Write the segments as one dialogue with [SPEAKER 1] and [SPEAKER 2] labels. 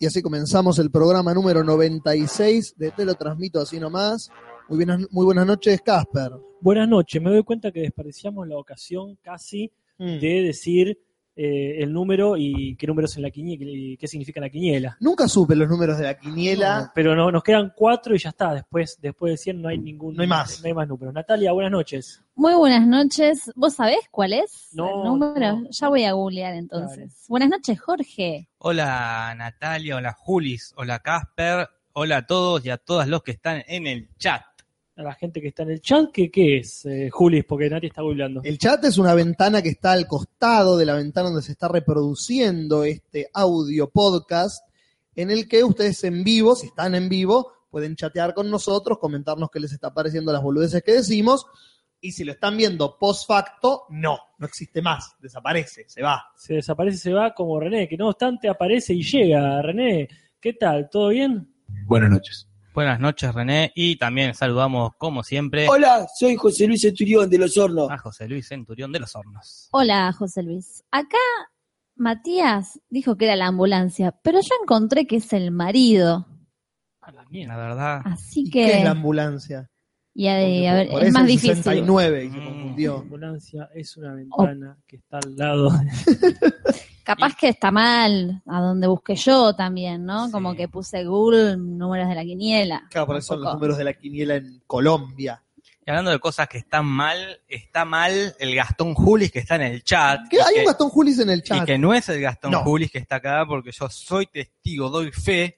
[SPEAKER 1] Y así comenzamos el programa número 96 de Te lo transmito así nomás. Muy, bien, muy buenas noches, Casper.
[SPEAKER 2] Buenas noches, me doy cuenta que desperdiciamos la ocasión casi
[SPEAKER 1] Mm.
[SPEAKER 2] de decir eh, el número y qué números en la quiniela y qué significa la quiniela.
[SPEAKER 1] Nunca supe los números de la quiniela.
[SPEAKER 2] Pero no, nos quedan cuatro y ya está. Después, después de 100 no hay ningún
[SPEAKER 1] Mm, No hay más.
[SPEAKER 2] no hay más números. Natalia, buenas noches.
[SPEAKER 3] Muy buenas noches. ¿Vos sabés cuál es
[SPEAKER 2] No,
[SPEAKER 3] el número?
[SPEAKER 2] no.
[SPEAKER 3] Ya voy a googlear entonces. Buenas noches, Jorge.
[SPEAKER 4] Hola Natalia, hola Julis, hola Casper, hola a todos y a todas los que están en el chat.
[SPEAKER 2] A la gente que está en el chat, ¿qué, qué es, eh, Julis? Porque Nati está googleando.
[SPEAKER 1] El chat es una ventana que está al costado de la ventana donde se está reproduciendo este audio podcast, en el que ustedes en vivo, si están en vivo, pueden chatear con nosotros, comentarnos qué les está pareciendo las boludeces que decimos. Y si lo están viendo post facto, no, no existe más, desaparece, se va.
[SPEAKER 2] Se desaparece, se va como René, que no obstante aparece y llega. René, ¿qué tal? ¿Todo bien?
[SPEAKER 5] Buenas noches.
[SPEAKER 4] Buenas noches René y también saludamos como siempre
[SPEAKER 6] Hola, soy José Luis Esturión de Los Hornos.
[SPEAKER 4] a José Luis Centurión de los Hornos.
[SPEAKER 3] Hola, José Luis. Acá Matías dijo que era la ambulancia, pero yo encontré que es el marido.
[SPEAKER 4] La verdad,
[SPEAKER 3] Así
[SPEAKER 1] ¿Y qué
[SPEAKER 3] que.
[SPEAKER 1] es la ambulancia?
[SPEAKER 3] Y a, a ver,
[SPEAKER 1] Por
[SPEAKER 3] es
[SPEAKER 1] eso
[SPEAKER 3] más
[SPEAKER 1] el
[SPEAKER 3] difícil.
[SPEAKER 1] 69 y se
[SPEAKER 4] Mm.
[SPEAKER 2] La
[SPEAKER 1] confundió.
[SPEAKER 2] ambulancia es una ventana que está al lado.
[SPEAKER 3] Capaz que está mal a donde busqué yo también, ¿no?
[SPEAKER 4] Sí.
[SPEAKER 3] Como que puse Google números de la quiniela.
[SPEAKER 1] Claro, por eso son los
[SPEAKER 3] Tampoco.
[SPEAKER 1] números de la quiniela en Colombia.
[SPEAKER 4] y hablando de cosas que están mal, está mal el Gastón Julis que está en el chat.
[SPEAKER 1] ¿Qué?
[SPEAKER 4] y
[SPEAKER 1] Hay
[SPEAKER 4] que-
[SPEAKER 1] un Gastón Julis en el
[SPEAKER 4] Y
[SPEAKER 1] chat.
[SPEAKER 4] que no es el Gastón
[SPEAKER 1] No.
[SPEAKER 4] Julis que está acá, porque yo soy testigo, doy fe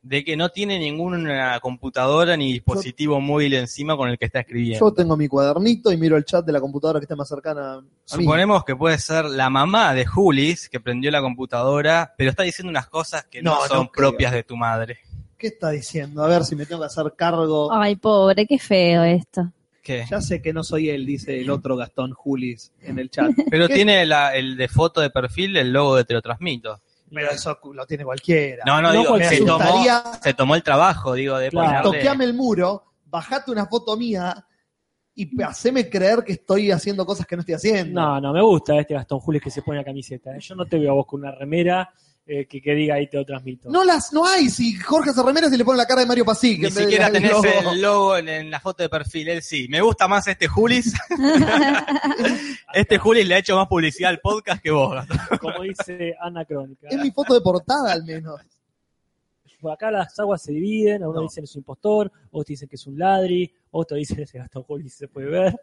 [SPEAKER 4] de que no tiene ninguna computadora ni dispositivo móvil encima con el que está escribiendo.
[SPEAKER 1] Yo tengo mi cuadernito y miro el chat de la computadora que está más cercana a mí.
[SPEAKER 4] Suponemos que puede ser la mamá de Julis que prendió la computadora, pero está diciendo unas cosas que no,
[SPEAKER 1] No, no
[SPEAKER 4] son
[SPEAKER 1] creo.
[SPEAKER 4] propias de tu madre.
[SPEAKER 1] ¿Qué está diciendo? A ver si me tengo que hacer cargo.
[SPEAKER 3] Ay, pobre, qué feo esto.
[SPEAKER 4] ¿Qué?
[SPEAKER 1] Ya sé que no soy él, dice el otro Gastón Julis en el chat.
[SPEAKER 4] Pero
[SPEAKER 1] ¿Qué?
[SPEAKER 4] tiene la- el de foto de perfil, el logo de Te lo transmito.
[SPEAKER 1] Pero eso lo tiene cualquiera.
[SPEAKER 4] No,
[SPEAKER 2] No
[SPEAKER 4] no, digo,
[SPEAKER 2] cualquiera.
[SPEAKER 4] se
[SPEAKER 1] me
[SPEAKER 4] tomó,
[SPEAKER 1] asustaría.
[SPEAKER 4] se tomó el trabajo, digo, de
[SPEAKER 2] Claro.
[SPEAKER 4] ponerle-
[SPEAKER 1] Toqueame el muro, bajate una foto mía y haceme creer que estoy haciendo cosas que no estoy haciendo.
[SPEAKER 2] No, no, me gusta este Gastón Jules que se pone la camiseta. ¿eh? Yo no te veo a vos con una remera eh, que, que diga ahí te lo transmito.
[SPEAKER 1] No las, no hay. Si Jorge hace remeras y le pone la cara de Mario Pasic.
[SPEAKER 4] Ni
[SPEAKER 1] en vez de
[SPEAKER 4] siquiera
[SPEAKER 1] la del
[SPEAKER 4] tenés
[SPEAKER 1] logo.
[SPEAKER 4] el logo en, en la foto de perfil, él sí. Me gusta más este Julis. este Julis le ha hecho más publicidad al podcast que vos. Gastón.
[SPEAKER 2] Como dice Ana Crónica.
[SPEAKER 1] Es mi foto de portada al menos.
[SPEAKER 2] Por acá las aguas se dividen, algunos
[SPEAKER 1] No.
[SPEAKER 2] dicen es un impostor, otros dicen que es un ladri, otros dicen ese Gastón Julis se puede ver.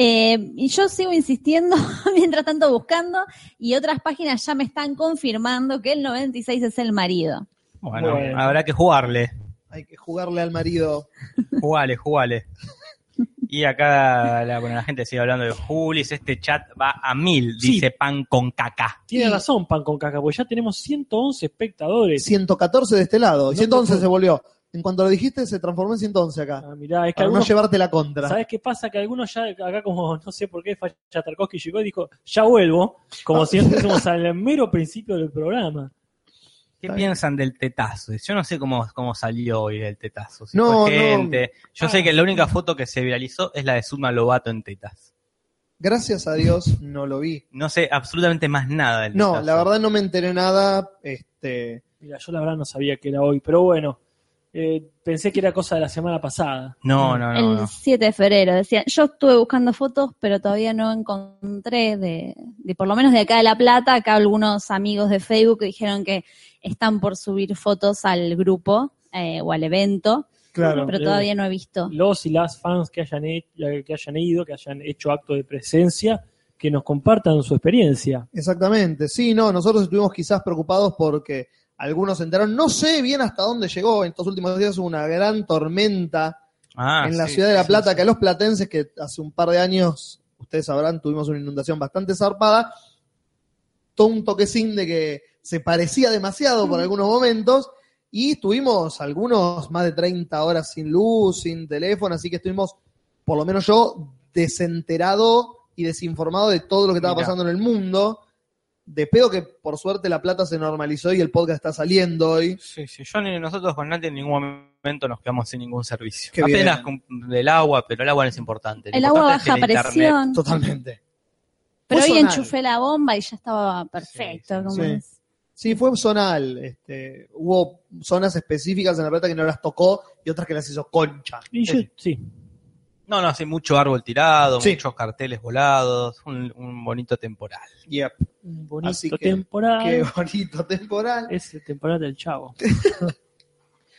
[SPEAKER 3] Eh, y yo sigo insistiendo, mientras tanto buscando, y otras páginas ya me están confirmando que el 96 es el marido.
[SPEAKER 4] Bueno,
[SPEAKER 2] Bueno.
[SPEAKER 4] habrá que jugarle.
[SPEAKER 1] Hay que jugarle al marido.
[SPEAKER 4] Jugale, jugale. Y acá la, bueno, la gente sigue hablando de Julis. Este chat va a mil,
[SPEAKER 2] Sí.
[SPEAKER 4] dice pan con caca.
[SPEAKER 2] Tiene razón, pan con caca, porque ya tenemos 111 espectadores.
[SPEAKER 1] 114 de este lado. y
[SPEAKER 2] No
[SPEAKER 1] 111
[SPEAKER 2] te-
[SPEAKER 1] se volvió. En cuanto lo dijiste, se transformó en 111 acá.
[SPEAKER 2] Ah, mirá, es que
[SPEAKER 1] Para no
[SPEAKER 2] algunos,
[SPEAKER 1] llevarte la contra.
[SPEAKER 2] ¿sabes qué pasa? Que algunos ya acá como, no sé por qué, Facha Tarkovsky llegó y dijo, ya vuelvo,
[SPEAKER 1] Ah.
[SPEAKER 2] como si estuviésemos al mero principio del programa.
[SPEAKER 4] ¿Qué
[SPEAKER 1] Está bien.
[SPEAKER 4] piensan del tetazo? Yo no sé cómo, cómo salió hoy el tetazo. Si
[SPEAKER 1] No,
[SPEAKER 4] fue
[SPEAKER 1] no.
[SPEAKER 4] gente. Yo
[SPEAKER 2] Ah.
[SPEAKER 4] sé que la única foto que se viralizó es la de Suma Lobato en tetas.
[SPEAKER 1] Gracias a Dios no lo vi.
[SPEAKER 4] No sé absolutamente más nada del
[SPEAKER 1] No,
[SPEAKER 4] tetazo.
[SPEAKER 1] la verdad no me enteré nada. Este,
[SPEAKER 2] Mira, yo la verdad no sabía que era hoy, pero bueno, eh, pensé que era cosa de la semana pasada.
[SPEAKER 4] No, no, no.
[SPEAKER 3] el
[SPEAKER 4] no.
[SPEAKER 3] 7 de febrero, decía, yo estuve buscando fotos, pero todavía no encontré de, de por lo menos de acá de La Plata, acá algunos amigos de Facebook dijeron que están por subir fotos al grupo eh, o al evento,
[SPEAKER 2] Claro.
[SPEAKER 3] pero
[SPEAKER 2] Eh,
[SPEAKER 3] todavía no he visto.
[SPEAKER 2] Los y las fans que hayan, he- que hayan ido, que hayan hecho acto de presencia, que nos compartan su experiencia.
[SPEAKER 1] exactamente. Sí, no, nosotros estuvimos quizás preocupados porque algunos se enteraron. No sé bien hasta dónde llegó. En estos últimos días hubo una gran tormenta
[SPEAKER 4] Ah,
[SPEAKER 1] en la
[SPEAKER 4] sí,
[SPEAKER 1] ciudad de La
[SPEAKER 4] sí,
[SPEAKER 1] Plata,
[SPEAKER 4] sí.
[SPEAKER 1] que a los platenses, que hace un par de años, ustedes sabrán, tuvimos una inundación bastante zarpada, todo un toquecín de que se parecía demasiado por algunos momentos, y estuvimos algunos más de 30 horas sin luz, sin teléfono, así que estuvimos, por lo menos yo, desenterado y desinformado de todo lo que estaba
[SPEAKER 4] Mirá.
[SPEAKER 1] pasando en el mundo. De pedo que por suerte La Plata se normalizó y el podcast está saliendo hoy.
[SPEAKER 4] Sí, sí, yo ni nosotros con Nati en ningún momento nos quedamos sin ningún servicio.
[SPEAKER 1] Qué
[SPEAKER 4] Apenas
[SPEAKER 1] bien.
[SPEAKER 4] con- del agua, pero el agua no es importante. Lo
[SPEAKER 3] El agua
[SPEAKER 4] importante
[SPEAKER 3] baja
[SPEAKER 4] es que el internet-
[SPEAKER 3] presión,
[SPEAKER 1] Totalmente.
[SPEAKER 3] pero
[SPEAKER 1] Fue
[SPEAKER 3] hoy
[SPEAKER 1] zonal.
[SPEAKER 3] enchufé la bomba y ya estaba perfecto.
[SPEAKER 4] sí,
[SPEAKER 3] como
[SPEAKER 1] sí.
[SPEAKER 3] es.
[SPEAKER 1] Sí, fue zonal. Este, hubo zonas específicas en la plata que no las tocó y otras que las hizo concha.
[SPEAKER 2] Y yo, sí.
[SPEAKER 4] No, no, sí, mucho árbol tirado,
[SPEAKER 1] Sí.
[SPEAKER 4] muchos carteles volados, un, un bonito temporal.
[SPEAKER 1] Yep.
[SPEAKER 2] Un bonito
[SPEAKER 1] Así que-
[SPEAKER 2] temporal.
[SPEAKER 1] Qué bonito temporal.
[SPEAKER 2] Ese temporal del chavo.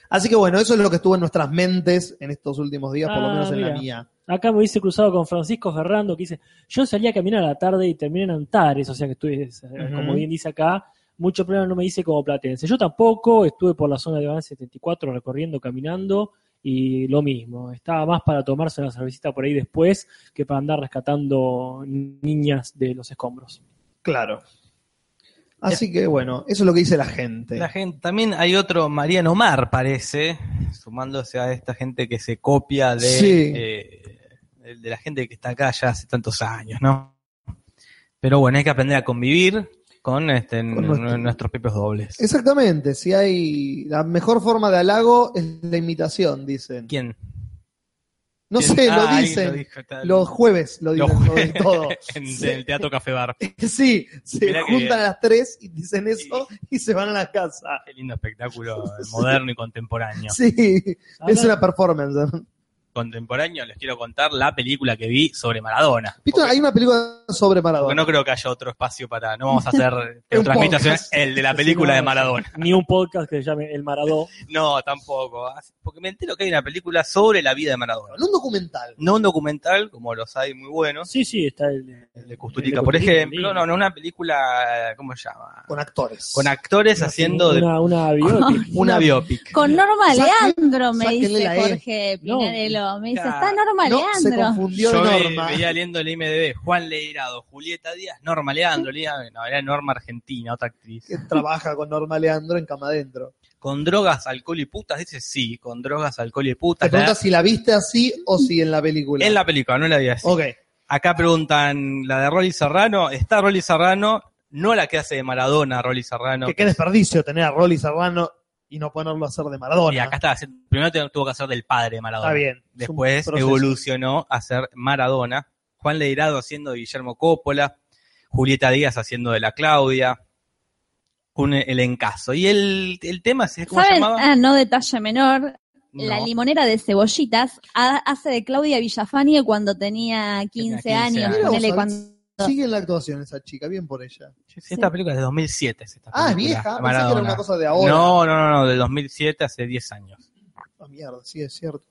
[SPEAKER 1] Así que bueno, eso es lo que estuvo en nuestras mentes en estos últimos días, por lo
[SPEAKER 2] Ah,
[SPEAKER 1] menos en la
[SPEAKER 2] mira.
[SPEAKER 1] mía.
[SPEAKER 2] Acá me hice cruzado con Francisco Ferrando que dice, yo salí a caminar a la tarde y terminé en Antares, o sea que estuve, eh,
[SPEAKER 1] Ujú.
[SPEAKER 2] como bien dice acá, mucho problema no me hice como platense. Yo tampoco, estuve por la zona de Van 74 recorriendo, caminando y lo mismo, estaba más para tomarse una cervecita por ahí después que para andar rescatando niñas de los escombros.
[SPEAKER 1] Claro. Así que bueno, eso es lo que dice la gente.
[SPEAKER 4] La gente, también hay otro Mariano Mar, parece, sumándose a esta gente que se copia de,
[SPEAKER 1] Sí.
[SPEAKER 4] eh, de la gente que está acá ya hace tantos años, ¿no? Pero bueno, hay que aprender a convivir con, este, n-
[SPEAKER 1] nuestro-
[SPEAKER 4] nuestros propios dobles.
[SPEAKER 1] Exactamente, si hay la mejor forma de halago es la imitación, dicen.
[SPEAKER 4] ¿Quién?
[SPEAKER 1] No
[SPEAKER 4] ¿Quién?
[SPEAKER 1] sé,
[SPEAKER 4] Ah,
[SPEAKER 1] lo
[SPEAKER 4] alguien
[SPEAKER 1] dicen.
[SPEAKER 4] dijo, está-
[SPEAKER 1] Los jueves lo dicen
[SPEAKER 4] Los
[SPEAKER 1] sobre todo.
[SPEAKER 4] en,
[SPEAKER 1] Sí.
[SPEAKER 4] el Teatro Café Bar.
[SPEAKER 1] Sí, se
[SPEAKER 4] Mirá que-
[SPEAKER 1] juntan a las tres y dicen eso y se van a la casa.
[SPEAKER 4] Qué lindo espectáculo eh, moderno y contemporáneo.
[SPEAKER 1] Sí, es
[SPEAKER 2] Habla-
[SPEAKER 1] una performance.
[SPEAKER 4] Contemporáneo, les quiero contar la película que vi sobre Maradona.
[SPEAKER 1] ¿Viste? Hay una película sobre
[SPEAKER 4] Porque
[SPEAKER 1] Maradona.
[SPEAKER 4] no creo que haya otro espacio para. No vamos a hacer transmisión
[SPEAKER 1] podcast.
[SPEAKER 4] el de la película de Maradona.
[SPEAKER 2] Ni un podcast que se llame El Maradó.
[SPEAKER 4] No, tampoco. Porque me entero que hay una película sobre la vida de Maradona.
[SPEAKER 1] En un documental.
[SPEAKER 4] No un documental, como los hay muy buenos.
[SPEAKER 2] Sí, sí, está el, de-
[SPEAKER 4] El de Custurica,
[SPEAKER 2] el de
[SPEAKER 4] por
[SPEAKER 2] Custurica,
[SPEAKER 4] ejemplo.
[SPEAKER 2] lindo.
[SPEAKER 4] No, no, una película. ¿Cómo se llama?
[SPEAKER 1] Con actores.
[SPEAKER 4] Con actores haciendo de- una,
[SPEAKER 2] una, una biopic.
[SPEAKER 4] biopic.
[SPEAKER 3] Con Norma
[SPEAKER 1] Saque-
[SPEAKER 3] Leandro, me
[SPEAKER 1] sáquenle
[SPEAKER 3] dice
[SPEAKER 1] la E.
[SPEAKER 3] Jorge
[SPEAKER 2] No.
[SPEAKER 3] Pinarello. Me dice,
[SPEAKER 4] Claro.
[SPEAKER 3] está Norma
[SPEAKER 1] no, se
[SPEAKER 3] Leandro.
[SPEAKER 1] confundió
[SPEAKER 4] Yo ve-
[SPEAKER 1] de Norma.
[SPEAKER 4] veía leyendo el IMDB, Juan Leirado, Julieta Díaz, Norma Leandro, Lea- no, era Norma Argentina, otra actriz.
[SPEAKER 1] que trabaja con Norma Leandro en Cama Adentro.
[SPEAKER 4] ¿Con drogas, alcohol y putas? Dice sí, con drogas, alcohol y
[SPEAKER 1] Te
[SPEAKER 4] putas.
[SPEAKER 1] pregunta si la viste así o si en la película.
[SPEAKER 4] En la película, no la vi así.
[SPEAKER 1] Ok.
[SPEAKER 4] Acá preguntan la de Rolly Serrano. Está Rolly Serrano, no la que hace de Maradona, Rolly Serrano.
[SPEAKER 1] Que qué desperdicio tener a Rolly Serrano y no ponerlo a hacer de Maradona.
[SPEAKER 4] Y acá está, haciendo- primero te- tuvo que hacer del padre de Maradona.
[SPEAKER 1] Está bien. es un
[SPEAKER 4] Después
[SPEAKER 1] proceso.
[SPEAKER 4] evolucionó a ser Maradona. Juan Leirado haciendo de Guillermo Coppola. Julieta Díaz haciendo de la Claudia. Un elencazo. Y el, el tema, ¿sí? ¿cómo se
[SPEAKER 3] ¿Saben?
[SPEAKER 4] llamaba?
[SPEAKER 3] Ah, no detalle menor. La
[SPEAKER 4] No.
[SPEAKER 3] limonera de cebollitas ha- hace de Claudia Villafañe cuando tenía 15,
[SPEAKER 4] 15
[SPEAKER 3] años.
[SPEAKER 4] años.
[SPEAKER 1] Mira vos,
[SPEAKER 3] ponele
[SPEAKER 1] ¿sabes?
[SPEAKER 3] cuando-
[SPEAKER 1] Sigue en la actuación esa chica, bien por ella.
[SPEAKER 4] Sí, sí, Esta película es de 2007. es esta
[SPEAKER 1] Ah, es
[SPEAKER 4] película,
[SPEAKER 1] vieja. Pensé que era
[SPEAKER 4] Maradona.
[SPEAKER 1] una cosa de ahora.
[SPEAKER 4] No, no, no, no, del 2007, hace 10 años.
[SPEAKER 1] Ah, mierda, sí, es cierto.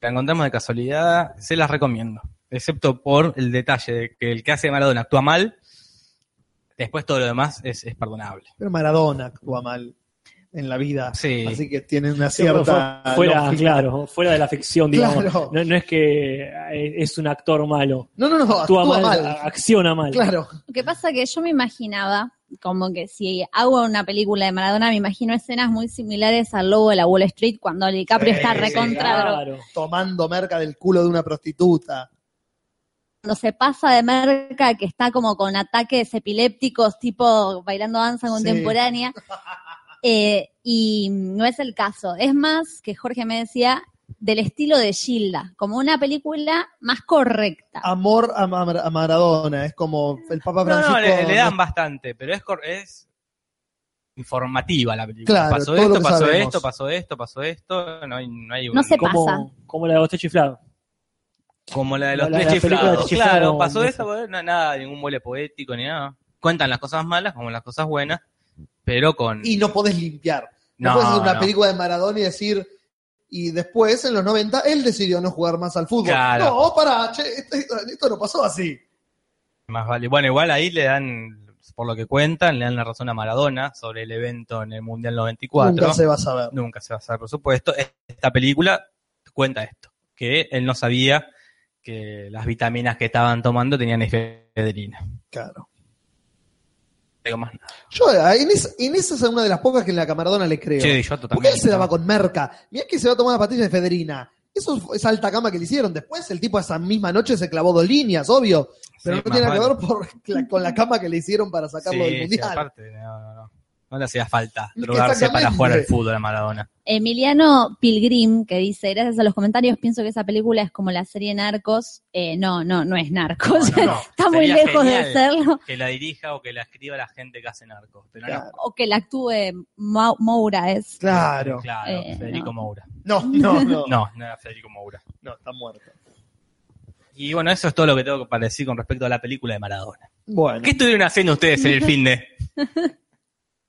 [SPEAKER 4] La encontramos de casualidad, se las recomiendo. Excepto por el detalle de que el que hace de Maradona actúa mal, después todo lo demás es, es perdonable.
[SPEAKER 1] Pero Maradona actúa mal en la vida.
[SPEAKER 4] Sí.
[SPEAKER 1] Así que tiene una cierta.
[SPEAKER 2] Fue- fuera,
[SPEAKER 1] lógica.
[SPEAKER 2] claro, fuera de la ficción, digamos.
[SPEAKER 1] Claro.
[SPEAKER 2] No, no es que eh, es un actor malo.
[SPEAKER 1] No, no, no, actúa,
[SPEAKER 2] Actúa mal,
[SPEAKER 1] mal.
[SPEAKER 2] a- acciona mal.
[SPEAKER 1] Claro.
[SPEAKER 3] Lo que pasa que yo me imaginaba, como que si hago una película de Maradona, me imagino escenas muy similares al lobo de la Wall Street cuando DiCaprio
[SPEAKER 1] Sí,
[SPEAKER 3] está
[SPEAKER 1] sí,
[SPEAKER 2] Eh,
[SPEAKER 3] recontra
[SPEAKER 2] Claro.
[SPEAKER 3] drogado.
[SPEAKER 1] Tomando merca del culo de una prostituta.
[SPEAKER 3] Cuando se pasa de merca, que está como con ataques epilépticos, tipo bailando danza
[SPEAKER 1] Sí.
[SPEAKER 3] contemporánea. Eh, y no es el caso. Es más, que Jorge me decía, del estilo de Gilda, como una película más correcta.
[SPEAKER 1] Amor a, Mar- a Maradona. Es como el Papa
[SPEAKER 4] No,
[SPEAKER 1] Francisco.
[SPEAKER 4] no, le, le
[SPEAKER 1] ¿no?
[SPEAKER 4] dan bastante, pero es, cor- es informativa la película.
[SPEAKER 1] Claro,
[SPEAKER 4] pasó
[SPEAKER 1] todo lo
[SPEAKER 4] esto,
[SPEAKER 1] que
[SPEAKER 4] pasó
[SPEAKER 1] sabemos.
[SPEAKER 4] esto, pasó esto, pasó esto. No hay, no hay
[SPEAKER 3] No
[SPEAKER 4] un-
[SPEAKER 3] se
[SPEAKER 4] como,
[SPEAKER 3] pasa.
[SPEAKER 2] Como, como la de Boste Chiflado.
[SPEAKER 4] la de los
[SPEAKER 2] la-
[SPEAKER 4] tres
[SPEAKER 2] la película de
[SPEAKER 4] chiflados.
[SPEAKER 2] Chiflado,
[SPEAKER 4] Claro, pasó
[SPEAKER 2] no
[SPEAKER 4] esto, no, nada, ningún vuelo poético ni nada. Cuentan las cosas malas como las cosas buenas, pero con.
[SPEAKER 1] Y no podés limpiar. No, puedes hacer una
[SPEAKER 4] no.
[SPEAKER 1] película de Maradona y decir. Y después, en los 90, él decidió no jugar más al fútbol.
[SPEAKER 4] Claro.
[SPEAKER 1] No, pará, che, esto, esto no pasó así.
[SPEAKER 4] Más vale. Bueno, igual ahí le dan, por lo que cuentan, le dan la razón a Maradona sobre el evento en el Mundial 94.
[SPEAKER 1] Nunca se va a saber.
[SPEAKER 4] Nunca se va a saber, por supuesto. Esta película cuenta esto, que él no sabía que las vitaminas que estaban tomando tenían efedrina. No
[SPEAKER 1] Claro.
[SPEAKER 4] digo más nada.
[SPEAKER 1] Yo, eh, en, esa- en esa es una de las pocas que en la Camaradona le creo.
[SPEAKER 4] Sí, yo
[SPEAKER 1] ¿Por qué
[SPEAKER 4] totalmente.
[SPEAKER 1] él se daba con merca? Mirá que se va a tomar la pastilla de Federina. Eso es alta cama que le hicieron. Después el tipo esa misma noche se clavó dos líneas, obvio. Pero
[SPEAKER 4] Sí,
[SPEAKER 1] no tiene
[SPEAKER 4] más
[SPEAKER 1] nada que
[SPEAKER 4] vale.
[SPEAKER 1] ver por la- con la cama que le hicieron para sacarlo
[SPEAKER 4] Sí,
[SPEAKER 1] del
[SPEAKER 4] sí,
[SPEAKER 1] mundial.
[SPEAKER 4] aparte, no, no, no. No le hacía falta drogarse para jugar al
[SPEAKER 1] Exactamente.
[SPEAKER 4] fútbol a Maradona.
[SPEAKER 3] Emiliano Pilgrim, que dice, gracias a los comentarios, pienso que esa película es como la serie Narcos. Eh, no, no, no es Narcos.
[SPEAKER 4] No, no, no.
[SPEAKER 3] Pues Está muy
[SPEAKER 4] Sería
[SPEAKER 3] lejos
[SPEAKER 4] genial
[SPEAKER 3] de hacerlo.
[SPEAKER 4] Que la dirija o que la escriba la gente que hace narcos. Pero no,
[SPEAKER 1] Claro.
[SPEAKER 3] O que la actúe Mau- Moura, es.
[SPEAKER 1] Claro.
[SPEAKER 4] claro,
[SPEAKER 3] Eh,
[SPEAKER 4] Federico
[SPEAKER 3] no.
[SPEAKER 4] Moura.
[SPEAKER 1] No, no, no. No,
[SPEAKER 4] No, no era Federico Moura.
[SPEAKER 1] está muerto.
[SPEAKER 4] Y bueno, eso es todo lo que tengo para decir con respecto a la película de Maradona.
[SPEAKER 1] Bueno.
[SPEAKER 4] ¿Qué estuvieron haciendo ustedes en el fin de?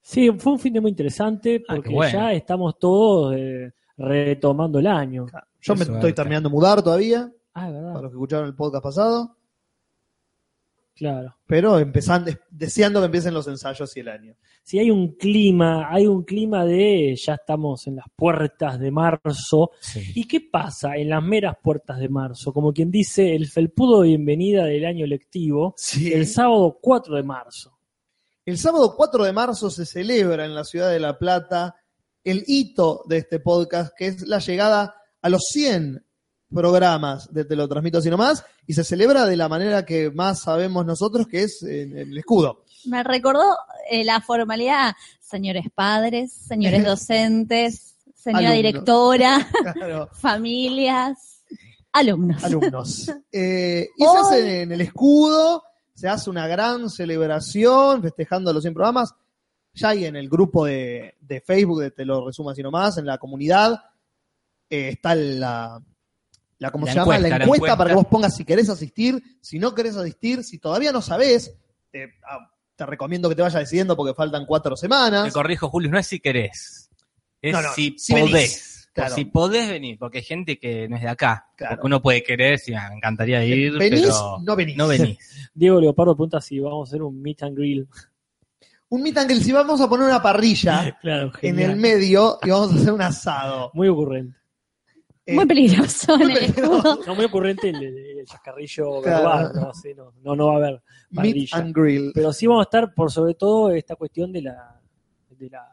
[SPEAKER 2] Sí, fue un fin de muy interesante
[SPEAKER 4] Ah, qué
[SPEAKER 2] porque
[SPEAKER 4] bueno.
[SPEAKER 2] ya estamos todos eh, retomando el año.
[SPEAKER 1] ah, Yo me
[SPEAKER 4] Eso,
[SPEAKER 1] estoy
[SPEAKER 4] ahorita.
[SPEAKER 1] terminando de mudar todavía,
[SPEAKER 2] Ah, es verdad.
[SPEAKER 1] para los que escucharon el podcast pasado,
[SPEAKER 2] Claro.
[SPEAKER 1] pero empezando, deseando que empiecen los ensayos y el año.
[SPEAKER 2] Si hay un clima, hay un clima de eh, ya estamos en las puertas de marzo. ¿Y qué pasa en las meras puertas de marzo? Como quien dice, el felpudo de bienvenida del año lectivo,
[SPEAKER 1] Sí.
[SPEAKER 2] el
[SPEAKER 1] El,
[SPEAKER 2] sábado 4 de marzo.
[SPEAKER 1] el sábado 4 de marzo se celebra en la ciudad de La Plata el hito de este podcast, que es la llegada a los 100 programas de Te lo transmito así nomás, y se celebra de la manera que más sabemos nosotros, que es en el escudo.
[SPEAKER 3] Me recordó eh, la formalidad, señores padres, señores docentes, señora
[SPEAKER 1] Alumnos.
[SPEAKER 3] directora,
[SPEAKER 1] Claro.
[SPEAKER 3] familias, alumnos.
[SPEAKER 1] alumnos. Eh, y
[SPEAKER 3] Hoy-
[SPEAKER 1] se hace en el escudo, se hace una gran celebración festejando los 100 programas. Ya hay en el grupo de, de Facebook, de Te lo resumo así nomás, en la comunidad, eh, está la, la, ¿cómo
[SPEAKER 4] La
[SPEAKER 1] se llama?
[SPEAKER 4] encuesta,
[SPEAKER 1] la,
[SPEAKER 4] la
[SPEAKER 1] encuesta para que
[SPEAKER 4] encuesta.
[SPEAKER 1] vos pongas si querés asistir, si no querés asistir, si todavía no sabés, te, ah, te recomiendo que te vayas decidiendo porque faltan cuatro
[SPEAKER 4] Me
[SPEAKER 1] semanas.
[SPEAKER 4] corrijo, Julio, no es si querés. Es
[SPEAKER 1] No, no,
[SPEAKER 4] si,
[SPEAKER 1] si
[SPEAKER 4] podés.
[SPEAKER 1] venís,
[SPEAKER 4] O
[SPEAKER 1] claro.
[SPEAKER 4] Si podés venir, porque hay gente que no es de acá.
[SPEAKER 1] Claro.
[SPEAKER 4] Porque uno puede querer, si me encantaría ir,
[SPEAKER 1] ¿Venís?
[SPEAKER 4] pero
[SPEAKER 1] No venís.
[SPEAKER 4] no venís.
[SPEAKER 2] Diego Leopardo pregunta si vamos a hacer un meet and grill.
[SPEAKER 1] Un meet and greet, si vamos a poner una parrilla
[SPEAKER 2] Claro,
[SPEAKER 1] en
[SPEAKER 2] genial.
[SPEAKER 1] el medio y vamos a hacer un asado.
[SPEAKER 2] Muy ocurrente.
[SPEAKER 1] Eh,
[SPEAKER 3] Muy peligroso en
[SPEAKER 1] muy
[SPEAKER 3] el
[SPEAKER 1] peligroso.
[SPEAKER 3] escudo.
[SPEAKER 2] No, muy ocurrente el, el chascarrillo
[SPEAKER 1] Claro.
[SPEAKER 2] verbal, ¿no? Sí, no, no, no va a haber
[SPEAKER 1] Meet
[SPEAKER 2] parrilla.
[SPEAKER 1] and Grill.
[SPEAKER 2] Pero sí vamos a estar por sobre todo esta cuestión de la, de la,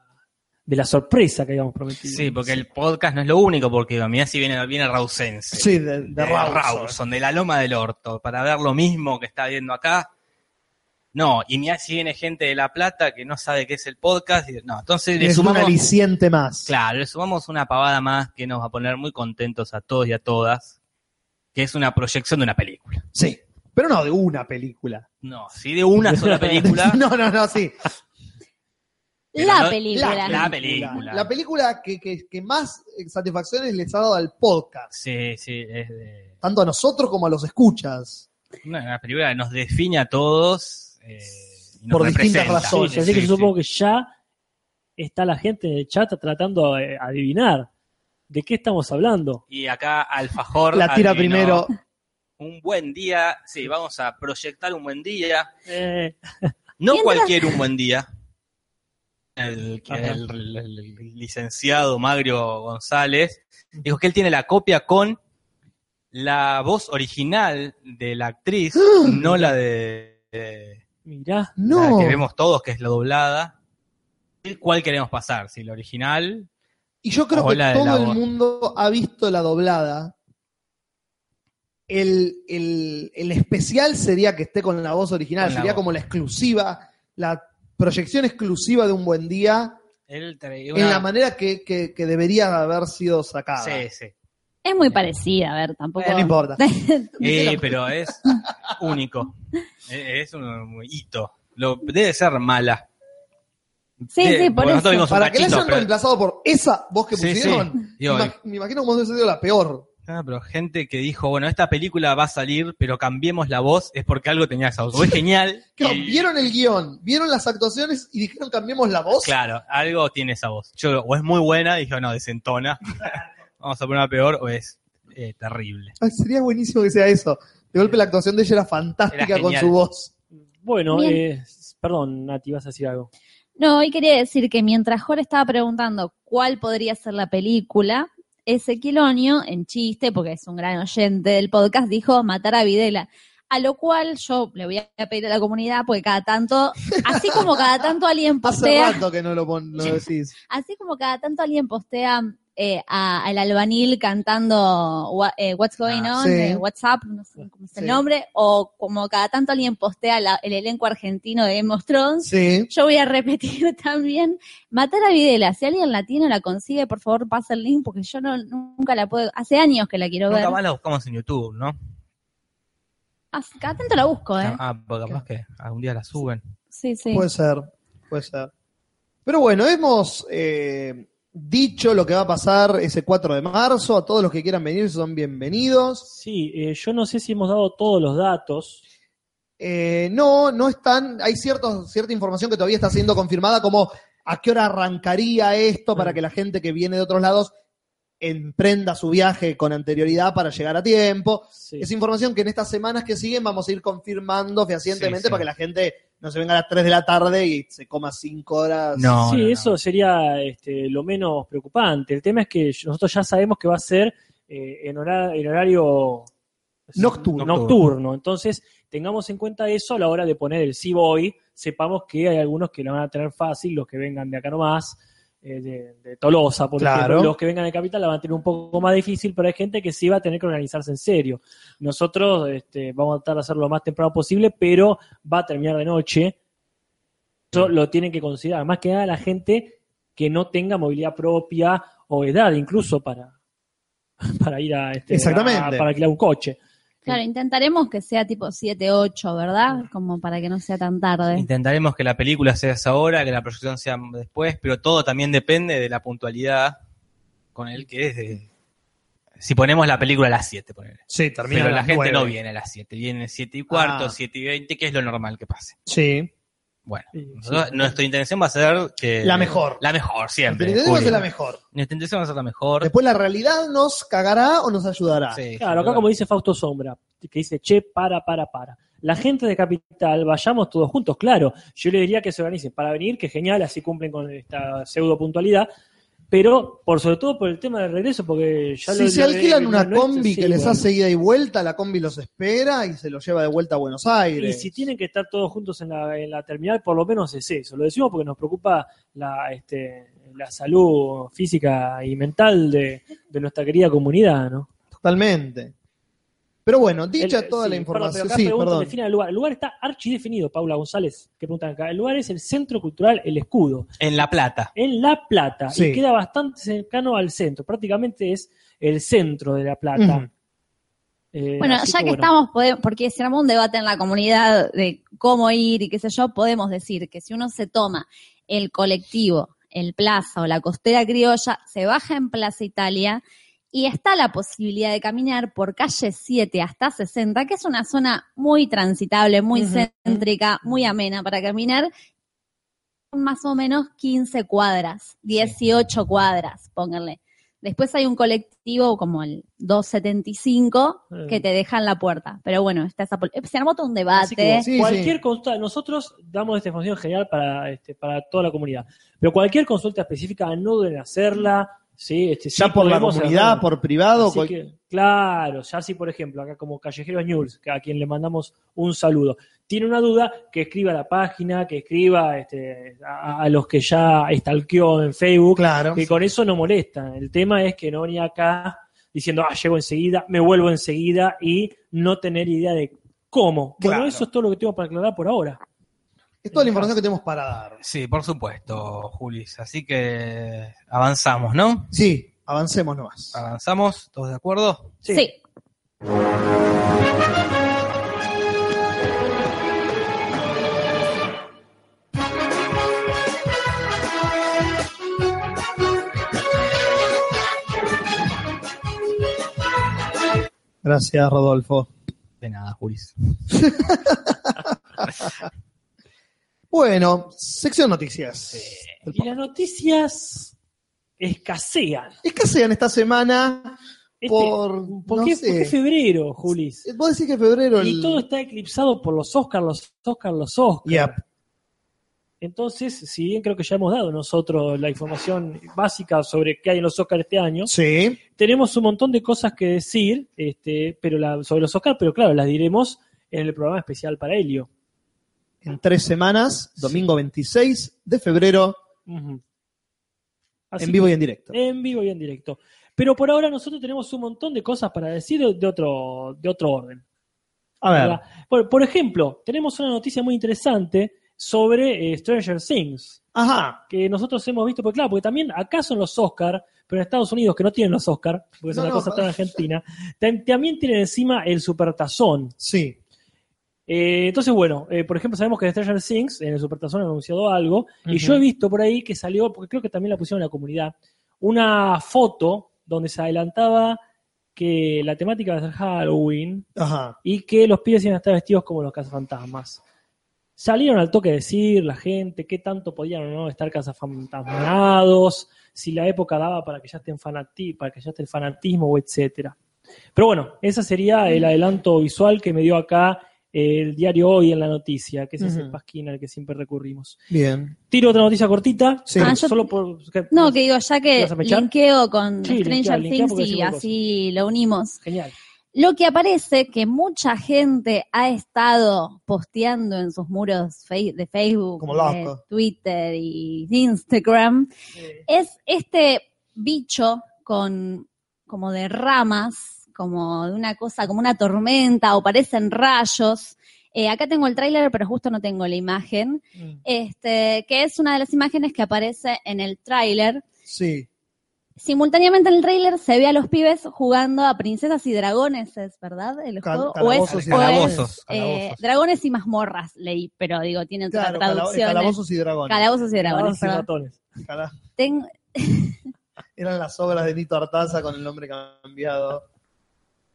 [SPEAKER 2] de la sorpresa que habíamos prometido.
[SPEAKER 4] Sí, porque el podcast no es lo único, porque mirá si viene, viene Rausense.
[SPEAKER 1] Sí, de, de
[SPEAKER 4] de
[SPEAKER 1] Rawson.
[SPEAKER 4] Rawson, de la Loma del Orto, para ver lo mismo que está viendo acá. No, y mirá si viene gente de La Plata que no sabe qué es el podcast. y- No, entonces le
[SPEAKER 1] Es un
[SPEAKER 4] sumamos,
[SPEAKER 1] aliciente más.
[SPEAKER 4] claro, le sumamos una pavada más que nos va a poner muy contentos a todos y a todas, que es una proyección de una película.
[SPEAKER 1] Sí. Pero no de una película.
[SPEAKER 4] No, sí de una sola película.
[SPEAKER 1] No, no, no, sí.
[SPEAKER 4] Pero
[SPEAKER 3] La
[SPEAKER 4] no-
[SPEAKER 3] película.
[SPEAKER 4] la- la- película.
[SPEAKER 1] La película que, que- que más satisfacciones les ha dado al podcast.
[SPEAKER 4] Sí, sí, es de-
[SPEAKER 1] Tanto a nosotros como a los escuchas.
[SPEAKER 4] una, una película que nos define a todos. eh, y nos
[SPEAKER 1] Por distintas
[SPEAKER 4] representa.
[SPEAKER 2] Sí,
[SPEAKER 1] razones,
[SPEAKER 2] ya sé que
[SPEAKER 4] Sí,
[SPEAKER 2] supongo
[SPEAKER 4] sí.
[SPEAKER 2] que ya está la gente en el chat tratando de adivinar de qué estamos hablando.
[SPEAKER 4] Y acá Alfajor.
[SPEAKER 1] La tira
[SPEAKER 4] adivinó
[SPEAKER 1] primero.
[SPEAKER 4] Un buen día. Sí, vamos a proyectar un buen día.
[SPEAKER 2] Eh,
[SPEAKER 4] No
[SPEAKER 3] Mientras-
[SPEAKER 4] cualquier un buen día. El, que-
[SPEAKER 2] Ajá.
[SPEAKER 4] el- el- el licenciado Magrio González dijo que él tiene la copia con la voz original de la actriz, no la de, de-
[SPEAKER 2] mirá,
[SPEAKER 1] No.
[SPEAKER 4] la que vemos todos, que es la doblada. ¿Cuál queremos pasar? ¿Si la original?
[SPEAKER 1] Y yo creo
[SPEAKER 4] Hola, de
[SPEAKER 1] que todo
[SPEAKER 4] la
[SPEAKER 1] el
[SPEAKER 4] voz.
[SPEAKER 1] mundo ha visto la doblada. El, el- el especial sería que esté con la voz original,
[SPEAKER 4] Con la
[SPEAKER 1] sería
[SPEAKER 4] voz.
[SPEAKER 1] como la exclusiva, la proyección exclusiva de un buen día.
[SPEAKER 4] Él trae
[SPEAKER 1] en
[SPEAKER 4] una-
[SPEAKER 1] la manera que, que- que debería haber sido sacada.
[SPEAKER 4] Sí, sí.
[SPEAKER 3] Es muy parecida, a ver, tampoco.
[SPEAKER 1] Eh, no importa.
[SPEAKER 4] Eh, pero es único. Eh, Es un hito. Lo, debe ser mala.
[SPEAKER 3] Sí,
[SPEAKER 4] Eh,
[SPEAKER 3] sí, por
[SPEAKER 4] bueno, nosotros
[SPEAKER 3] eso.
[SPEAKER 4] vimos un
[SPEAKER 1] Para que la
[SPEAKER 4] cachito,
[SPEAKER 1] hayan
[SPEAKER 4] pero-
[SPEAKER 1] reemplazado por esa voz que
[SPEAKER 4] Sí, sí.
[SPEAKER 1] pusieron,
[SPEAKER 4] Digo, eh.
[SPEAKER 1] ima- me imagino cómo hubiese sido la peor.
[SPEAKER 4] Ah, pero gente que dijo, bueno, esta película va a salir, pero cambiemos la voz, es porque algo tenía esa voz. O es genial.
[SPEAKER 1] Claro,
[SPEAKER 4] y-
[SPEAKER 1] vieron el guión, vieron las actuaciones y dijeron cambiemos la voz.
[SPEAKER 4] claro, algo tiene esa voz. Yo, o es muy buena, dije, "Oh, no, desentona. Vamos a poner una peor, o es eh, terrible.
[SPEAKER 1] Ay, Ah, sería buenísimo que sea eso. De golpe la actuación de ella era fantástica
[SPEAKER 4] Era
[SPEAKER 1] con
[SPEAKER 4] genial.
[SPEAKER 1] su voz.
[SPEAKER 2] bueno,
[SPEAKER 3] Bien.
[SPEAKER 2] eh, perdón, Nati, vas a decir algo.
[SPEAKER 3] No, hoy quería decir que mientras Jorge estaba preguntando cuál podría ser la película, Ezequiel Oño, en chiste, porque es un gran oyente del podcast, dijo matar a Videla. A lo cual yo le voy a pedir a la comunidad, porque cada tanto, así como cada tanto alguien
[SPEAKER 1] Hace
[SPEAKER 3] postea,
[SPEAKER 1] rato que no lo, pon- lo decís.
[SPEAKER 3] así como cada tanto alguien postea eh, a- al albanil cantando wha- eh, What's Going
[SPEAKER 4] Ah,
[SPEAKER 3] On,
[SPEAKER 1] sí.
[SPEAKER 3] eh, What's Up, no sé cómo es el
[SPEAKER 1] Sí.
[SPEAKER 3] nombre, o como cada tanto alguien postea la- el elenco argentino de Game of Thrones,
[SPEAKER 1] Sí.
[SPEAKER 3] yo voy a repetir también, matar a Videla, si alguien la tiene o la consigue, por favor pasa el link porque yo no, nunca la puedo, hace años que la quiero ver.
[SPEAKER 4] Nunca más la buscamos en YouTube, ¿no?
[SPEAKER 3] Ah, Cada tanto la busco, ¿eh?
[SPEAKER 4] Ah, porque capaz que algún día la suben.
[SPEAKER 3] Sí, sí.
[SPEAKER 1] Puede ser, puede ser. Pero bueno, hemos eh, dicho lo que va a pasar ese 4 de marzo. A todos los que quieran venir son bienvenidos.
[SPEAKER 2] Sí, eh, yo no sé si hemos dado todos los datos.
[SPEAKER 1] Eh, no, no están. Hay ciertos, cierta información que todavía está siendo confirmada, como a qué hora arrancaría esto para
[SPEAKER 2] Mm.
[SPEAKER 1] que la gente que viene de otros lados emprenda su viaje con anterioridad para llegar a tiempo.
[SPEAKER 2] Sí.
[SPEAKER 1] Es información que en estas semanas que siguen vamos a ir confirmando fehacientemente
[SPEAKER 4] Sí, sí.
[SPEAKER 1] para que la gente no se venga a las 3 de la tarde y se coma 5 horas.
[SPEAKER 4] No,
[SPEAKER 2] sí,
[SPEAKER 4] no, no.
[SPEAKER 2] eso sería este, lo menos preocupante. El tema es que nosotros ya sabemos que va a ser eh, en, hora- en horario
[SPEAKER 1] Nocturno.
[SPEAKER 2] nocturno. Entonces, tengamos en cuenta eso a la hora de poner el sí voy. Sepamos que hay algunos que lo van a tener fácil, los que vengan de acá nomás, eh, de, de Tolosa, por
[SPEAKER 1] Claro.
[SPEAKER 2] ejemplo. Los que vengan de Capital la van a tener un poco más difícil, pero hay gente que sí va a tener que organizarse en serio. Nosotros este, vamos a tratar de hacerlo lo más temprano posible, pero va a terminar de noche. Eso lo tienen que considerar. Más que nada la gente que no tenga movilidad propia o edad, incluso para, para ir a, este,
[SPEAKER 1] Exactamente.
[SPEAKER 2] a- para alquilar un coche.
[SPEAKER 3] Claro, intentaremos que sea tipo 7, 8, ¿verdad? Como para que no sea tan tarde.
[SPEAKER 4] Intentaremos que la película sea esa hora, que la proyección sea después, pero todo también depende de la puntualidad con el que es de... Si ponemos la película a las 7, ponele.
[SPEAKER 1] Sí,
[SPEAKER 4] Pero la gente no
[SPEAKER 1] viene.
[SPEAKER 4] viene a las 7, viene 7 y cuarto,
[SPEAKER 1] Ah.
[SPEAKER 4] 7 y 20, que es lo normal que pase.
[SPEAKER 1] Sí.
[SPEAKER 4] Bueno,
[SPEAKER 2] Sí,
[SPEAKER 4] nosotros-
[SPEAKER 2] sí.
[SPEAKER 4] nuestra intención va a ser que...
[SPEAKER 1] La mejor.
[SPEAKER 4] La mejor, siempre.
[SPEAKER 1] Tenemos
[SPEAKER 4] Juli.
[SPEAKER 1] la mejor.
[SPEAKER 4] Nuestra intención va a ser la mejor.
[SPEAKER 1] Después la realidad nos cagará o nos ayudará.
[SPEAKER 4] Sí,
[SPEAKER 2] Claro, acá
[SPEAKER 4] sin
[SPEAKER 2] como
[SPEAKER 4] duda.
[SPEAKER 2] dice Fausto Sombra, que dice, che, para, para, para. La gente de Capital, vayamos todos juntos, claro. Yo le diría que se organicen para venir, que genial, así cumplen con esta pseudo puntualidad. Pero, por sobre todo por el tema del regreso, porque ya
[SPEAKER 1] si
[SPEAKER 2] lo-
[SPEAKER 1] se
[SPEAKER 2] lo-
[SPEAKER 1] alquilan
[SPEAKER 2] lo-
[SPEAKER 1] una
[SPEAKER 2] lo-
[SPEAKER 1] combi
[SPEAKER 2] sí,
[SPEAKER 1] que les
[SPEAKER 2] bueno.
[SPEAKER 1] hace ida y vuelta, la combi los espera y se los lleva de vuelta a Buenos
[SPEAKER 2] Y
[SPEAKER 1] Aires.
[SPEAKER 2] si tienen que estar todos juntos en la, en la terminal, por lo menos es eso. Lo decimos porque nos preocupa la, este, la salud física y mental de, de nuestra querida comunidad, ¿no?
[SPEAKER 1] Totalmente. Pero bueno, dicha
[SPEAKER 2] El-
[SPEAKER 1] toda la
[SPEAKER 2] sí, perdón, pero
[SPEAKER 1] información.
[SPEAKER 2] acá
[SPEAKER 1] sí,
[SPEAKER 2] preguntan,
[SPEAKER 1] perdón.
[SPEAKER 2] definen el lugar. El lugar está archidefinido, Paula González, que preguntan acá. El lugar es el Centro Cultural El Escudo,
[SPEAKER 4] En La Plata.
[SPEAKER 2] en La Plata,
[SPEAKER 1] Sí.
[SPEAKER 2] y queda bastante cercano al centro. Prácticamente es el centro de La Plata.
[SPEAKER 1] Ujú.
[SPEAKER 2] Eh,
[SPEAKER 3] Bueno,
[SPEAKER 2] así
[SPEAKER 3] ya que estamos, pode- porque se armó un debate en la comunidad de cómo ir y qué sé yo, podemos decir que si uno se toma el colectivo, el plaza o la costera criolla, se baja en Plaza Italia y está la posibilidad de caminar por calle 7 hasta 60, que es una zona muy transitable, muy
[SPEAKER 1] Ujú.
[SPEAKER 3] céntrica, muy amena para caminar, más o menos 15 cuadras, 18 cuadras, pónganle. Después hay un colectivo como el 275
[SPEAKER 2] Eh.
[SPEAKER 3] que te deja en la puerta. Pero bueno, está esa pol- eh, se armó todo un
[SPEAKER 2] Así que
[SPEAKER 3] debate.
[SPEAKER 1] Sí,
[SPEAKER 2] cualquier
[SPEAKER 1] sí.
[SPEAKER 2] consulta, nosotros damos esta información general para, este, para toda la comunidad, pero cualquier consulta específica no deben hacerla, ¿sí? Este,
[SPEAKER 1] Ya
[SPEAKER 2] sí
[SPEAKER 1] por la
[SPEAKER 2] podemos
[SPEAKER 1] comunidad,
[SPEAKER 2] hacerla.
[SPEAKER 1] por privado.
[SPEAKER 2] Así
[SPEAKER 1] cual-
[SPEAKER 2] que, claro, ya si por ejemplo, acá como Callejeros News, que a quien le mandamos un saludo, tiene una duda, que escriba a la página, que escriba este, a, a los que ya estalqueó en Facebook,
[SPEAKER 1] Claro.
[SPEAKER 2] que con eso no molestan. El tema es que no venía acá diciendo, ah, llego enseguida, me vuelvo enseguida y no tener idea de cómo. Bueno,
[SPEAKER 1] Claro.
[SPEAKER 2] eso es todo lo que tengo para aclarar por ahora.
[SPEAKER 1] Es toda la información que tenemos para dar.
[SPEAKER 4] Sí, por supuesto, Julis. Así que avanzamos, ¿no?
[SPEAKER 1] Sí, avancemos nomás.
[SPEAKER 2] Ah.
[SPEAKER 4] Avanzamos, ¿todos de acuerdo?
[SPEAKER 3] Sí.
[SPEAKER 1] Gracias, Rodolfo.
[SPEAKER 4] De nada, Julis.
[SPEAKER 1] Bueno, sección noticias. Del
[SPEAKER 2] Y las noticias escasean.
[SPEAKER 1] escasean esta semana
[SPEAKER 2] Este,
[SPEAKER 1] por,
[SPEAKER 2] ¿Por,
[SPEAKER 1] no
[SPEAKER 2] qué,
[SPEAKER 1] sé.
[SPEAKER 2] por qué febrero, Julis?
[SPEAKER 1] Vos decís que febrero el...
[SPEAKER 2] Y todo está eclipsado por los Oscars, los Oscars, los Oscars.
[SPEAKER 1] Yep.
[SPEAKER 2] Entonces, si bien creo que ya hemos dado nosotros la información básica sobre qué hay en los Oscars este año,
[SPEAKER 1] Sí,
[SPEAKER 2] tenemos un montón de cosas que decir este, pero la- sobre los Oscars, pero claro, las diremos en el programa especial para Helio.
[SPEAKER 1] en tres semanas, domingo 26 de febrero,
[SPEAKER 2] Ujú. Así
[SPEAKER 1] en vivo
[SPEAKER 2] que-
[SPEAKER 1] y en directo.
[SPEAKER 2] en vivo y en directo. Pero por ahora nosotros tenemos un montón de cosas para decir de otro, de otro orden.
[SPEAKER 1] A ver,
[SPEAKER 2] ¿verdad? Por, por ejemplo, tenemos una noticia muy interesante sobre eh, Stranger Things,
[SPEAKER 1] ajá.
[SPEAKER 2] que nosotros hemos visto, porque claro, porque también acá son los Oscar, pero en Estados Unidos, que no tienen los Oscar, porque es
[SPEAKER 1] No,
[SPEAKER 2] una
[SPEAKER 1] no,
[SPEAKER 2] cosa
[SPEAKER 1] pa-
[SPEAKER 2] tan argentina, tam- también tienen encima el supertazón.
[SPEAKER 1] Sí,
[SPEAKER 2] Eh, entonces, bueno, eh, por ejemplo, sabemos que de Stranger Things en el Supertazón han anunciado algo, y
[SPEAKER 1] Ujú.
[SPEAKER 2] yo he visto por ahí que salió, porque creo que también la pusieron en la comunidad, una foto donde se adelantaba que la temática va a ser Halloween
[SPEAKER 1] ajá.
[SPEAKER 2] y que los pibes iban a estar vestidos como los cazafantasmas. Salieron al toque a decir la gente qué tanto podían o no estar cazafantasmados, si la época daba para que ya estén fanati para que ya esté el fanatismo o etcétera. Pero bueno, ese sería el adelanto visual que me dio acá eh, el diario Hoy en la noticia, que es ese
[SPEAKER 1] Ujú.
[SPEAKER 2] pasquín al que siempre recurrimos.
[SPEAKER 1] Bien.
[SPEAKER 2] Tiro otra noticia cortita, eh,
[SPEAKER 1] Sí.
[SPEAKER 3] Ah, yo-
[SPEAKER 2] solo por
[SPEAKER 3] No, que digo, ya que
[SPEAKER 2] ¿Vas a mechar?
[SPEAKER 3] linkeo con
[SPEAKER 2] Sí, linkea,
[SPEAKER 3] Stranger
[SPEAKER 2] linkea
[SPEAKER 3] Things
[SPEAKER 2] porque
[SPEAKER 3] y
[SPEAKER 2] decimos
[SPEAKER 3] así lo unimos.
[SPEAKER 2] genial.
[SPEAKER 3] Lo que aparece que mucha gente ha estado posteando en sus muros fe- de Facebook,
[SPEAKER 1] Como
[SPEAKER 3] de
[SPEAKER 1] loco.
[SPEAKER 3] Twitter y de Instagram es este bicho con como de ramas, como de una cosa, como una tormenta o parecen rayos. Eh, acá tengo el tráiler, pero justo no tengo la imagen.
[SPEAKER 2] Mm.
[SPEAKER 3] Este, que es una de las imágenes que aparece en el tráiler.
[SPEAKER 1] Sí.
[SPEAKER 3] Simultáneamente en el tráiler se ve a los pibes jugando a princesas y dragones, ¿es verdad? El
[SPEAKER 1] Cal-
[SPEAKER 3] juego. O es,
[SPEAKER 1] calabozos y
[SPEAKER 3] o es,
[SPEAKER 4] Calabozos.
[SPEAKER 3] eh,
[SPEAKER 1] calabozos.
[SPEAKER 3] dragones y mazmorras, leí, pero digo, tienen otra
[SPEAKER 1] Claro, cala-
[SPEAKER 3] traducción. ¿eh?
[SPEAKER 1] calabozos y dragones.
[SPEAKER 3] Calabozos y
[SPEAKER 2] Calabazos
[SPEAKER 3] dragones.
[SPEAKER 2] y
[SPEAKER 3] perdón.
[SPEAKER 2] ratones.
[SPEAKER 1] Cala-
[SPEAKER 3] Ten-
[SPEAKER 1] Eran las obras de Nito Artaza con el nombre cambiado.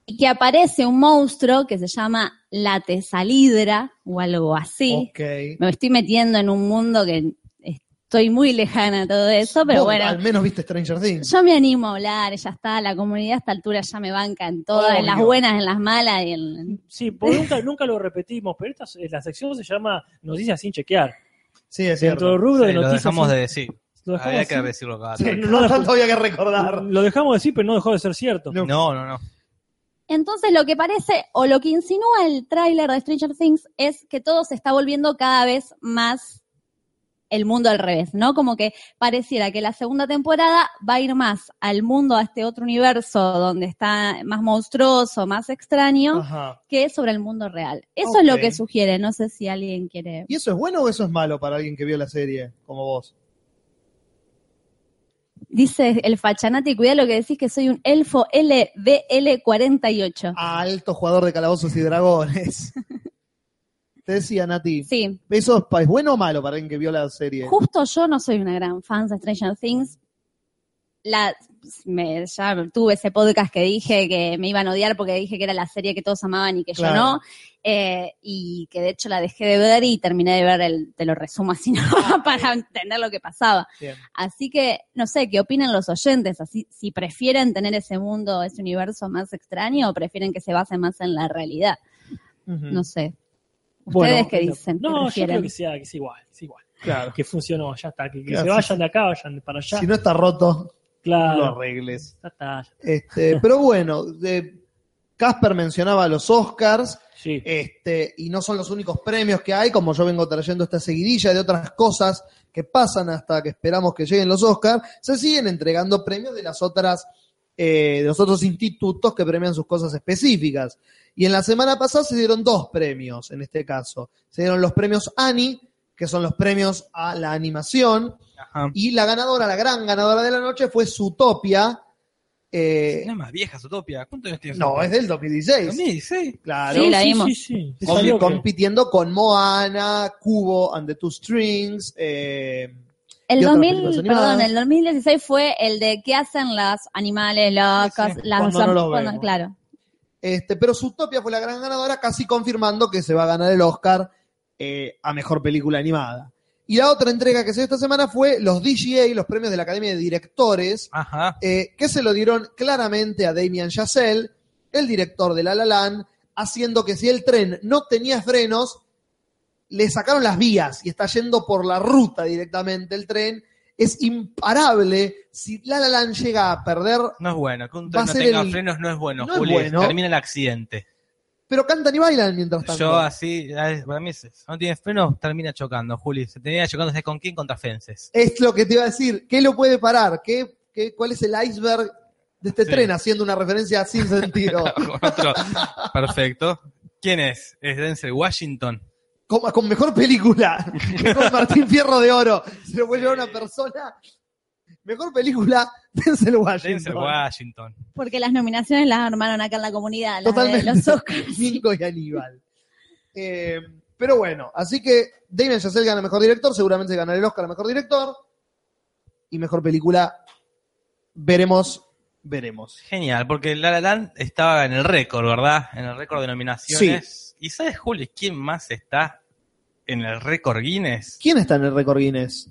[SPEAKER 3] y que aparece un monstruo que se llama la tesalidra o algo así.
[SPEAKER 1] Ok.
[SPEAKER 3] Me estoy metiendo en un mundo que estoy muy lejana de todo eso, pero
[SPEAKER 1] Vos
[SPEAKER 3] bueno.
[SPEAKER 1] Al menos viste Stranger Things.
[SPEAKER 3] Yo me animo a hablar, ya está, la comunidad a esta altura ya me banca en todas, en las
[SPEAKER 1] Obvio.
[SPEAKER 3] buenas, en las malas y en...
[SPEAKER 2] Sí, porque nunca, nunca lo repetimos, pero esta, la sección se llama Noticias sin chequear.
[SPEAKER 1] Sí, es
[SPEAKER 2] Dentro
[SPEAKER 1] cierto.
[SPEAKER 2] del rubro
[SPEAKER 4] Sí,
[SPEAKER 2] de
[SPEAKER 4] lo
[SPEAKER 2] noticias.
[SPEAKER 4] dejamos
[SPEAKER 2] sin-
[SPEAKER 4] de decir.
[SPEAKER 2] lo dejamos
[SPEAKER 4] Había que
[SPEAKER 2] así.
[SPEAKER 4] decirlo cada
[SPEAKER 1] Sí,
[SPEAKER 4] tanto.
[SPEAKER 1] no tanto había que recordar.
[SPEAKER 2] Lo dejamos de decir, pero no dejó de ser cierto.
[SPEAKER 1] No.
[SPEAKER 4] No, no, no.
[SPEAKER 3] Entonces lo que parece, o lo que insinúa el tráiler de Stranger Things, es que todo se está volviendo cada vez más el mundo al revés, ¿no? Como que pareciera que la segunda temporada va a ir más al mundo, a este otro universo donde está más monstruoso, más extraño,
[SPEAKER 1] Ajá.
[SPEAKER 3] que sobre el mundo real. Eso es lo
[SPEAKER 1] Ah. Ok.
[SPEAKER 3] que sugiere, no sé si alguien quiere...
[SPEAKER 1] ¿Y eso es bueno o eso es malo para alguien que vio la serie como vos?
[SPEAKER 3] Dice el fachanati, cuidado lo que decís que soy un elfo
[SPEAKER 1] Ah,
[SPEAKER 3] LBL48.
[SPEAKER 1] Alto jugador de calabozos y dragones. Te decía, Nati,
[SPEAKER 3] Sí,
[SPEAKER 1] ¿eso es, pa- es bueno o malo para alguien que vio la serie?
[SPEAKER 3] justo yo no soy una gran fan de Stranger Things. La, me, ya tuve ese podcast que dije que me iban a odiar porque dije que era la serie que todos amaban y que
[SPEAKER 1] Claro.
[SPEAKER 3] yo no. Eh, y que de hecho la dejé de ver y terminé de ver el, te lo resumo así, ¿no?
[SPEAKER 2] Ah,
[SPEAKER 3] para entender lo que pasaba.
[SPEAKER 1] Bien.
[SPEAKER 3] Así que, no sé, ¿qué opinan los oyentes? Así, si prefieren tener ese mundo, ese universo más extraño o prefieren que se base más en la realidad.
[SPEAKER 1] Ujú.
[SPEAKER 3] No sé.
[SPEAKER 2] Mm. Bueno,
[SPEAKER 3] ¿Ustedes qué dicen? ¿Qué
[SPEAKER 2] No, yo
[SPEAKER 3] prefieren?
[SPEAKER 2] creo que sea, que sea igual, que sea igual.
[SPEAKER 1] Claro.
[SPEAKER 2] Que funcionó, ya está. Que, que
[SPEAKER 1] Claro,
[SPEAKER 2] se
[SPEAKER 1] sí,
[SPEAKER 2] vayan de acá, vayan para allá.
[SPEAKER 1] Si no está roto, no lo
[SPEAKER 2] claro.
[SPEAKER 1] arregles.
[SPEAKER 2] Ya está, ya-
[SPEAKER 1] Este, pero bueno, de- Casper mencionaba los Oscars.
[SPEAKER 2] Sí.
[SPEAKER 3] Eh,
[SPEAKER 1] Este, y no son los únicos premios que hay, como yo vengo trayendo esta seguidilla de otras cosas que pasan hasta que esperamos que lleguen los Oscars, se siguen entregando premios de las otras, eh, de los otros institutos que premian sus cosas específicas. Y en la semana pasada se dieron dos premios, en este caso. Se dieron los premios ANI, que son los premios a la animación,
[SPEAKER 4] Ajá.
[SPEAKER 1] y la ganadora, la gran ganadora de la noche fue Zootopia. eh,
[SPEAKER 4] No es más vieja Zootopia. ¿Cuántos años tiene
[SPEAKER 1] no,
[SPEAKER 4] Zootopia?
[SPEAKER 1] es del 2016.
[SPEAKER 4] 2016.
[SPEAKER 1] Claro.
[SPEAKER 3] Sí, la vimos.
[SPEAKER 2] Sí, sí, sí.
[SPEAKER 1] Com-
[SPEAKER 2] Salió que-
[SPEAKER 1] compitiendo con Moana, Cubo, And the Two Strings. eh,
[SPEAKER 3] El,
[SPEAKER 1] y otras
[SPEAKER 3] 2000,
[SPEAKER 1] películas animadas.
[SPEAKER 3] perdón, el 2016 fue el de qué hacen los animales locos,
[SPEAKER 1] Sí,
[SPEAKER 3] las
[SPEAKER 1] cuando no los
[SPEAKER 3] cuando-
[SPEAKER 1] vemos.
[SPEAKER 3] claro.
[SPEAKER 1] este, pero Zootopia fue la gran ganadora, casi confirmando que se va a ganar el Oscar eh, a Mejor Película Animada. Y la otra entrega que se dio esta semana fue los DGA, los premios de la Academia de Directores,
[SPEAKER 4] Ajá.
[SPEAKER 1] eh, que se lo dieron claramente a Damien Chazelle, el director de La La Land, haciendo que si el tren no tenía frenos, le sacaron las vías y está yendo por la ruta directamente el tren. Es imparable si La La Land llega a perder.
[SPEAKER 4] No es bueno. Que un
[SPEAKER 1] Va a
[SPEAKER 4] tren no
[SPEAKER 1] ser
[SPEAKER 4] tenga
[SPEAKER 1] el-
[SPEAKER 4] frenos no es bueno,
[SPEAKER 1] No es
[SPEAKER 4] Juli.
[SPEAKER 1] bueno.
[SPEAKER 4] Termina el accidente.
[SPEAKER 1] pero cantan y bailan mientras tanto.
[SPEAKER 4] Yo así, eh, para mí es eso. No tiene freno, termina chocando, Juli. Se termina chocando, ¿sabes con quién? Contra Fences.
[SPEAKER 1] Es lo que te iba a decir. ¿Qué lo puede parar? ¿Qué, qué, ¿Cuál es el iceberg de este
[SPEAKER 4] Sí.
[SPEAKER 1] tren haciendo una referencia sin sentido?
[SPEAKER 4] Con otro. Perfecto. ¿Quién es? Es Denzel Washington.
[SPEAKER 1] con, con mejor película. Mejor Martín Fierro de Oro. Se lo puede llevar una persona. Mejor película, Denzel Washington.
[SPEAKER 4] Denzel Washington.
[SPEAKER 3] Porque las nominaciones las armaron acá en la comunidad, las
[SPEAKER 1] Totalmente.
[SPEAKER 3] de los Oscars.
[SPEAKER 1] Nico y Aníbal. Eh, pero bueno, así que Damien Chazelle gana Mejor Director, seguramente ganará el Oscar a Mejor Director. Y Mejor Película, veremos, veremos.
[SPEAKER 4] Genial, porque La La Land estaba en el récord, ¿verdad? En el récord de nominaciones. ¿Y sabes, Juli, quién más está en el récord Guinness?
[SPEAKER 1] ¿Quién está en el récord Guinness?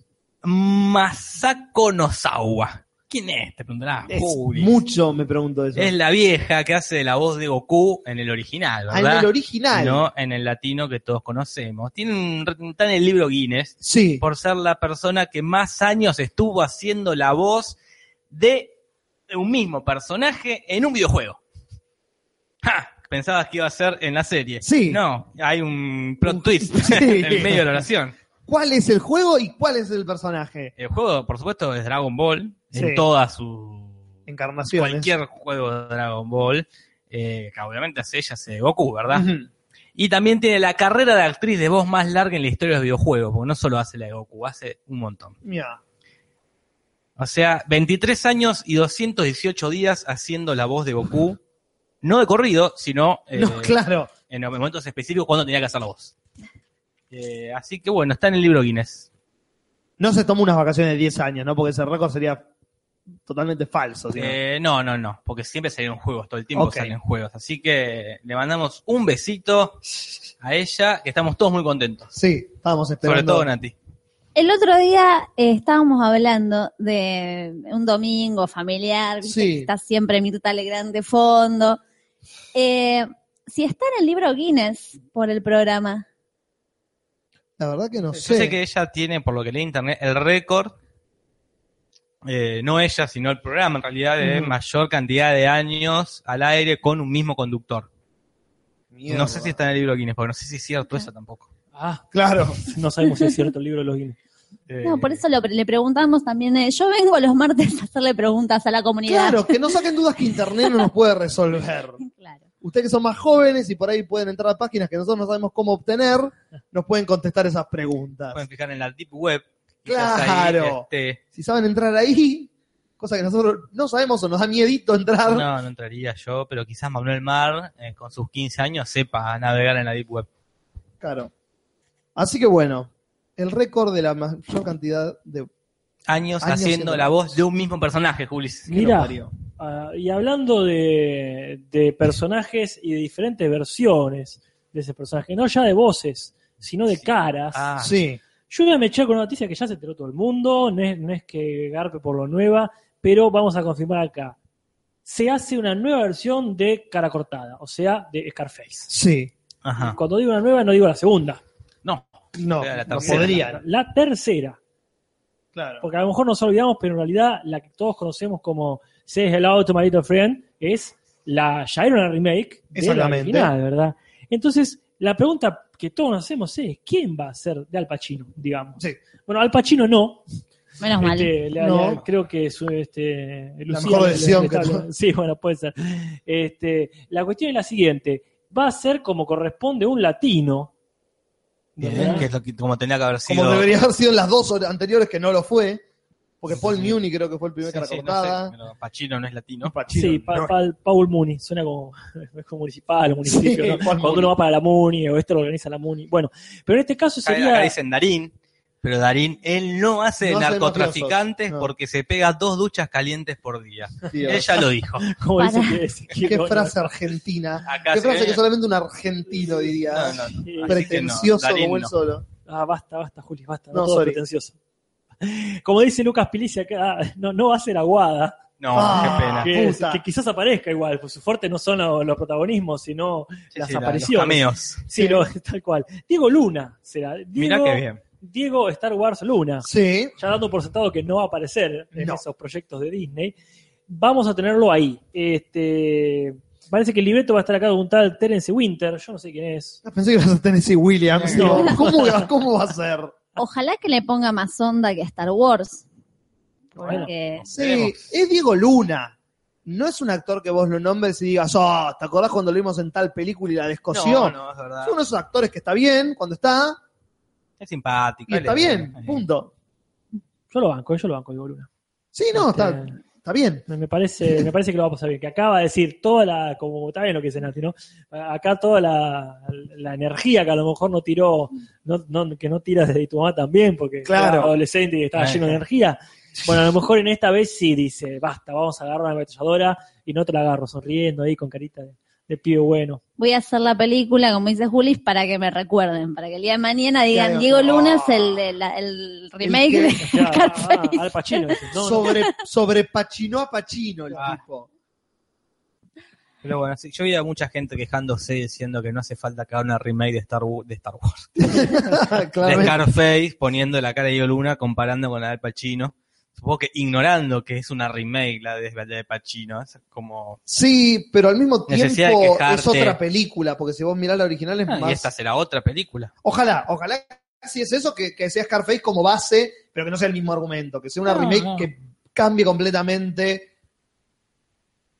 [SPEAKER 4] Masako Nozawa. ¿Quién es? Te preguntarás.
[SPEAKER 1] Es
[SPEAKER 4] Juli.
[SPEAKER 1] mucho, me pregunto eso.
[SPEAKER 4] Es la vieja que hace la voz de Goku en el original,
[SPEAKER 1] Ah, en el
[SPEAKER 4] ¿verdad?
[SPEAKER 1] original.
[SPEAKER 4] No en el latino que todos conocemos. Tiene un- está en el libro Guinness
[SPEAKER 1] Sí.
[SPEAKER 4] por ser la persona que más años estuvo haciendo la voz de un mismo personaje en un videojuego. ¡Ja! Pensabas que iba a ser en la serie.
[SPEAKER 1] Sí.
[SPEAKER 4] No, hay un plot twist
[SPEAKER 1] Sí.
[SPEAKER 4] en medio de la oración.
[SPEAKER 1] ¿Cuál es el juego y cuál es el personaje?
[SPEAKER 4] El juego, por supuesto, es Dragon Ball
[SPEAKER 1] Sí.
[SPEAKER 4] en toda su
[SPEAKER 1] Encarnaciones.
[SPEAKER 4] cualquier juego de Dragon Ball, eh, que obviamente hace ella hace Goku, ¿verdad?
[SPEAKER 1] Ujú.
[SPEAKER 4] Y también tiene la carrera de actriz de voz más larga en la historia de los videojuegos, porque no solo hace la de Goku, hace un montón.
[SPEAKER 1] Mira.
[SPEAKER 4] O sea, 23 años y 218 días haciendo la voz de Goku, no de corrido, sino eh,
[SPEAKER 1] no, claro.
[SPEAKER 4] en los momentos específicos cuando tenía que hacer la voz. Eh, así que bueno, está en el libro Guinness.
[SPEAKER 1] No se tomó unas vacaciones de 10 años, ¿no? Porque ese récord sería totalmente falso. ¿sí?
[SPEAKER 4] Eh, no, no, no, porque siempre salen juegos, todo el tiempo
[SPEAKER 1] Ok.
[SPEAKER 4] salen juegos. Así que le mandamos un besito a ella, que estamos todos muy contentos.
[SPEAKER 1] sí, estábamos esperando.
[SPEAKER 4] Sobre todo Nati.
[SPEAKER 3] El otro día eh, estábamos hablando de un domingo familiar, ¿viste?
[SPEAKER 1] Sí.
[SPEAKER 3] que está siempre Mirta Legrand de fondo. Eh, si está en el libro Guinness por el programa,
[SPEAKER 1] La verdad que no sé.
[SPEAKER 4] Yo sé que ella tiene, por lo que leí en internet, el récord, eh, no ella, sino el programa, en realidad, de
[SPEAKER 1] Ujú.
[SPEAKER 4] mayor cantidad de años al aire con un mismo conductor. No sé si está en el libro Guinness, porque no sé si es cierto eso tampoco.
[SPEAKER 2] Ah,
[SPEAKER 1] Claro.
[SPEAKER 2] no sabemos si es cierto el libro de los Guinness.
[SPEAKER 4] Eh,
[SPEAKER 3] no, por eso lo- le preguntamos también. eh, yo vengo los martes a hacerle preguntas a la comunidad.
[SPEAKER 1] Claro, que no saquen dudas que internet no nos puede resolver.
[SPEAKER 3] Claro.
[SPEAKER 1] Ustedes que son más jóvenes y por ahí pueden entrar a páginas que nosotros no sabemos cómo obtener, nos pueden contestar esas preguntas.
[SPEAKER 4] Pueden fijar en la Deep Web. quizás
[SPEAKER 1] Claro.
[SPEAKER 4] ahí, este,
[SPEAKER 1] Si saben entrar ahí, cosa que nosotros no sabemos o nos da miedito entrar.
[SPEAKER 4] no, no entraría yo, pero quizás Manuel Mar, eh, con sus 15 años, sepa navegar en la Deep Web.
[SPEAKER 1] Claro. Así que bueno, el récord de la mayor cantidad de... Años
[SPEAKER 4] Años, haciendo
[SPEAKER 1] siendo-
[SPEAKER 4] la voz de un mismo personaje, Julis.
[SPEAKER 1] que lo
[SPEAKER 2] Mirá.
[SPEAKER 1] parió.
[SPEAKER 2] Ah, y hablando de, de personajes y de diferentes versiones de ese personaje, no ya de voces, sino de caras.
[SPEAKER 4] Ah,
[SPEAKER 1] Sí.
[SPEAKER 2] Yo voy a mechar con una noticia que ya se enteró todo el mundo, no es, no es que garpe por lo nueva, pero vamos a confirmar acá. Se hace una nueva versión de Cara Cortada, o sea, de Scarface.
[SPEAKER 1] Sí.
[SPEAKER 4] Ajá.
[SPEAKER 2] Cuando digo una nueva, no digo la segunda,
[SPEAKER 4] No,
[SPEAKER 1] No,
[SPEAKER 4] Era la
[SPEAKER 1] no
[SPEAKER 4] tercera.
[SPEAKER 1] podrían.
[SPEAKER 2] la tercera.
[SPEAKER 1] Claro.
[SPEAKER 2] Porque a lo mejor nos olvidamos, pero en realidad la que todos conocemos como Say Hello to My Little Friend es la ya era una remake de la
[SPEAKER 1] Exactamente.
[SPEAKER 2] original, ¿verdad? Entonces, la pregunta que todos nos hacemos es, ¿quién va a ser de Al Pacino, digamos?
[SPEAKER 1] Sí.
[SPEAKER 2] Bueno, Al Pacino no,
[SPEAKER 3] Menos Ah, mal.
[SPEAKER 2] Este, la-
[SPEAKER 1] No.
[SPEAKER 2] la- creo que su, este, Lucía
[SPEAKER 1] mejor
[SPEAKER 2] le-
[SPEAKER 1] decisión
[SPEAKER 2] le-
[SPEAKER 1] que
[SPEAKER 2] le-
[SPEAKER 1] tuvo.
[SPEAKER 2] Sí, bueno, puede ser. Este, la cuestión es la siguiente. Va a ser como corresponde un latino.
[SPEAKER 4] bien,
[SPEAKER 2] ¿verdad?
[SPEAKER 4] que es lo que- como tenía que haber sido.
[SPEAKER 1] Como debería haber sido en las dos anteriores que no lo fue. Porque Paul
[SPEAKER 4] Sí.
[SPEAKER 1] Muni creo que fue el primer
[SPEAKER 4] Sí,
[SPEAKER 1] cara
[SPEAKER 4] sí, no
[SPEAKER 1] cortada.
[SPEAKER 4] sé, pero Pacino no es latino.
[SPEAKER 2] Sí, pa- pa- Paul Muni, suena como, es como municipal o municipio,
[SPEAKER 1] Sí,
[SPEAKER 2] ¿no?
[SPEAKER 1] Paul
[SPEAKER 2] cuando
[SPEAKER 1] Muni.
[SPEAKER 2] uno va para la Muni o esto lo organiza la Muni. Bueno, pero en este caso
[SPEAKER 4] Acá-
[SPEAKER 2] sería...
[SPEAKER 4] Acá dicen Darín, pero Darín, él no hace de
[SPEAKER 1] No hace
[SPEAKER 4] narcotraficantes
[SPEAKER 1] mafiosos, no.
[SPEAKER 4] porque se pega dos duchas calientes por día.
[SPEAKER 1] Dios.
[SPEAKER 4] Ella lo dijo.
[SPEAKER 2] como
[SPEAKER 3] Para.
[SPEAKER 2] dice que- que-
[SPEAKER 1] Qué
[SPEAKER 2] bueno,
[SPEAKER 1] frase argentina.
[SPEAKER 4] Acá
[SPEAKER 1] Qué
[SPEAKER 4] se
[SPEAKER 1] frase
[SPEAKER 4] ve-
[SPEAKER 1] que solamente un argentino diría.
[SPEAKER 4] eh. No, no, no. Así que no,
[SPEAKER 1] Pretencioso
[SPEAKER 4] Darín
[SPEAKER 1] como él
[SPEAKER 4] no.
[SPEAKER 1] solo.
[SPEAKER 2] Ah, basta, basta, Juli, basta. No,
[SPEAKER 1] No,
[SPEAKER 2] todo es
[SPEAKER 1] sorry.
[SPEAKER 2] pretencioso. Como dice Lucas Pilici acá, ah, no, no va a ser aguada.
[SPEAKER 4] No,
[SPEAKER 1] Ah,
[SPEAKER 4] qué pena.
[SPEAKER 1] qué
[SPEAKER 2] que,
[SPEAKER 1] puta.
[SPEAKER 2] que quizás aparezca igual, pues su fuerte no son lo- los, protagonismos, sino,
[SPEAKER 4] Sí,
[SPEAKER 2] las
[SPEAKER 4] sí, la- los
[SPEAKER 2] apariciones.
[SPEAKER 4] cameos.
[SPEAKER 2] sino tal cual. Diego Luna será. Diego,
[SPEAKER 4] Mirá qué bien.
[SPEAKER 2] Diego Star Wars Luna,
[SPEAKER 1] Sí.
[SPEAKER 2] ya dando por sentado que no va a aparecer en
[SPEAKER 1] No.
[SPEAKER 2] esos proyectos de Disney, vamos a tenerlo ahí. Este, Parece que el libreto va a estar acá de un tal Terence Winter, yo no sé quién es.
[SPEAKER 1] Pensé que ibas a Tennessee Williams.
[SPEAKER 2] No.
[SPEAKER 1] Digo, ¿Cómo, va- ¿Cómo va a ser?
[SPEAKER 3] Ojalá que le ponga más onda que a Star Wars.
[SPEAKER 2] Bueno.
[SPEAKER 3] Porque
[SPEAKER 1] Sí,
[SPEAKER 4] Veremos.
[SPEAKER 1] es Diego Luna. No es un actor que vos lo nombres y digas, oh, ¿te acordás cuando lo vimos en tal película y la descoció?
[SPEAKER 4] No, no, es verdad.
[SPEAKER 1] Es uno de esos actores que está bien cuando está
[SPEAKER 4] Es simpático.
[SPEAKER 1] y
[SPEAKER 4] él
[SPEAKER 1] está
[SPEAKER 4] es-
[SPEAKER 1] bien,
[SPEAKER 4] él es-
[SPEAKER 1] punto.
[SPEAKER 2] Yo lo banco, eh, yo lo banco, digo Luna.
[SPEAKER 1] Sí, no, está,
[SPEAKER 2] Este,
[SPEAKER 1] está bien.
[SPEAKER 2] me, me parece, me parece que lo va a pasar bien. Que acaba de decir toda la, como está bien lo que dice Nati, ¿no? Acá toda la, la energía que a lo mejor no tiró, no, no- que no tiras desde tu mamá también, porque
[SPEAKER 1] Claro.
[SPEAKER 2] era adolescente y estaba
[SPEAKER 4] Ajá.
[SPEAKER 2] lleno de energía. Bueno, a lo mejor en esta vez sí dice, basta, vamos a agarrar una ametralladora y no te la agarro sonriendo ahí con carita de, de pibe bueno.
[SPEAKER 3] voy a hacer la película, como dice Julis, para que me recuerden, para que el día de mañana digan
[SPEAKER 1] Claro.
[SPEAKER 3] Diego Luna es el, de la- el remake
[SPEAKER 1] que-
[SPEAKER 3] de
[SPEAKER 2] O sea, ah,
[SPEAKER 3] Scarface.
[SPEAKER 2] Al Pacino. dice, no, no,
[SPEAKER 1] Sobre, sobrepachinó a Pachino el
[SPEAKER 4] Ah.
[SPEAKER 1] tipo.
[SPEAKER 4] Pero bueno, sí, yo vi a mucha gente quejándose diciendo que no hace falta que haga una remake de Star, Wa- de Star Wars. De
[SPEAKER 1] Claramente.
[SPEAKER 4] Scarface poniendo la cara de Diego Luna comparando con la de Pacino. Supongo que ignorando que es una remake la de, la de Pacino. Es como.
[SPEAKER 1] Sí, pero al mismo
[SPEAKER 4] Necesidad de
[SPEAKER 1] tiempo
[SPEAKER 4] quejarte.
[SPEAKER 1] es otra película, porque si vos mirás la original es
[SPEAKER 4] "Ah,
[SPEAKER 1] más...
[SPEAKER 4] Y esta será otra película.
[SPEAKER 1] Ojalá, ojalá si es eso, que, que sea Scarface como base, pero que no sea el mismo argumento, que sea una
[SPEAKER 4] No,
[SPEAKER 1] remake
[SPEAKER 4] no.
[SPEAKER 1] que cambie completamente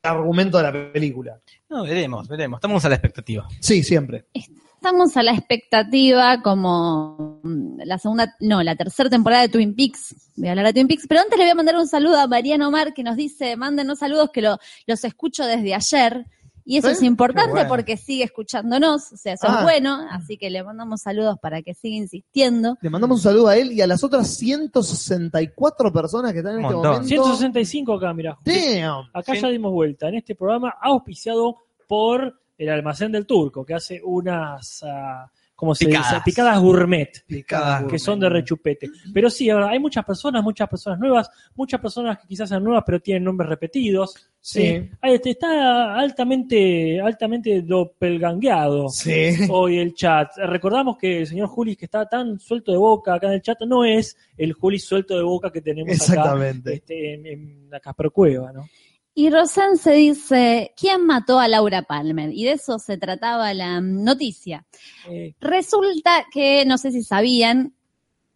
[SPEAKER 1] el argumento de la película.
[SPEAKER 4] No, veremos, veremos. Estamos a la expectativa.
[SPEAKER 1] Sí, siempre.
[SPEAKER 3] Estamos a la expectativa como mm, la segunda, no, la tercera temporada de Twin Peaks. Voy a hablar de Twin Peaks, pero antes le voy a mandar un saludo a Mariano Mar que nos dice, mándenos saludos que lo- los escucho desde ayer. Y eso
[SPEAKER 1] ¿Eh?
[SPEAKER 3] es importante
[SPEAKER 4] Qué bueno.
[SPEAKER 3] porque sigue escuchándonos, o sea, eso
[SPEAKER 1] Ah.
[SPEAKER 3] es bueno, así que le mandamos saludos para que siga insistiendo.
[SPEAKER 1] Le mandamos un saludo a él y a las otras 164 personas que están en
[SPEAKER 4] Un
[SPEAKER 1] este
[SPEAKER 4] montón.
[SPEAKER 1] momento.
[SPEAKER 2] 165 acá, mira.
[SPEAKER 1] Damn.
[SPEAKER 2] Acá
[SPEAKER 4] Sí.
[SPEAKER 2] ya dimos vuelta en este programa auspiciado por el Almacén del Turco, que hace unas, ah, ¿cómo se
[SPEAKER 4] Picadas.
[SPEAKER 2] dice? Picadas gourmet,
[SPEAKER 1] Picadas
[SPEAKER 2] que son de rechupete. Pero sí, es verdad, hay muchas personas, muchas personas nuevas, muchas personas que quizás sean nuevas pero tienen nombres repetidos.
[SPEAKER 1] Sí.
[SPEAKER 2] Ah, este, Está altamente, altamente doppelgangueado
[SPEAKER 1] Sí.
[SPEAKER 2] hoy el chat. Recordamos que el señor Julis que está tan suelto de boca acá en el chat no es el Julis suelto de boca que tenemos acá
[SPEAKER 1] Exactamente.
[SPEAKER 2] este, en, en la Casper Cueva, ¿no?
[SPEAKER 3] Y Rosan se dice, ¿quién mató a Laura Palmer? Y de eso se trataba la mm, noticia.
[SPEAKER 2] Eh,
[SPEAKER 3] Resulta que, no sé si sabían,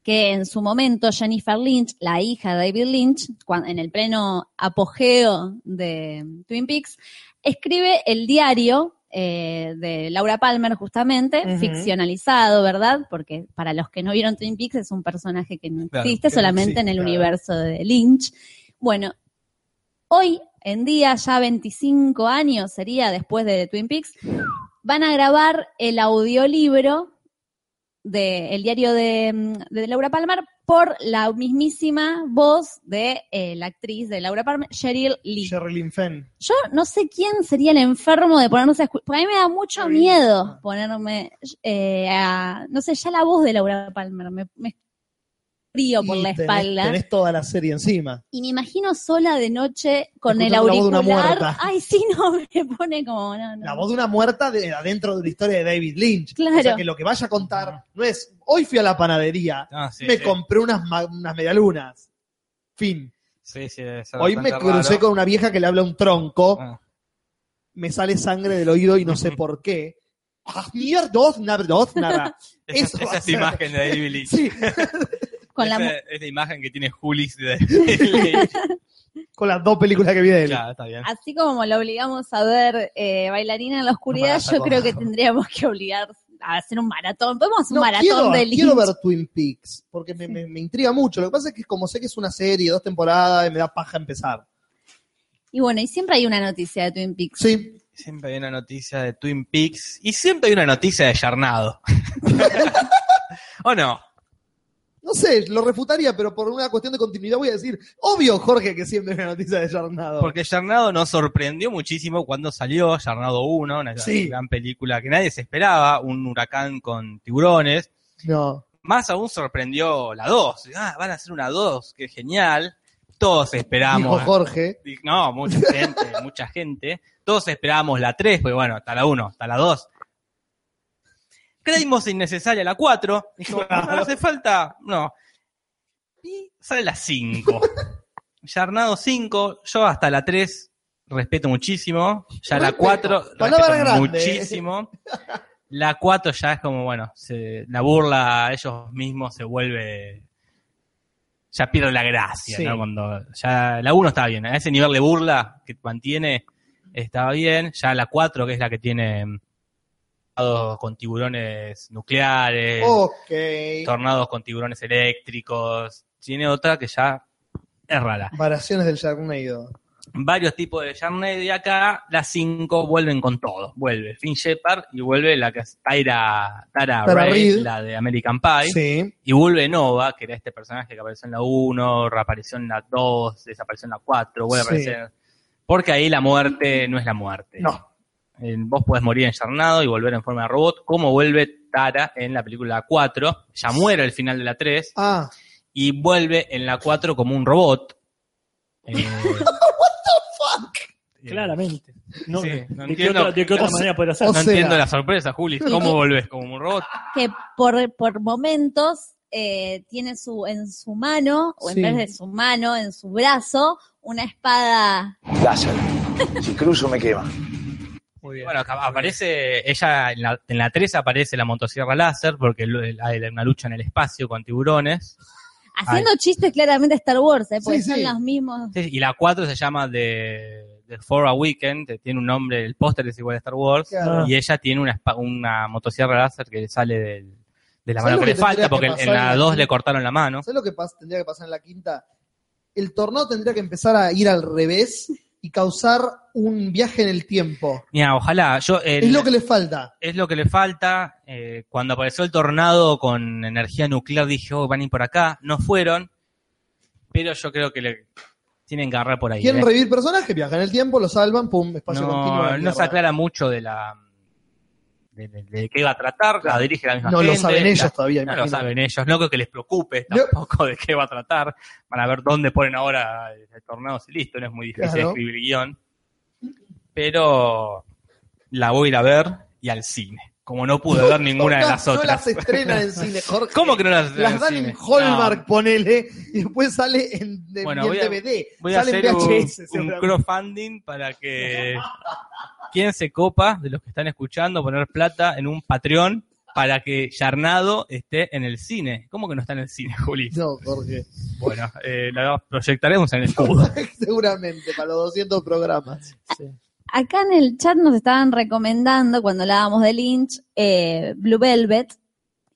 [SPEAKER 3] que en su momento Jennifer Lynch, la hija de David Lynch, cuan- en el pleno apogeo de Twin Peaks, escribe el diario eh, de Laura Palmer, justamente,
[SPEAKER 2] Ujú.
[SPEAKER 3] ficcionalizado, ¿verdad? Porque para los que no vieron Twin Peaks es un personaje que no
[SPEAKER 4] Claro,
[SPEAKER 3] existe,
[SPEAKER 1] que no
[SPEAKER 3] solamente en
[SPEAKER 1] existe,
[SPEAKER 3] el
[SPEAKER 1] claro.
[SPEAKER 3] universo de Lynch. Bueno, hoy en día, ya 25 años sería después de Twin Peaks, van a grabar el audiolibro de el diario de, mm, de Laura Palmer por la mismísima voz de eh, la actriz de Laura Palmer, Cheryl Lee.
[SPEAKER 1] Sherry Lynn Fenn.
[SPEAKER 3] Yo no sé quién sería el enfermo de ponerse a escu- porque a mí me da mucho
[SPEAKER 1] Cheryl.
[SPEAKER 3] miedo
[SPEAKER 1] Ah.
[SPEAKER 3] ponerme eh, a, no sé, ya la voz de Laura Palmer me, me frío por
[SPEAKER 1] Y
[SPEAKER 3] la
[SPEAKER 1] tenés-
[SPEAKER 3] espalda.
[SPEAKER 1] Tenés toda la serie encima.
[SPEAKER 3] Y me imagino sola de noche con el
[SPEAKER 1] Escuchando la voz de una
[SPEAKER 3] auricular.
[SPEAKER 1] muerta.
[SPEAKER 3] Ay, sí, no, me pone como, no, no.
[SPEAKER 1] La voz de una muerta de adentro de una historia de David Lynch.
[SPEAKER 3] Claro.
[SPEAKER 1] O sea que lo que vaya a contar no es, hoy fui a la panadería,
[SPEAKER 4] Ah, sí,
[SPEAKER 1] me
[SPEAKER 4] sí.
[SPEAKER 1] compré unas, ma- unas medialunas. Fin.
[SPEAKER 4] Sí, sí, debe ser
[SPEAKER 1] Hoy me
[SPEAKER 4] bastante
[SPEAKER 1] crucé
[SPEAKER 4] raro.
[SPEAKER 1] con una vieja que le habla un tronco,
[SPEAKER 4] Ah,
[SPEAKER 1] me sale sangre del oído y no sé por qué. Ah, mierda, nada, nada. Eso
[SPEAKER 4] Esa,
[SPEAKER 1] va
[SPEAKER 4] esa
[SPEAKER 1] a
[SPEAKER 4] es la
[SPEAKER 1] ser.
[SPEAKER 4] imagen de David Lynch.
[SPEAKER 1] Sí,
[SPEAKER 3] con la, mu-
[SPEAKER 4] Esa es la imagen que tiene Julis de David Lynch.
[SPEAKER 1] con las dos películas que vi de él.
[SPEAKER 4] Claro, está bien.
[SPEAKER 3] Así como lo obligamos a ver eh, bailarina en la oscuridad,
[SPEAKER 4] Maratón.
[SPEAKER 3] yo creo que tendríamos que obligar a hacer un maratón. Podemos hacer un
[SPEAKER 1] No,
[SPEAKER 3] maratón
[SPEAKER 1] quiero,
[SPEAKER 3] de
[SPEAKER 1] quiero
[SPEAKER 3] Lynch.
[SPEAKER 1] ver Twin Peaks, porque me, me- me intriga mucho. Lo que pasa es que como sé que es una serie, dos temporadas, y me da paja empezar.
[SPEAKER 3] Y bueno, y siempre hay una noticia de Twin Peaks.
[SPEAKER 1] Sí,
[SPEAKER 4] Siempre hay una noticia de Twin Peaks y siempre hay una noticia de Yarnado. ¿O no?
[SPEAKER 1] No sé, lo refutaría, pero por una cuestión de continuidad voy a decir, obvio, Jorge, que siempre es una noticia de Jornado.
[SPEAKER 4] Porque Yarnado nos sorprendió muchísimo cuando salió Yarnado 1, una
[SPEAKER 1] Sí.
[SPEAKER 4] gran película que nadie se esperaba, un huracán con tiburones.
[SPEAKER 1] No.
[SPEAKER 4] Más aún sorprendió la 2. Ah, van a hacer una 2, qué genial. Todos
[SPEAKER 1] Dijo
[SPEAKER 4] esperamos.
[SPEAKER 1] Jorge.
[SPEAKER 4] Dije, No, mucha gente, mucha gente. Todos esperábamos la 3, pero bueno, hasta la 1, hasta la 2. Creímos innecesaria la 4. Dijo,
[SPEAKER 1] Claro.
[SPEAKER 4] no hace falta, no. Y sale la 5. Yarnado 5, yo hasta la 3 respeto muchísimo. Ya la
[SPEAKER 1] Respeto.
[SPEAKER 4] 4,
[SPEAKER 1] Palabra grande. eh.
[SPEAKER 4] muchísimo. La 4 ya es como, bueno, se- la burla a ellos mismos se vuelve. Ya pierde la gracia,
[SPEAKER 1] Sí.
[SPEAKER 4] ¿no? Cuando ya la 1 está bien, a ese nivel de burla que mantiene está bien. Ya la 4, que es la que tiene mm, tornados con tiburones nucleares,
[SPEAKER 1] Ok.
[SPEAKER 4] tornados con tiburones eléctricos, tiene otra que ya es rara
[SPEAKER 1] Variaciones del Sharknado.
[SPEAKER 4] varios tipos de Yarnay y acá las cinco vuelven con todo. Vuelve Finn Shepard y vuelve la que es Tyra, Tara,
[SPEAKER 1] Tara
[SPEAKER 4] Reid,
[SPEAKER 1] Reid.
[SPEAKER 4] la de American Pie.
[SPEAKER 1] Sí.
[SPEAKER 4] Y vuelve Nova, que era este personaje que apareció en la 1, reapareció en la 2, desapareció en la 4, vuelve a
[SPEAKER 1] Sí.
[SPEAKER 4] aparecer. Porque ahí la muerte no es la muerte.
[SPEAKER 1] No.
[SPEAKER 4] En- Vos podés morir encarnado y volver en forma de robot, como vuelve Tara en la película 4. Ya muere al final de la 3
[SPEAKER 1] Ah,
[SPEAKER 4] y vuelve en la 4 como un robot. Eh, eh,
[SPEAKER 2] Claramente. No,
[SPEAKER 4] Sí,
[SPEAKER 2] ¿de
[SPEAKER 4] no
[SPEAKER 2] qué
[SPEAKER 4] entiendo.
[SPEAKER 2] otra- ¿De qué otra
[SPEAKER 1] O sea-
[SPEAKER 2] manera podría hacer?
[SPEAKER 1] o
[SPEAKER 4] no
[SPEAKER 1] sea-
[SPEAKER 4] entiendo la sorpresa, Juli. ¿Cómo volvés como un robot?
[SPEAKER 3] que por, por momentos eh, tiene su en su mano, o en
[SPEAKER 1] Sí.
[SPEAKER 3] vez de su mano, en su brazo, una espada.
[SPEAKER 5] Láser. Si cruzo me quema.
[SPEAKER 4] Bueno, acá aparece ella en la, en la 3 aparece la motosierra láser porque lo- hay una lucha en el espacio con tiburones.
[SPEAKER 3] Haciendo chistes claramente a Star Wars, eh, porque
[SPEAKER 1] Sí,
[SPEAKER 3] son
[SPEAKER 1] sí.
[SPEAKER 3] los mismos.
[SPEAKER 4] Sí, Y la 4 se llama The, The For a Weekend, que tiene un nombre, el póster es igual a Star Wars.
[SPEAKER 1] claro.
[SPEAKER 4] Y ella tiene una, espa- una motosierra láser que sale del- de la
[SPEAKER 1] ¿Sabes
[SPEAKER 4] mano
[SPEAKER 1] lo
[SPEAKER 4] que
[SPEAKER 1] que
[SPEAKER 4] le falta
[SPEAKER 1] tendría
[SPEAKER 4] porque
[SPEAKER 1] que pasar
[SPEAKER 4] en
[SPEAKER 1] en
[SPEAKER 4] la
[SPEAKER 1] la
[SPEAKER 4] 2 le
[SPEAKER 1] quinta?
[SPEAKER 4] cortaron la mano.
[SPEAKER 1] ¿Sabes lo que pas- tendría que pasar en la quinta? El tornado tendría que empezar a ir al revés y causar un viaje en el tiempo.
[SPEAKER 4] Mira, ojalá. Yo, el-
[SPEAKER 1] Es lo que le falta.
[SPEAKER 4] es lo que le falta. Eh, cuando apareció el tornado con energía nuclear, dije, oh, van a ir por acá. No fueron, pero yo creo que le tienen que agarrar por ahí.
[SPEAKER 1] ¿Quieren
[SPEAKER 4] ¿eh?
[SPEAKER 1] revivir personajes? Viajan en el tiempo, lo salvan, pum, espacio continuo. a la
[SPEAKER 4] no, no
[SPEAKER 1] mierda.
[SPEAKER 4] se aclara mucho de la de, de- de qué va a tratar, la dirige la misma
[SPEAKER 1] No
[SPEAKER 4] gente.
[SPEAKER 1] lo saben
[SPEAKER 4] la-
[SPEAKER 1] ellos todavía,
[SPEAKER 4] no lo
[SPEAKER 1] imagino.
[SPEAKER 4] saben ellos, no creo que les preocupe
[SPEAKER 1] No.
[SPEAKER 4] tampoco de qué va a tratar. Van a ver dónde ponen ahora el tornado y listo, no es muy difícil
[SPEAKER 1] Claro.
[SPEAKER 4] escribir guión. Pero la voy a ir a ver y al cine. Como no pude ver ninguna de
[SPEAKER 1] No,
[SPEAKER 4] las
[SPEAKER 1] no
[SPEAKER 4] otras.
[SPEAKER 1] las estrenan en cine, Jorge.
[SPEAKER 4] ¿Cómo que no las
[SPEAKER 1] Las dan
[SPEAKER 4] cine?
[SPEAKER 1] en Hallmark, ponele, y después sale en, de-
[SPEAKER 4] Bueno,
[SPEAKER 1] y en
[SPEAKER 4] voy a-
[SPEAKER 1] DVD.
[SPEAKER 4] No, voy a
[SPEAKER 1] sale
[SPEAKER 4] hacer
[SPEAKER 1] en
[SPEAKER 4] un,
[SPEAKER 1] VHS.
[SPEAKER 4] un
[SPEAKER 1] seguramente.
[SPEAKER 4] crowdfunding para que quien se copa de los que están escuchando poner plata en un Patreon para que Yarnado esté en el cine. ¿Cómo que no está en el cine, Juli?
[SPEAKER 1] No, Jorge.
[SPEAKER 4] Bueno, eh, la proyectaremos en el escudo.
[SPEAKER 1] Seguramente, para los 200 programas.
[SPEAKER 3] Acá en el chat nos estaban recomendando, cuando hablábamos de Lynch, eh, Blue Velvet.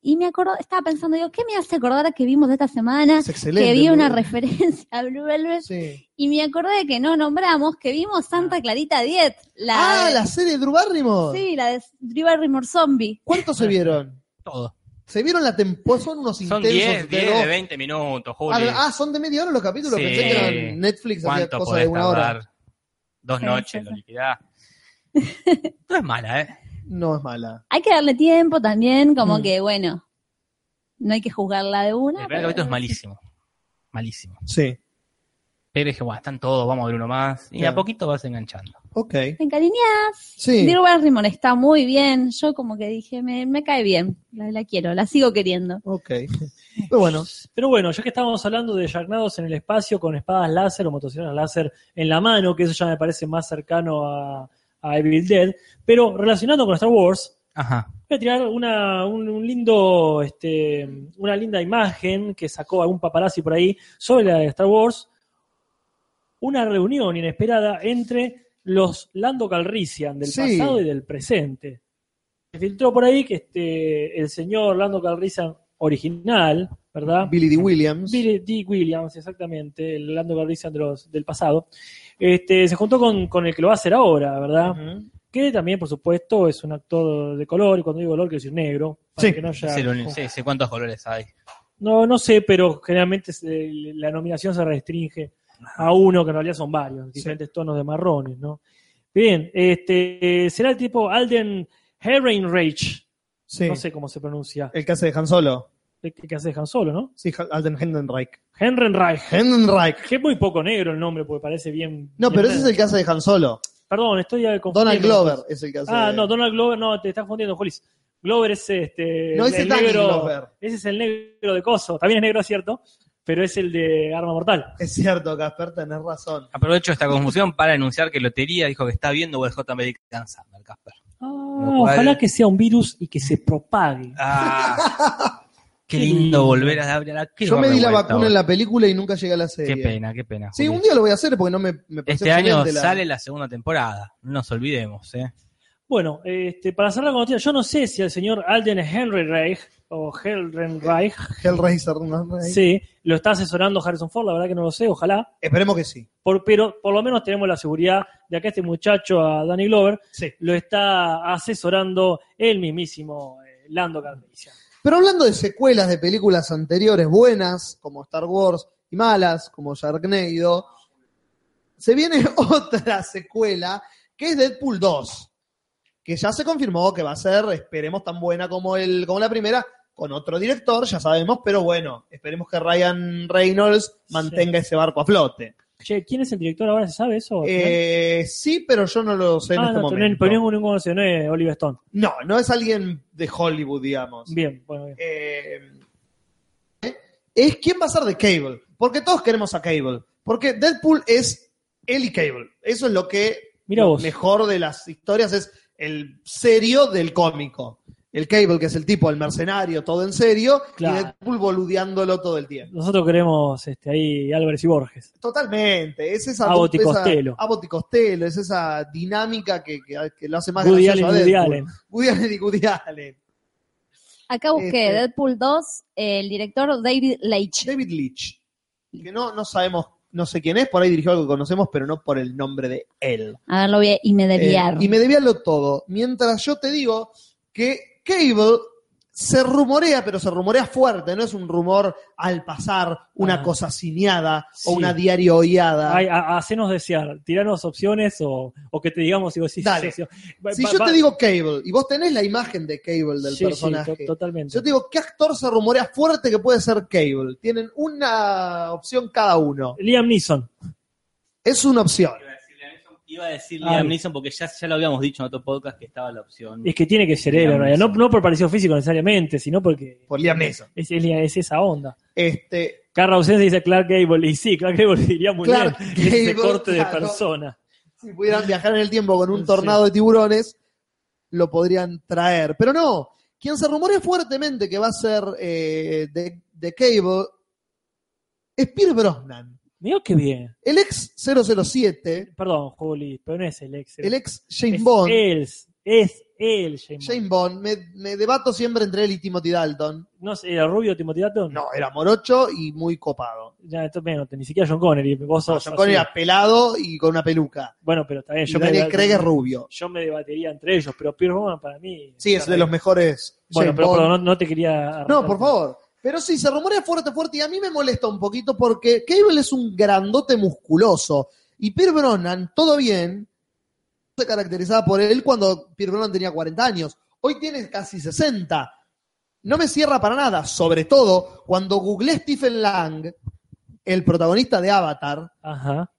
[SPEAKER 3] Y me acordó, estaba pensando, digo, ¿qué me hace acordar a que vimos de esta semana?
[SPEAKER 1] Es excelente.
[SPEAKER 3] Ah, Que vi
[SPEAKER 1] ¿no?
[SPEAKER 3] una referencia a Blue Velvet.
[SPEAKER 1] Sí.
[SPEAKER 3] Y me acordé de que no nombramos, que vimos Santa Clarita Diet. La
[SPEAKER 1] Ah,
[SPEAKER 3] de-
[SPEAKER 1] la serie de Drew Barrymore.
[SPEAKER 3] Sí, la de Drew Barrymore Zombie.
[SPEAKER 1] ¿Cuántos se vieron?
[SPEAKER 4] Todo.
[SPEAKER 1] ¿Se vieron la temporada? Son unos
[SPEAKER 4] Son
[SPEAKER 1] intensos.
[SPEAKER 4] 10, 10 de
[SPEAKER 1] pero-
[SPEAKER 4] 20 minutos, Juli.
[SPEAKER 1] ah, ah, son de media hora los capítulos.
[SPEAKER 4] Sí.
[SPEAKER 1] Pensé que eran Netflix, hacía
[SPEAKER 4] ¿Cuánto
[SPEAKER 1] cosas de
[SPEAKER 4] podés
[SPEAKER 1] una hora.
[SPEAKER 4] tardar? Dos
[SPEAKER 3] Sí,
[SPEAKER 4] noches,
[SPEAKER 3] sí,
[SPEAKER 4] lo
[SPEAKER 3] sí.
[SPEAKER 4] liquidás. No es mala, ¿eh?
[SPEAKER 1] No es mala.
[SPEAKER 3] Hay que darle tiempo también, como
[SPEAKER 1] Mm.
[SPEAKER 3] que, bueno, no hay que juzgarla de
[SPEAKER 4] El
[SPEAKER 3] una.
[SPEAKER 4] primer capítulo es malísimo. Malísimo.
[SPEAKER 1] Sí.
[SPEAKER 4] Pero dije, bueno, están todos, vamos a ver uno más. Y a
[SPEAKER 1] Claro.
[SPEAKER 4] poquito vas enganchando.
[SPEAKER 1] Ok.
[SPEAKER 3] En cariñas.
[SPEAKER 1] Sí.
[SPEAKER 3] Drew Barrymore está muy bien. Yo como que dije, me, me cae bien. La, la quiero, la sigo queriendo.
[SPEAKER 1] Ok. Pero bueno,
[SPEAKER 2] Pero bueno, ya que estábamos hablando de Yarnados en el espacio con espadas láser o motosierras láser en la mano, que eso ya me parece más cercano a, a Evil Dead, pero relacionado con Star Wars,
[SPEAKER 4] Ajá.
[SPEAKER 2] voy a tirar una, un, un lindo, este, una linda imagen que sacó algún paparazzi por ahí sobre la de Star Wars, una reunión inesperada entre los Lando Calrissian del
[SPEAKER 1] Sí.
[SPEAKER 2] pasado y del presente. Se filtró por ahí que este, el señor Lando Calrissian original, ¿verdad?
[SPEAKER 1] Billy D. Williams.
[SPEAKER 2] Billy D. Williams, exactamente, el Lando Calrissian de los, del pasado, este, se juntó con, con el que lo va a hacer ahora, ¿verdad?
[SPEAKER 1] Ujú.
[SPEAKER 2] Que también, por supuesto, es un actor de color, y cuando digo color quiero decir negro, para
[SPEAKER 1] Sí,
[SPEAKER 2] que no haya-
[SPEAKER 4] Sí, lo- sí, sí, cuántos colores hay.
[SPEAKER 2] No, no sé, pero generalmente se- la nominación se restringe a uno, que en realidad son varios, diferentes tonos de marrones, ¿no? Bien, este, será el tipo Alden Herrenreich,
[SPEAKER 1] Sí.
[SPEAKER 2] no sé cómo se pronuncia,
[SPEAKER 1] El que hace de Han Solo.
[SPEAKER 2] el que hace Han Solo, ¿no?
[SPEAKER 1] Sí, Ha- Alden Hendenreich.
[SPEAKER 2] Herrenreich,
[SPEAKER 1] Hendenreich.
[SPEAKER 2] que es muy poco negro el nombre, porque parece bien...
[SPEAKER 1] No, pero
[SPEAKER 2] bien-
[SPEAKER 1] ese es el que hace de Han Solo.
[SPEAKER 2] Perdón, estoy eh, confundiendo.
[SPEAKER 1] Donald Glover es el que hace.
[SPEAKER 2] Ah,
[SPEAKER 1] de-
[SPEAKER 2] no, Donald Glover, no, te estás confundiendo, Jolis. Glover es este.
[SPEAKER 1] No, ese es Danny
[SPEAKER 2] negro.
[SPEAKER 1] Glover.
[SPEAKER 2] Ese es el negro de Coso. También es negro, ¿cierto? pero es el de Arma Mortal.
[SPEAKER 1] Es cierto, Casper, tenés razón.
[SPEAKER 4] Aprovecho esta confusión para anunciar que Lotería dijo que está viendo UJ American Summer, Casper.
[SPEAKER 2] Ah, ojalá que sea un virus y que se propague.
[SPEAKER 4] Ah, qué lindo volver a abrir la
[SPEAKER 1] Yo me di la vacuna en la película y nunca llegué a la
[SPEAKER 4] Qué
[SPEAKER 1] serie.
[SPEAKER 4] pena, qué pena.
[SPEAKER 1] Sí,
[SPEAKER 4] Juli.
[SPEAKER 1] un día lo voy a hacer porque no me, me pareció
[SPEAKER 4] este año
[SPEAKER 1] excelente la-
[SPEAKER 4] sale la segunda temporada, no nos olvidemos, ¿eh?
[SPEAKER 2] Bueno, este, para cerrar la noticia, yo no sé si al señor Alden Henry Reich o Helren Reich
[SPEAKER 1] Hellraiser. ¿no?
[SPEAKER 2] sí, lo está asesorando Harrison Ford, la verdad que no lo sé, ojalá.
[SPEAKER 1] Esperemos que sí.
[SPEAKER 2] Por, pero por lo menos tenemos la seguridad de que a este muchacho, a Danny Glover,
[SPEAKER 1] Sí.
[SPEAKER 2] lo está asesorando el mismísimo eh, Lando Calrissian.
[SPEAKER 1] Pero hablando de secuelas de películas anteriores buenas, como Star Wars, y malas, como Sharknado, se viene otra secuela que es Deadpool 2, que ya se confirmó que va a ser, esperemos, tan buena como, el, como la primera, con otro director, ya sabemos, pero bueno, esperemos que Ryan Reynolds mantenga ese barco a flote.
[SPEAKER 2] Che, ¿quién es el director ahora? ¿Se sabe eso?
[SPEAKER 1] Eh, sí, pero yo no lo sé en
[SPEAKER 2] ah,
[SPEAKER 1] este
[SPEAKER 2] no, pero no-
[SPEAKER 1] momento.
[SPEAKER 2] pero no es ningún conocido, no es Oliver Stone.
[SPEAKER 1] No, no es alguien de Hollywood, digamos.
[SPEAKER 2] Bien, bueno, bien.
[SPEAKER 1] Eh, es quién va a ser de Cable. Porque todos queremos a Cable. Porque Deadpool es él y Cable. Eso es lo que
[SPEAKER 2] Mira
[SPEAKER 1] lo
[SPEAKER 2] vos.
[SPEAKER 1] mejor de las historias es el serio del cómico. El Cable, que es el tipo, el mercenario, todo en serio,
[SPEAKER 2] Claro.
[SPEAKER 1] y Deadpool boludeándolo todo el tiempo.
[SPEAKER 2] Nosotros queremos este, ahí Álvarez y Borges.
[SPEAKER 1] Totalmente, es esa,
[SPEAKER 2] Abbott y
[SPEAKER 1] esa-
[SPEAKER 2] Costello.
[SPEAKER 1] Abbott y Costello, es esa dinámica que, que- que lo hace más
[SPEAKER 2] Woody
[SPEAKER 1] gracioso
[SPEAKER 2] Allen
[SPEAKER 1] a
[SPEAKER 2] y Woody
[SPEAKER 1] Deadpool.
[SPEAKER 2] Allen.
[SPEAKER 1] Woody Allen y Woody Allen.
[SPEAKER 3] Acá busqué
[SPEAKER 1] Este-
[SPEAKER 3] Deadpool 2, el director David Leitch.
[SPEAKER 1] David Leach, que no, no sabemos, no sé quién es, por ahí dirigió algo que conocemos, pero no por el nombre de él.
[SPEAKER 3] A ver, lo voy a y me
[SPEAKER 1] Eh,
[SPEAKER 3] debiar.
[SPEAKER 1] y me debiarlo todo. Mientras yo te digo que Cable se rumorea, pero se rumorea fuerte, no es un rumor al pasar una
[SPEAKER 2] Ah.
[SPEAKER 1] cosa cineada
[SPEAKER 2] Sí.
[SPEAKER 1] o una diario oiada.
[SPEAKER 2] Ay, a- hacenos desear, tiranos opciones o, o que te digamos, digo, sí,
[SPEAKER 1] Dale.
[SPEAKER 2] sí, sí. Va-
[SPEAKER 1] si
[SPEAKER 2] va-
[SPEAKER 1] yo
[SPEAKER 2] va-
[SPEAKER 1] te digo Cable y vos tenés la imagen de Cable del
[SPEAKER 2] Sí, sí,
[SPEAKER 1] personaje,
[SPEAKER 2] to- totalmente.
[SPEAKER 1] yo te digo qué actor se rumorea fuerte que puede ser Cable. Tienen una opción cada uno.
[SPEAKER 2] Liam Neeson.
[SPEAKER 1] Es una opción.
[SPEAKER 4] Iba a decir
[SPEAKER 2] Ay.
[SPEAKER 4] Liam Neeson porque ya, ya lo habíamos dicho en otro podcast que estaba la opción.
[SPEAKER 2] Es que tiene que ser él,
[SPEAKER 4] Liam
[SPEAKER 2] en realidad. No,
[SPEAKER 4] Neeson.
[SPEAKER 2] no por parecido físico necesariamente, sino porque
[SPEAKER 1] Por Liam Neeson.
[SPEAKER 2] es, es- es esa onda.
[SPEAKER 1] Este,
[SPEAKER 2] Carla Ausente dice Clark Gable, y sí, Clark Gable diría muy
[SPEAKER 1] Clark
[SPEAKER 2] bien. Es ese
[SPEAKER 1] Gable,
[SPEAKER 2] corte de
[SPEAKER 1] claro.
[SPEAKER 2] persona.
[SPEAKER 1] si pudieran viajar en el tiempo con un
[SPEAKER 2] Sí.
[SPEAKER 1] tornado de tiburones, lo podrían traer. Pero no, quien se rumorea fuertemente que va a ser eh, de, de Cable es Pierce Brosnan,
[SPEAKER 2] Mirá qué bien.
[SPEAKER 1] el ex 007,
[SPEAKER 2] Perdón, Juli, pero no es el ex.
[SPEAKER 1] el ex James
[SPEAKER 2] es
[SPEAKER 1] Bond.
[SPEAKER 2] él, es él, James
[SPEAKER 1] James
[SPEAKER 2] Bond.
[SPEAKER 1] Bond, me, me debato siempre entre él y Timothy Dalton.
[SPEAKER 2] No sé, ¿era rubio Timothy Dalton?
[SPEAKER 1] No, era morocho y muy copado.
[SPEAKER 2] Ya, esto, bueno, ni siquiera John Connery. Vos sos
[SPEAKER 1] John Connery
[SPEAKER 2] así.
[SPEAKER 1] era pelado y con una peluca.
[SPEAKER 2] Bueno, pero está bien.
[SPEAKER 1] Y
[SPEAKER 2] Yo me,
[SPEAKER 1] Daniel
[SPEAKER 2] deba-
[SPEAKER 1] Craig es rubio.
[SPEAKER 2] yo me debatería entre ellos, pero Pierce Brosnan para mí.
[SPEAKER 1] Sí, es de los mejores.
[SPEAKER 2] Bueno,
[SPEAKER 1] James
[SPEAKER 2] pero,
[SPEAKER 1] Bond.
[SPEAKER 2] pero no, no te quería. arrancar.
[SPEAKER 1] No, por favor. Pero sí, se rumorea fuerte, fuerte, y a mí me molesta un poquito porque Cable es un grandote musculoso. Y Pierre Bronan, todo bien, se caracterizaba por él cuando Pierre Bronan tenía 40 años. Hoy tiene casi 60. No me cierra para nada, sobre todo cuando googleé Stephen Lang, el protagonista de Avatar,
[SPEAKER 2] Ajá.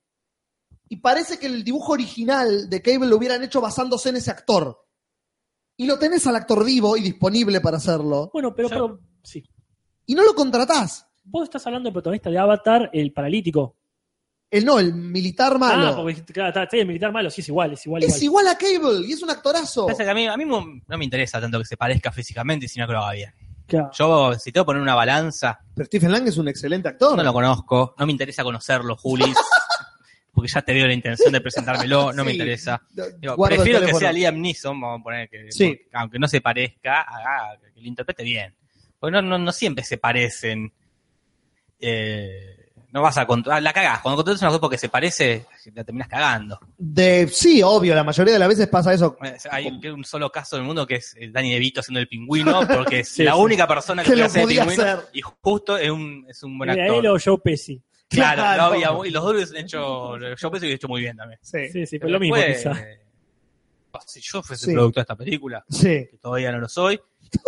[SPEAKER 1] y parece que el dibujo original de Cable lo hubieran hecho basándose en ese actor. Y lo tenés al actor vivo y disponible para hacerlo.
[SPEAKER 2] Bueno, pero,
[SPEAKER 4] Yo-
[SPEAKER 2] pero sí.
[SPEAKER 1] Y no lo contratás.
[SPEAKER 2] Vos estás hablando del protagonista de Avatar, el paralítico.
[SPEAKER 1] El Eh, no, el militar malo.
[SPEAKER 2] Ah, porque claro, está, está el militar malo, sí, es igual, es igual.
[SPEAKER 1] es
[SPEAKER 2] igual.
[SPEAKER 1] igual a Cable y es un actorazo.
[SPEAKER 4] Pasa que a mí, a mí mo- no me interesa tanto que se parezca físicamente, sino que lo haga bien.
[SPEAKER 2] Claro.
[SPEAKER 4] Yo, si tengo que poner una balanza,
[SPEAKER 1] Pero Stephen Lang es un excelente actor.
[SPEAKER 4] no lo conozco, no me interesa conocerlo, Julis, porque ya te veo la intención de presentármelo, no me
[SPEAKER 1] Sí.
[SPEAKER 4] interesa.
[SPEAKER 1] D-
[SPEAKER 4] Digo,
[SPEAKER 1] guardo el
[SPEAKER 4] prefiero que
[SPEAKER 1] teléfono.
[SPEAKER 4] sea Liam Neeson, vamos a poner que,
[SPEAKER 1] Sí.
[SPEAKER 4] porque aunque no se parezca, haga- que lo interprete bien. Porque no, no, no siempre se parecen. Eh, no vas a controlar, la cagás. Cuando contratas una cosa porque se parece, la terminas cagando.
[SPEAKER 1] De, sí, obvio, la mayoría de las veces pasa eso.
[SPEAKER 4] Eh, Hay creo, un solo caso en el mundo que es eh, Danny DeVito haciendo el pingüino, porque es
[SPEAKER 2] Sí,
[SPEAKER 4] la
[SPEAKER 2] sí.
[SPEAKER 4] única persona que,
[SPEAKER 1] Que
[SPEAKER 4] puede
[SPEAKER 1] lo
[SPEAKER 4] hacer de
[SPEAKER 1] podía
[SPEAKER 4] pingüino
[SPEAKER 1] hacer.
[SPEAKER 4] y justo es un, es un buen
[SPEAKER 2] Era él
[SPEAKER 4] actor.
[SPEAKER 2] o Eh, Joe Pesci.
[SPEAKER 4] Claro,
[SPEAKER 1] Claro.
[SPEAKER 4] lo había- y los dos hubiesen hecho, yo pienso que lo hecho muy bien también.
[SPEAKER 1] Sí.
[SPEAKER 2] Sí, sí, pero lo mismo,
[SPEAKER 4] Después,
[SPEAKER 2] quizá.
[SPEAKER 4] eh, Si yo fuese
[SPEAKER 1] Sí.
[SPEAKER 4] productor de esta película,
[SPEAKER 1] Sí.
[SPEAKER 4] que todavía no lo soy,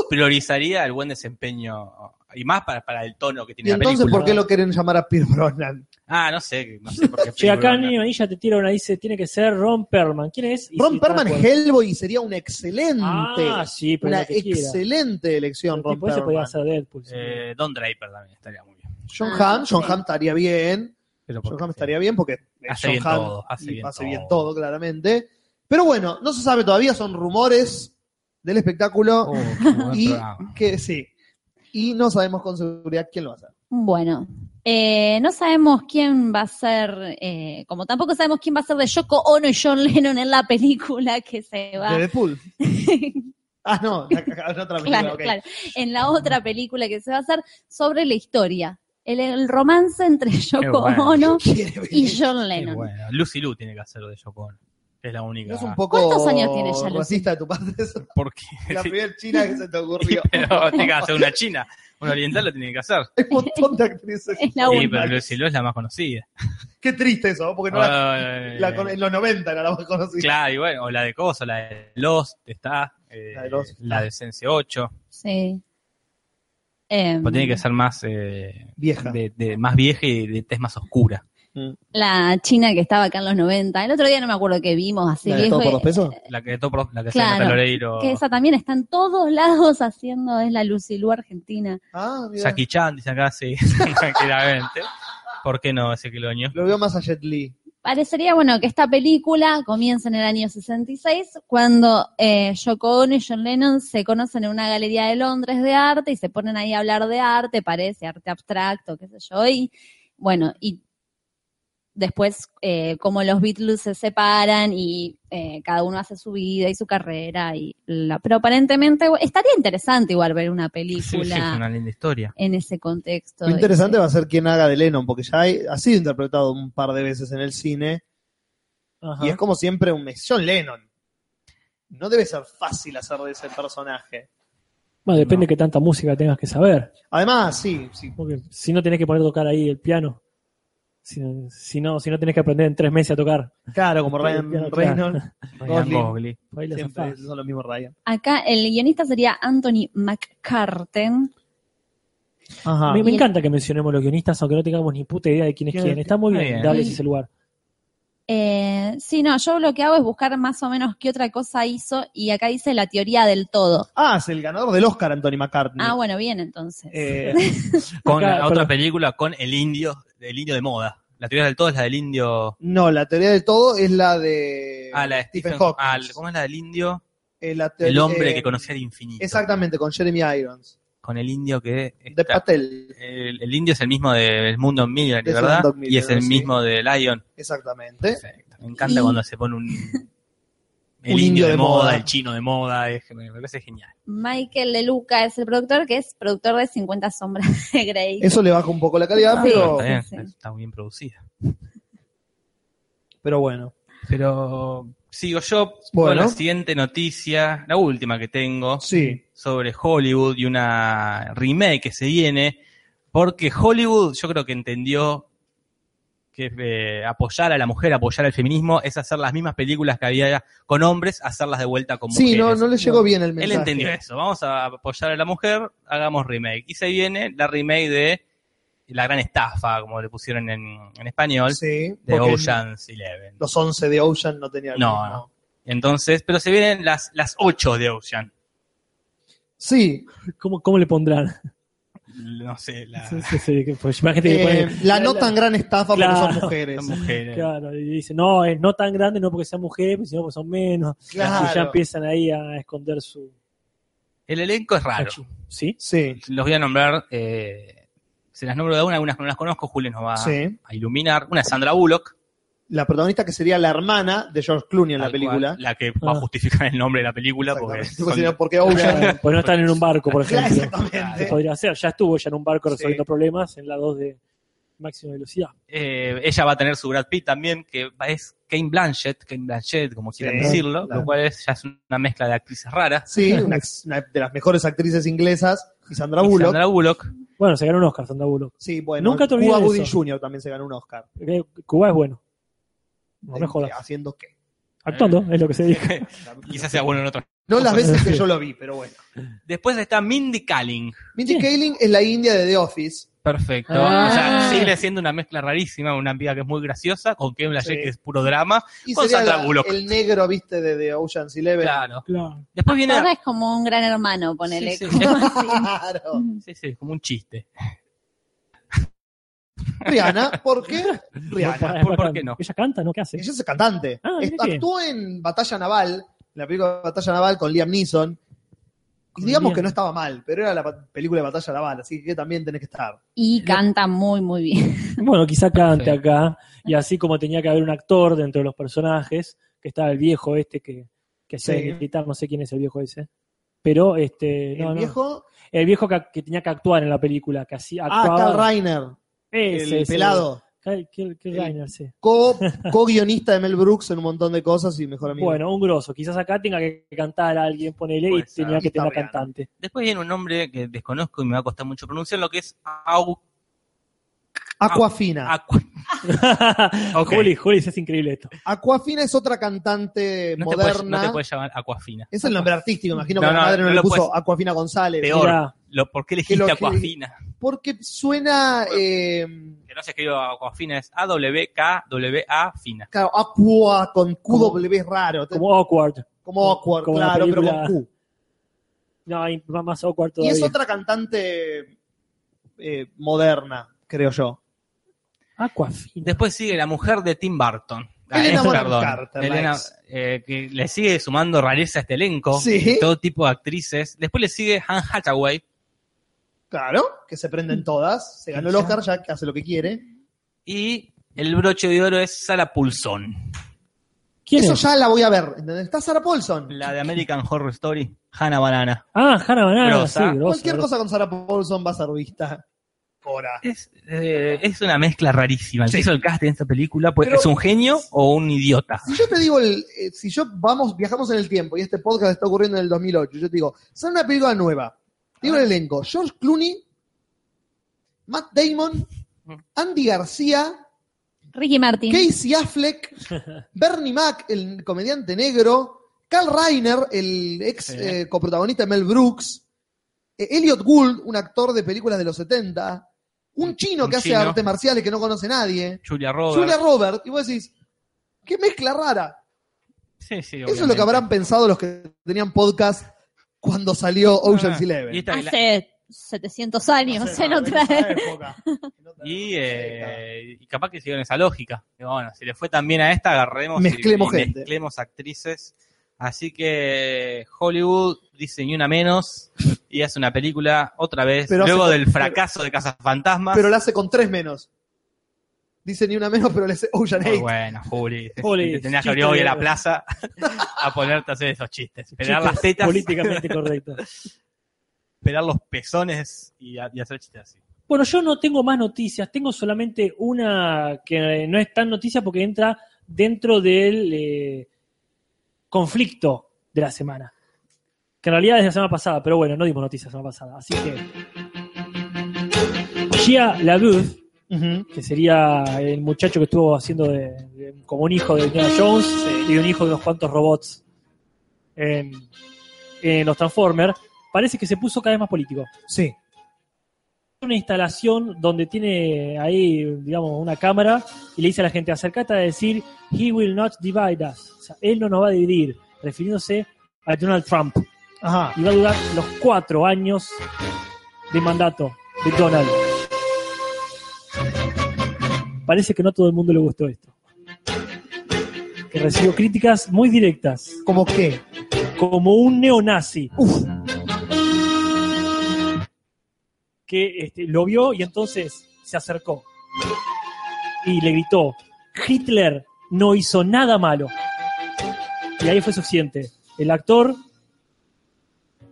[SPEAKER 4] priorizaría el buen desempeño y más para, para el tono que tiene
[SPEAKER 1] Y
[SPEAKER 4] la
[SPEAKER 1] entonces,
[SPEAKER 4] película.
[SPEAKER 1] ¿por qué lo quieren llamar a Pierce Brosnan?
[SPEAKER 4] Ah, no sé, no sé por qué.
[SPEAKER 2] Che, acá
[SPEAKER 4] película.
[SPEAKER 2] Nini Manilla te tira una, dice, tiene que ser Ron Perman. ¿Quién es? Y sí,
[SPEAKER 1] Ron
[SPEAKER 2] está de
[SPEAKER 1] Perman
[SPEAKER 2] acuerdo.
[SPEAKER 1] Hellboy sería una excelente,
[SPEAKER 2] Ah, sí, pero
[SPEAKER 1] una
[SPEAKER 2] lo que quiera.
[SPEAKER 1] excelente elección,
[SPEAKER 2] El
[SPEAKER 1] Ron
[SPEAKER 2] tipo ese podía
[SPEAKER 1] Perlman.
[SPEAKER 2] hacer Deadpool. sí.
[SPEAKER 4] Eh, Don Eh, Draper también estaría muy bien.
[SPEAKER 1] John
[SPEAKER 3] Ah,
[SPEAKER 1] Hamm, John
[SPEAKER 3] sí.
[SPEAKER 1] Hamm estaría bien.
[SPEAKER 4] Pero
[SPEAKER 1] John
[SPEAKER 4] porque-
[SPEAKER 1] Hamm estaría bien porque eh,
[SPEAKER 4] Hace
[SPEAKER 1] John
[SPEAKER 4] bien
[SPEAKER 1] Hamm
[SPEAKER 4] todo, hace
[SPEAKER 1] y
[SPEAKER 4] bien
[SPEAKER 1] hace bien
[SPEAKER 4] todo.
[SPEAKER 1] todo, claramente. Pero bueno, no se sabe todavía, son rumores del espectáculo
[SPEAKER 4] Oh, qué buen
[SPEAKER 1] y
[SPEAKER 4] programa.
[SPEAKER 1] que sí. Y no sabemos con seguridad quién lo va a hacer.
[SPEAKER 3] Bueno, eh, no sabemos quién va a ser, eh, como tampoco sabemos quién va a ser de Yoko Ono y John Lennon en la película que se va.
[SPEAKER 1] De Deadpool. ah, no, la, la otra película,
[SPEAKER 3] claro,
[SPEAKER 1] ok.
[SPEAKER 3] claro. En la otra película que se va a hacer sobre la historia, el, el romance entre Yoko
[SPEAKER 4] bueno.
[SPEAKER 3] Ono
[SPEAKER 1] Quiere ver.
[SPEAKER 3] y John
[SPEAKER 4] Qué
[SPEAKER 3] Lennon.
[SPEAKER 4] bueno. Lucy Lu tiene que hacer de Yoko Ono. Es la única.
[SPEAKER 1] ¿No es un poco
[SPEAKER 3] ¿Cuántos años tiene ya, Lucy?
[SPEAKER 1] racista de tu parte eso?
[SPEAKER 4] Porque
[SPEAKER 1] La
[SPEAKER 4] sí,
[SPEAKER 1] primera china que se te ocurrió.
[SPEAKER 4] pero tiene que hacer una china. Una oriental lo tiene que hacer.
[SPEAKER 1] Hay un montón de actrices.
[SPEAKER 3] Es la
[SPEAKER 4] Sí,
[SPEAKER 3] única.
[SPEAKER 4] pero Lucy Lu es la más conocida.
[SPEAKER 1] Qué triste eso, Pues ¿no? porque no la,
[SPEAKER 4] Ay,
[SPEAKER 1] la con- en los 90 era la más conocida.
[SPEAKER 4] Ah, eh. Claro, y bueno, o la de Cosa, la de Lost está, eh,
[SPEAKER 1] La de Lost.
[SPEAKER 4] la de Sense 8.
[SPEAKER 3] Sí. Em,
[SPEAKER 4] Pero Pues tiene que ser más, eh,
[SPEAKER 1] Vieja.
[SPEAKER 4] de, de- más vieja y de tez más oscura.
[SPEAKER 3] La china que estaba acá en los 90. El otro día no me acuerdo que vimos así
[SPEAKER 1] ¿La de
[SPEAKER 3] viejo.
[SPEAKER 1] todo por dos pesos?
[SPEAKER 4] La que, to- la
[SPEAKER 3] Claro,
[SPEAKER 4] que hacía Nata Loreiro.
[SPEAKER 3] Que esa también está en todos lados haciendo, es la Lucilú argentina.
[SPEAKER 1] Ah, mira.
[SPEAKER 4] Jackie Chan, dice acá, sí, tranquilamente. ¿Por qué no ese quiloño?
[SPEAKER 1] Lo veo más a Jet Li.
[SPEAKER 3] Parecería, bueno, que esta película comienza en el año 66, cuando eh, Yoko Ono y John Lennon se conocen en una galería de Londres de arte y se ponen ahí a hablar de arte, parece arte abstracto, qué sé yo, y bueno, y después eh, como los Beatles se separan y eh, cada uno hace su vida y su carrera, y la, pero aparentemente estaría interesante igual ver una
[SPEAKER 4] Sí, sí,
[SPEAKER 3] película
[SPEAKER 4] es una linda historia.
[SPEAKER 3] en ese contexto.
[SPEAKER 1] Lo interesante va a ser quién haga de Lennon, porque ya hay- ha sido interpretado un par de veces en el cine.
[SPEAKER 2] Ajá.
[SPEAKER 1] Y es como siempre un mes. John Lennon. No debe ser fácil hacer de ese personaje.
[SPEAKER 2] Bueno, depende qué tanta música tengas que saber.
[SPEAKER 1] Además, sí, sí.
[SPEAKER 2] Porque si no tenés que poner a tocar ahí el piano, si, si no, si no tenés que aprender en tres meses a tocar,
[SPEAKER 1] Claro, como Ryan
[SPEAKER 2] Claro.
[SPEAKER 1] Reynolds.
[SPEAKER 4] Ryan
[SPEAKER 1] Gosling.
[SPEAKER 4] Gosling.
[SPEAKER 2] por ahí la
[SPEAKER 1] Siempre
[SPEAKER 2] zafás.
[SPEAKER 1] son los mismos Ryan.
[SPEAKER 3] Acá el guionista sería Anthony McCarten.
[SPEAKER 1] Ajá.
[SPEAKER 2] Me, me
[SPEAKER 3] Y-
[SPEAKER 2] encanta que mencionemos los guionistas, aunque no tengamos ni puta idea de quién es
[SPEAKER 1] ¿Quién?
[SPEAKER 2] quién. Está muy
[SPEAKER 4] Está
[SPEAKER 2] bien,
[SPEAKER 4] bien.
[SPEAKER 2] darles
[SPEAKER 3] Sí.
[SPEAKER 2] ese lugar.
[SPEAKER 3] Eh, sí, no, yo lo que hago es buscar más o menos qué otra cosa hizo y acá dice la teoría del todo.
[SPEAKER 1] Ah, es el ganador del Oscar, Anthony McCartney.
[SPEAKER 3] Ah, bueno, bien entonces.
[SPEAKER 1] Eh,
[SPEAKER 4] Con
[SPEAKER 2] Acá,
[SPEAKER 4] la otra
[SPEAKER 2] perdón.
[SPEAKER 4] película, con el indio, el indio de moda. La teoría del todo es la del indio.
[SPEAKER 1] no, la teoría del todo es la de
[SPEAKER 4] Ah, la de Stephen
[SPEAKER 1] Eh, Hawking.
[SPEAKER 4] ah, ¿Cómo es la del indio?
[SPEAKER 1] Eh, la teoría-
[SPEAKER 4] El hombre
[SPEAKER 1] eh,
[SPEAKER 4] que conocía el infinito.
[SPEAKER 1] Exactamente, con Jeremy Irons.
[SPEAKER 4] Con el indio que.
[SPEAKER 1] De
[SPEAKER 4] está-
[SPEAKER 1] Patel,
[SPEAKER 4] el, el indio es el mismo del Mundo en Millionaire,
[SPEAKER 1] De
[SPEAKER 4] ¿verdad?
[SPEAKER 1] Slumdog Millionaire,
[SPEAKER 4] y es el
[SPEAKER 1] sí.
[SPEAKER 4] mismo de Lion.
[SPEAKER 1] exactamente.
[SPEAKER 4] Perfecto. Me encanta
[SPEAKER 3] Y-
[SPEAKER 4] cuando se pone un. El
[SPEAKER 1] Un
[SPEAKER 4] indio,
[SPEAKER 1] indio
[SPEAKER 4] de,
[SPEAKER 1] de
[SPEAKER 4] moda,
[SPEAKER 1] moda.
[SPEAKER 4] el chino de moda. Es, me parece genial.
[SPEAKER 3] Michael Leluca es el productor, que es productor de 50 sombras de Grey.
[SPEAKER 1] Eso le baja un poco la calidad,
[SPEAKER 3] Ah,
[SPEAKER 1] pero,
[SPEAKER 4] está, bien,
[SPEAKER 3] sí.
[SPEAKER 4] está muy bien producida.
[SPEAKER 1] pero bueno.
[SPEAKER 4] Pero sigo yo
[SPEAKER 1] Bueno.
[SPEAKER 4] con la siguiente noticia, la última que tengo.
[SPEAKER 1] Sí.
[SPEAKER 4] sobre Hollywood y una remake que se viene, porque Hollywood yo creo que entendió que eh, apoyar a la mujer, apoyar al feminismo, es hacer las mismas películas que había con hombres, hacerlas de vuelta con mujeres.
[SPEAKER 1] Sí, no, no le llegó bien el
[SPEAKER 4] Él
[SPEAKER 1] mensaje.
[SPEAKER 4] entendió eso, vamos a apoyar a la mujer, hagamos remake. Y se viene la remake de La Gran Estafa, como le pusieron en, en español,
[SPEAKER 1] Sí,
[SPEAKER 4] de
[SPEAKER 1] porque
[SPEAKER 4] Ocean's Eleven.
[SPEAKER 1] Los 11 de Ocean no tenían.
[SPEAKER 4] No, no. Entonces, pero se vienen las, las ocho de Ocean.
[SPEAKER 1] Sí,
[SPEAKER 2] ¿Cómo, cómo le pondrán?
[SPEAKER 4] No sé, la,
[SPEAKER 2] Sí, sí, sí, que- pues, imagínate que
[SPEAKER 1] Ah. eh,
[SPEAKER 2] ponen-
[SPEAKER 1] la no tan gran estafa porque
[SPEAKER 2] Claro.
[SPEAKER 1] son mujeres.
[SPEAKER 4] las mujeres.
[SPEAKER 2] Claro, y dice, no, es no tan grande, no porque sean mujeres, pues, sino porque son menos.
[SPEAKER 1] Claro.
[SPEAKER 2] Y ya empiezan ahí a esconder su...
[SPEAKER 4] El elenco es raro.
[SPEAKER 2] ¿Sí?
[SPEAKER 1] Sí,
[SPEAKER 4] Los voy a nombrar, eh, se las nombro de una, algunas que no las conozco, Julio nos va
[SPEAKER 1] sí.
[SPEAKER 4] a iluminar. Una es Sandra Bullock,
[SPEAKER 1] La protagonista que sería la hermana de George Clooney en la
[SPEAKER 4] tal
[SPEAKER 1] película.
[SPEAKER 4] cual, eh. la que va a
[SPEAKER 2] Ah.
[SPEAKER 4] justificar el nombre de la película porque
[SPEAKER 1] Exactamente.
[SPEAKER 4] son-
[SPEAKER 1] Porque si no, porque Ocean.
[SPEAKER 2] Claro, Pues no están en un barco, por
[SPEAKER 1] Claro,
[SPEAKER 2] ejemplo.
[SPEAKER 1] exactamente.
[SPEAKER 2] Se podría hacer, ya estuvo ya en un barco
[SPEAKER 1] Sí.
[SPEAKER 2] resolviendo problemas en la 2 de máxima velocidad.
[SPEAKER 4] eh, ella va a tener su Brad Pitt también, que es Kane Blanchett, Kane Blanchett, como quieran
[SPEAKER 1] Sí,
[SPEAKER 4] decirlo,
[SPEAKER 1] claro.
[SPEAKER 4] lo cual es, ya es una mezcla de actrices raras.
[SPEAKER 1] Sí, una, ex- una de las mejores actrices inglesas. Y Sandra
[SPEAKER 4] Y
[SPEAKER 1] Bullock.
[SPEAKER 4] Sandra Bullock,
[SPEAKER 2] Bueno, se ganó un Oscar, Sandra Bullock.
[SPEAKER 1] Sí, bueno.
[SPEAKER 2] Nunca te
[SPEAKER 1] Cuba
[SPEAKER 2] olvides de
[SPEAKER 1] Gooding
[SPEAKER 2] eso.
[SPEAKER 1] Jr. también se ganó un Oscar.
[SPEAKER 2] Eh, Cuba es bueno. No me
[SPEAKER 1] Eh,
[SPEAKER 2] jodas.
[SPEAKER 1] Haciendo qué.
[SPEAKER 2] Actuando, es lo que se dice.
[SPEAKER 4] quizás sea bueno en otro.
[SPEAKER 1] No las veces que yo lo vi, pero bueno.
[SPEAKER 4] Después está Mindy Kaling.
[SPEAKER 1] Mindy Kaling es la india de The Office.
[SPEAKER 4] Perfecto.
[SPEAKER 2] Ah.
[SPEAKER 4] O sea, sigue siendo una mezcla rarísima, una amiga que es muy graciosa, con Kane Blanchett
[SPEAKER 1] Sí.
[SPEAKER 4] que es puro drama.
[SPEAKER 1] Y
[SPEAKER 4] Con
[SPEAKER 1] sería
[SPEAKER 4] Sandra
[SPEAKER 1] la-
[SPEAKER 4] Bullock.
[SPEAKER 1] el negro, viste, de The Ocean's Eleven.
[SPEAKER 4] Claro.
[SPEAKER 2] Claro.
[SPEAKER 4] Después viene.
[SPEAKER 3] Ahora es como un gran hermano, ponele.
[SPEAKER 4] Sí, sí.
[SPEAKER 3] como así.
[SPEAKER 1] Claro.
[SPEAKER 4] Sí, sí, como un chiste.
[SPEAKER 1] Rihanna, ¿por qué Rihanna?
[SPEAKER 2] Pará,
[SPEAKER 4] ¿por-
[SPEAKER 2] pará,
[SPEAKER 4] por qué no?
[SPEAKER 2] Ella canta, ¿no? ¿Qué hace?
[SPEAKER 1] Ella es cantante.
[SPEAKER 2] Ah,
[SPEAKER 1] Est-
[SPEAKER 2] mira que-
[SPEAKER 1] Actuó en Batalla Naval, la película Batalla Naval con Liam Neeson. Y
[SPEAKER 2] Con
[SPEAKER 1] digamos
[SPEAKER 2] Liam.
[SPEAKER 1] que no estaba mal, pero era la pa- película de Batalla Naval, así que también tenés que estar.
[SPEAKER 3] Y canta muy, muy bien.
[SPEAKER 2] Bueno, quizá cante
[SPEAKER 4] Sí.
[SPEAKER 2] acá. Y así como tenía que haber un actor dentro de los personajes, que estaba el viejo este que, que hacía
[SPEAKER 1] Sí.
[SPEAKER 2] de militar, no sé quién es el viejo ese. Pero este. no,
[SPEAKER 1] el
[SPEAKER 2] no.
[SPEAKER 1] viejo,
[SPEAKER 2] El viejo que, que tenía que actuar en la película, que así
[SPEAKER 1] ah,
[SPEAKER 2] actuaba.
[SPEAKER 1] Karl Reiner,
[SPEAKER 2] Ese,
[SPEAKER 1] el
[SPEAKER 2] ese,
[SPEAKER 1] pelado,
[SPEAKER 2] Kyle- Kyle- Kyle
[SPEAKER 1] El-
[SPEAKER 2] Reiner, sí.
[SPEAKER 1] co- co-guionista de Mel Brooks en un montón de cosas y mejor amigo.
[SPEAKER 2] Bueno, un grosso. Quizás acá tenga que cantar a alguien, ponele, y
[SPEAKER 4] Puede ser.
[SPEAKER 2] tenía que
[SPEAKER 1] Está
[SPEAKER 2] tener
[SPEAKER 1] bien.
[SPEAKER 2] cantante.
[SPEAKER 4] Después viene un nombre que desconozco y me va a costar mucho pronunciar, lo que es Au...
[SPEAKER 2] Ah,
[SPEAKER 1] Aquafina.
[SPEAKER 4] Aqua- Ok.
[SPEAKER 2] Juli, Juli, es increíble esto.
[SPEAKER 1] Aquafina es otra cantante
[SPEAKER 4] No te,
[SPEAKER 1] moderna.
[SPEAKER 4] puedes, no te puedes llamar Aquafina.
[SPEAKER 1] Es el nombre artístico, imagino
[SPEAKER 4] No,
[SPEAKER 1] que la
[SPEAKER 4] no,
[SPEAKER 1] madre no,
[SPEAKER 4] no
[SPEAKER 1] le
[SPEAKER 4] lo
[SPEAKER 1] puso
[SPEAKER 4] puedes-
[SPEAKER 1] Aquafina González.
[SPEAKER 4] Peor.
[SPEAKER 2] Mirá,
[SPEAKER 4] Lo- ¿Por qué
[SPEAKER 1] Que
[SPEAKER 4] elegiste
[SPEAKER 1] lo que-
[SPEAKER 4] Aquafina?
[SPEAKER 1] Porque suena eh,
[SPEAKER 4] Que no se escribe Aquafina, es A-W-K-W-A fina.
[SPEAKER 1] claro, Aqua con
[SPEAKER 2] Como-
[SPEAKER 1] QW es raro. Como,
[SPEAKER 2] como awkward.
[SPEAKER 1] awkward,
[SPEAKER 2] como la
[SPEAKER 1] claro, pero
[SPEAKER 2] película
[SPEAKER 1] con Q.
[SPEAKER 2] No, hay más awkward
[SPEAKER 1] Y
[SPEAKER 2] todavía.
[SPEAKER 1] es otra cantante eh, moderna, creo yo.
[SPEAKER 2] Aquafina.
[SPEAKER 4] Después sigue la mujer de Tim Burton.
[SPEAKER 1] Elena
[SPEAKER 4] eh,
[SPEAKER 1] Bonham Carter, la
[SPEAKER 4] Elena,
[SPEAKER 1] ex.
[SPEAKER 4] eh, que le sigue sumando rareza a este elenco.
[SPEAKER 1] Sí.
[SPEAKER 4] Todo tipo de actrices. Después le sigue Anne Hathaway.
[SPEAKER 1] Claro, que se prenden todas. Se ganó el Oscar, ya que hace lo que quiere.
[SPEAKER 4] Y el broche de oro es Sara Pulson.
[SPEAKER 2] ¿Quién
[SPEAKER 1] Eso
[SPEAKER 2] es?
[SPEAKER 1] ya la voy a ver. ¿entendés? Está Sarah Paulson.
[SPEAKER 4] La de American Horror Story, Hannah Banana.
[SPEAKER 2] Ah, Hannah Banana,
[SPEAKER 4] Grosa.
[SPEAKER 2] sí, grosa,
[SPEAKER 1] Cualquier
[SPEAKER 2] grosa.
[SPEAKER 1] cosa con Sarah Paulson va a ser vista. Cora.
[SPEAKER 4] Es, eh, es una mezcla rarísima. El que
[SPEAKER 1] Sí.
[SPEAKER 4] hizo el casting de esta película pues,
[SPEAKER 1] Pero-
[SPEAKER 4] es un genio o un idiota.
[SPEAKER 1] Si yo te digo, el, eh, si yo vamos, viajamos en el tiempo y este podcast está ocurriendo en el 2008, yo te digo, sale una película nueva. Te Digo el elenco: George Clooney, Matt Damon,
[SPEAKER 4] Mm.
[SPEAKER 1] Andy García,
[SPEAKER 3] Ricky Martin.
[SPEAKER 1] Casey Affleck, Bernie Mac, el comediante negro, Carl Reiner, el ex
[SPEAKER 4] Sí.
[SPEAKER 1] eh, coprotagonista de Mel Brooks, eh, Elliot Gould, un actor de películas de los 70, un chino
[SPEAKER 4] Un
[SPEAKER 1] que hace
[SPEAKER 4] chino.
[SPEAKER 1] artes marciales que no conoce nadie,
[SPEAKER 4] Julia Roberts.
[SPEAKER 1] Julia Robert, y vos decís, qué mezcla rara.
[SPEAKER 4] Sí,
[SPEAKER 1] Eso
[SPEAKER 4] sí,
[SPEAKER 1] es lo
[SPEAKER 4] obviamente.
[SPEAKER 1] que habrán pensado los que tenían podcast cuando salió Ocean's
[SPEAKER 4] Ah,
[SPEAKER 1] Eleven.
[SPEAKER 4] Y, esta- la-
[SPEAKER 3] Hace 700 años, en otra
[SPEAKER 1] época.
[SPEAKER 4] y, eh, y capaz que siguieron esa lógica. Digo, Bueno, si le fue también a esta, agarremos y-
[SPEAKER 1] Mezclemos
[SPEAKER 4] y
[SPEAKER 1] gente.
[SPEAKER 4] mezclemos actrices. Así que Hollywood dice ni una menos y hace una película otra vez.
[SPEAKER 1] Pero
[SPEAKER 4] luego
[SPEAKER 1] hace-
[SPEAKER 4] del fracaso de Casas Fantasmas.
[SPEAKER 1] Pero la hace con tres menos. Dice ni una menos, pero le hace Ocean
[SPEAKER 4] Muy
[SPEAKER 1] 8.
[SPEAKER 4] buena, Juli. Te-
[SPEAKER 2] Juli,
[SPEAKER 4] te tenías que
[SPEAKER 2] chiste
[SPEAKER 4] abrir hoy a la
[SPEAKER 2] de-
[SPEAKER 4] plaza a ponerte a hacer esos chistes. Pelar
[SPEAKER 2] Chicos,
[SPEAKER 4] las tetas,
[SPEAKER 2] Políticamente correcto.
[SPEAKER 4] pelar los pezones y, a- y hacer chistes así.
[SPEAKER 2] Bueno, yo no tengo más noticias, tengo solamente una que eh, no es tan noticia porque entra dentro del eh, conflicto de la semana. Que en realidad es la semana pasada, pero bueno, no dimos noticias la semana pasada. Así que. Gia LaBeouf, que sería el muchacho que estuvo haciendo de, de- como un hijo de Indiana Jones y un hijo de unos cuantos robots en, en los Transformers, parece que se puso cada vez más político
[SPEAKER 1] Sí.
[SPEAKER 2] una instalación donde tiene ahí, digamos, una cámara y le dice a la gente, acércate a decir, he will not divide us. O sea, él no nos va a dividir, refiriéndose a Donald Trump.
[SPEAKER 1] Ajá.
[SPEAKER 2] Y va a durar los cuatro años de mandato de Donald. Parece que no a todo el mundo le gustó esto. Que recibió críticas muy directas,
[SPEAKER 1] ¿Cómo qué?
[SPEAKER 2] como un neonazi. que este, lo vio y entonces se acercó y le gritó, Hitler no hizo nada malo. Y ahí fue suficiente. El actor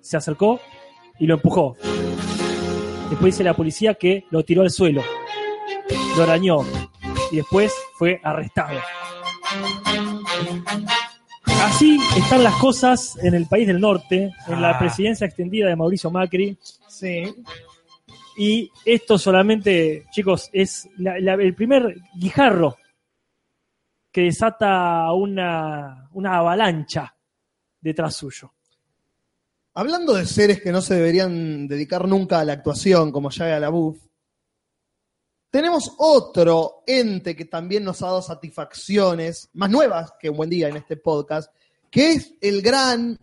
[SPEAKER 2] se acercó y lo empujó. Después dice la policía que lo tiró al suelo, lo arañó y después fue arrestado. Así están las cosas en el país del norte, en la
[SPEAKER 4] Ah.
[SPEAKER 2] presidencia extendida de Mauricio Macri.
[SPEAKER 1] Sí.
[SPEAKER 2] Y esto solamente, chicos, es la- la- el primer guijarro que desata una, una avalancha detrás suyo.
[SPEAKER 1] Hablando de seres que no se deberían dedicar nunca a la actuación, como ya la Buff, tenemos otro ente que también nos ha dado satisfacciones más nuevas que un buen día en este podcast, que es el gran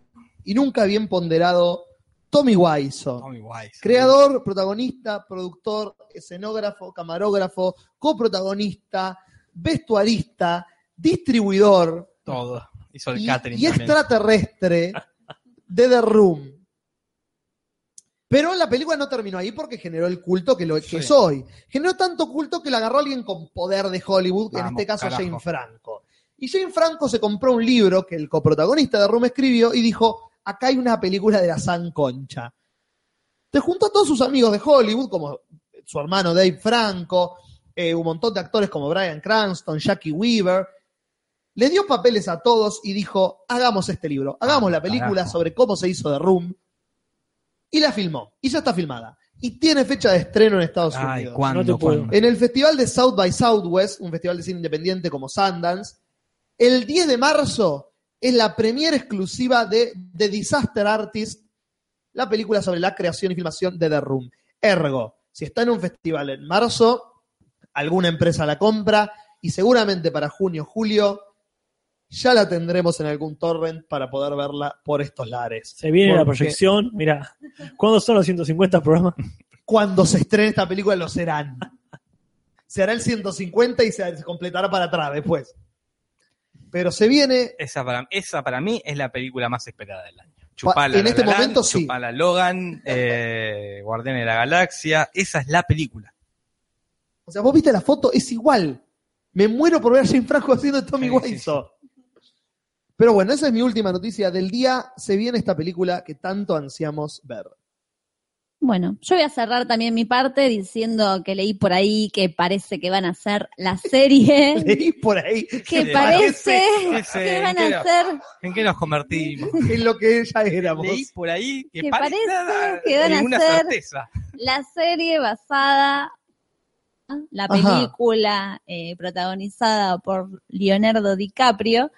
[SPEAKER 1] y nunca bien ponderado Tommy Wiseau.
[SPEAKER 4] Tommy Wise.
[SPEAKER 1] Creador, protagonista, productor, escenógrafo, camarógrafo, coprotagonista, vestuarista, distribuidor
[SPEAKER 4] Todo. Hizo el
[SPEAKER 1] y,
[SPEAKER 4] catering
[SPEAKER 1] y
[SPEAKER 4] también.
[SPEAKER 1] extraterrestre de The Room. Pero la película no terminó ahí porque generó el culto que, lo, que
[SPEAKER 4] Sí.
[SPEAKER 1] es hoy. Generó tanto culto que lo agarró alguien con poder de Hollywood, en
[SPEAKER 4] Vamos,
[SPEAKER 1] este caso
[SPEAKER 4] carajo.
[SPEAKER 1] Jane Franco. Y Jane Franco se compró un libro que el coprotagonista de Room escribió y dijo, acá hay una película de la San Concha. Te juntó a todos sus amigos de Hollywood, como su hermano Dave Franco, eh, un montón de actores como Brian Cranston, Jackie Weaver. Le dio papeles a todos y dijo, hagamos este libro, hagamos la película
[SPEAKER 4] Carajo.
[SPEAKER 1] sobre cómo se hizo The Room. Y la filmó, y ya está filmada. Y tiene fecha de estreno en Estados
[SPEAKER 4] Ay,
[SPEAKER 1] Unidos.
[SPEAKER 4] ¿cuándo?
[SPEAKER 2] No te puedo.
[SPEAKER 4] cuándo?
[SPEAKER 1] En el festival de South by Southwest, un festival de cine independiente como Sundance, el 10 de marzo es la premiere exclusiva de The Disaster Artist, la película sobre la creación y filmación de The Room. Ergo, si está en un festival en marzo, alguna empresa la compra y seguramente para junio, julio, ya la tendremos en algún torrent para poder verla por estos lares.
[SPEAKER 2] Se viene la
[SPEAKER 1] Porque
[SPEAKER 2] proyección. Mirá, ¿cuándo son los 150 programas?
[SPEAKER 1] Cuando se estrene esta película lo serán. Se hará el 150 y se se completará para atrás después. Pero se viene
[SPEAKER 4] Esa para, esa para mí es la película más esperada del año. Chupala,
[SPEAKER 1] en
[SPEAKER 4] La
[SPEAKER 1] este
[SPEAKER 4] La Land,
[SPEAKER 1] momento, sí.
[SPEAKER 4] Chupala Logan, eh, Guardián de la Galaxia. Esa es la película.
[SPEAKER 1] O sea, vos viste la foto, es igual. Me muero por ver a Jane Franco haciendo de Tommy
[SPEAKER 4] Sí, sí,
[SPEAKER 1] Wiseau. Pero bueno, esa es mi última noticia del día. Se viene esta película que tanto ansiamos ver.
[SPEAKER 3] Bueno, yo voy a cerrar también mi parte diciendo que leí por ahí que parece que van a hacer la serie.
[SPEAKER 1] Leí por ahí
[SPEAKER 3] que
[SPEAKER 4] Sí,
[SPEAKER 3] parece
[SPEAKER 4] sí, sí,
[SPEAKER 3] que van a
[SPEAKER 4] entero.
[SPEAKER 3] hacer,
[SPEAKER 4] ¿En qué nos convertimos?
[SPEAKER 1] en lo que ya éramos.
[SPEAKER 4] Leí por ahí que
[SPEAKER 3] Que
[SPEAKER 4] parece
[SPEAKER 3] parece que van a
[SPEAKER 4] ninguna
[SPEAKER 3] hacer-
[SPEAKER 4] certeza.
[SPEAKER 3] la serie basada, la
[SPEAKER 1] Ajá.
[SPEAKER 3] película eh, protagonizada por Leonardo DiCaprio.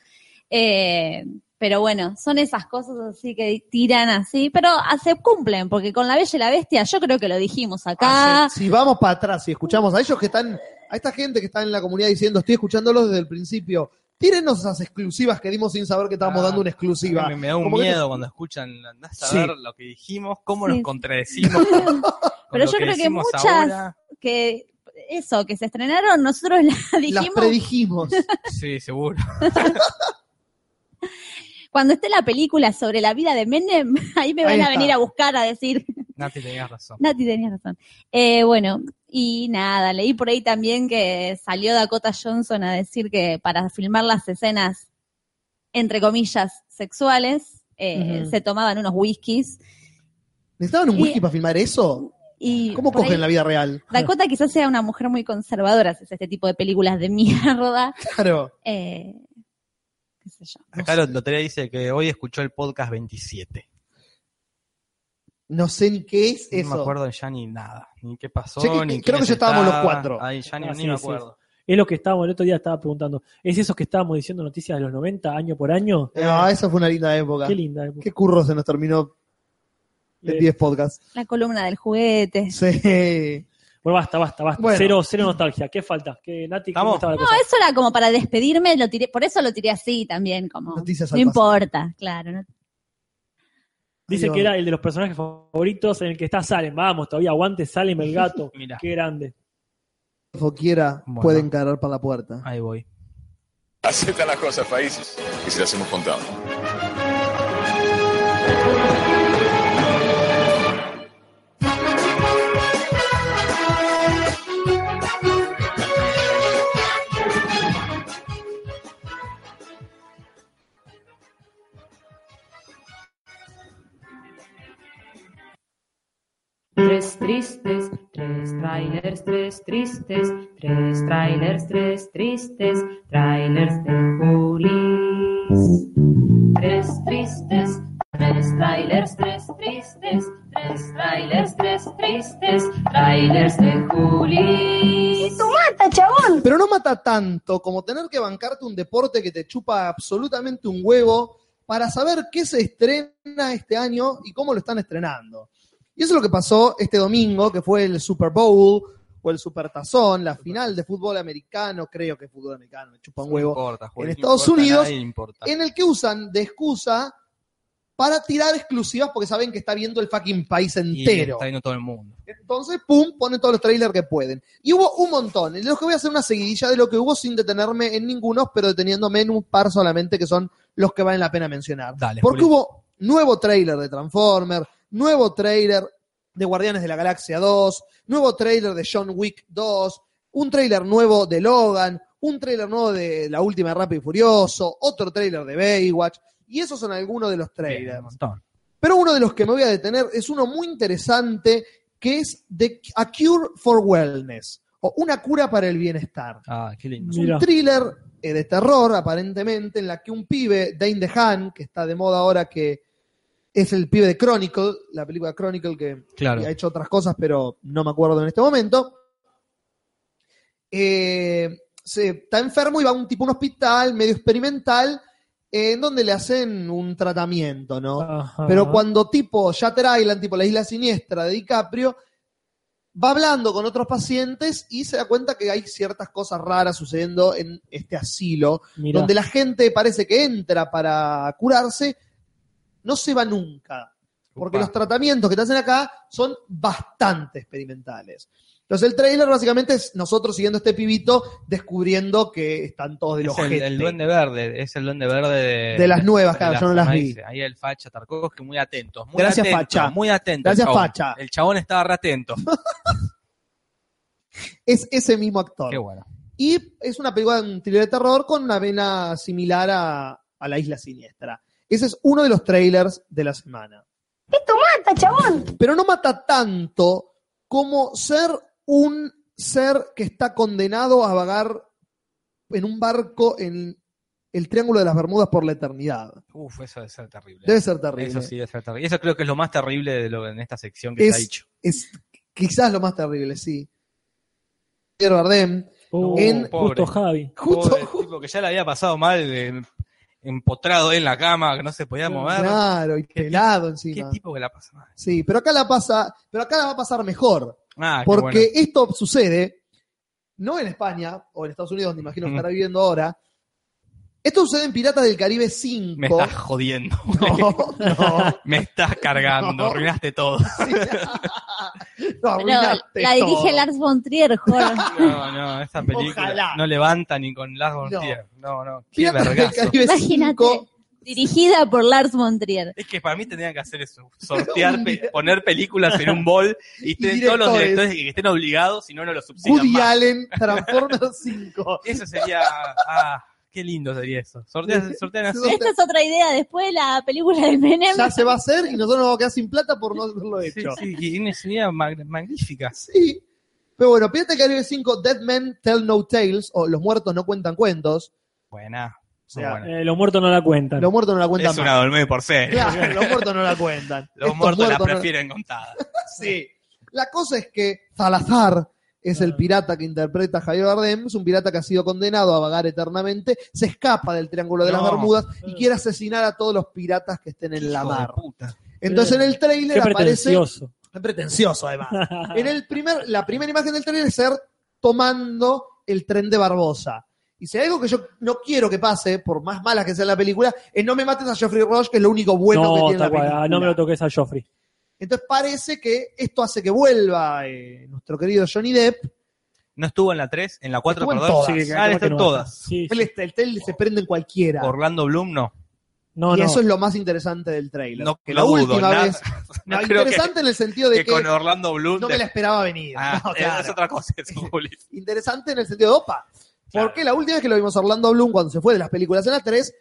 [SPEAKER 3] eh, pero bueno, son esas cosas así que tiran así, pero ah, se cumplen, porque con La Bella y la Bestia yo creo que lo dijimos acá.
[SPEAKER 1] Ah, sí, Si vamos para atrás y escuchamos a ellos que están, a esta gente que está en la comunidad diciendo, estoy escuchándolos desde el principio, tírenos esas exclusivas que dimos sin saber que estábamos
[SPEAKER 4] Ah,
[SPEAKER 1] dando una
[SPEAKER 4] A
[SPEAKER 1] exclusiva.
[SPEAKER 4] mí Me, me da un
[SPEAKER 1] Como que-
[SPEAKER 4] miedo cuando escuchan, andás a
[SPEAKER 1] Sí.
[SPEAKER 4] ver lo que dijimos, cómo nos
[SPEAKER 3] Sí.
[SPEAKER 4] contradecimos. con- con
[SPEAKER 3] Pero
[SPEAKER 4] lo
[SPEAKER 3] yo creo que
[SPEAKER 4] decimos
[SPEAKER 3] muchas
[SPEAKER 4] ahora.
[SPEAKER 3] que eso, que se estrenaron, nosotros la
[SPEAKER 1] Las
[SPEAKER 3] dijimos
[SPEAKER 1] predijimos.
[SPEAKER 4] Sí, seguro.
[SPEAKER 3] cuando esté la película sobre la vida de Menem, ahí me
[SPEAKER 1] Ahí
[SPEAKER 3] van a
[SPEAKER 1] está.
[SPEAKER 3] venir a buscar a decir,
[SPEAKER 4] Nati, tenías razón.
[SPEAKER 3] Nati tenías razón. Eh, bueno, y nada, leí por ahí también que salió Dakota Johnson a decir que para filmar las escenas, entre comillas, sexuales, eh,
[SPEAKER 1] Ujú.
[SPEAKER 3] se tomaban unos whiskies.
[SPEAKER 1] ¿Necesitaban un
[SPEAKER 3] Y-
[SPEAKER 1] wiki para filmar eso?
[SPEAKER 3] Y
[SPEAKER 1] ¿Cómo
[SPEAKER 3] por
[SPEAKER 1] cogen
[SPEAKER 3] ahí-
[SPEAKER 1] la vida real?
[SPEAKER 3] Dakota quizás sea una mujer muy conservadora, si hace este tipo de películas de mierda.
[SPEAKER 1] Claro.
[SPEAKER 3] Eh, qué sé yo.
[SPEAKER 4] Acá lo- Lotería dice que hoy escuchó el podcast 27.
[SPEAKER 1] No sé en qué es eso.
[SPEAKER 4] No me acuerdo ya ni nada, ni qué pasó,
[SPEAKER 1] Che, que-
[SPEAKER 4] ni
[SPEAKER 1] creo que
[SPEAKER 4] quiénes
[SPEAKER 1] ya estábamos los
[SPEAKER 4] estaban.
[SPEAKER 1] cuatro.
[SPEAKER 4] Ay, ya ni,
[SPEAKER 2] Ah,
[SPEAKER 4] ni
[SPEAKER 2] sí,
[SPEAKER 4] me
[SPEAKER 2] sí,
[SPEAKER 4] acuerdo.
[SPEAKER 2] Es lo que estábamos, el otro día estaba preguntando. ¿Es eso que estábamos diciendo noticias de los 90, año por año?
[SPEAKER 1] No, Ah, esa fue una linda época.
[SPEAKER 2] Qué
[SPEAKER 1] Qué,
[SPEAKER 2] linda. época.
[SPEAKER 1] curro se nos terminó en
[SPEAKER 2] Eh,
[SPEAKER 1] 10 podcasts.
[SPEAKER 3] La columna del juguete.
[SPEAKER 1] Sí.
[SPEAKER 2] Bueno, basta, basta, basta.
[SPEAKER 1] Bueno.
[SPEAKER 2] Cero, cero nostalgia. ¿Qué falta? ¿Qué, Nati, ¿cómo
[SPEAKER 4] Vamos.
[SPEAKER 2] estaba la
[SPEAKER 3] No,
[SPEAKER 2] cosa?
[SPEAKER 3] eso era como para despedirme, lo tiré, por eso lo tiré así también, como
[SPEAKER 1] Noticias
[SPEAKER 3] no
[SPEAKER 1] al pasado.
[SPEAKER 3] importa, claro. no-
[SPEAKER 2] Dice
[SPEAKER 1] Ahí
[SPEAKER 2] que
[SPEAKER 1] va.
[SPEAKER 2] era el de los personajes favoritos en el que está Salem. Vamos, todavía aguante Salem el gato.
[SPEAKER 4] Mirá.
[SPEAKER 2] Qué grande.
[SPEAKER 1] Foquiera
[SPEAKER 4] Bueno.
[SPEAKER 1] puede encarar para la puerta.
[SPEAKER 4] Ahí voy.
[SPEAKER 7] Así están las cosas, países. Y se las hemos contado.
[SPEAKER 8] Tres tristes, tres trailers, tres tristes, tres trailers, tres tristes, trailers de Julis. Tres tristes, tres trailers, tres tristes, tres trailers, tres tristes, trailers de Julis.
[SPEAKER 1] Pero no mata tanto como tener que bancarte un deporte que te chupa absolutamente un huevo para saber qué se estrena este año y cómo lo están estrenando. Y eso es lo que pasó este domingo, que fue el Super Bowl o el Super Tazón, la final de fútbol americano, creo que es fútbol americano, me chupa un
[SPEAKER 4] No
[SPEAKER 1] huevo.
[SPEAKER 4] importa, Juli,
[SPEAKER 1] En
[SPEAKER 4] no
[SPEAKER 1] Estados
[SPEAKER 4] importa,
[SPEAKER 1] Unidos,
[SPEAKER 4] nadie le importa.
[SPEAKER 1] en el que usan de excusa para tirar exclusivas porque saben que está viendo el fucking país
[SPEAKER 4] Y
[SPEAKER 1] entero.
[SPEAKER 4] está viendo todo el mundo.
[SPEAKER 1] Entonces, pum, ponen todos los trailers que pueden. Y hubo un montón. Y de los que voy a hacer una seguidilla de lo que hubo sin detenerme en ninguno, pero deteniéndome en un par solamente que son los que valen la pena mencionar.
[SPEAKER 4] Dale,
[SPEAKER 1] Porque
[SPEAKER 4] Juli.
[SPEAKER 1] hubo nuevo trailer de Transformer, nuevo trailer de Guardianes de la Galaxia 2, nuevo trailer de John Wick 2, un trailer nuevo de Logan, un trailer nuevo de la última de Rápido y Furioso, otro trailer de Baywatch. Y esos son algunos de los
[SPEAKER 4] Bien,
[SPEAKER 1] trailers.
[SPEAKER 4] un montón.
[SPEAKER 1] Pero uno de los que me voy a detener es uno muy interesante que es The, A Cure for Wellness o Una cura para el bienestar.
[SPEAKER 4] Ah, qué lindo.
[SPEAKER 1] Es
[SPEAKER 2] Mira.
[SPEAKER 1] un thriller eh, de terror, aparentemente, en la que un pibe, Dane DeHaan, que está de moda ahora, que es el pibe de Chronicle, la película Chronicle que
[SPEAKER 4] Claro.
[SPEAKER 1] y ha hecho otras cosas, pero no me acuerdo en este momento. Eh, se, está enfermo y va a un tipo a un hospital medio experimental eh, en donde le hacen un tratamiento, ¿no?
[SPEAKER 2] Ajá.
[SPEAKER 1] Pero cuando tipo Shatter Island, tipo la isla siniestra de DiCaprio, va hablando con otros pacientes y se da cuenta que hay ciertas cosas raras sucediendo en este asilo,
[SPEAKER 2] Mirá.
[SPEAKER 1] donde la gente parece que entra para curarse, no se va nunca. Porque
[SPEAKER 4] Upa.
[SPEAKER 1] los tratamientos que te hacen acá son bastante experimentales. Entonces el trailer básicamente es nosotros siguiendo a este pibito, descubriendo que están todos de los
[SPEAKER 4] Es el, el duende verde, es el duende verde de,
[SPEAKER 1] De las nuevas, claro, yo no las
[SPEAKER 4] ahí
[SPEAKER 1] vi.
[SPEAKER 4] se- Ahí el facha Tarkovsky, muy atentos. Muy
[SPEAKER 1] Gracias,
[SPEAKER 4] atento,
[SPEAKER 1] facha.
[SPEAKER 4] Muy atento.
[SPEAKER 1] Gracias,
[SPEAKER 4] el chabón.
[SPEAKER 1] facha.
[SPEAKER 4] El chabón estaba re atento.
[SPEAKER 1] Es ese mismo actor.
[SPEAKER 4] Qué bueno.
[SPEAKER 1] Y es una película, un thriller de terror con una vena similar a, a La Isla Siniestra. Ese es uno de los trailers de la semana. Pero no mata tanto como ser un ser que está condenado a vagar en un barco en el Triángulo de las Bermudas por la eternidad.
[SPEAKER 4] Uf, eso debe ser terrible.
[SPEAKER 1] Debe ser terrible.
[SPEAKER 4] Eso sí debe ser terrible. Eso creo que es lo más terrible de lo en esta sección que
[SPEAKER 1] es,
[SPEAKER 4] se ha dicho.
[SPEAKER 1] es quizás lo más terrible, sí. Javier Bardem,
[SPEAKER 2] Oh,
[SPEAKER 1] en-
[SPEAKER 4] pobre.
[SPEAKER 2] Justo Javi.
[SPEAKER 1] justo,
[SPEAKER 4] Pobre tipo que ya le había pasado mal, eh, empotrado en la cama, que no se podía mover.
[SPEAKER 1] claro, y pelado
[SPEAKER 4] Qué
[SPEAKER 1] encima.
[SPEAKER 4] tipo que la pasa mal.
[SPEAKER 1] Sí, pero acá la pasa, pero acá la va a pasar mejor,
[SPEAKER 4] Ah, qué
[SPEAKER 1] porque
[SPEAKER 4] bueno.
[SPEAKER 1] esto sucede no en España o en Estados Unidos, donde imagino que
[SPEAKER 4] Ujú.
[SPEAKER 1] estará viviendo ahora. Esto sucede en Piratas del Caribe 5.
[SPEAKER 4] me estás jodiendo.
[SPEAKER 1] No, no.
[SPEAKER 4] Me estás cargando, arruinaste todo.
[SPEAKER 1] sí. No,
[SPEAKER 3] Pero
[SPEAKER 1] arruinaste
[SPEAKER 3] la dirige
[SPEAKER 1] todo.
[SPEAKER 3] Lars von Trier, Jorge.
[SPEAKER 4] No, no, esa película
[SPEAKER 1] Ojalá.
[SPEAKER 4] no levanta ni con Lars von
[SPEAKER 1] No.
[SPEAKER 4] Trier. No, no, qué
[SPEAKER 1] Piratas del
[SPEAKER 4] vergazo.
[SPEAKER 1] Caribe
[SPEAKER 3] Imagínate.
[SPEAKER 1] 5.
[SPEAKER 3] Dirigida por Lars von Trier.
[SPEAKER 4] Es que para mí tendrían que hacer eso, sortear,
[SPEAKER 1] Un
[SPEAKER 4] pe-
[SPEAKER 1] día.
[SPEAKER 4] poner películas en un bol y, estén todos los
[SPEAKER 1] directores.
[SPEAKER 4] directores que estén obligados, si no, no lo subsidian
[SPEAKER 1] Woody
[SPEAKER 4] más.
[SPEAKER 1] Allen, Transformers 5.
[SPEAKER 4] Eso sería. Ah, qué lindo sería eso. Sortean, sortean así.
[SPEAKER 1] Sí.
[SPEAKER 3] Esta es otra idea después de la película de Menem.
[SPEAKER 1] Ya se va a hacer y nosotros nos vamos a quedar sin plata por no haberlo
[SPEAKER 4] Sí,
[SPEAKER 1] hecho.
[SPEAKER 4] sí, y una sería mag- magnífica.
[SPEAKER 1] Sí. Pero bueno, Piratas del Caribe 5, Dead Men Tell No Tales, o Los Muertos No Cuentan Cuentos.
[SPEAKER 4] Buena.
[SPEAKER 1] O sea,
[SPEAKER 4] Muy buena.
[SPEAKER 2] Eh, los muertos no la cuentan.
[SPEAKER 1] Los muertos no la cuentan
[SPEAKER 4] Es
[SPEAKER 1] más.
[SPEAKER 4] una dormida por ser.
[SPEAKER 1] Claro, los muertos no la cuentan.
[SPEAKER 4] Los
[SPEAKER 1] Estos
[SPEAKER 4] muertos la
[SPEAKER 1] no-
[SPEAKER 4] prefieren contada.
[SPEAKER 1] Sí. La cosa es que Salazar es
[SPEAKER 4] Ah.
[SPEAKER 1] el pirata que interpreta a Javier Bardem, es un pirata que ha sido condenado a vagar eternamente, se escapa del Triángulo de las
[SPEAKER 4] No.
[SPEAKER 1] Bermudas y quiere asesinar a todos los piratas que estén en la
[SPEAKER 4] Hijo de
[SPEAKER 1] mar.
[SPEAKER 4] puta.
[SPEAKER 1] Entonces en el
[SPEAKER 2] Qué
[SPEAKER 1] trailer aparece...
[SPEAKER 2] pretencioso.
[SPEAKER 1] Es pretencioso, además. en el primer, la primera imagen del trailer es ser tomando el tren de Barbosa. Y si hay algo que yo no quiero que pase, por más mala que sea la película, es no me mates a Geoffrey Rush, que es lo único bueno que
[SPEAKER 2] no,
[SPEAKER 1] tiene la
[SPEAKER 2] tal cual.
[SPEAKER 1] película.
[SPEAKER 2] Ah, no me lo toques a Joffrey.
[SPEAKER 1] Entonces parece que esto hace que vuelva eh, nuestro querido Johnny Depp.
[SPEAKER 4] No estuvo en la 3, en la 4,
[SPEAKER 1] Estuvo en
[SPEAKER 4] perdón.
[SPEAKER 1] todas.
[SPEAKER 2] Sí,
[SPEAKER 1] que
[SPEAKER 4] Ah,
[SPEAKER 2] capaz
[SPEAKER 4] están
[SPEAKER 2] que no.
[SPEAKER 4] todas.
[SPEAKER 2] Sí, sí.
[SPEAKER 1] Él está- El trailer se prende en cualquiera.
[SPEAKER 4] Orlando Bloom no.
[SPEAKER 2] No,
[SPEAKER 1] y
[SPEAKER 2] no.
[SPEAKER 1] eso es lo más interesante del trailer.
[SPEAKER 4] No,
[SPEAKER 1] que
[SPEAKER 4] lo
[SPEAKER 1] la
[SPEAKER 4] dudo,
[SPEAKER 1] última
[SPEAKER 4] nada.
[SPEAKER 1] vez.
[SPEAKER 4] No
[SPEAKER 1] No,
[SPEAKER 4] creo que,
[SPEAKER 1] interesante en el sentido de
[SPEAKER 4] que
[SPEAKER 1] que,
[SPEAKER 4] con Orlando Bloom.
[SPEAKER 1] no me
[SPEAKER 4] de-
[SPEAKER 1] la esperaba venir.
[SPEAKER 4] Ah,
[SPEAKER 1] No,
[SPEAKER 4] eso
[SPEAKER 1] claro.
[SPEAKER 4] es otra cosa eso, Juli.
[SPEAKER 1] Interesante en el sentido de opa.
[SPEAKER 4] Claro.
[SPEAKER 1] Porque la última vez que lo vimos a Orlando Bloom cuando se fue de las películas en las 3,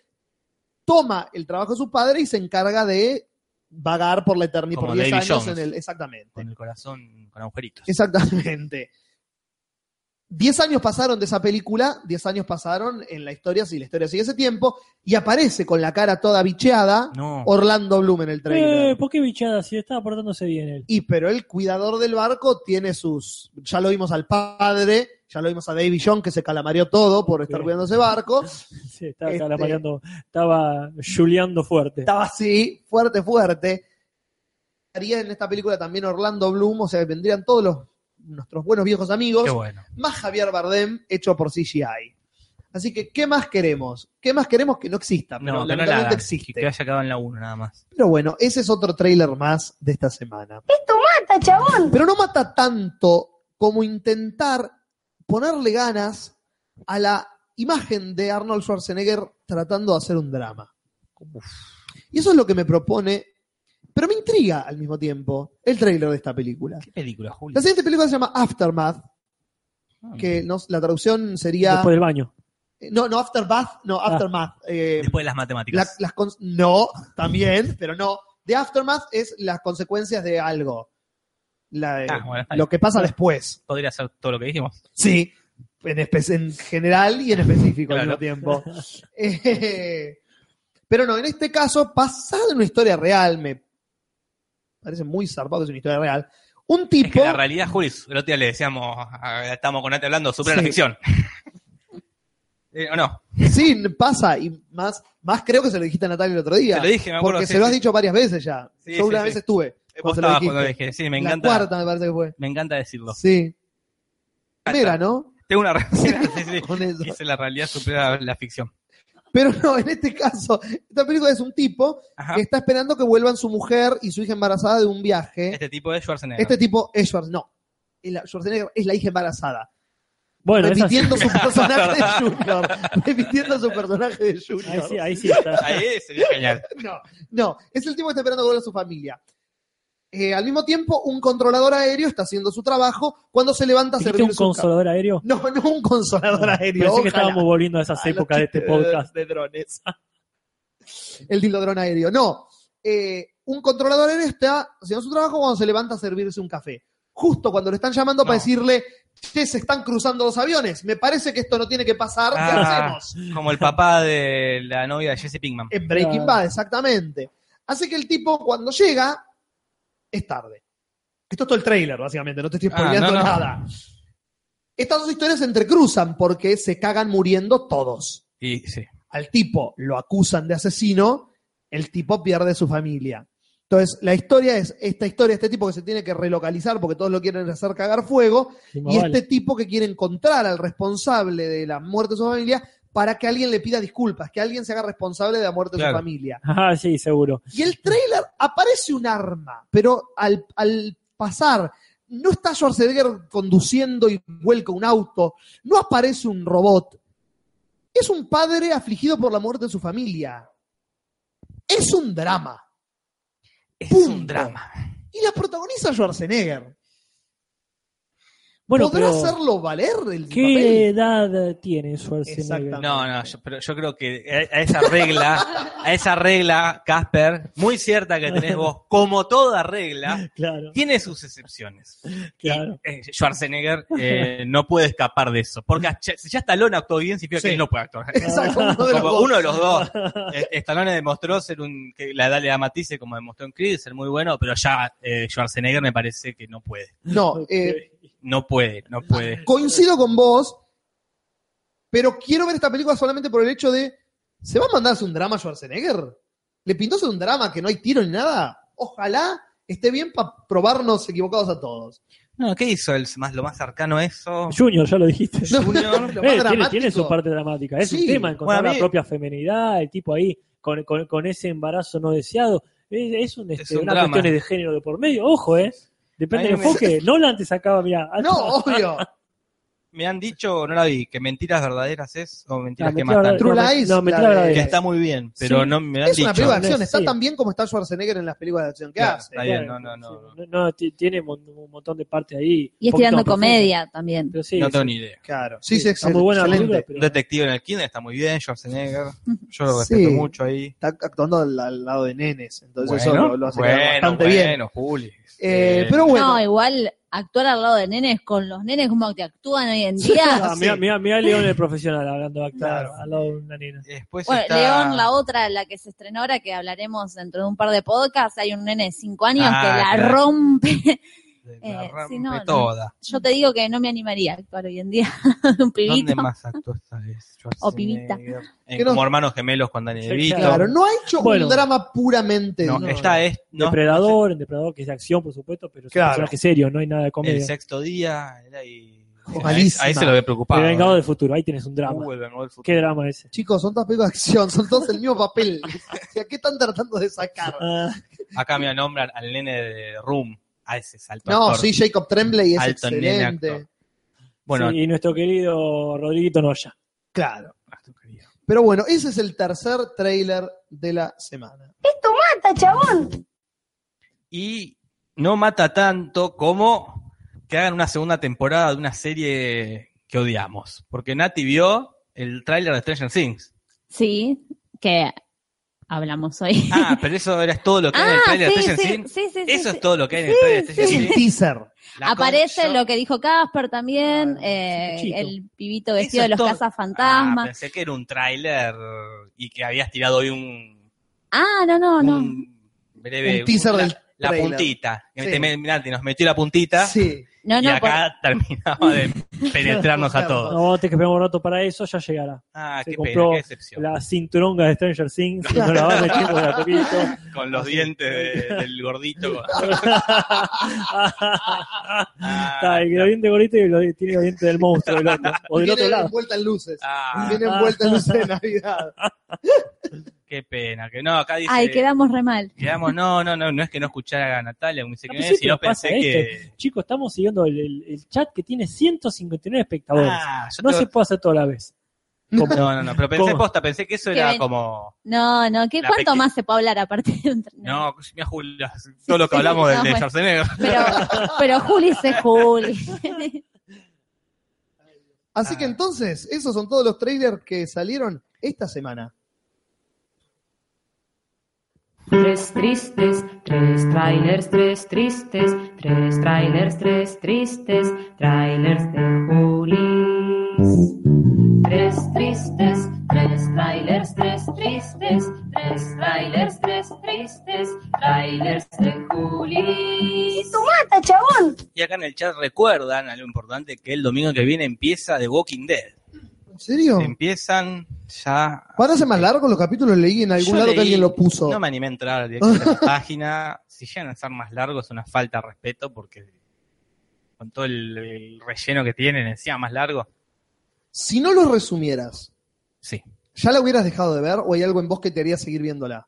[SPEAKER 1] toma el trabajo de su padre y se encarga de vagar por la eternidad
[SPEAKER 4] Como
[SPEAKER 1] por 10
[SPEAKER 4] Davy
[SPEAKER 1] años
[SPEAKER 4] Jones.
[SPEAKER 1] en el. Exactamente.
[SPEAKER 4] Con el corazón, con agujeritos.
[SPEAKER 1] Exactamente. Diez años pasaron de esa película, diez años pasaron en la historia, si la historia sigue ese tiempo, y aparece con la cara toda bicheada
[SPEAKER 4] No.
[SPEAKER 1] Orlando Bloom en el trailer.
[SPEAKER 2] Eh, ¿Por qué bichada? Si estaba portándose bien él.
[SPEAKER 1] Y pero el cuidador del barco tiene sus... Ya lo vimos al padre, ya lo vimos a Davy John que se calamareó todo por estar
[SPEAKER 2] Sí.
[SPEAKER 1] cuidando ese barco.
[SPEAKER 2] Sí, estaba
[SPEAKER 1] Este-
[SPEAKER 2] calamareando, estaba juliando fuerte.
[SPEAKER 1] Estaba así, fuerte, fuerte. Haría en esta película también Orlando Bloom, o sea, vendrían todos los, nuestros buenos viejos amigos.
[SPEAKER 4] Qué bueno.
[SPEAKER 1] más Javier Bardem hecho por CGI. Así que, ¿qué más queremos? ¿Qué más queremos que no exista? Pero
[SPEAKER 4] No, que no la
[SPEAKER 1] lamentablemente
[SPEAKER 4] hagan,
[SPEAKER 1] existe.
[SPEAKER 4] Que haya quedado en la 1 nada más.
[SPEAKER 1] Pero bueno, ese es otro tráiler más de esta semana.
[SPEAKER 9] Mata, chabón.
[SPEAKER 1] Pero no mata tanto como intentar ponerle ganas a la imagen de Arnold Schwarzenegger tratando de hacer un drama. Y eso es lo que me propone, pero me intriga al mismo tiempo el tráiler de esta película.
[SPEAKER 4] ¿Qué película, Ah. Julio?
[SPEAKER 1] La siguiente película se llama Aftermath, que no- la traducción sería...
[SPEAKER 2] Después del baño.
[SPEAKER 1] Eh, No, no, Aftermath, no, Aftermath. eh,
[SPEAKER 4] Ah. Después de las matemáticas.
[SPEAKER 1] la- las cons- no, también, pero no. The Aftermath es las consecuencias de algo. La- eh,
[SPEAKER 4] Ah, bueno, está bien.
[SPEAKER 1] lo que pasa después.
[SPEAKER 4] Podría ser todo lo que dijimos.
[SPEAKER 1] Sí. En, espe- en general y en específico al
[SPEAKER 4] Claro.
[SPEAKER 1] mismo tiempo. Eh, pero no, en este caso, basado en una historia real, me parece muy zarpado que es una historia real. Un tipo.
[SPEAKER 4] Es que la realidad, Julio, el otro día le decíamos, ah, estamos con Nate hablando, supera
[SPEAKER 1] Sí.
[SPEAKER 4] la ficción. Eh, ¿O no?
[SPEAKER 1] Sí, pasa. Y más, más creo que se lo dijiste a Natalia el otro día.
[SPEAKER 4] Te lo dije, me acuerdo.
[SPEAKER 1] porque
[SPEAKER 4] Ah, sí,
[SPEAKER 1] se lo
[SPEAKER 4] sí.
[SPEAKER 1] has dicho varias veces ya.
[SPEAKER 4] Sí,
[SPEAKER 1] Yo
[SPEAKER 4] sí,
[SPEAKER 1] una
[SPEAKER 4] sí.
[SPEAKER 1] vez estuve.
[SPEAKER 4] Vos
[SPEAKER 1] se lo
[SPEAKER 4] estabas cuando
[SPEAKER 1] dijiste.
[SPEAKER 4] dije, sí, me
[SPEAKER 1] la
[SPEAKER 4] encanta,
[SPEAKER 1] cuarta me parece que fue.
[SPEAKER 4] me encanta decirlo.
[SPEAKER 1] Sí.
[SPEAKER 4] Ahí
[SPEAKER 1] Mira,
[SPEAKER 4] está.
[SPEAKER 1] ¿no?
[SPEAKER 4] Tengo una realidad, sí, Ah, sí,
[SPEAKER 1] Con eso.
[SPEAKER 4] dice la realidad supera la ficción.
[SPEAKER 1] Pero no, en este caso, esta película es un tipo
[SPEAKER 4] Ajá.
[SPEAKER 1] que está esperando que vuelvan su mujer y su hija embarazada de un viaje. Este,
[SPEAKER 4] Este tipo de Schwarzenegger.
[SPEAKER 1] tipo es Schwarzenegger. No, Es la- Schwarzenegger es la hija embarazada.
[SPEAKER 2] Bueno, esa-
[SPEAKER 1] repitiendo su personaje de Junior. repitiendo su personaje de
[SPEAKER 2] ahí
[SPEAKER 1] Junior.
[SPEAKER 2] sí, ahí sí está.
[SPEAKER 4] Ahí sería genial.
[SPEAKER 1] No, no, es el tipo que está esperando que vuelva su familia. Eh, al mismo tiempo, un controlador aéreo está haciendo su trabajo cuando se levanta a
[SPEAKER 2] ¿Dijiste
[SPEAKER 1] servir
[SPEAKER 2] un
[SPEAKER 1] su ca-
[SPEAKER 2] consolador aéreo?
[SPEAKER 1] No, no un consolador aéreo.
[SPEAKER 2] Pensé
[SPEAKER 1] ojalá.
[SPEAKER 2] que estábamos volviendo a esas
[SPEAKER 1] A
[SPEAKER 2] épocas de
[SPEAKER 1] los
[SPEAKER 2] este
[SPEAKER 1] chistes de-
[SPEAKER 2] podcast.
[SPEAKER 1] De drones. El dilodrón aéreo. No. eh, un controlador aéreo está haciendo su trabajo cuando se levanta a servirse un café. Justo cuando le están llamando para
[SPEAKER 4] No.
[SPEAKER 1] decirle, che, se están cruzando los aviones. Me parece que esto no tiene que pasar. ¿Qué
[SPEAKER 4] Ah.
[SPEAKER 1] hacemos?
[SPEAKER 4] Como el papá de la novia de Jesse Pinkman.
[SPEAKER 1] En Breaking
[SPEAKER 2] Claro.
[SPEAKER 1] Bad, exactamente. Hace que el tipo, cuando llega, es tarde. Esto es todo el trailer, básicamente, no te estoy
[SPEAKER 4] Ah,
[SPEAKER 1] spoileando
[SPEAKER 4] no, no.
[SPEAKER 1] nada. Estas dos historias se entrecruzan porque se cagan muriendo todos.
[SPEAKER 4] Y sí.
[SPEAKER 1] Al tipo lo acusan de asesino, el tipo pierde su familia. Entonces, la historia es esta historia, este tipo que se tiene que relocalizar porque todos lo quieren hacer cagar fuego,
[SPEAKER 2] Sí, más
[SPEAKER 1] y
[SPEAKER 2] vale.
[SPEAKER 1] este tipo que quiere encontrar al responsable de la muerte de su familia para que alguien le pida disculpas, que alguien se haga responsable de la muerte de su
[SPEAKER 4] Claro.
[SPEAKER 1] familia.
[SPEAKER 2] Ah, sí, seguro.
[SPEAKER 1] Y el trailer aparece un arma, pero al, al pasar, no está Schwarzenegger conduciendo y vuelca un auto, no aparece un robot. Es un padre afligido por la muerte de su familia. Es un drama.
[SPEAKER 4] Es
[SPEAKER 1] Punto.
[SPEAKER 4] un drama.
[SPEAKER 1] Y la protagoniza Schwarzenegger.
[SPEAKER 2] Bueno,
[SPEAKER 1] ¿Podrá
[SPEAKER 2] pero
[SPEAKER 1] hacerlo valer el
[SPEAKER 2] ¿qué edad tiene Schwarzenegger?
[SPEAKER 1] Exactamente.
[SPEAKER 4] No, no, yo, pero yo creo que a a esa regla, a esa regla, Casper, muy cierta que tenés vos, como toda regla,
[SPEAKER 2] Claro,
[SPEAKER 4] tiene sus excepciones.
[SPEAKER 2] claro.
[SPEAKER 4] Eh, Schwarzenegger eh, no puede escapar de eso. Porque a- si ya Stallone actuó bien, significa
[SPEAKER 1] Sí.
[SPEAKER 4] que él no puede actuar.
[SPEAKER 1] papel? Exacto, uno de los
[SPEAKER 4] Como
[SPEAKER 1] dos.
[SPEAKER 4] uno de los dos. Eh, Stallone demostró ser un. que la edad le da matices, como demostró en Creed, ser muy bueno, pero ya eh, Schwarzenegger me parece que no puede.
[SPEAKER 1] No, eh,
[SPEAKER 4] No puede, no puede.
[SPEAKER 1] coincido con vos, pero quiero ver esta película solamente por el hecho de. ¿Se va a mandarse un drama Schwarzenegger? ¿Le pintó hacer un drama que no hay tiro ni nada? Ojalá esté bien para probarnos equivocados a todos.
[SPEAKER 4] No, ¿qué hizo el más, lo más cercano a eso?
[SPEAKER 2] Junior, ya lo dijiste.
[SPEAKER 1] No,
[SPEAKER 4] Junior.
[SPEAKER 1] lo más
[SPEAKER 2] Eh, tiene,
[SPEAKER 1] dramático.
[SPEAKER 2] tiene su parte dramática. Es
[SPEAKER 1] Sí.
[SPEAKER 2] un tema encontrar
[SPEAKER 4] Bueno, a mí-
[SPEAKER 2] la propia femenidad, el tipo ahí con, con- con ese embarazo no deseado. Es, es un, este,
[SPEAKER 4] Es un
[SPEAKER 2] una
[SPEAKER 4] drama.
[SPEAKER 2] cuestión de género de por medio. Ojo, ¿eh? Depende
[SPEAKER 4] A
[SPEAKER 2] del
[SPEAKER 4] mí me-
[SPEAKER 2] enfoque. Nolan te sacaba, ah, mira.
[SPEAKER 1] No, obvio.
[SPEAKER 4] Me han dicho, no la vi, que mentiras verdaderas es o
[SPEAKER 2] Ah,
[SPEAKER 4] mentiras que matan.
[SPEAKER 1] verdaderas. True Lies,
[SPEAKER 2] No, mentira
[SPEAKER 1] la de-
[SPEAKER 2] verdadera.
[SPEAKER 4] Que está muy bien, pero
[SPEAKER 2] Sí.
[SPEAKER 4] no me han
[SPEAKER 1] Es una
[SPEAKER 4] dicho.
[SPEAKER 1] película de acción, está
[SPEAKER 2] Sí.
[SPEAKER 1] tan bien como está Schwarzenegger en las películas de acción que
[SPEAKER 4] Claro,
[SPEAKER 1] hace.
[SPEAKER 4] está bien, no, no, no,
[SPEAKER 2] sí, no, ti- tiene mon- un montón de partes ahí.
[SPEAKER 3] Y es
[SPEAKER 2] Un poquito
[SPEAKER 3] tirando
[SPEAKER 2] más profundas.
[SPEAKER 3] comedia también.
[SPEAKER 2] Pero sí,
[SPEAKER 4] no
[SPEAKER 2] sí,
[SPEAKER 4] tengo ni idea.
[SPEAKER 1] Claro. Sí, sí,
[SPEAKER 2] Está muy buena la
[SPEAKER 1] excelente.
[SPEAKER 2] película,
[SPEAKER 4] Un
[SPEAKER 2] pero-
[SPEAKER 4] detective en el kinder está muy bien, Schwarzenegger. Yo lo
[SPEAKER 1] Sí.
[SPEAKER 4] respeto mucho ahí.
[SPEAKER 1] Está actuando al, al lado de nenes, entonces eso
[SPEAKER 4] Bueno,
[SPEAKER 1] lo, lo hace
[SPEAKER 4] bueno,
[SPEAKER 1] quedar bastante
[SPEAKER 4] bueno,
[SPEAKER 1] bien.
[SPEAKER 4] Juli.
[SPEAKER 1] Eh,
[SPEAKER 4] Eh,
[SPEAKER 1] pero bueno,
[SPEAKER 3] No, igual actuar al lado de nenes con los nenes como te actúan hoy en día.
[SPEAKER 2] Ah, mirá, mirá, mirá León el profesional hablando de actor
[SPEAKER 1] Claro.
[SPEAKER 2] al lado de una nena.
[SPEAKER 4] Eh, Después
[SPEAKER 3] Bueno,
[SPEAKER 4] está-
[SPEAKER 3] León, la otra, la que se estrenó ahora, que hablaremos dentro de un par de podcasts, hay un nene de 5 años
[SPEAKER 4] Ah,
[SPEAKER 3] que la
[SPEAKER 4] claro.
[SPEAKER 3] rompe.
[SPEAKER 4] la
[SPEAKER 3] eh,
[SPEAKER 4] rompe
[SPEAKER 3] sí, no, no.
[SPEAKER 4] toda.
[SPEAKER 3] Yo te digo que no me animaría a actuar hoy en día un pibito.
[SPEAKER 4] ¿Dónde más actuó esta vez?
[SPEAKER 3] O pibita.
[SPEAKER 4] Schwarzenegger. Eh,
[SPEAKER 1] Que no-
[SPEAKER 4] como hermanos gemelos con Daniel
[SPEAKER 2] Sí,
[SPEAKER 4] DeVito.
[SPEAKER 1] claro, no ha hecho
[SPEAKER 2] Bueno.
[SPEAKER 1] un drama puramente.
[SPEAKER 4] No,
[SPEAKER 1] no.
[SPEAKER 4] esta es no,
[SPEAKER 2] Depredador, en Depredador que es de acción, por supuesto, pero es
[SPEAKER 1] Claro.
[SPEAKER 2] un personaje serio, no hay nada de
[SPEAKER 4] el
[SPEAKER 2] comedia.
[SPEAKER 4] sexto día. era y-
[SPEAKER 1] malísima.
[SPEAKER 4] Ahí se lo ve preocupado.
[SPEAKER 2] El vengado del futuro, ahí tienes un drama.
[SPEAKER 4] Uh, el vengado del futuro.
[SPEAKER 2] ¿Qué drama ese?
[SPEAKER 1] Chicos, son todas películas de acción, son todos el mismo papel. O sea, ¿Qué están tratando de sacar?
[SPEAKER 2] Ah,
[SPEAKER 4] Acá me nombran al nene de Room. A ese salto.
[SPEAKER 1] No, sí, Jacob Tremblay es
[SPEAKER 4] Alto nene
[SPEAKER 1] excelente.
[SPEAKER 4] actor. Bueno,
[SPEAKER 2] sí, y nuestro querido Rodriguito Noya.
[SPEAKER 1] Claro. Pero bueno, ese es el tercer trailer de la semana.
[SPEAKER 4] y no mata tanto como que hagan una segunda temporada de una serie que odiamos. Porque Nati vio el tráiler de Stranger Things.
[SPEAKER 3] Sí, que hablamos hoy.
[SPEAKER 4] Ah, pero eso era todo lo que hay en el
[SPEAKER 3] Ah,
[SPEAKER 4] tráiler de Stranger
[SPEAKER 3] sí,
[SPEAKER 4] Things.
[SPEAKER 3] sí, sí, sí,
[SPEAKER 4] Eso
[SPEAKER 3] sí.
[SPEAKER 4] es todo lo que hay en el tráiler de Stranger
[SPEAKER 1] Es el
[SPEAKER 4] Things.
[SPEAKER 1] teaser.
[SPEAKER 4] La
[SPEAKER 3] Aparece
[SPEAKER 4] concha-
[SPEAKER 3] lo que dijo Casper también,
[SPEAKER 2] Ah,
[SPEAKER 3] eh,
[SPEAKER 2] ese muchachito.
[SPEAKER 3] el pibito
[SPEAKER 4] Eso
[SPEAKER 3] vestido de
[SPEAKER 4] es
[SPEAKER 3] los
[SPEAKER 4] todo. Ah,
[SPEAKER 3] cazafantasmas.
[SPEAKER 4] pensé que era un tráiler y que habías tirado hoy un,
[SPEAKER 3] Ah, no, no, no.
[SPEAKER 4] un breve
[SPEAKER 1] Un teaser
[SPEAKER 4] la,
[SPEAKER 1] del
[SPEAKER 4] la
[SPEAKER 1] tráiler.
[SPEAKER 4] puntita. Que
[SPEAKER 1] Sí.
[SPEAKER 4] te- me- Nati nos metió la puntita
[SPEAKER 1] Sí.
[SPEAKER 3] No,
[SPEAKER 4] y
[SPEAKER 3] no, por-
[SPEAKER 4] acá terminaba de penetrarnos a todos.
[SPEAKER 2] No, tenés que esperar un rato para eso, ya llegará.
[SPEAKER 4] Ah,
[SPEAKER 2] Se
[SPEAKER 4] qué pena,
[SPEAKER 2] compró
[SPEAKER 4] qué decepción.
[SPEAKER 2] La cinturonga de Stranger Things, y no la va metiendo de a poquito.
[SPEAKER 4] Con los dientes de- del gordito. Ah,
[SPEAKER 2] Está, el diente gorito y el tiene el diente del monstruo del otro, o del
[SPEAKER 1] Viene
[SPEAKER 2] otro lado.
[SPEAKER 1] envuelta en luces.
[SPEAKER 4] Ah,
[SPEAKER 1] Viene envuelta en luces de Navidad.
[SPEAKER 4] qué pena. Que no, acá dice.
[SPEAKER 3] ay, quedamos re mal.
[SPEAKER 4] quedamos, no, no, no, no es que no escuchara a Natalia, como dice
[SPEAKER 2] Ah,
[SPEAKER 4] que
[SPEAKER 2] pues
[SPEAKER 4] no
[SPEAKER 2] sí,
[SPEAKER 4] es, sino
[SPEAKER 2] pero pasa
[SPEAKER 4] pensé que.
[SPEAKER 2] esto. Chicos, estamos siguiendo el, el- el chat que tiene 159 espectadores.
[SPEAKER 4] Ah, yo
[SPEAKER 2] no
[SPEAKER 4] te-
[SPEAKER 2] se puede hacer todo a la vez. Como-
[SPEAKER 4] No, no, no, pero pensé
[SPEAKER 2] ¿Cómo?
[SPEAKER 4] posta, pensé que eso
[SPEAKER 3] Que
[SPEAKER 4] era
[SPEAKER 3] ven-
[SPEAKER 4] como.
[SPEAKER 3] No, no, ¿qué,
[SPEAKER 4] La
[SPEAKER 3] ¿cuánto
[SPEAKER 4] peque-
[SPEAKER 3] más se puede hablar aparte de un
[SPEAKER 4] No, mira, Julia, todo lo que hablamos
[SPEAKER 3] sí,
[SPEAKER 4] del
[SPEAKER 3] no,
[SPEAKER 4] de
[SPEAKER 3] bueno.
[SPEAKER 4] Schwarzenegger.
[SPEAKER 3] Pero, pero Juli se Juli.
[SPEAKER 1] Así
[SPEAKER 4] Ah.
[SPEAKER 1] que entonces, esos son todos los trailers que salieron esta semana.
[SPEAKER 8] Tres tristes, tres trailers, tres tristes, tres trailers, tres tristes, trailers de Juli. Tres tristes, tres trailers, tres tristes, tres trailers, tres tristes, trailers de Juli.
[SPEAKER 4] Y acá en el chat recuerdan a lo importante que el domingo que viene empieza The Walking Dead.
[SPEAKER 1] ¿En serio?
[SPEAKER 4] Empiezan ya.
[SPEAKER 1] ¿Van a ser más largos los capítulos? Leí en algún
[SPEAKER 4] Yo
[SPEAKER 1] lado que
[SPEAKER 4] leí-
[SPEAKER 1] alguien lo puso.
[SPEAKER 4] No me animé a entrar directamente a la página. Si llegan a ser más largos es una falta de respeto porque con todo el, el relleno que tienen, encima más largo.
[SPEAKER 1] Si no los resumieras,
[SPEAKER 4] Sí.
[SPEAKER 1] ¿ya la hubieras dejado de ver o hay algo en vos que te haría seguir viéndola?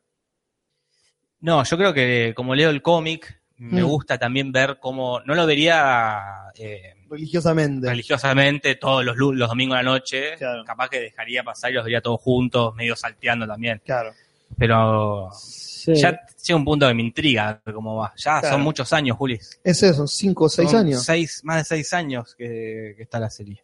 [SPEAKER 4] No, yo creo que como leo el cómic, me
[SPEAKER 1] Mm.
[SPEAKER 4] gusta también ver cómo. No lo vería eh,
[SPEAKER 1] Religiosamente.
[SPEAKER 4] religiosamente todos los, lu- los domingos a la noche.
[SPEAKER 1] Claro.
[SPEAKER 4] Capaz que dejaría pasar y los vería todos juntos, medio salteando también.
[SPEAKER 1] claro.
[SPEAKER 4] Pero
[SPEAKER 2] Sí.
[SPEAKER 4] ya llega un punto que me intriga cómo va. Ya
[SPEAKER 1] Claro.
[SPEAKER 4] son muchos años, Julis.
[SPEAKER 1] Es eso, cinco o seis
[SPEAKER 4] Son
[SPEAKER 1] años.
[SPEAKER 4] seis- más de seis años que, que está la serie.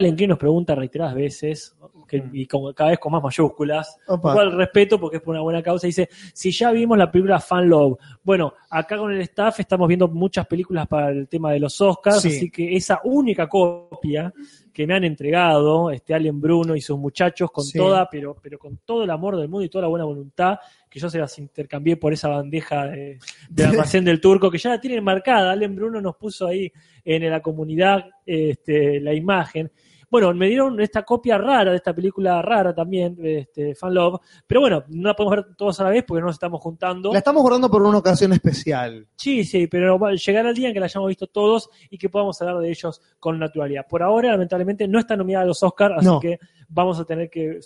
[SPEAKER 2] Allen Green nos pregunta reiteradas veces, que- y con- cada vez con más mayúsculas,
[SPEAKER 1] Opa.
[SPEAKER 2] lo cual respeto porque es por una buena causa, dice, si ya vimos la película Fan Love, bueno, acá con el staff estamos viendo muchas películas para el tema de los Oscars,
[SPEAKER 1] Sí.
[SPEAKER 2] así que esa única copia que me han entregado, este Allen Bruno y sus muchachos, con
[SPEAKER 1] Sí.
[SPEAKER 2] toda, pero, pero con todo el amor del mundo y toda la buena voluntad, que yo se las intercambié por esa bandeja de, del almacén del turco, que ya la tienen marcada, Allen Bruno nos puso ahí en la comunidad este, la imagen. Bueno, me dieron esta copia rara de esta película rara también, este, Fan Love, pero bueno, no la podemos ver todos a la vez porque no nos estamos juntando.
[SPEAKER 1] La estamos guardando por una ocasión especial.
[SPEAKER 2] Sí, sí, pero va- llegará el día en que la hayamos visto todos y que podamos hablar de ellos con naturalidad. Por ahora, lamentablemente, no está nominada a los Oscars, así
[SPEAKER 1] No.
[SPEAKER 2] que vamos a tener que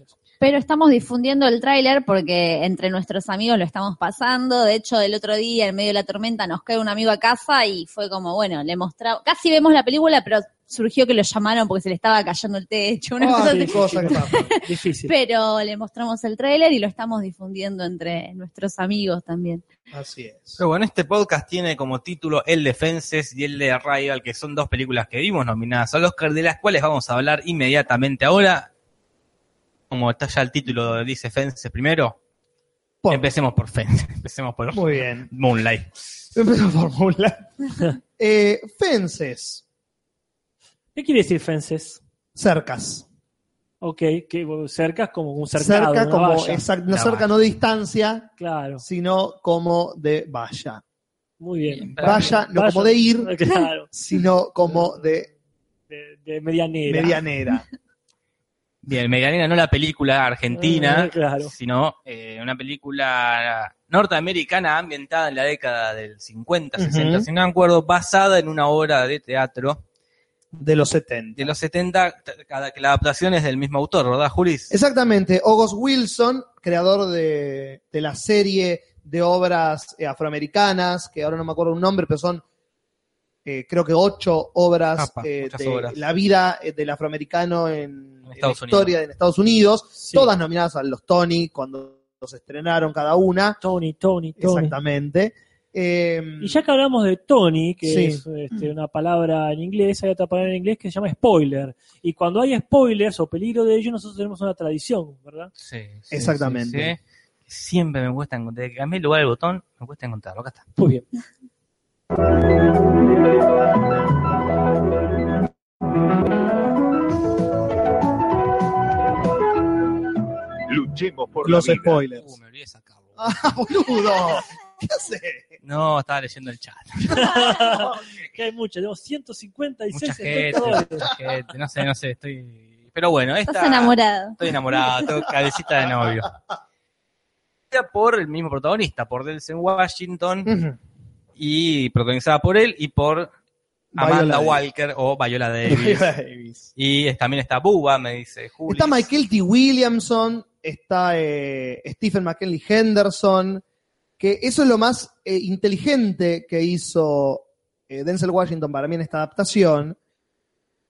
[SPEAKER 2] en eso.
[SPEAKER 3] Pero estamos difundiendo el tráiler porque entre nuestros amigos lo estamos pasando. De hecho, el otro día, en medio de la tormenta, nos cae un amigo a casa y fue como, bueno, le mostramos, casi vemos la película, pero surgió que lo llamaron porque se le estaba cayendo el techo, una
[SPEAKER 1] Ah,
[SPEAKER 3] cosa
[SPEAKER 1] qué
[SPEAKER 3] así.
[SPEAKER 2] sí.
[SPEAKER 1] cosa que pasa.
[SPEAKER 2] Difícil.
[SPEAKER 3] Pero le mostramos el tráiler y lo estamos difundiendo entre nuestros amigos también.
[SPEAKER 1] Así es.
[SPEAKER 4] Pero bueno, este podcast tiene como título El Defenses y El de Arrival, que son dos películas que vimos nominadas al Oscar, de las cuales vamos a hablar inmediatamente ahora. Como está ya el título, dice Fences primero.
[SPEAKER 1] Por-
[SPEAKER 4] Empecemos por Fences, empecemos por
[SPEAKER 1] Muy bien.
[SPEAKER 4] Moonlight.
[SPEAKER 1] Empezó por Moonlight. Eh, fences.
[SPEAKER 2] ¿Qué quiere decir fences?
[SPEAKER 1] Cercas.
[SPEAKER 2] Ok, que bueno, cercas como un cercado,
[SPEAKER 1] Cerca
[SPEAKER 2] una
[SPEAKER 1] como,
[SPEAKER 2] valla.
[SPEAKER 1] exact- no
[SPEAKER 4] Una
[SPEAKER 1] cerca
[SPEAKER 4] valla.
[SPEAKER 1] no de distancia,
[SPEAKER 2] Claro,
[SPEAKER 1] sino como de valla.
[SPEAKER 2] muy bien.
[SPEAKER 1] Valla, no
[SPEAKER 2] Valla.
[SPEAKER 1] como de ir,
[SPEAKER 2] Claro,
[SPEAKER 1] sino como de
[SPEAKER 2] de, de medianera.
[SPEAKER 1] medianera.
[SPEAKER 4] Bien, Medianera no la película argentina,
[SPEAKER 2] Ah, claro.
[SPEAKER 4] sino eh, una película norteamericana ambientada en la década del 50, 60,
[SPEAKER 1] Ujú.
[SPEAKER 4] si no me acuerdo, basada en una obra de teatro
[SPEAKER 1] de los 70.
[SPEAKER 4] de los 70, t- cada- que la adaptación es del mismo autor, ¿verdad, Julis?
[SPEAKER 1] Exactamente, August Wilson, creador de, de la serie de obras eh, afroamericanas, que ahora no me acuerdo un nombre, pero son eh, creo que ocho obras
[SPEAKER 4] Apa,
[SPEAKER 1] eh,
[SPEAKER 4] muchas
[SPEAKER 1] de
[SPEAKER 4] obras.
[SPEAKER 1] la vida eh, del afroamericano en, en la
[SPEAKER 4] Estados
[SPEAKER 1] historia en Estados Unidos,
[SPEAKER 2] Sí.
[SPEAKER 1] todas nominadas a los Tony cuando los estrenaron cada una.
[SPEAKER 2] Tony, Tony, Tony.
[SPEAKER 1] Exactamente. Eh,
[SPEAKER 2] Y ya que hablamos de Tony, que
[SPEAKER 1] Sí.
[SPEAKER 2] es este, una palabra en inglés, hay otra palabra en inglés que se llama spoiler. Y cuando hay spoilers o peligro de ello, nosotros tenemos una tradición, ¿verdad?
[SPEAKER 4] Sí, sí,
[SPEAKER 1] Exactamente.
[SPEAKER 4] sí, sí. Siempre me cuesta encontrar. Cambié el lugar del botón, me cuesta encontrarlo. Acá está.
[SPEAKER 2] Muy bien.
[SPEAKER 9] Luchemos por
[SPEAKER 1] los
[SPEAKER 9] la vida.
[SPEAKER 1] spoilers.
[SPEAKER 4] Uh, me olvidé sacarlo.
[SPEAKER 1] ¡Ah, boludo! ¿Qué hace?
[SPEAKER 4] No, estaba leyendo el chat.
[SPEAKER 2] que hay muchas, tenemos 156
[SPEAKER 4] Mucha gente,
[SPEAKER 2] espectadores.
[SPEAKER 4] mucha gente. No sé, no sé, estoy. Pero bueno, esta.
[SPEAKER 3] Estás enamorado.
[SPEAKER 4] Estoy enamorado, tengo cabecita de novio. Por el mismo protagonista, por Delsen Washington,
[SPEAKER 1] Ujú.
[SPEAKER 4] y protagonizada por él y por Amanda
[SPEAKER 1] Viola Davis.
[SPEAKER 4] Walker o Viola Davis.
[SPEAKER 1] Viola Davis.
[SPEAKER 4] y es- también está Buba, me dice Julio.
[SPEAKER 1] Está Michael T. Williamson, está eh, Stephen McKinley Henderson, que eso es lo más eh, inteligente que hizo eh, Denzel Washington para mí en esta adaptación,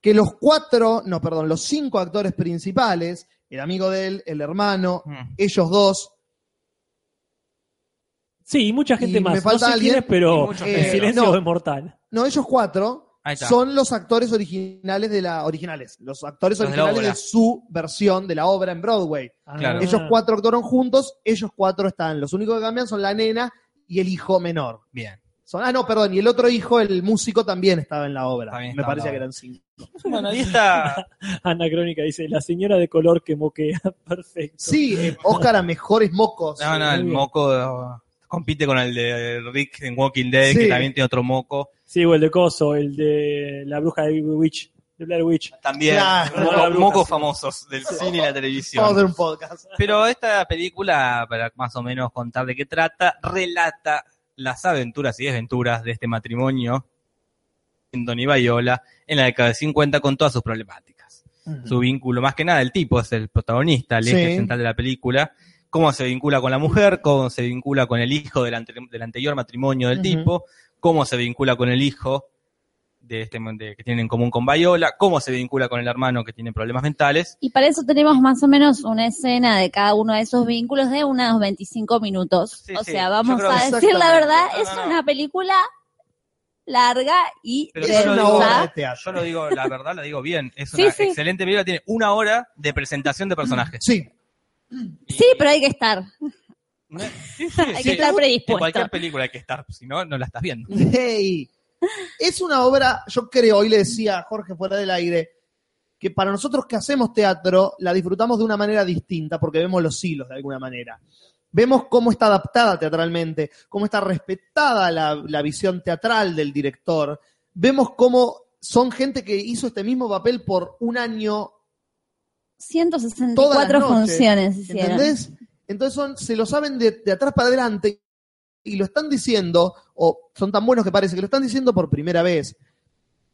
[SPEAKER 1] que los cuatro, no, perdón, los cinco actores principales, el amigo de él, el hermano,
[SPEAKER 4] Mm,
[SPEAKER 1] ellos dos,
[SPEAKER 2] Sí, y mucha gente
[SPEAKER 1] Y
[SPEAKER 2] más.
[SPEAKER 1] me falta
[SPEAKER 2] no sé quién
[SPEAKER 1] alguien.
[SPEAKER 2] es, pero
[SPEAKER 4] Y muchos
[SPEAKER 2] el
[SPEAKER 4] negros.
[SPEAKER 2] silencio
[SPEAKER 1] No.
[SPEAKER 2] es mortal.
[SPEAKER 1] no, ellos cuatro,
[SPEAKER 4] Ahí está.
[SPEAKER 1] son los actores originales de la, originales, los actores
[SPEAKER 4] Los de la
[SPEAKER 1] originales de,
[SPEAKER 4] obra.
[SPEAKER 1] su versión de la obra en Broadway.
[SPEAKER 4] Claro.
[SPEAKER 1] Ellos Ah,
[SPEAKER 2] Ah.
[SPEAKER 1] cuatro actuaron juntos, ellos cuatro están. Los únicos que cambian son la nena y el hijo menor.
[SPEAKER 4] Bien.
[SPEAKER 1] Son, ah, no, perdón, y el otro hijo, el músico, también estaba en la obra.
[SPEAKER 4] También
[SPEAKER 1] Me
[SPEAKER 4] estaba en
[SPEAKER 1] parecía
[SPEAKER 4] la
[SPEAKER 1] que
[SPEAKER 4] obra.
[SPEAKER 1] eran cinco.
[SPEAKER 4] Bueno, ahí está.
[SPEAKER 2] Ana Crónica dice, la señora de color que moquea. Perfecto.
[SPEAKER 1] Sí, eh, Oscar a mejores mocos.
[SPEAKER 4] No, no,
[SPEAKER 2] muy
[SPEAKER 4] el
[SPEAKER 2] bien.
[SPEAKER 4] moco eh, compite con el de Rick en Walking Dead,
[SPEAKER 1] Sí.
[SPEAKER 4] que también tiene otro moco.
[SPEAKER 2] Sí, o el de Coso, el de la bruja de Witch, de Blair Witch.
[SPEAKER 4] También.
[SPEAKER 1] Claro.
[SPEAKER 4] Mo-
[SPEAKER 2] Claro.
[SPEAKER 4] mocos famosos del cine y la
[SPEAKER 1] Vamos a
[SPEAKER 4] televisión.
[SPEAKER 1] hacer un podcast.
[SPEAKER 4] Pero esta película, para más o menos contar de qué trata, relata las aventuras y desventuras de este matrimonio, Washington y Viola, en la década de 50 con todas sus problemáticas. Su vínculo, más que nada, el tipo es el protagonista, el eje
[SPEAKER 1] Sí.
[SPEAKER 4] central de la película, cómo se vincula con la mujer, cómo se vincula con el hijo del, ante- del anterior matrimonio del
[SPEAKER 1] Ujú.
[SPEAKER 4] tipo, cómo se vincula con el hijo de este de- que tiene en común con Viola, cómo se vincula con el hermano que tiene problemas mentales.
[SPEAKER 3] Y para eso tenemos más o menos una escena de cada uno de esos vínculos de unos 25 minutos.
[SPEAKER 4] Sí,
[SPEAKER 3] o
[SPEAKER 4] sí,
[SPEAKER 3] sea,
[SPEAKER 4] yo
[SPEAKER 3] vamos
[SPEAKER 4] creo
[SPEAKER 3] a
[SPEAKER 1] que-
[SPEAKER 3] decir la verdad,
[SPEAKER 4] Exactamente.
[SPEAKER 3] es
[SPEAKER 4] No, no, no.
[SPEAKER 3] una película larga y
[SPEAKER 4] Pero
[SPEAKER 1] es
[SPEAKER 4] yo
[SPEAKER 1] una
[SPEAKER 4] no digo-
[SPEAKER 1] obra de
[SPEAKER 3] densa.
[SPEAKER 4] Yo
[SPEAKER 1] teatro.
[SPEAKER 4] lo digo, la verdad, la digo bien. Es
[SPEAKER 3] Sí,
[SPEAKER 4] una
[SPEAKER 3] sí.
[SPEAKER 4] excelente película. Tiene una hora de presentación de personajes.
[SPEAKER 1] Sí,
[SPEAKER 3] Mm. Sí, pero hay que estar.
[SPEAKER 4] Sí, sí, sí.
[SPEAKER 3] Hay que estar
[SPEAKER 4] En
[SPEAKER 3] predispuesto.
[SPEAKER 4] cualquier película hay que estar, si no, no la estás viendo.
[SPEAKER 1] Hey. Es una obra, yo creo, hoy le decía a Jorge fuera del aire, que para nosotros que hacemos teatro la disfrutamos de una manera distinta porque vemos los hilos de alguna manera. Vemos cómo está adaptada teatralmente, cómo está respetada la, la visión teatral del director. Vemos cómo son gente que hizo este mismo papel por un año
[SPEAKER 3] 164
[SPEAKER 1] Todas las noches,
[SPEAKER 3] funciones hicieron.
[SPEAKER 1] ¿Entendés? Entonces son, se lo saben de, de atrás para adelante y lo están diciendo, o son tan buenos que parece que lo están diciendo por primera vez.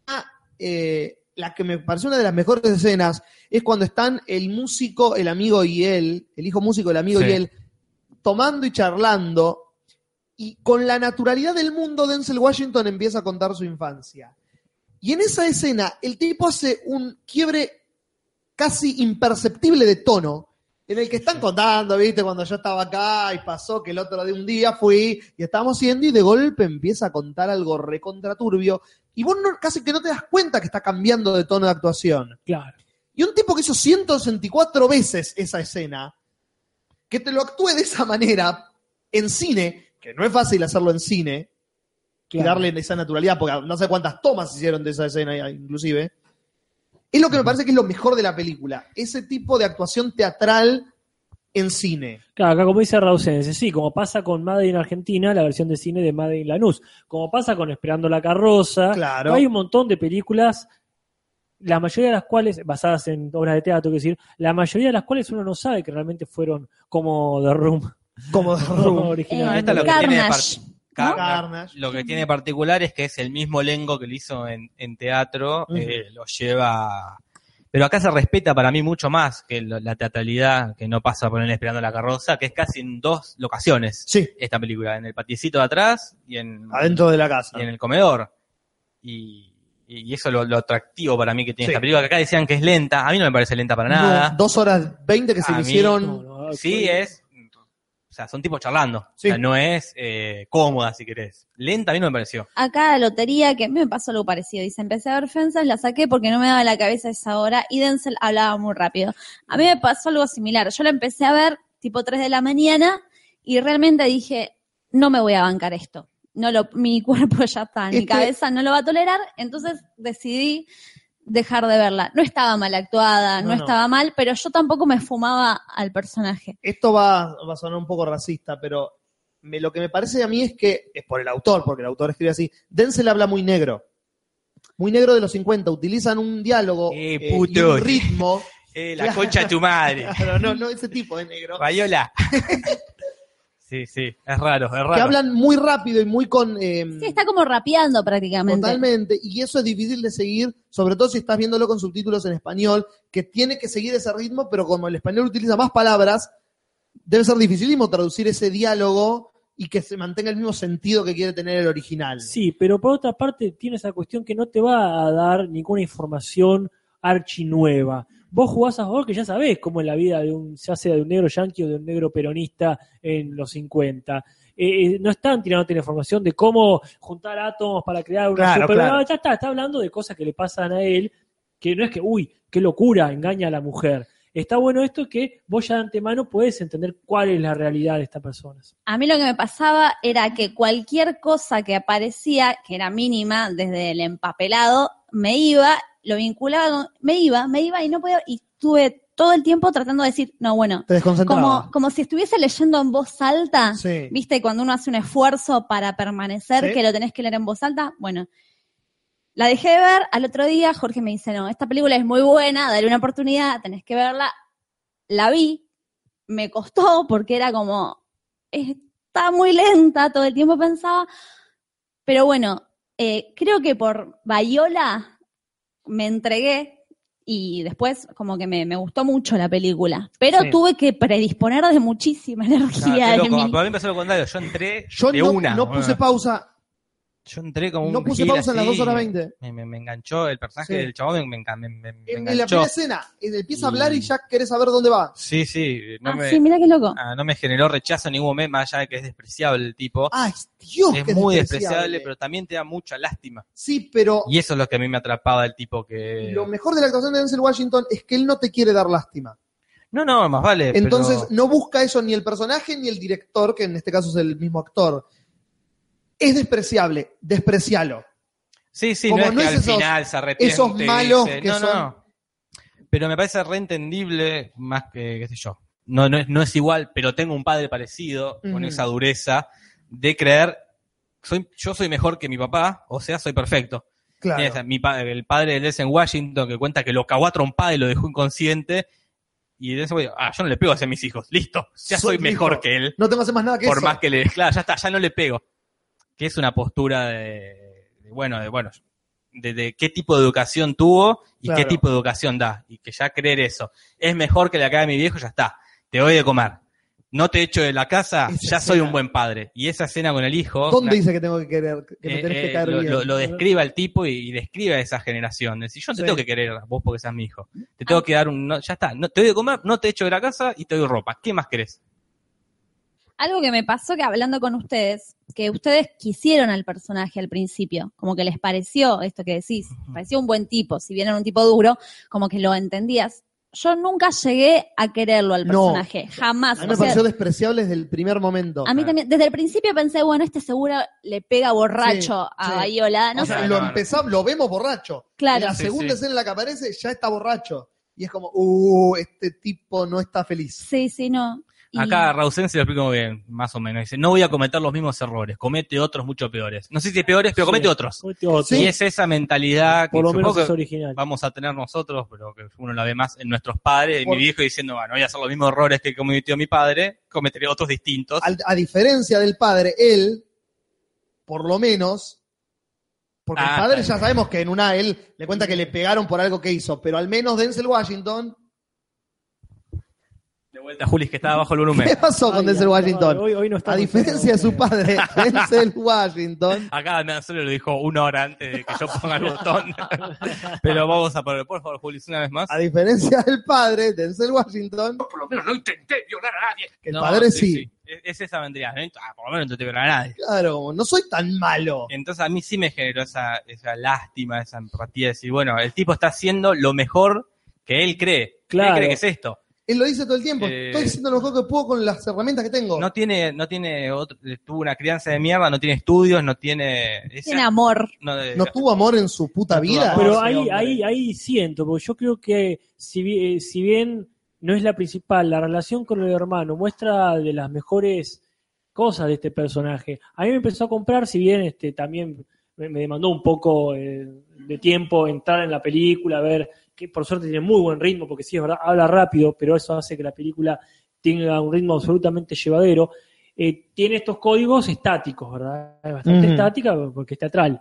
[SPEAKER 1] Ah, eh, la que me pareció una de las mejores escenas es cuando están el músico, el amigo y él, el hijo músico, el amigo
[SPEAKER 4] Sí.
[SPEAKER 1] y él, tomando y charlando, y con la naturalidad del mundo, Denzel Washington empieza a contar su infancia. Y en esa escena, el tipo hace un quiebre casi imperceptible de tono, en el que están contando, viste, cuando yo estaba acá y pasó que el otro de un día fui y estábamos yendo y de golpe empieza a contar algo recontraturbio y vos no- casi que no te das cuenta que está cambiando de tono de actuación.
[SPEAKER 2] Claro.
[SPEAKER 1] Y un tipo que hizo 164 veces esa escena, que te lo actúe de esa manera en cine, que no es fácil hacerlo en cine, y darle esa naturalidad, porque no sé cuántas tomas hicieron de esa escena ya, inclusive, es lo que me parece que es lo mejor de la película, ese tipo de actuación teatral en cine.
[SPEAKER 2] Claro, acá como dice Rausense, sí, como pasa con Made in Argentina, la versión de cine de Made in Lanús, como pasa con Esperando la carroza,
[SPEAKER 1] Claro.
[SPEAKER 2] hay un montón de películas, la mayoría de las cuales, basadas en obras de teatro, quiero decir, la mayoría de las cuales uno no sabe que realmente fueron como The Room,
[SPEAKER 1] Como
[SPEAKER 2] como
[SPEAKER 3] Eh,
[SPEAKER 2] originalmente.
[SPEAKER 4] esta es lo que tiene de
[SPEAKER 3] Carnage.
[SPEAKER 4] Car-
[SPEAKER 1] Carnage.
[SPEAKER 4] Lo que tiene particular es que es el mismo Lengo que lo hizo en, en teatro,
[SPEAKER 1] Ujú.
[SPEAKER 4] eh, lo lleva... Pero acá se respeta para mí mucho más que lo- la teatralidad que no pasa por él esperando la carroza, que es casi en dos locaciones
[SPEAKER 1] Sí,
[SPEAKER 4] esta película, en el patiecito de atrás y en,
[SPEAKER 1] adentro de la casa.
[SPEAKER 4] y en el comedor. Y, y eso lo, lo atractivo para mí que tiene
[SPEAKER 1] Sí.
[SPEAKER 4] esta película, que acá decían que es lenta, a mí no me parece lenta para nada.
[SPEAKER 1] No, dos horas veinte que se
[SPEAKER 4] A
[SPEAKER 1] le
[SPEAKER 4] mí-
[SPEAKER 1] hicieron.
[SPEAKER 2] No, no,
[SPEAKER 4] Sí, eh,
[SPEAKER 2] fue-
[SPEAKER 4] es. O sea, son tipos charlando.
[SPEAKER 1] Sí.
[SPEAKER 4] O sea, no es eh, cómoda, si querés. Lenta a mí no me pareció.
[SPEAKER 3] Acá la lotería, que me pasó algo parecido. Dice, empecé a ver Fences, la saqué porque no me daba la cabeza esa hora y Denzel hablaba muy rápido. A mí me pasó algo similar. Yo la empecé a ver tipo 3 de la mañana y realmente dije, no me voy a bancar esto. No lo, mi cuerpo ya está, mi
[SPEAKER 1] Este-
[SPEAKER 3] cabeza no lo va a tolerar. Entonces decidí dejar de verla. No estaba mal actuada, no,
[SPEAKER 1] No, no.
[SPEAKER 3] estaba mal, pero yo tampoco me fumaba al personaje.
[SPEAKER 1] Esto va, va a sonar un poco racista, pero me- lo que me parece a mí es que, es por el autor, porque el autor escribe así, Denzel habla muy negro. Muy negro de los 50, utilizan un diálogo
[SPEAKER 4] Eh,
[SPEAKER 1] eh, y
[SPEAKER 4] puto.
[SPEAKER 1] un ritmo.
[SPEAKER 4] Eh,
[SPEAKER 1] Claro.
[SPEAKER 4] la concha de tu madre.
[SPEAKER 1] Claro, no, no ese tipo de negro.
[SPEAKER 4] Viola. sí, sí. Es raro, es raro.
[SPEAKER 1] Que hablan muy rápido y muy con. eh,
[SPEAKER 3] Sí, está como rapeando prácticamente.
[SPEAKER 1] Totalmente, y eso es difícil de seguir, sobre todo si estás viéndolo con subtítulos en español, que tiene que seguir ese ritmo, pero como el español utiliza más palabras, debe ser dificilísimo traducir ese diálogo y que se mantenga el mismo sentido que quiere tener el original.
[SPEAKER 2] Sí, pero por otra parte tiene esa cuestión que no te va a dar ninguna información archi nueva. Vos jugás a favor que ya sabés cómo es la vida de un, ya sea de un negro yanqui o de un negro peronista en los 50. Eh, eh, no están tirándote la información de cómo juntar átomos para crear una
[SPEAKER 1] Claro,
[SPEAKER 2] super-
[SPEAKER 1] claro.
[SPEAKER 2] No, ya está, está hablando de cosas que le pasan a él, que no es que, uy, qué locura, engaña a la mujer. Está bueno esto que vos ya de antemano puedes entender cuál es la realidad de estas personas.
[SPEAKER 3] A mí lo que me pasaba era que cualquier cosa que aparecía, que era mínima, desde el empapelado, me iba, lo vinculaba, con- me iba, me iba y no podía, y estuve todo el tiempo tratando de decir, no, bueno,
[SPEAKER 1] Te desconcentraba.
[SPEAKER 3] como, ah, como si estuviese leyendo en voz alta,
[SPEAKER 1] Sí.
[SPEAKER 3] viste, cuando uno hace un esfuerzo para permanecer,
[SPEAKER 1] Sí.
[SPEAKER 3] que lo tenés que leer en voz alta, bueno. La dejé de ver, al otro día Jorge me dice, no, esta película es muy buena, dale una oportunidad, tenés que verla. La vi, me costó porque era como, está muy lenta, todo el tiempo pensaba. Pero bueno, eh, creo que por Bayola me entregué y después como que me, me gustó mucho la película. Pero
[SPEAKER 1] Sí.
[SPEAKER 3] tuve que predisponer de muchísima
[SPEAKER 4] Ah,
[SPEAKER 3] energía
[SPEAKER 4] qué
[SPEAKER 3] de
[SPEAKER 4] loco.
[SPEAKER 3] mí.
[SPEAKER 4] Para mí pasó lo contrario. Yo entré
[SPEAKER 1] Yo
[SPEAKER 4] de
[SPEAKER 1] no,
[SPEAKER 4] una.
[SPEAKER 1] no puse
[SPEAKER 4] pausa.
[SPEAKER 1] pausa,
[SPEAKER 4] Yo entré como un
[SPEAKER 1] no puse
[SPEAKER 4] gil
[SPEAKER 1] pausa en las
[SPEAKER 4] así,
[SPEAKER 1] 2 horas 20.
[SPEAKER 4] Me, me- me enganchó el personaje
[SPEAKER 1] Sí.
[SPEAKER 4] del chabón, me, enca- me- me- me
[SPEAKER 1] En, en la
[SPEAKER 4] enganchó.
[SPEAKER 1] primera escena, en- empieza a hablar y
[SPEAKER 4] Y-
[SPEAKER 1] ya querés saber dónde va.
[SPEAKER 4] Sí, sí. No
[SPEAKER 3] Ah,
[SPEAKER 4] me,
[SPEAKER 3] sí, mira qué loco.
[SPEAKER 4] ah, no me generó rechazo en ningún momento, más allá de que es despreciable el tipo.
[SPEAKER 1] Ay, Dios, Ah, que
[SPEAKER 4] es muy despreciable, pero también te da mucha lástima.
[SPEAKER 1] Sí, pero
[SPEAKER 4] Y eso es lo que a mí me atrapaba el tipo que...
[SPEAKER 1] lo mejor de la actuación de Denzel Washington es que él no te quiere dar lástima.
[SPEAKER 4] No, no, más vale.
[SPEAKER 1] Entonces
[SPEAKER 4] Eh, pero-
[SPEAKER 1] no busca eso ni el personaje ni el director, que en este caso es el mismo actor. Es despreciable, desprecialo.
[SPEAKER 4] Sí, sí,
[SPEAKER 1] como
[SPEAKER 4] no es
[SPEAKER 1] no
[SPEAKER 4] que
[SPEAKER 1] es
[SPEAKER 4] al
[SPEAKER 1] esos-
[SPEAKER 4] final se arrepiente.
[SPEAKER 1] esos
[SPEAKER 4] y
[SPEAKER 1] malos
[SPEAKER 4] dice,
[SPEAKER 1] que
[SPEAKER 4] no,
[SPEAKER 1] son-
[SPEAKER 4] no. Pero me parece reentendible, más que, qué sé yo. No, no, es, no es igual, pero tengo un padre parecido, con
[SPEAKER 1] Ujú.
[SPEAKER 4] esa dureza, de creer, soy, yo soy mejor que mi papá, o sea, soy perfecto.
[SPEAKER 1] Claro.
[SPEAKER 4] Tienes a mi pa- el padre de Denzel Washington que cuenta que lo cagó a trompada y lo dejó inconsciente. Y Denzel Washington, ah, yo no le pego así a mis hijos. Listo, ya
[SPEAKER 1] Soy
[SPEAKER 4] soy,
[SPEAKER 1] mi
[SPEAKER 4] mejor
[SPEAKER 1] hijo.
[SPEAKER 4] que él.
[SPEAKER 1] No tengo que hacer más nada que
[SPEAKER 4] Por
[SPEAKER 1] eso.
[SPEAKER 4] más que le, claro, ya está, ya no le pego. Que es una postura de, de, bueno, de, bueno, de, de qué tipo de educación tuvo y
[SPEAKER 1] Claro.
[SPEAKER 4] qué tipo de educación da. Y que ya creer eso. Es mejor que la cara de mi viejo, ya está. Te doy de comer. No te echo de la casa,
[SPEAKER 1] Esa
[SPEAKER 4] ya soy
[SPEAKER 1] escena.
[SPEAKER 4] un buen padre. Y esa escena con el hijo.
[SPEAKER 1] ¿Dónde
[SPEAKER 4] una-
[SPEAKER 1] dice que tengo que querer, que me
[SPEAKER 4] eh,
[SPEAKER 1] tenés que
[SPEAKER 4] eh,
[SPEAKER 1] caer
[SPEAKER 4] lo,
[SPEAKER 1] bien?
[SPEAKER 4] lo- lo describa el tipo y, y describa a esa generación. Si yo no te
[SPEAKER 1] Sí.
[SPEAKER 4] tengo que querer a vos porque seas mi hijo. Te tengo que dar un... no, ya está, no, te doy de comer, no te echo de la casa y te doy ropa. ¿Qué más querés?
[SPEAKER 3] Algo que me pasó que hablando con ustedes, que ustedes quisieron al personaje al principio, como que les pareció esto que decís, pareció un buen tipo, si bien era un tipo duro, como que lo entendías. Yo nunca llegué a quererlo al
[SPEAKER 1] No.
[SPEAKER 3] personaje, jamás.
[SPEAKER 1] a mí me
[SPEAKER 3] O sea,
[SPEAKER 1] pareció despreciable desde el primer momento.
[SPEAKER 3] Ah,
[SPEAKER 4] Ah.
[SPEAKER 3] a mí también, desde el principio pensé, bueno, este seguro le pega borracho
[SPEAKER 1] Sí,
[SPEAKER 3] a
[SPEAKER 1] sí.
[SPEAKER 3] Bayola, no
[SPEAKER 1] O
[SPEAKER 4] sé.
[SPEAKER 1] sea, lo,
[SPEAKER 4] No, no.
[SPEAKER 1] empezá- lo vemos borracho.
[SPEAKER 3] Claro.
[SPEAKER 1] En la
[SPEAKER 4] Sí,
[SPEAKER 1] segunda
[SPEAKER 4] sí.
[SPEAKER 1] escena en la que aparece ya está borracho. Y es como, uh, este tipo no está feliz.
[SPEAKER 3] Sí, sí, no. Y-
[SPEAKER 4] Acá Rausen se lo explico muy bien, más o menos. Dice, no voy a cometer los mismos errores, comete otros mucho peores. No sé si peores, pero comete
[SPEAKER 2] Sí.
[SPEAKER 4] otros.
[SPEAKER 2] Comete otro.
[SPEAKER 1] Sí.
[SPEAKER 4] Y es esa mentalidad que
[SPEAKER 2] Por lo
[SPEAKER 4] supongo
[SPEAKER 2] menos es
[SPEAKER 4] que
[SPEAKER 2] original.
[SPEAKER 4] vamos a tener nosotros, pero que uno la ve más en nuestros padres. Y
[SPEAKER 1] Por-
[SPEAKER 4] mi viejo diciendo, bueno, voy a hacer los mismos errores que cometió mi padre, cometeré otros distintos.
[SPEAKER 1] Al- a diferencia del padre, él por lo menos, porque
[SPEAKER 4] Ah,
[SPEAKER 1] el padre
[SPEAKER 4] está
[SPEAKER 1] ya sabemos que en una él le cuenta que le pegaron por algo que hizo, pero al menos Denzel Washington,
[SPEAKER 4] De vuelta, Julis, que estaba bajo el volumen.
[SPEAKER 1] ¿qué pasó con
[SPEAKER 2] Ay,
[SPEAKER 1] Denzel
[SPEAKER 2] no,
[SPEAKER 1] Washington?
[SPEAKER 2] hoy- hoy no está
[SPEAKER 1] A
[SPEAKER 2] con
[SPEAKER 1] diferencia de su
[SPEAKER 2] nosotros.
[SPEAKER 1] padre, Denzel Washington,
[SPEAKER 4] Acá nada, solo lo dijo una hora antes de que yo ponga el botón. Pero vamos a ponerlo, por favor, Julis, una vez más.
[SPEAKER 1] a diferencia del padre, Denzel Washington,
[SPEAKER 7] Por lo menos no intenté violar a nadie.
[SPEAKER 1] que el
[SPEAKER 4] No,
[SPEAKER 1] padre sí,
[SPEAKER 4] Es, es esa vendría. ¿eh? Ah, por lo menos no te viola a nadie.
[SPEAKER 1] claro, como, no soy tan malo.
[SPEAKER 4] Entonces a mí sí me generó esa, esa lástima, esa empatía. de Decir, bueno, el tipo está haciendo lo mejor que él cree.
[SPEAKER 2] Claro.
[SPEAKER 4] Él cree que es esto.
[SPEAKER 1] Él lo dice todo el tiempo,
[SPEAKER 4] Eh,
[SPEAKER 1] estoy haciendo lo mejor que puedo con las herramientas que tengo.
[SPEAKER 4] No tiene, no tiene otro, eh, tuvo una crianza de mierda, no tiene estudios, no tiene. esa-
[SPEAKER 3] Tiene amor.
[SPEAKER 4] no, eh, de-
[SPEAKER 1] ¿No tuvo amor en su puta
[SPEAKER 4] No tuvo
[SPEAKER 1] vida?
[SPEAKER 4] amor.
[SPEAKER 2] Pero
[SPEAKER 4] sí,
[SPEAKER 2] ahí,
[SPEAKER 4] hombre.
[SPEAKER 2] ahí, ahí siento, porque yo creo que si, bi- eh, si bien no es la principal, la relación con el hermano muestra de las mejores cosas de este personaje. A mí me empezó a comprar, si bien este también me, me demandó un poco eh, de tiempo entrar en la película, ver que por suerte tiene muy buen ritmo, porque sí, es verdad, habla rápido, pero eso hace que la película tenga un ritmo absolutamente llevadero. Eh, tiene estos códigos estáticos, ¿verdad? Es bastante
[SPEAKER 1] Ujú.
[SPEAKER 2] estática porque es teatral.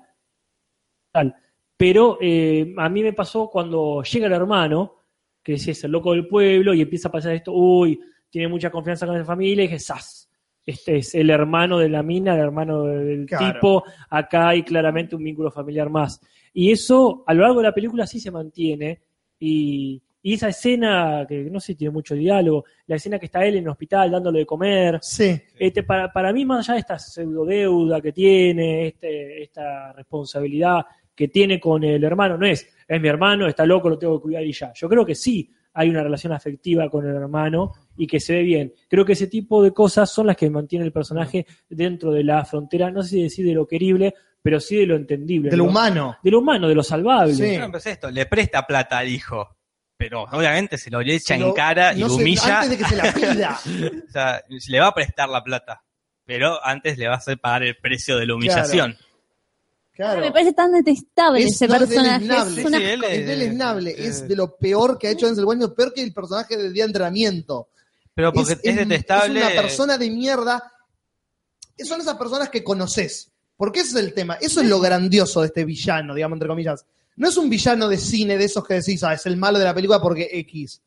[SPEAKER 2] Tal. Pero eh, a mí me pasó cuando llega el hermano, que decía, es el loco del pueblo, y empieza a pasar esto, uy, tiene mucha confianza con la familia, y dije, ¡zas! Este es el hermano de la mina, el hermano del
[SPEAKER 1] Claro.
[SPEAKER 2] tipo, acá hay claramente un vínculo familiar más. Y eso a lo largo de la película sí se mantiene, y, y esa escena, que no sé si tiene mucho diálogo, la escena que está él en el hospital dándole de comer,
[SPEAKER 1] Sí.
[SPEAKER 2] este, para, para mí, más allá de esta pseudodeuda que tiene, este, esta responsabilidad que tiene con el hermano, no es, es mi hermano, está loco, lo tengo que cuidar y ya. Yo creo que sí hay una relación afectiva con el hermano y que se ve bien. Creo que ese tipo de cosas son las que mantiene el personaje dentro de la frontera, no sé si decir de lo querible, pero sí de lo entendible.
[SPEAKER 1] De lo humano.
[SPEAKER 2] De lo humano, de lo salvable.
[SPEAKER 1] Sí.
[SPEAKER 4] Bueno, pues esto, le presta plata al hijo. Pero obviamente se lo le echa
[SPEAKER 1] Pero
[SPEAKER 4] en cara y
[SPEAKER 1] no
[SPEAKER 4] lo
[SPEAKER 1] se-
[SPEAKER 4] humilla.
[SPEAKER 1] antes de que se la pida.
[SPEAKER 4] O sea, se le va a prestar la plata. Pero antes le va a hacer pagar el precio de la humillación.
[SPEAKER 1] Claro.
[SPEAKER 3] Me parece tan detestable
[SPEAKER 1] Es
[SPEAKER 3] ese
[SPEAKER 1] tan
[SPEAKER 3] personaje.
[SPEAKER 1] deleznable.
[SPEAKER 3] Es una-
[SPEAKER 4] Sí, sí, él
[SPEAKER 1] Es
[SPEAKER 4] es-
[SPEAKER 1] deleznable,
[SPEAKER 4] eh,
[SPEAKER 1] es de lo peor que ha hecho Denzel Washington, peor que el personaje de día de entrenamiento.
[SPEAKER 4] Pero porque es, detestable.
[SPEAKER 1] Es una persona de mierda. Son esas personas que conoces. Porque ese es el tema. Eso es lo grandioso de este villano, digamos, entre comillas. No es un villano de cine de esos que decís, ah, es el malo de la película porque X.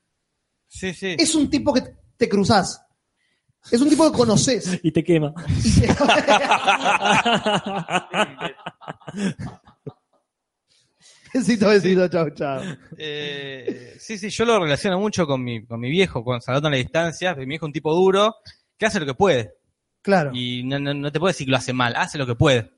[SPEAKER 4] Sí, sí.
[SPEAKER 1] Es un tipo que te cruzás. Es un tipo que conoces.
[SPEAKER 2] Y te quema.
[SPEAKER 1] Y te- besito, besito, chao, chao.
[SPEAKER 4] Eh, sí, sí, yo lo relaciono mucho con mi, con mi viejo, con Salvando la Distancia. Mi viejo es un tipo duro que hace lo que puede.
[SPEAKER 1] Claro.
[SPEAKER 4] Y no, no, no te puedo decir que lo hace mal, hace lo que puede.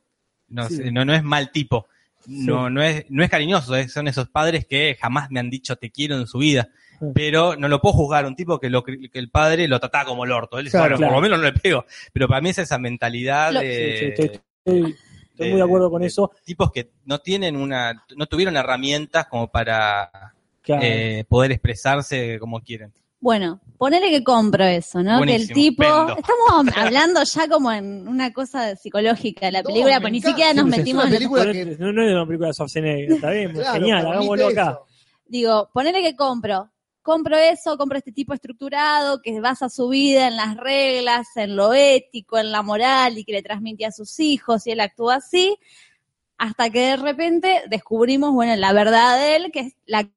[SPEAKER 4] No,
[SPEAKER 2] Sí.
[SPEAKER 4] sé, no, no es mal tipo. No, no, es, no es cariñoso, eh, son esos padres que jamás me han dicho te quiero en su vida.
[SPEAKER 2] Sí.
[SPEAKER 4] Pero no lo puedo juzgar a un tipo que, lo, cri- que el padre lo trataba como el orto. Él dice,
[SPEAKER 1] Claro,
[SPEAKER 4] bueno, por
[SPEAKER 2] claro.
[SPEAKER 4] lo menos no le pego. Pero para mí es esa mentalidad
[SPEAKER 3] Lo-
[SPEAKER 4] de,
[SPEAKER 2] Sí, sí, estoy- estoy-
[SPEAKER 4] eh,
[SPEAKER 2] estoy muy de acuerdo con eso.
[SPEAKER 4] Tipos que no tienen una, no tuvieron herramientas como para
[SPEAKER 2] Claro.
[SPEAKER 4] eh, poder expresarse como quieren.
[SPEAKER 3] Bueno, ponele que compro eso, ¿no? que el
[SPEAKER 4] Buenísimo,
[SPEAKER 3] tipo.
[SPEAKER 4] vendo.
[SPEAKER 3] Estamos hablando ya como en una cosa psicológica de la
[SPEAKER 1] No,
[SPEAKER 3] película,
[SPEAKER 1] me
[SPEAKER 3] pues ni
[SPEAKER 1] encanta.
[SPEAKER 3] siquiera nos
[SPEAKER 2] Sí, sí,
[SPEAKER 3] metimos
[SPEAKER 1] es
[SPEAKER 3] en
[SPEAKER 1] una
[SPEAKER 3] la-
[SPEAKER 1] película
[SPEAKER 2] Pero No, no es una película de Schwarzenegger, está bien, pues,
[SPEAKER 1] Claro,
[SPEAKER 2] genial,
[SPEAKER 1] permite
[SPEAKER 2] hagámoslo acá.
[SPEAKER 1] eso.
[SPEAKER 3] Digo, ponele que compro. Compro eso, compro este tipo estructurado que basa su vida en las reglas, en lo ético, en la moral y que le transmite a sus hijos y él actúa así, hasta que de repente descubrimos, bueno, la verdad de él, que es la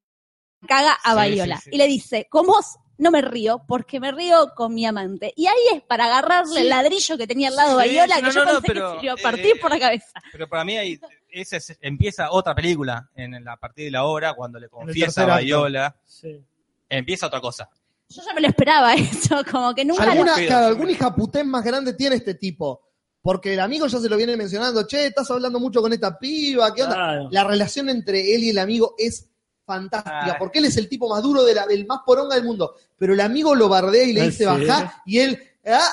[SPEAKER 3] caga a
[SPEAKER 4] Sí,
[SPEAKER 3] Bayola.
[SPEAKER 4] sí, sí.
[SPEAKER 3] Y le dice, con vos no me río porque me río con mi amante. Y ahí es para agarrarle el ladrillo que tenía al lado
[SPEAKER 4] Sí,
[SPEAKER 3] Bayola,
[SPEAKER 4] no,
[SPEAKER 3] que yo
[SPEAKER 4] no, no,
[SPEAKER 3] pensé
[SPEAKER 4] pero,
[SPEAKER 3] que se iba a
[SPEAKER 4] eh,
[SPEAKER 3] partir por la cabeza.
[SPEAKER 4] Pero para mí ahí esa es- empieza otra película en, la- a partir de la hora cuando le confiesa
[SPEAKER 1] tercer
[SPEAKER 4] a
[SPEAKER 1] acto.
[SPEAKER 4] Bayola.
[SPEAKER 2] Sí.
[SPEAKER 4] Empieza otra cosa.
[SPEAKER 3] Yo ya me lo esperaba eso, como que nunca lo
[SPEAKER 1] Alguna,
[SPEAKER 4] pedo,
[SPEAKER 1] claro,
[SPEAKER 4] sí.
[SPEAKER 1] algún hijaputén más grande tiene este tipo. Porque el amigo ya se lo viene mencionando, che, estás hablando mucho con esta piba, ¿qué onda?
[SPEAKER 2] Claro.
[SPEAKER 1] La relación entre él y el amigo es fantástica,
[SPEAKER 4] Ah.
[SPEAKER 1] porque él es el tipo más duro, de la, del más poronga del mundo. Pero el amigo lo bardea y le
[SPEAKER 2] Ah,
[SPEAKER 1] dice
[SPEAKER 2] sí.
[SPEAKER 1] bajá, y él, ah,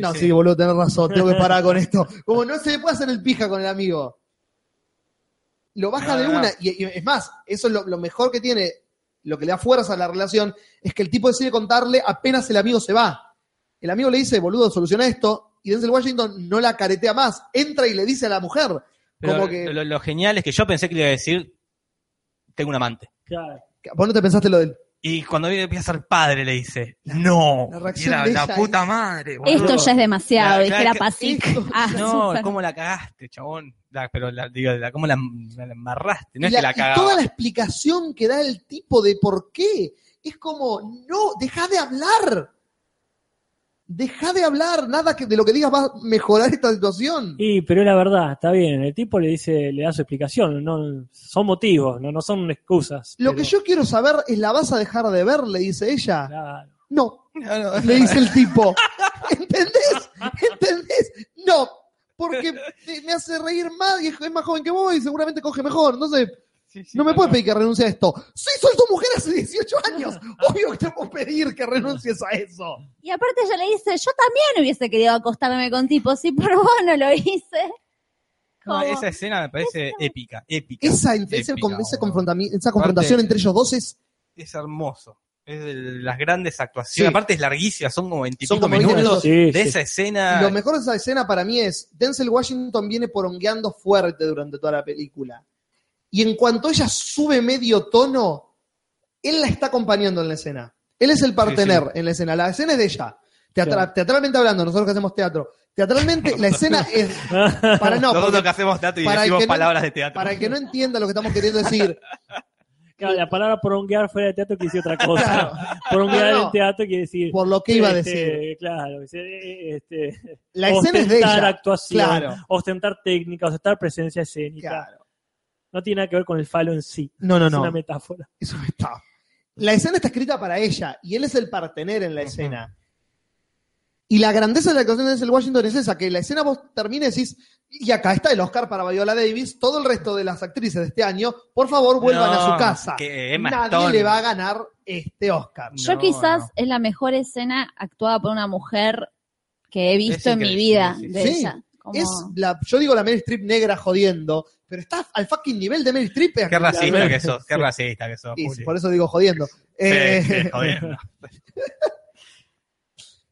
[SPEAKER 1] no, sí. boludo, tenés razón, tengo que parar con esto. Como no se le puede hacer el pija con el amigo. Lo baja
[SPEAKER 4] No,
[SPEAKER 1] de
[SPEAKER 4] no, no.
[SPEAKER 1] una, y, y es más, eso es lo, lo mejor que tiene, lo que le da fuerza a la relación, es que el tipo decide contarle apenas el amigo se va. El amigo le dice, boludo, soluciona esto, y Denzel Washington no la caretea más, entra y le dice a la mujer,
[SPEAKER 4] Pero
[SPEAKER 1] como que,
[SPEAKER 4] lo, lo genial es que yo pensé que le iba a decir, tengo un amante.
[SPEAKER 2] Claro.
[SPEAKER 1] vos no te pensaste lo del
[SPEAKER 4] Y cuando viene, empieza a ser padre, le dice, no,
[SPEAKER 1] La
[SPEAKER 4] y
[SPEAKER 1] reacción
[SPEAKER 4] era
[SPEAKER 1] de
[SPEAKER 4] la
[SPEAKER 1] ella
[SPEAKER 4] puta madre. boludo.
[SPEAKER 3] Esto ya es demasiado,
[SPEAKER 4] Claro,
[SPEAKER 3] dijera
[SPEAKER 4] claro,
[SPEAKER 3] Pasic.
[SPEAKER 1] esto-
[SPEAKER 3] Ah,
[SPEAKER 4] No,
[SPEAKER 3] súper.
[SPEAKER 4] ¿cómo la cagaste, chabón? La- pero la, digo, la- ¿cómo la, la embarraste?
[SPEAKER 1] Y
[SPEAKER 4] No es que
[SPEAKER 1] la-
[SPEAKER 4] la
[SPEAKER 1] y
[SPEAKER 4] cagaba.
[SPEAKER 1] toda la explicación que da el tipo de por qué es como, no, deja de hablar. Deja de hablar, nada que de lo que digas va a mejorar esta situación.
[SPEAKER 2] Y, pero es la verdad, está bien. El tipo le dice, le da su explicación. No, son motivos, no, no son excusas.
[SPEAKER 1] Lo
[SPEAKER 2] pero-
[SPEAKER 1] que yo quiero saber es, ¿la vas a dejar de ver? Le dice ella.
[SPEAKER 2] Claro.
[SPEAKER 1] No,
[SPEAKER 4] No, no,
[SPEAKER 1] le dice el tipo. ¿Entendés? ¿Entendés? No, porque te- me hace reír más y es es más joven que vos y seguramente coge mejor. Entonces,
[SPEAKER 4] sí, sí,
[SPEAKER 1] no me
[SPEAKER 4] no,
[SPEAKER 1] puedes
[SPEAKER 4] no.
[SPEAKER 1] pedir que renuncie a esto. Sí, soy tu mujer hace 18 años. Obvio que te puedo pedir que renuncies a eso.
[SPEAKER 3] Y aparte ella le dice, yo también hubiese querido acostarme con tipos, si por vos no lo hice.
[SPEAKER 4] No,
[SPEAKER 3] Como-
[SPEAKER 4] esa escena me parece épica, épica.
[SPEAKER 1] Esa, ese
[SPEAKER 4] Épica,
[SPEAKER 1] con- ese
[SPEAKER 4] boludo.
[SPEAKER 1] confrontami- esa confrontación
[SPEAKER 4] Aparte-
[SPEAKER 1] entre ellos dos es
[SPEAKER 4] Es hermoso. Es de las grandes actuaciones.
[SPEAKER 1] Sí.
[SPEAKER 4] Aparte es larguísima, son como 25
[SPEAKER 1] Son como 20 minutos.
[SPEAKER 4] minutos.
[SPEAKER 2] Sí,
[SPEAKER 4] De
[SPEAKER 2] sí.
[SPEAKER 4] esa escena.
[SPEAKER 1] Lo mejor de esa escena para mí es Denzel Washington viene porongueando fuerte durante toda la película. Y en cuanto ella sube medio tono, él la está acompañando en la escena. Él es el partener en la escena. La escena es de ella. Teatra-
[SPEAKER 2] Claro.
[SPEAKER 1] Teatralmente hablando, nosotros que hacemos teatro. Teatralmente, la escena es. Para no,
[SPEAKER 4] Nosotros
[SPEAKER 1] porque-
[SPEAKER 4] que hacemos teatro y
[SPEAKER 1] para el
[SPEAKER 4] decimos
[SPEAKER 1] que no-
[SPEAKER 4] palabras de teatro.
[SPEAKER 1] para el que no entienda lo que estamos queriendo decir,
[SPEAKER 2] Claro, la palabra poronguear fuera de teatro quiere decir otra cosa.
[SPEAKER 1] Claro.
[SPEAKER 2] Poronguear
[SPEAKER 1] No, no.
[SPEAKER 2] en teatro quiere decir.
[SPEAKER 1] por lo que iba a
[SPEAKER 2] este,
[SPEAKER 1] decir.
[SPEAKER 2] Claro, este, este,
[SPEAKER 1] La escena es de
[SPEAKER 2] ostentar
[SPEAKER 1] ella.
[SPEAKER 2] actuación,
[SPEAKER 1] Claro.
[SPEAKER 2] ostentar técnica, ostentar presencia escénica.
[SPEAKER 1] Claro.
[SPEAKER 2] No tiene nada que ver con el falo en sí.
[SPEAKER 1] No, no,
[SPEAKER 2] es
[SPEAKER 1] no.
[SPEAKER 2] una metáfora.
[SPEAKER 1] Eso está. La escena está escrita para ella y él es el partener en la escena. Y la grandeza de la actuación de Denzel Washington es esa, que la escena vos termines y decís, y acá está el Oscar para Viola Davis, todo el resto de las actrices de este año, por favor vuelvan
[SPEAKER 4] No,
[SPEAKER 1] a su casa.
[SPEAKER 4] que Emma
[SPEAKER 1] Nadie
[SPEAKER 4] Stone.
[SPEAKER 1] le va a ganar este Oscar.
[SPEAKER 4] No,
[SPEAKER 3] Yo quizás
[SPEAKER 4] no.
[SPEAKER 3] es la mejor escena actuada por una mujer que he visto en mi
[SPEAKER 4] increíble,
[SPEAKER 3] vida
[SPEAKER 4] sí, sí.
[SPEAKER 3] de
[SPEAKER 1] Sí,
[SPEAKER 3] ella. Como-
[SPEAKER 1] Es la, yo digo la Meryl Streep negra jodiendo, pero está al fucking nivel de Meryl Streep.
[SPEAKER 4] Qué racista
[SPEAKER 2] verdad.
[SPEAKER 4] que sos, qué racista que sos.
[SPEAKER 1] Y
[SPEAKER 4] Juli.
[SPEAKER 1] por eso digo jodiendo.
[SPEAKER 4] Sí,
[SPEAKER 1] Eh,
[SPEAKER 4] sí, jodiendo.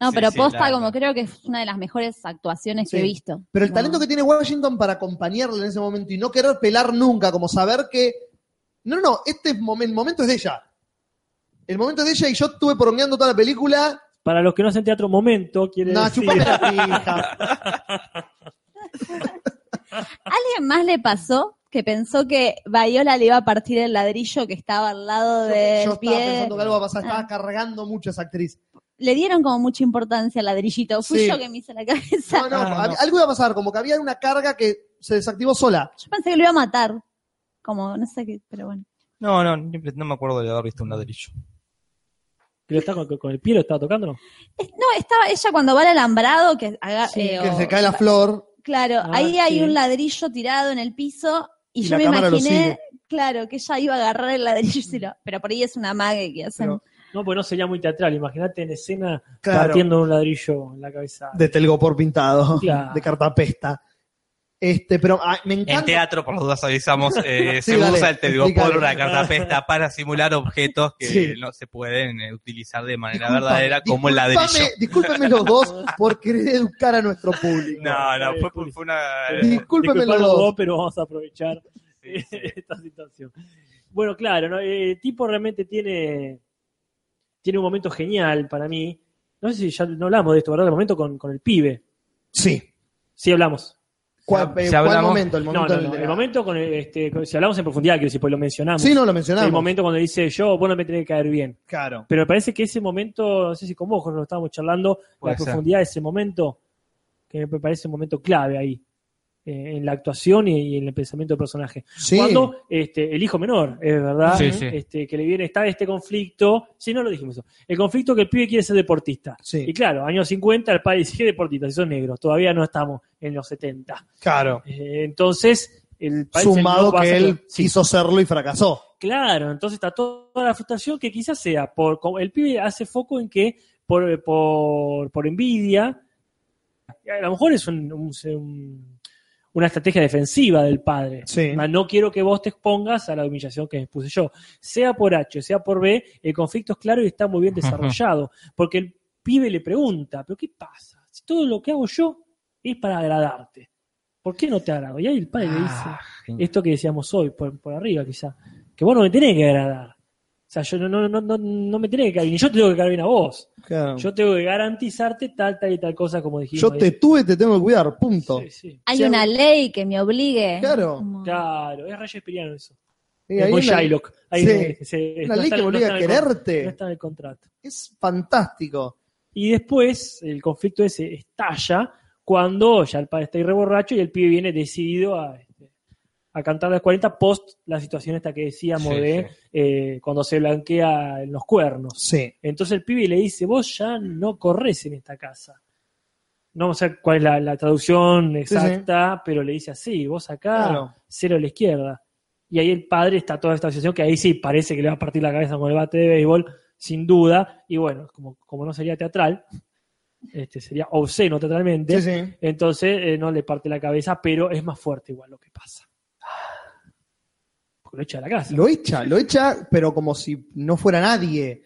[SPEAKER 3] no,
[SPEAKER 4] sí,
[SPEAKER 3] pero
[SPEAKER 4] sí,
[SPEAKER 3] posta
[SPEAKER 4] la-
[SPEAKER 3] como creo que es una de las mejores actuaciones que
[SPEAKER 1] Sí.
[SPEAKER 3] he visto.
[SPEAKER 1] Pero el
[SPEAKER 3] Como-
[SPEAKER 1] talento que tiene Washington para acompañarla en ese momento y no querer pelar nunca, como saber que. No, no, no, este momen- el momento es de ella. El momento es de ella y yo estuve porongueando toda la película.
[SPEAKER 2] Para los que no hacen teatro momento, quiere
[SPEAKER 1] No,
[SPEAKER 2] decir.
[SPEAKER 1] chupame la pija.
[SPEAKER 3] ¿Alguien más le pasó que pensó que Viola le iba a partir el ladrillo que estaba al lado
[SPEAKER 1] Yo,
[SPEAKER 3] del
[SPEAKER 1] yo estaba
[SPEAKER 3] pie?
[SPEAKER 1] pensando que algo va a pasar, estaba cargando mucho a esa actriz.
[SPEAKER 3] Le dieron como mucha importancia al ladrillito. Fui
[SPEAKER 1] Sí.
[SPEAKER 3] yo que me hice la cabeza.
[SPEAKER 1] No, no,
[SPEAKER 2] Ah, no.
[SPEAKER 1] había- algo iba a pasar, como que había una carga que se desactivó sola.
[SPEAKER 3] Yo pensé que lo iba a matar. Como, no sé qué, pero bueno.
[SPEAKER 4] No, no, ni- no me acuerdo de haber visto un ladrillo.
[SPEAKER 2] Que lo está con, con el pie lo estaba tocando, ¿no?
[SPEAKER 3] Es- No, estaba ella cuando va al alambrado, que, haga- eh,
[SPEAKER 1] que
[SPEAKER 3] o-
[SPEAKER 1] se cae la flor.
[SPEAKER 3] Claro,
[SPEAKER 2] Ah,
[SPEAKER 3] ahí hay
[SPEAKER 2] sí.
[SPEAKER 3] un ladrillo tirado en el piso y,
[SPEAKER 1] Y
[SPEAKER 3] yo
[SPEAKER 1] la
[SPEAKER 3] me
[SPEAKER 1] cámara lo
[SPEAKER 3] imaginé,
[SPEAKER 1] sigue.
[SPEAKER 3] claro, que ella iba a agarrar el ladrillo y se lo- pero por ahí es una mague que hacen.
[SPEAKER 1] Pero-
[SPEAKER 2] No, pues no sería muy teatral. Imagínate en escena
[SPEAKER 1] Claro.
[SPEAKER 2] partiendo un ladrillo en la cabeza.
[SPEAKER 1] De telgopor pintado,
[SPEAKER 2] Claro.
[SPEAKER 1] de cartapesta. Este, pero ah, me
[SPEAKER 4] En
[SPEAKER 1] encanta.
[SPEAKER 4] teatro, por las dudas avisamos, eh,
[SPEAKER 1] Sí,
[SPEAKER 4] se
[SPEAKER 1] dale,
[SPEAKER 4] usa el telgopor,
[SPEAKER 1] explícale.
[SPEAKER 4] la cartapesta, para simular objetos que
[SPEAKER 1] Sí.
[SPEAKER 4] no se pueden eh, utilizar de manera
[SPEAKER 1] Discúlpame,
[SPEAKER 4] verdadera como el ladrillo.
[SPEAKER 1] discúlpame, Discúlpenme los dos por querer educar a nuestro público.
[SPEAKER 4] No, no, fue- fue, fue una...
[SPEAKER 1] Discúlpenme los
[SPEAKER 2] Disculpanos
[SPEAKER 1] dos.
[SPEAKER 2] vos, pero vamos a aprovechar
[SPEAKER 4] sí, sí.
[SPEAKER 2] esta situación. Bueno, claro, ¿no? Eh, el tipo realmente tiene, tiene un momento genial para mí. No sé si ya no hablamos de esto, ¿verdad? El momento con, con el pibe.
[SPEAKER 1] Sí.
[SPEAKER 2] Sí, hablamos.
[SPEAKER 1] ¿Cuál,
[SPEAKER 4] Ya-
[SPEAKER 1] eh,
[SPEAKER 4] ya
[SPEAKER 1] cuál
[SPEAKER 4] hablamos.
[SPEAKER 1] momento? El
[SPEAKER 2] No,
[SPEAKER 1] momento,
[SPEAKER 2] no, no,
[SPEAKER 1] del-
[SPEAKER 2] El momento con, el- este, con- si hablamos en profundidad, quiero decir, pues lo mencionamos.
[SPEAKER 1] Sí, no, lo mencionamos.
[SPEAKER 2] El momento cuando dice yo, vos no me tenés que caer bien.
[SPEAKER 1] Claro.
[SPEAKER 2] Pero me parece que ese momento, no sé si con vos Jorge, lo estábamos charlando,
[SPEAKER 4] Puede
[SPEAKER 2] la
[SPEAKER 4] ser.
[SPEAKER 2] profundidad de ese momento, que me parece un momento clave ahí, eh, en la actuación y, y en el pensamiento del personaje.
[SPEAKER 1] Sí.
[SPEAKER 2] Cuando este, el hijo menor, es verdad,
[SPEAKER 4] Sí, sí.
[SPEAKER 2] Este, que le viene, está este conflicto, si no lo dijimos eso, el conflicto que el pibe quiere ser deportista.
[SPEAKER 1] Sí.
[SPEAKER 2] Y claro, años 50 el padre dice, ¿qué deportista? Si sos negro, todavía no estamos en los 70.
[SPEAKER 1] Claro.
[SPEAKER 2] Eh, entonces, el padre dice,
[SPEAKER 1] Sumado
[SPEAKER 2] "No vas
[SPEAKER 1] que
[SPEAKER 2] a-
[SPEAKER 1] él
[SPEAKER 2] Sí.
[SPEAKER 1] quiso serlo y fracasó.
[SPEAKER 2] Claro, entonces está to- toda la frustración que quizás sea por como el pibe hace foco en que por, eh, por, por envidia, a lo mejor es un- un- un- una estrategia defensiva del padre.
[SPEAKER 1] Sí.
[SPEAKER 2] Ma, No quiero que vos te expongas a la humillación que me expuse yo. Sea por H, sea por B, el conflicto es claro y está muy bien desarrollado. Porque el pibe le pregunta, ¿pero qué pasa? Si todo lo que hago yo es para agradarte, ¿por qué no te agrado? Y ahí el padre le dice
[SPEAKER 4] Ah, genial.
[SPEAKER 2] esto que decíamos hoy, por, por arriba quizá, que vos no me tenés que agradar. sea, yo no, no, no, no, no me tiene que caer bien, yo te tengo que caer bien a vos.
[SPEAKER 1] Claro. Yo,
[SPEAKER 2] Yo tengo que garantizarte tal, tal y tal cosa como dijimos.
[SPEAKER 1] te tuve, te tengo que cuidar, punto.
[SPEAKER 2] Sí, sí.
[SPEAKER 3] Hay
[SPEAKER 1] Sí,
[SPEAKER 3] una
[SPEAKER 1] algo-
[SPEAKER 3] ley que me obligue.
[SPEAKER 1] Claro.
[SPEAKER 3] Como-
[SPEAKER 2] Claro, es Shakespeareano eso.
[SPEAKER 1] Y ahí
[SPEAKER 2] Con
[SPEAKER 1] la-
[SPEAKER 2] Shylock. Ahí
[SPEAKER 1] Sí.
[SPEAKER 2] se- se-
[SPEAKER 1] Una
[SPEAKER 2] no
[SPEAKER 1] ley
[SPEAKER 2] está-
[SPEAKER 1] que
[SPEAKER 2] no
[SPEAKER 1] obliga
[SPEAKER 2] está
[SPEAKER 1] a
[SPEAKER 2] en el con- No
[SPEAKER 1] quererte.
[SPEAKER 2] está en el contrato.
[SPEAKER 1] Es fantástico.
[SPEAKER 2] Y después el conflicto ese estalla cuando ya el padre está ahí reborracho y el pibe viene decidido a, este, a cantar las 40 post la situación esta que decíamos
[SPEAKER 4] Sí,
[SPEAKER 2] de eh, cuando se blanquea en los cuernos.
[SPEAKER 1] Sí.
[SPEAKER 2] Entonces el pibe le dice, vos ya no corres en esta casa. No sé cuál es la, la traducción
[SPEAKER 1] sí.
[SPEAKER 2] exacta, pero le dice así, vos acá,
[SPEAKER 1] Claro.
[SPEAKER 2] cero a la izquierda. Y ahí el padre está toda esta situación que ahí sí parece que le va a partir la cabeza con el bate de béisbol, sin duda. Y bueno, como, como no sería teatral, este sería obsceno teatralmente,
[SPEAKER 1] Sí, sí.
[SPEAKER 2] entonces eh, no le parte la cabeza, pero es más fuerte igual lo que pasa. Porque lo echa de la casa.
[SPEAKER 1] Lo echa, lo echa, pero como si no fuera nadie.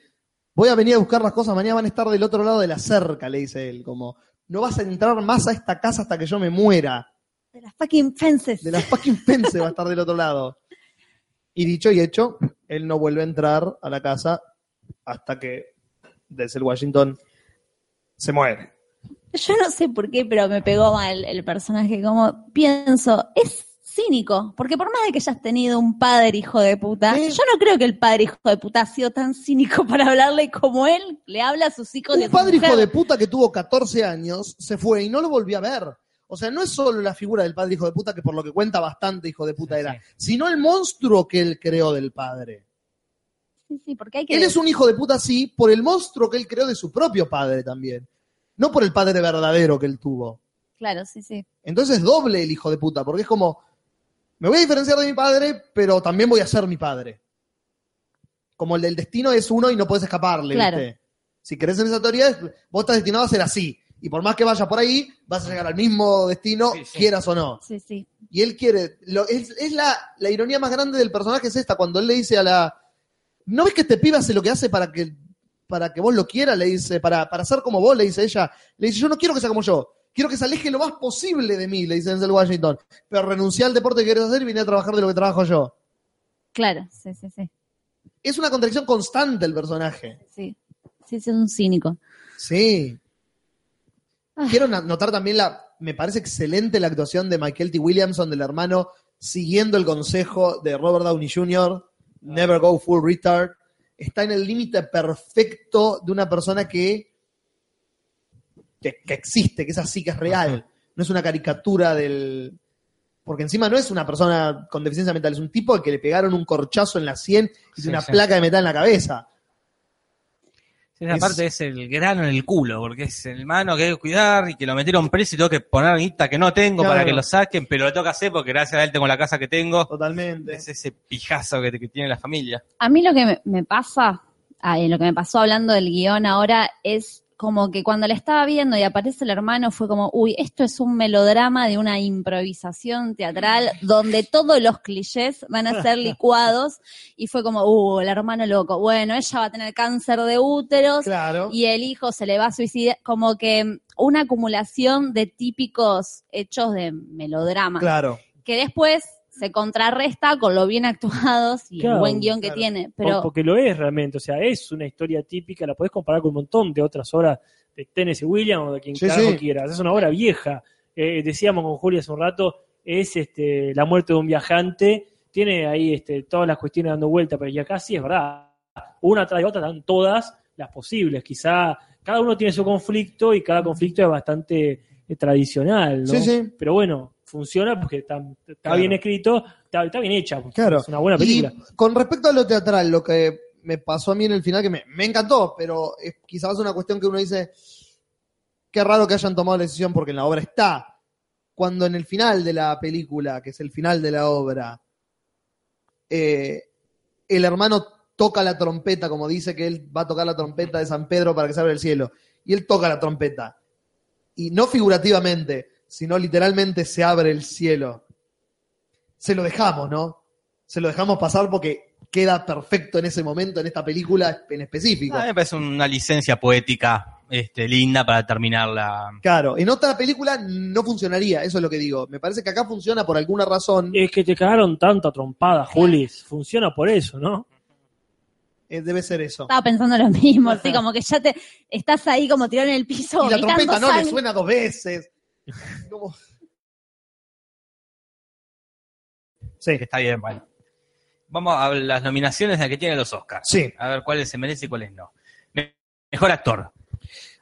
[SPEAKER 1] Voy a venir a buscar las cosas, mañana van a estar del otro lado de la cerca, le dice él. Como, no vas a entrar más a esta casa hasta que yo me muera.
[SPEAKER 3] De las fucking fences.
[SPEAKER 1] De las fucking fence va a estar del otro lado. Y dicho y hecho, él no vuelve a entrar a la casa hasta que Denzel Washington se muere.
[SPEAKER 3] Yo no sé por qué, pero me pegó mal el personaje. Como pienso, es cínico. Porque por más de que hayas tenido un padre hijo de puta,
[SPEAKER 1] Sí.
[SPEAKER 3] yo no creo que el padre hijo de puta ha sido tan cínico para hablarle como él le habla a sus hijos. y a
[SPEAKER 1] Un
[SPEAKER 3] su
[SPEAKER 1] padre hijo
[SPEAKER 3] mujer.
[SPEAKER 1] de puta que tuvo 14 años se fue y no lo volví a ver. O sea, no es solo la figura del padre hijo de puta, que por lo que cuenta bastante hijo de puta
[SPEAKER 4] Sí,
[SPEAKER 1] era,
[SPEAKER 4] sí.
[SPEAKER 1] sino el monstruo que él creó del padre.
[SPEAKER 3] Sí, sí, porque hay que.
[SPEAKER 1] Él es un hijo de puta, sí, por el monstruo que él creó de su propio padre también. No por el padre verdadero que él tuvo.
[SPEAKER 3] Claro, sí, sí.
[SPEAKER 1] Entonces doble el hijo de puta, porque es como, me voy a diferenciar de mi padre, pero también voy a ser mi padre. Como el del destino es uno y no puedes escaparle,
[SPEAKER 3] Claro.
[SPEAKER 1] ¿viste? Si crees en esa teoría, es- vos estás destinado a ser así. Y por más que vayas por ahí, vas a llegar al mismo destino,
[SPEAKER 4] Sí, sí.
[SPEAKER 1] quieras o no.
[SPEAKER 3] Sí, sí.
[SPEAKER 1] Y él quiere, lo- es, es la, la ironía más grande del personaje es esta, cuando él le dice a la, ¿no ves que este pibe hace lo que hace para que, para que vos lo quieras? Le dice, para, para ser como vos, le dice ella. Le dice, yo no quiero que sea como yo, quiero que se aleje lo más posible de mí, le dice Denzel Washington. Pero renuncié al deporte que querés hacer y vine a trabajar de lo que trabajo yo.
[SPEAKER 3] Claro, sí, sí, sí.
[SPEAKER 1] Es una contradicción constante el personaje.
[SPEAKER 3] Sí, sí, sí, es un cínico.
[SPEAKER 1] Sí.
[SPEAKER 3] Ah.
[SPEAKER 1] Quiero na- notar también la, me parece excelente la actuación de Michael T. Williamson, del hermano, siguiendo el consejo de Robert Downey Jr.,
[SPEAKER 4] Ah.
[SPEAKER 1] Never Go Full Retard. Está en el límite perfecto de una persona que, que, que existe, que es así, que es real. No es una caricatura del... Porque encima no es una persona con deficiencia mental, es un tipo al que le pegaron un corchazo en la sien y tiene
[SPEAKER 4] Sí,
[SPEAKER 1] una
[SPEAKER 4] sí.
[SPEAKER 1] placa de metal en la cabeza.
[SPEAKER 4] Esa
[SPEAKER 1] Es-
[SPEAKER 4] parte es el grano en el culo, porque es el hermano que hay que cuidar y que lo metieron preso y tengo que poner guita que no tengo para
[SPEAKER 1] Claro.
[SPEAKER 4] que lo saquen, pero lo tengo que hacer porque gracias a él tengo la casa que tengo.
[SPEAKER 1] Totalmente.
[SPEAKER 4] Es ese pijazo que, que tiene la familia.
[SPEAKER 3] A mí lo que me, me pasa, ah, eh, lo que me pasó hablando del guión ahora es como que cuando la estaba viendo y aparece el hermano fue como, uy, esto es un melodrama de una improvisación teatral donde todos los clichés van a ser licuados y fue como, uh, el hermano loco, bueno, ella va a tener cáncer de úteros
[SPEAKER 1] Claro.
[SPEAKER 3] y el hijo se le va a suicidar, como que una acumulación de típicos hechos de melodrama
[SPEAKER 1] Claro.
[SPEAKER 3] que después se contrarresta con lo bien actuados y
[SPEAKER 2] Claro,
[SPEAKER 3] el buen guión que
[SPEAKER 1] claro.
[SPEAKER 3] tiene.
[SPEAKER 2] Por-
[SPEAKER 3] Pero
[SPEAKER 2] porque lo es realmente, o sea, es una historia típica, la podés comparar con un montón de otras obras de Tennessee Williams o de quien
[SPEAKER 1] Sí,
[SPEAKER 2] carajo
[SPEAKER 1] sí.
[SPEAKER 2] quieras, es una obra vieja. Eh, decíamos con Julio hace un rato, es este la muerte de un viajante, tiene ahí este, todas las cuestiones dando vuelta, pero y acá sí es verdad, una tras de otra están todas las posibles, quizá cada uno tiene su conflicto y cada conflicto es bastante eh, tradicional, ¿no?
[SPEAKER 1] Sí, sí.
[SPEAKER 2] Pero bueno, funciona porque está, está
[SPEAKER 1] Claro.
[SPEAKER 2] bien escrito, está, está bien hecha,
[SPEAKER 1] Claro.
[SPEAKER 2] es una buena película.
[SPEAKER 1] Y con respecto a lo teatral, lo que me pasó a mí en el final, que me, me encantó, pero es quizás una cuestión que uno dice, qué raro que hayan tomado la decisión porque en la obra está. Cuando en el final de la película, que es el final de la obra, eh, el hermano toca la trompeta, como dice que él va a tocar la trompeta de San Pedro para que se abra el cielo, y él toca la trompeta. Y no figurativamente, sino literalmente se abre el cielo. Se lo dejamos, ¿no? se lo dejamos pasar porque queda perfecto en ese momento, en esta película en específico.
[SPEAKER 4] Ah, me parece una licencia poética este, linda para terminar la...
[SPEAKER 1] Claro, en otra película no funcionaría, eso es lo que digo. Me parece que acá funciona por alguna razón.
[SPEAKER 2] Es que te cagaron tanta trompada, Julis. Funciona por eso, ¿no?
[SPEAKER 1] eh, debe ser eso.
[SPEAKER 3] Estaba pensando lo mismo, así como que ya te estás ahí como tirado en el piso.
[SPEAKER 1] Y la
[SPEAKER 3] vomitando
[SPEAKER 1] trompeta no le
[SPEAKER 3] sangre.
[SPEAKER 1] suena dos veces. Como- Sí,
[SPEAKER 4] Que está bien, bueno. Vamos a las nominaciones a que tienen los Oscars.
[SPEAKER 1] sí.
[SPEAKER 4] A ver cuáles se merece y cuáles no. Me- Mejor actor.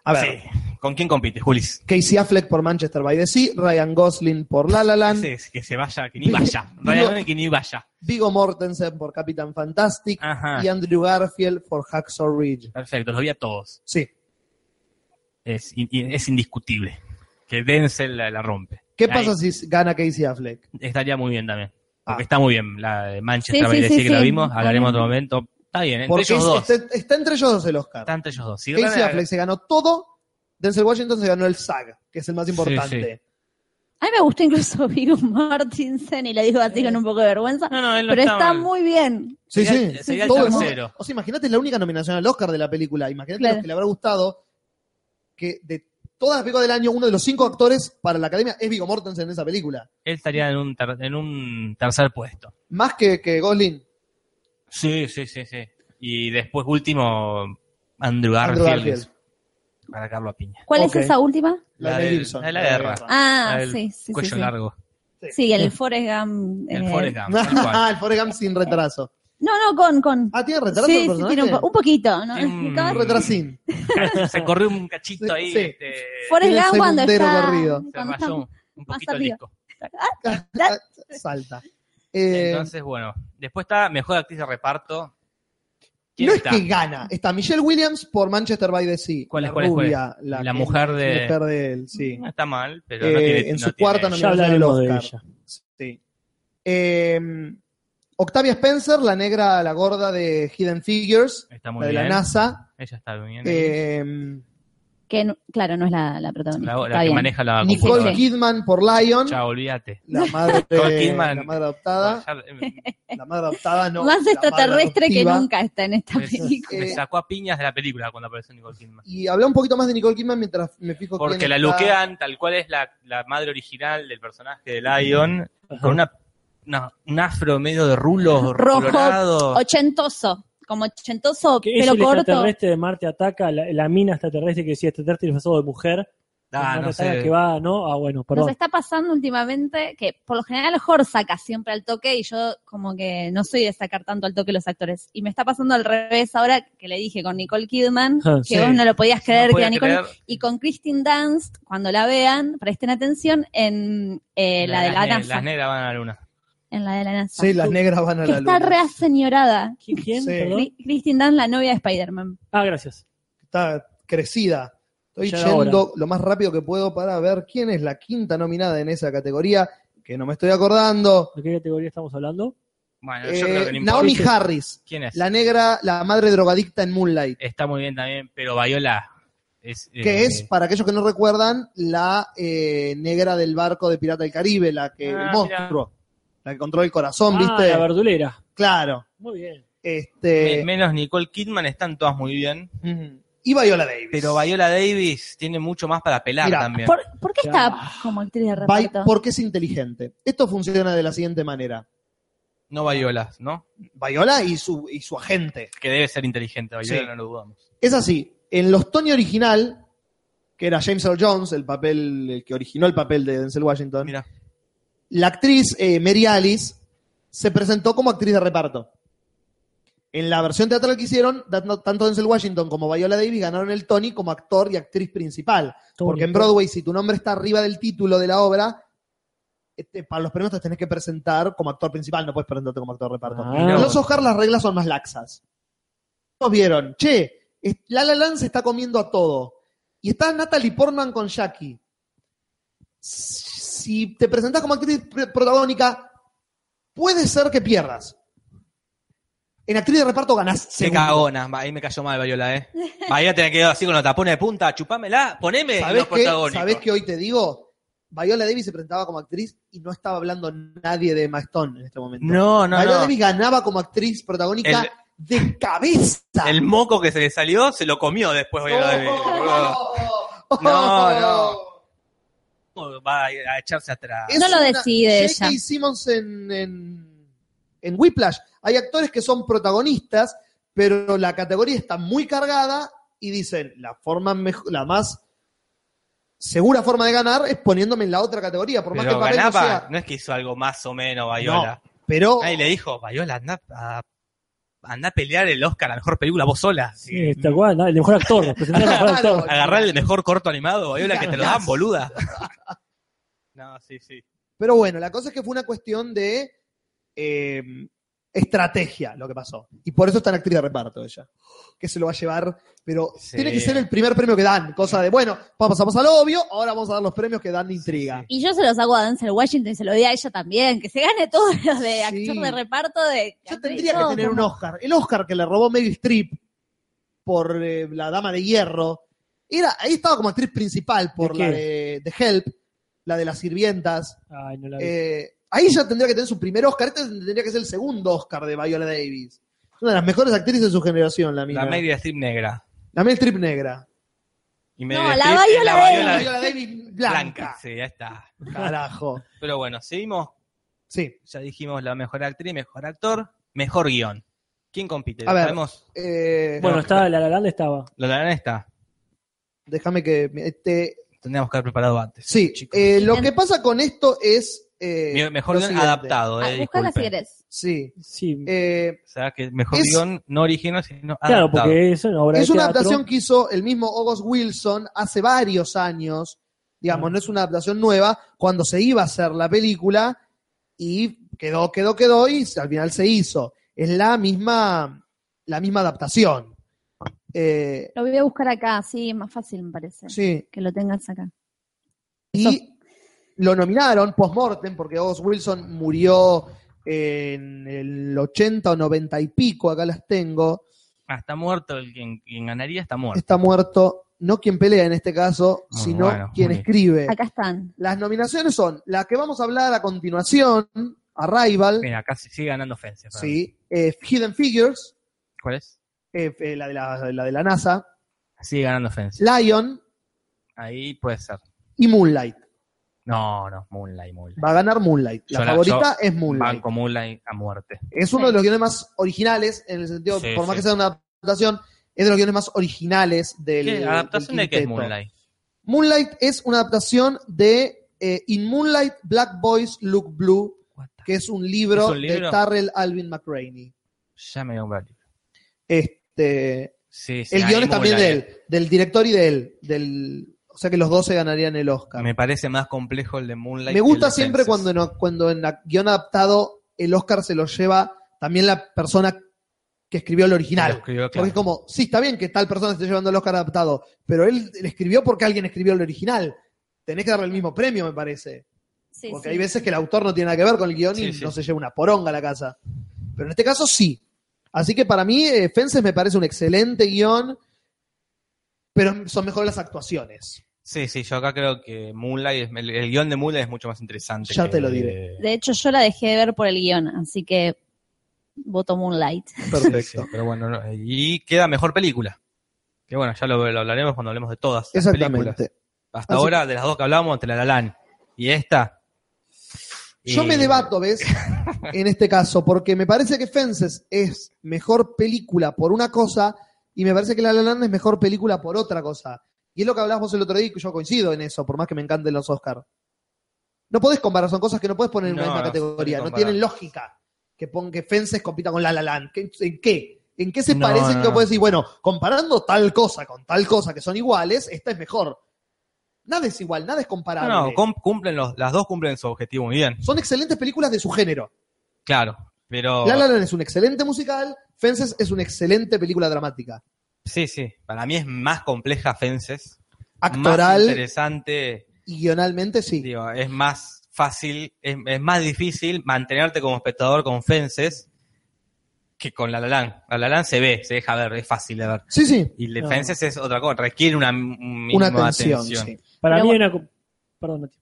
[SPEAKER 1] A ver,
[SPEAKER 4] Sí. ¿Con quién compite, Julis?
[SPEAKER 1] Casey Affleck por Manchester by the Sea, Ryan Gosling por La La Land,
[SPEAKER 4] Ese es que se vaya, que ni vaya.
[SPEAKER 1] Digo-
[SPEAKER 4] Realmente que ni vaya.
[SPEAKER 1] Vigo Mortensen por Capitán Fantastic
[SPEAKER 4] Ajá.
[SPEAKER 1] y Andrew Garfield por Hacksaw Ridge.
[SPEAKER 4] Perfecto, los vi a todos.
[SPEAKER 1] Sí.
[SPEAKER 4] Es, in- in- es indiscutible. Que Denzel la, la rompe.
[SPEAKER 1] ¿Qué
[SPEAKER 4] Ahí.
[SPEAKER 1] pasa si gana Casey Affleck?
[SPEAKER 4] Estaría muy bien también.
[SPEAKER 1] Ah.
[SPEAKER 4] Porque está muy bien la de Manchester
[SPEAKER 3] Sí,
[SPEAKER 4] by
[SPEAKER 3] sí,
[SPEAKER 4] the
[SPEAKER 3] sí,
[SPEAKER 4] Sea, que la
[SPEAKER 3] sí.
[SPEAKER 4] vimos, hablaremos en
[SPEAKER 3] Está
[SPEAKER 4] otro momento. Está bien, entre
[SPEAKER 1] Porque
[SPEAKER 4] ellos
[SPEAKER 1] es- este
[SPEAKER 4] dos.
[SPEAKER 1] está, está entre ellos dos el Oscar.
[SPEAKER 4] Está entre ellos dos. Si
[SPEAKER 1] Casey
[SPEAKER 4] gana-
[SPEAKER 1] Affleck se ganó todo, Denzel Washington se ganó el SAG, que es el más importante.
[SPEAKER 3] A mí me gustó incluso Viggo Mortensen y la digo así con un poco de vergüenza.
[SPEAKER 4] No, no, él no
[SPEAKER 3] Pero está
[SPEAKER 4] mal.
[SPEAKER 3] muy bien.
[SPEAKER 1] Sí,
[SPEAKER 4] Sería-
[SPEAKER 1] sí.
[SPEAKER 4] sería el
[SPEAKER 1] Todo mundo-
[SPEAKER 4] tercero.
[SPEAKER 1] O sea, imagínate la única nominación al Oscar de la película. Imagínate
[SPEAKER 3] Claro.
[SPEAKER 1] los que le habrá gustado que de todas las películas del año, uno de los cinco actores para la academia es Vigo Mortensen en esa película.
[SPEAKER 4] Él estaría en un, ter- en un tercer puesto.
[SPEAKER 1] Más que, que Gosling.
[SPEAKER 4] Sí, sí, sí, sí. Y después, último, Andrew Garfield.
[SPEAKER 1] Andrew Garfield.
[SPEAKER 4] Para Carlos Piña.
[SPEAKER 3] ¿Cuál
[SPEAKER 1] Ok.
[SPEAKER 3] es esa última?
[SPEAKER 1] La,
[SPEAKER 4] La
[SPEAKER 1] de
[SPEAKER 4] del-
[SPEAKER 1] Gibson.
[SPEAKER 4] la de la
[SPEAKER 1] de
[SPEAKER 4] guerra.
[SPEAKER 3] Ah,
[SPEAKER 4] El
[SPEAKER 3] sí, sí, sí.
[SPEAKER 4] Cuello
[SPEAKER 3] sí.
[SPEAKER 4] largo.
[SPEAKER 3] Sí, el Forrest Gump.
[SPEAKER 4] El
[SPEAKER 3] eh,
[SPEAKER 4] Forrest Gump. tal cual.
[SPEAKER 1] Ah, el Forrest Gump sin retraso.
[SPEAKER 3] No, no, con. con.
[SPEAKER 1] Ah, ¿tiene
[SPEAKER 3] Sí,
[SPEAKER 1] retraso el
[SPEAKER 3] sí,
[SPEAKER 1] personaje?
[SPEAKER 3] tiene un, po- un poquito. ¿no?
[SPEAKER 4] Tiene un-
[SPEAKER 3] Cada-
[SPEAKER 1] Un retrasín.
[SPEAKER 4] Se corrió un cachito
[SPEAKER 1] Sí,
[SPEAKER 4] ahí.
[SPEAKER 1] sí.
[SPEAKER 4] este,
[SPEAKER 3] Forrest
[SPEAKER 1] tiene el
[SPEAKER 3] Gump cuando
[SPEAKER 1] segundero
[SPEAKER 3] está.
[SPEAKER 1] corrido.
[SPEAKER 4] se
[SPEAKER 3] cuando
[SPEAKER 4] rayó un, un
[SPEAKER 3] más
[SPEAKER 4] poquito el
[SPEAKER 3] arriba.
[SPEAKER 4] disco.
[SPEAKER 1] Salta. Eh,
[SPEAKER 4] Entonces, bueno. Después está Mejor Actriz de Reparto. ¿Quién
[SPEAKER 1] no
[SPEAKER 4] está?
[SPEAKER 1] es que gana. Está Michelle Williams por Manchester by the Sea.
[SPEAKER 4] ¿Cuál es,
[SPEAKER 1] la
[SPEAKER 4] cuál es, cuál es?
[SPEAKER 1] rubia, La,
[SPEAKER 4] La
[SPEAKER 1] que-
[SPEAKER 4] mujer de-
[SPEAKER 1] mujer de él, sí.
[SPEAKER 4] No está mal, pero
[SPEAKER 1] Eh,
[SPEAKER 4] no tiene,
[SPEAKER 1] en
[SPEAKER 4] no
[SPEAKER 1] su
[SPEAKER 4] tiene-
[SPEAKER 1] cuarta
[SPEAKER 2] Ya
[SPEAKER 1] nominación al
[SPEAKER 2] hablaremos de
[SPEAKER 1] Oscar.
[SPEAKER 2] ella.
[SPEAKER 1] Sí. Eh, Octavia Spencer, la negra, la gorda de Hidden Figures,
[SPEAKER 4] Está
[SPEAKER 1] la
[SPEAKER 4] muy
[SPEAKER 1] de
[SPEAKER 4] bien.
[SPEAKER 1] la NASA.
[SPEAKER 4] Ella está bien.
[SPEAKER 1] Eh,
[SPEAKER 3] Que, no- claro, no es la, la protagonista.
[SPEAKER 4] la la
[SPEAKER 3] está
[SPEAKER 4] que
[SPEAKER 3] bien.
[SPEAKER 4] maneja la
[SPEAKER 1] Nicole
[SPEAKER 4] computadora.
[SPEAKER 1] Kidman por Lion,
[SPEAKER 4] Ah, Chao, olvídate.
[SPEAKER 1] la madre,
[SPEAKER 4] Nicole Kidman.
[SPEAKER 1] la madre adoptada.
[SPEAKER 4] Ya, eh,
[SPEAKER 1] La madre adoptada no.
[SPEAKER 3] Más
[SPEAKER 1] la
[SPEAKER 3] extraterrestre
[SPEAKER 1] madre
[SPEAKER 3] que
[SPEAKER 1] adoptiva.
[SPEAKER 3] nunca está en esta
[SPEAKER 4] me,
[SPEAKER 3] película.
[SPEAKER 1] Eh,
[SPEAKER 4] me sacó a piñas de la película cuando apareció Nicole Kidman.
[SPEAKER 1] Y habla un poquito más de Nicole Kidman mientras me fijo
[SPEAKER 4] Porque
[SPEAKER 1] quién
[SPEAKER 4] la
[SPEAKER 1] está.
[SPEAKER 4] luquean tal cual es la, la madre original del personaje de Lion, con una, una- un afro medio de rulo
[SPEAKER 3] Rojo,
[SPEAKER 4] colorado.
[SPEAKER 3] Ochentoso. Como ochentoso,
[SPEAKER 2] Que es
[SPEAKER 3] pelo
[SPEAKER 2] el
[SPEAKER 3] corto.
[SPEAKER 2] extraterrestre de Marte ataca, la, la mina extraterrestre que decía extraterrestre disfrazado de mujer.
[SPEAKER 4] Ah,
[SPEAKER 2] de
[SPEAKER 4] no
[SPEAKER 2] Marte Ataca
[SPEAKER 4] sé.
[SPEAKER 2] Que va, ¿no? Ah, bueno,
[SPEAKER 3] Nos
[SPEAKER 2] perdón.
[SPEAKER 3] está pasando últimamente que por lo general Hor saca siempre al toque y yo como que no soy de sacar tanto al toque los actores. Y me está pasando al revés ahora que le dije con Nicole Kidman,
[SPEAKER 2] Ah,
[SPEAKER 3] que
[SPEAKER 1] sí.
[SPEAKER 3] vos no lo podías creer
[SPEAKER 4] No
[SPEAKER 3] que
[SPEAKER 4] podía
[SPEAKER 3] era Nicole.
[SPEAKER 4] creer.
[SPEAKER 3] Y con Christine Dunst, cuando la vean, presten atención en eh, la, de la
[SPEAKER 4] Las ne-
[SPEAKER 3] NASA.
[SPEAKER 4] Las negras van a la luna.
[SPEAKER 3] En la de la NASA.
[SPEAKER 1] Sí, las negras van a
[SPEAKER 3] Ah, que
[SPEAKER 1] la
[SPEAKER 3] está
[SPEAKER 1] luna.
[SPEAKER 3] re señorada.
[SPEAKER 2] ¿Quién? quién?
[SPEAKER 1] Sí.
[SPEAKER 2] Perdón.
[SPEAKER 3] Christine Dunst, la novia de Spider-Man.
[SPEAKER 2] Ah, gracias.
[SPEAKER 1] Está crecida. Estoy
[SPEAKER 2] Ya era
[SPEAKER 1] yendo lo más rápido que puedo para ver quién es la quinta nominada en esa categoría, que no me estoy acordando.
[SPEAKER 2] ¿De qué categoría estamos hablando?
[SPEAKER 4] Bueno,
[SPEAKER 1] Eh,
[SPEAKER 4] yo creo que no importa.
[SPEAKER 1] Naomi Harris,
[SPEAKER 4] ¿Quién es?
[SPEAKER 1] la negra, la madre drogadicta en Moonlight,
[SPEAKER 4] Está muy bien también, pero Viola es... eh,
[SPEAKER 1] que es, para aquellos que no recuerdan, la eh, negra del barco de Pirata del Caribe, la que
[SPEAKER 4] Ah,
[SPEAKER 1] el
[SPEAKER 4] mirá.
[SPEAKER 1] monstruo, la que controla el corazón,
[SPEAKER 2] Ah,
[SPEAKER 1] ¿viste?
[SPEAKER 2] la verdulera.
[SPEAKER 1] Claro.
[SPEAKER 2] Muy bien.
[SPEAKER 1] Este,
[SPEAKER 4] me- menos Nicole Kidman, están todas muy bien.
[SPEAKER 1] ujú. y Viola Davis.
[SPEAKER 4] Pero Viola Davis tiene mucho más para pelar
[SPEAKER 1] Mirá,
[SPEAKER 4] también.
[SPEAKER 3] ¿Por, por qué
[SPEAKER 2] Claro.
[SPEAKER 3] está como actriz de
[SPEAKER 1] Vai-
[SPEAKER 3] reparto?
[SPEAKER 1] porque es inteligente. Esto funciona de la siguiente manera.
[SPEAKER 4] No Viola, ¿no?
[SPEAKER 1] Viola y su, y su agente.
[SPEAKER 4] Que debe ser inteligente, Viola,
[SPEAKER 1] Sí.
[SPEAKER 4] no lo dudamos.
[SPEAKER 1] Es así, en los Tony original, que era James Earl Jones, el papel el que originó el papel de Denzel Washington,
[SPEAKER 4] Mira,
[SPEAKER 1] la actriz eh, Mary Alice se presentó como actriz de reparto. En la versión teatral que hicieron, tanto tanto Denzel Washington como Viola Davis ganaron el Tony como actor y actriz principal.
[SPEAKER 2] Tony,
[SPEAKER 1] Porque en
[SPEAKER 2] Tony.
[SPEAKER 1] Broadway, si tu nombre está arriba del título de la obra, este, para los premios te tenés que presentar como actor principal, no puedes presentarte como actor de reparto.
[SPEAKER 2] Ah.
[SPEAKER 1] En los Oscar las reglas son más laxas. Nos vieron, che, es- La La Land se está comiendo a todo. Y está Natalie Portman con Jackie. Si te presentás como actriz pr- protagónica, puede ser que pierdas. En actriz de reparto ganás.
[SPEAKER 4] Qué
[SPEAKER 1] seguro.
[SPEAKER 4] cagona, ahí me cayó mal Viola, ¿eh? Viola tenía que ir así con los tapones de punta, chupámela, poneme en
[SPEAKER 1] ¿Sabés
[SPEAKER 4] eh, los
[SPEAKER 1] qué?
[SPEAKER 4] protagónicos.
[SPEAKER 1] ¿Sabés qué hoy te digo? Viola Davis se presentaba como actriz y no estaba hablando nadie de Emma Stone en este momento.
[SPEAKER 4] No, no,
[SPEAKER 1] Viola
[SPEAKER 4] no.
[SPEAKER 1] Davis ganaba como actriz protagónica
[SPEAKER 4] El-
[SPEAKER 1] de cabeza.
[SPEAKER 4] El moco que se le salió se lo comió después Viola Davis. boludo.
[SPEAKER 1] Oh.
[SPEAKER 4] No, no. ¿Cómo Va a, a echarse atrás.
[SPEAKER 1] Es
[SPEAKER 3] No lo
[SPEAKER 1] una-
[SPEAKER 3] decide
[SPEAKER 1] J.K.
[SPEAKER 3] ella.
[SPEAKER 1] Simmons en, en, en Whiplash. Hay actores que son protagonistas, pero la categoría está muy cargada y dicen, la forma mej- la más segura forma de ganar es poniéndome en la otra categoría, por más que el
[SPEAKER 4] Pero
[SPEAKER 1] papel no
[SPEAKER 4] ganaba, no,
[SPEAKER 1] sea-
[SPEAKER 4] es que hizo algo más o menos Bayola.
[SPEAKER 1] pero
[SPEAKER 4] Ahí le dijo, Bayola, anda a, anda a pelear el Oscar, la mejor película vos sola.
[SPEAKER 2] Sí, tal cual, ¿no? el mejor actor, presentar al mejor
[SPEAKER 1] Claro.
[SPEAKER 2] actor.
[SPEAKER 4] Agarrar el mejor corto animado, Bayola, que te lo dan, boluda. No, sí, sí.
[SPEAKER 1] Pero bueno, la cosa es que fue una cuestión de eh, estrategia lo que pasó. Y por eso está en actriz de reparto ella. Que se lo va a llevar, pero
[SPEAKER 4] Sí.
[SPEAKER 1] tiene que ser el primer premio que dan. Cosa de, bueno, pa- pasamos al obvio, ahora vamos a dar los premios que dan intriga.
[SPEAKER 3] Y yo se los hago a Denzel Washington y se lo doy a ella también, que se gane todos los de
[SPEAKER 1] Sí.
[SPEAKER 3] actor de reparto de
[SPEAKER 1] Yo tendría que
[SPEAKER 3] Todo,
[SPEAKER 1] tener un
[SPEAKER 3] como-
[SPEAKER 1] Oscar. El Oscar que le robó Meryl Streep por eh, La Dama de Hierro. Era, ahí estaba como actriz principal por
[SPEAKER 2] ¿De
[SPEAKER 1] la
[SPEAKER 2] qué?
[SPEAKER 1] de, de Help, la de las sirvientas.
[SPEAKER 2] Ay, no la vi.
[SPEAKER 1] Eh, ahí ya tendría que tener su primer Oscar. Este tendría que ser el segundo Oscar de Viola Davis. Una de las mejores actrices de su generación, la mía.
[SPEAKER 4] La Meryl Streep negra.
[SPEAKER 1] La Meryl Streep negra.
[SPEAKER 4] Y
[SPEAKER 3] No, la
[SPEAKER 4] Streep es
[SPEAKER 3] Viola
[SPEAKER 1] La
[SPEAKER 3] Claro.
[SPEAKER 4] Viola
[SPEAKER 1] Viola Davis
[SPEAKER 4] blanca.
[SPEAKER 1] blanca.
[SPEAKER 4] Sí, ya está.
[SPEAKER 1] Carajo.
[SPEAKER 4] Pero bueno, seguimos.
[SPEAKER 1] Sí.
[SPEAKER 4] Ya dijimos la mejor actriz, mejor actor, mejor guión. ¿Quién compite?
[SPEAKER 1] A ver.
[SPEAKER 4] Sabemos.
[SPEAKER 1] Eh,
[SPEAKER 2] bueno, estaba, la la Land estaba.
[SPEAKER 4] Lo la está.
[SPEAKER 1] Déjame que. Este,
[SPEAKER 4] Tendríamos que haber preparado antes.
[SPEAKER 1] sí.
[SPEAKER 4] chicos.
[SPEAKER 1] Eh, lo que pasa con esto es. eh,
[SPEAKER 4] Mi- mejor
[SPEAKER 1] lo
[SPEAKER 4] guión
[SPEAKER 1] siguiente.
[SPEAKER 4] adaptado.
[SPEAKER 3] Ah,
[SPEAKER 4] Eh,
[SPEAKER 3] buscala si
[SPEAKER 4] disculpen.
[SPEAKER 3] querés.
[SPEAKER 1] Sí.
[SPEAKER 2] Sí,
[SPEAKER 1] Eh,
[SPEAKER 4] O sea, que mejor
[SPEAKER 1] Es-
[SPEAKER 4] guión no original, sino
[SPEAKER 2] claro,
[SPEAKER 4] adaptado.
[SPEAKER 2] porque es una obra
[SPEAKER 1] es
[SPEAKER 2] de
[SPEAKER 1] una
[SPEAKER 2] teatro.
[SPEAKER 1] adaptación que hizo el mismo August Wilson hace varios años. Digamos,
[SPEAKER 2] Ah.
[SPEAKER 1] no es una adaptación nueva, cuando se iba a hacer la película y quedó, quedó, quedó y al final se hizo. Es la misma, la misma adaptación. Eh,
[SPEAKER 3] Lo voy a buscar acá, sí, más fácil me parece.
[SPEAKER 1] sí.
[SPEAKER 3] Que lo tengas acá. Eso.
[SPEAKER 1] Y lo nominaron post-mortem porque August Wilson murió en el 80 o 90 y pico, acá las tengo.
[SPEAKER 4] Ah, está muerto. El quien, quien ganaría está muerto.
[SPEAKER 1] Está muerto, no quien pelea en este caso,
[SPEAKER 4] Muy
[SPEAKER 1] sino
[SPEAKER 4] bueno,
[SPEAKER 1] quien
[SPEAKER 4] muy bien.
[SPEAKER 1] escribe.
[SPEAKER 3] Acá están.
[SPEAKER 1] Las nominaciones son la que vamos a hablar a continuación, Arrival,
[SPEAKER 4] Mira, casi sigue ganando Fences. para mí.
[SPEAKER 1] sí, eh, Hidden Figures,
[SPEAKER 4] ¿Cuál es?
[SPEAKER 1] eh, eh, la, de la, la de la NASA,
[SPEAKER 4] Sigue ganando Fences.
[SPEAKER 1] Lion
[SPEAKER 4] Ahí puede ser.
[SPEAKER 1] y Moonlight.
[SPEAKER 4] No, no, Moonlight, Moonlight.
[SPEAKER 1] Va a ganar Moonlight. La
[SPEAKER 4] Yo la-
[SPEAKER 1] favorita es Moonlight.
[SPEAKER 4] Banco Moonlight a muerte.
[SPEAKER 1] Es uno
[SPEAKER 3] Sí.
[SPEAKER 1] de los guiones más originales, en el sentido,
[SPEAKER 4] Sí,
[SPEAKER 1] por más
[SPEAKER 4] sí.
[SPEAKER 1] que sea una adaptación, es de los guiones más originales del.
[SPEAKER 4] ¿Qué? ¿Adaptación
[SPEAKER 1] del
[SPEAKER 4] de qué es
[SPEAKER 1] quinteto.
[SPEAKER 4] Moonlight?
[SPEAKER 1] Moonlight es una adaptación de eh, In Moonlight, Black Boys Look Blue,
[SPEAKER 4] What the-
[SPEAKER 1] que es un libro,
[SPEAKER 4] ¿Es un libro?
[SPEAKER 1] de Tarrell Alvin McRaney.
[SPEAKER 4] Ya me dio un valor.
[SPEAKER 1] Este,
[SPEAKER 4] Sí, sí,
[SPEAKER 1] El
[SPEAKER 4] ahí
[SPEAKER 1] guión es también de
[SPEAKER 4] Moonlight.
[SPEAKER 1] él, del director y de él. Del, o sea que los dos se ganarían el Oscar.
[SPEAKER 4] Me
[SPEAKER 1] Me,
[SPEAKER 4] parece más complejo el de Moonlight. que el
[SPEAKER 1] gusta
[SPEAKER 4] de
[SPEAKER 1] siempre
[SPEAKER 4] Fences.
[SPEAKER 1] cuando, en, cuando en la- guión adaptado el Oscar se lo lleva también la persona que escribió el original.
[SPEAKER 4] Lo escribió, claro.
[SPEAKER 1] Porque es como, sí, está bien que tal persona esté llevando el Oscar adaptado, pero él le escribió porque alguien escribió el original. Tenés que darle el mismo premio, me parece.
[SPEAKER 3] Sí,
[SPEAKER 1] porque
[SPEAKER 3] sí.
[SPEAKER 1] hay veces que el autor no tiene nada que ver con el guión y
[SPEAKER 4] Sí, sí.
[SPEAKER 1] no se lleva una poronga a la casa. Pero en este caso sí. Así que para mí, eh, Fences me parece un excelente guión, pero son mejores las actuaciones.
[SPEAKER 4] Sí, sí, yo acá creo que Moonlight, es- el, el guión de Moonlight es mucho más interesante.
[SPEAKER 1] Ya
[SPEAKER 4] que-
[SPEAKER 1] te lo diré.
[SPEAKER 3] De hecho, yo la dejé de ver por el guión, así que voto Moonlight.
[SPEAKER 4] Sí, pero bueno, no- y queda mejor película. Que bueno, ya lo, lo hablaremos cuando hablemos de todas. las películas.
[SPEAKER 1] Exactamente.
[SPEAKER 4] Hasta
[SPEAKER 1] Así-
[SPEAKER 4] ahora, de las dos que hablamos, entre la La Land y esta.
[SPEAKER 1] Yo
[SPEAKER 4] y-
[SPEAKER 1] me debato, ¿ves? en este caso, porque me parece que Fences es mejor película por una cosa y me parece que La La Land es mejor película por otra cosa. Y es lo que hablabas vos el otro día y yo coincido en eso, por más que me encanten los Oscars. No podés comparar, son cosas que no podés poner en
[SPEAKER 4] No,
[SPEAKER 1] una misma
[SPEAKER 4] no se
[SPEAKER 1] categoría,
[SPEAKER 4] puede
[SPEAKER 1] no
[SPEAKER 4] comparar.
[SPEAKER 1] tienen lógica que, pon- que Fences compita con La La Land. ¿Qué- ¿En qué? ¿En qué se
[SPEAKER 4] No,
[SPEAKER 1] parecen
[SPEAKER 4] no,
[SPEAKER 1] que
[SPEAKER 4] no.
[SPEAKER 1] podés decir, bueno, comparando tal cosa con tal cosa que son iguales, esta es mejor? Nada es igual, nada es
[SPEAKER 4] No,
[SPEAKER 1] comparable.
[SPEAKER 4] no, cum- cumplen los, las dos cumplen su objetivo muy bien.
[SPEAKER 1] son excelentes películas de su género.
[SPEAKER 4] Claro, pero.
[SPEAKER 1] La La Land es un excelente musical, Fences es una excelente película dramática.
[SPEAKER 4] Sí, sí. Para mí es más compleja Fences. Más
[SPEAKER 1] Actoral
[SPEAKER 4] interesante.
[SPEAKER 1] y guionalmente sí.
[SPEAKER 4] Digo, es más fácil, es, es más difícil mantenerte como espectador con Fences que con La La Land. La La Land se ve, se deja ver, es fácil de ver.
[SPEAKER 1] Sí, sí.
[SPEAKER 4] Y el
[SPEAKER 2] No.
[SPEAKER 4] Fences es otra cosa, requiere una m- mínima
[SPEAKER 1] Una tensión.
[SPEAKER 4] atención.
[SPEAKER 1] sí.
[SPEAKER 2] Para
[SPEAKER 3] Pero
[SPEAKER 2] mí
[SPEAKER 3] bueno.
[SPEAKER 2] hay una... co- Perdón, Mati.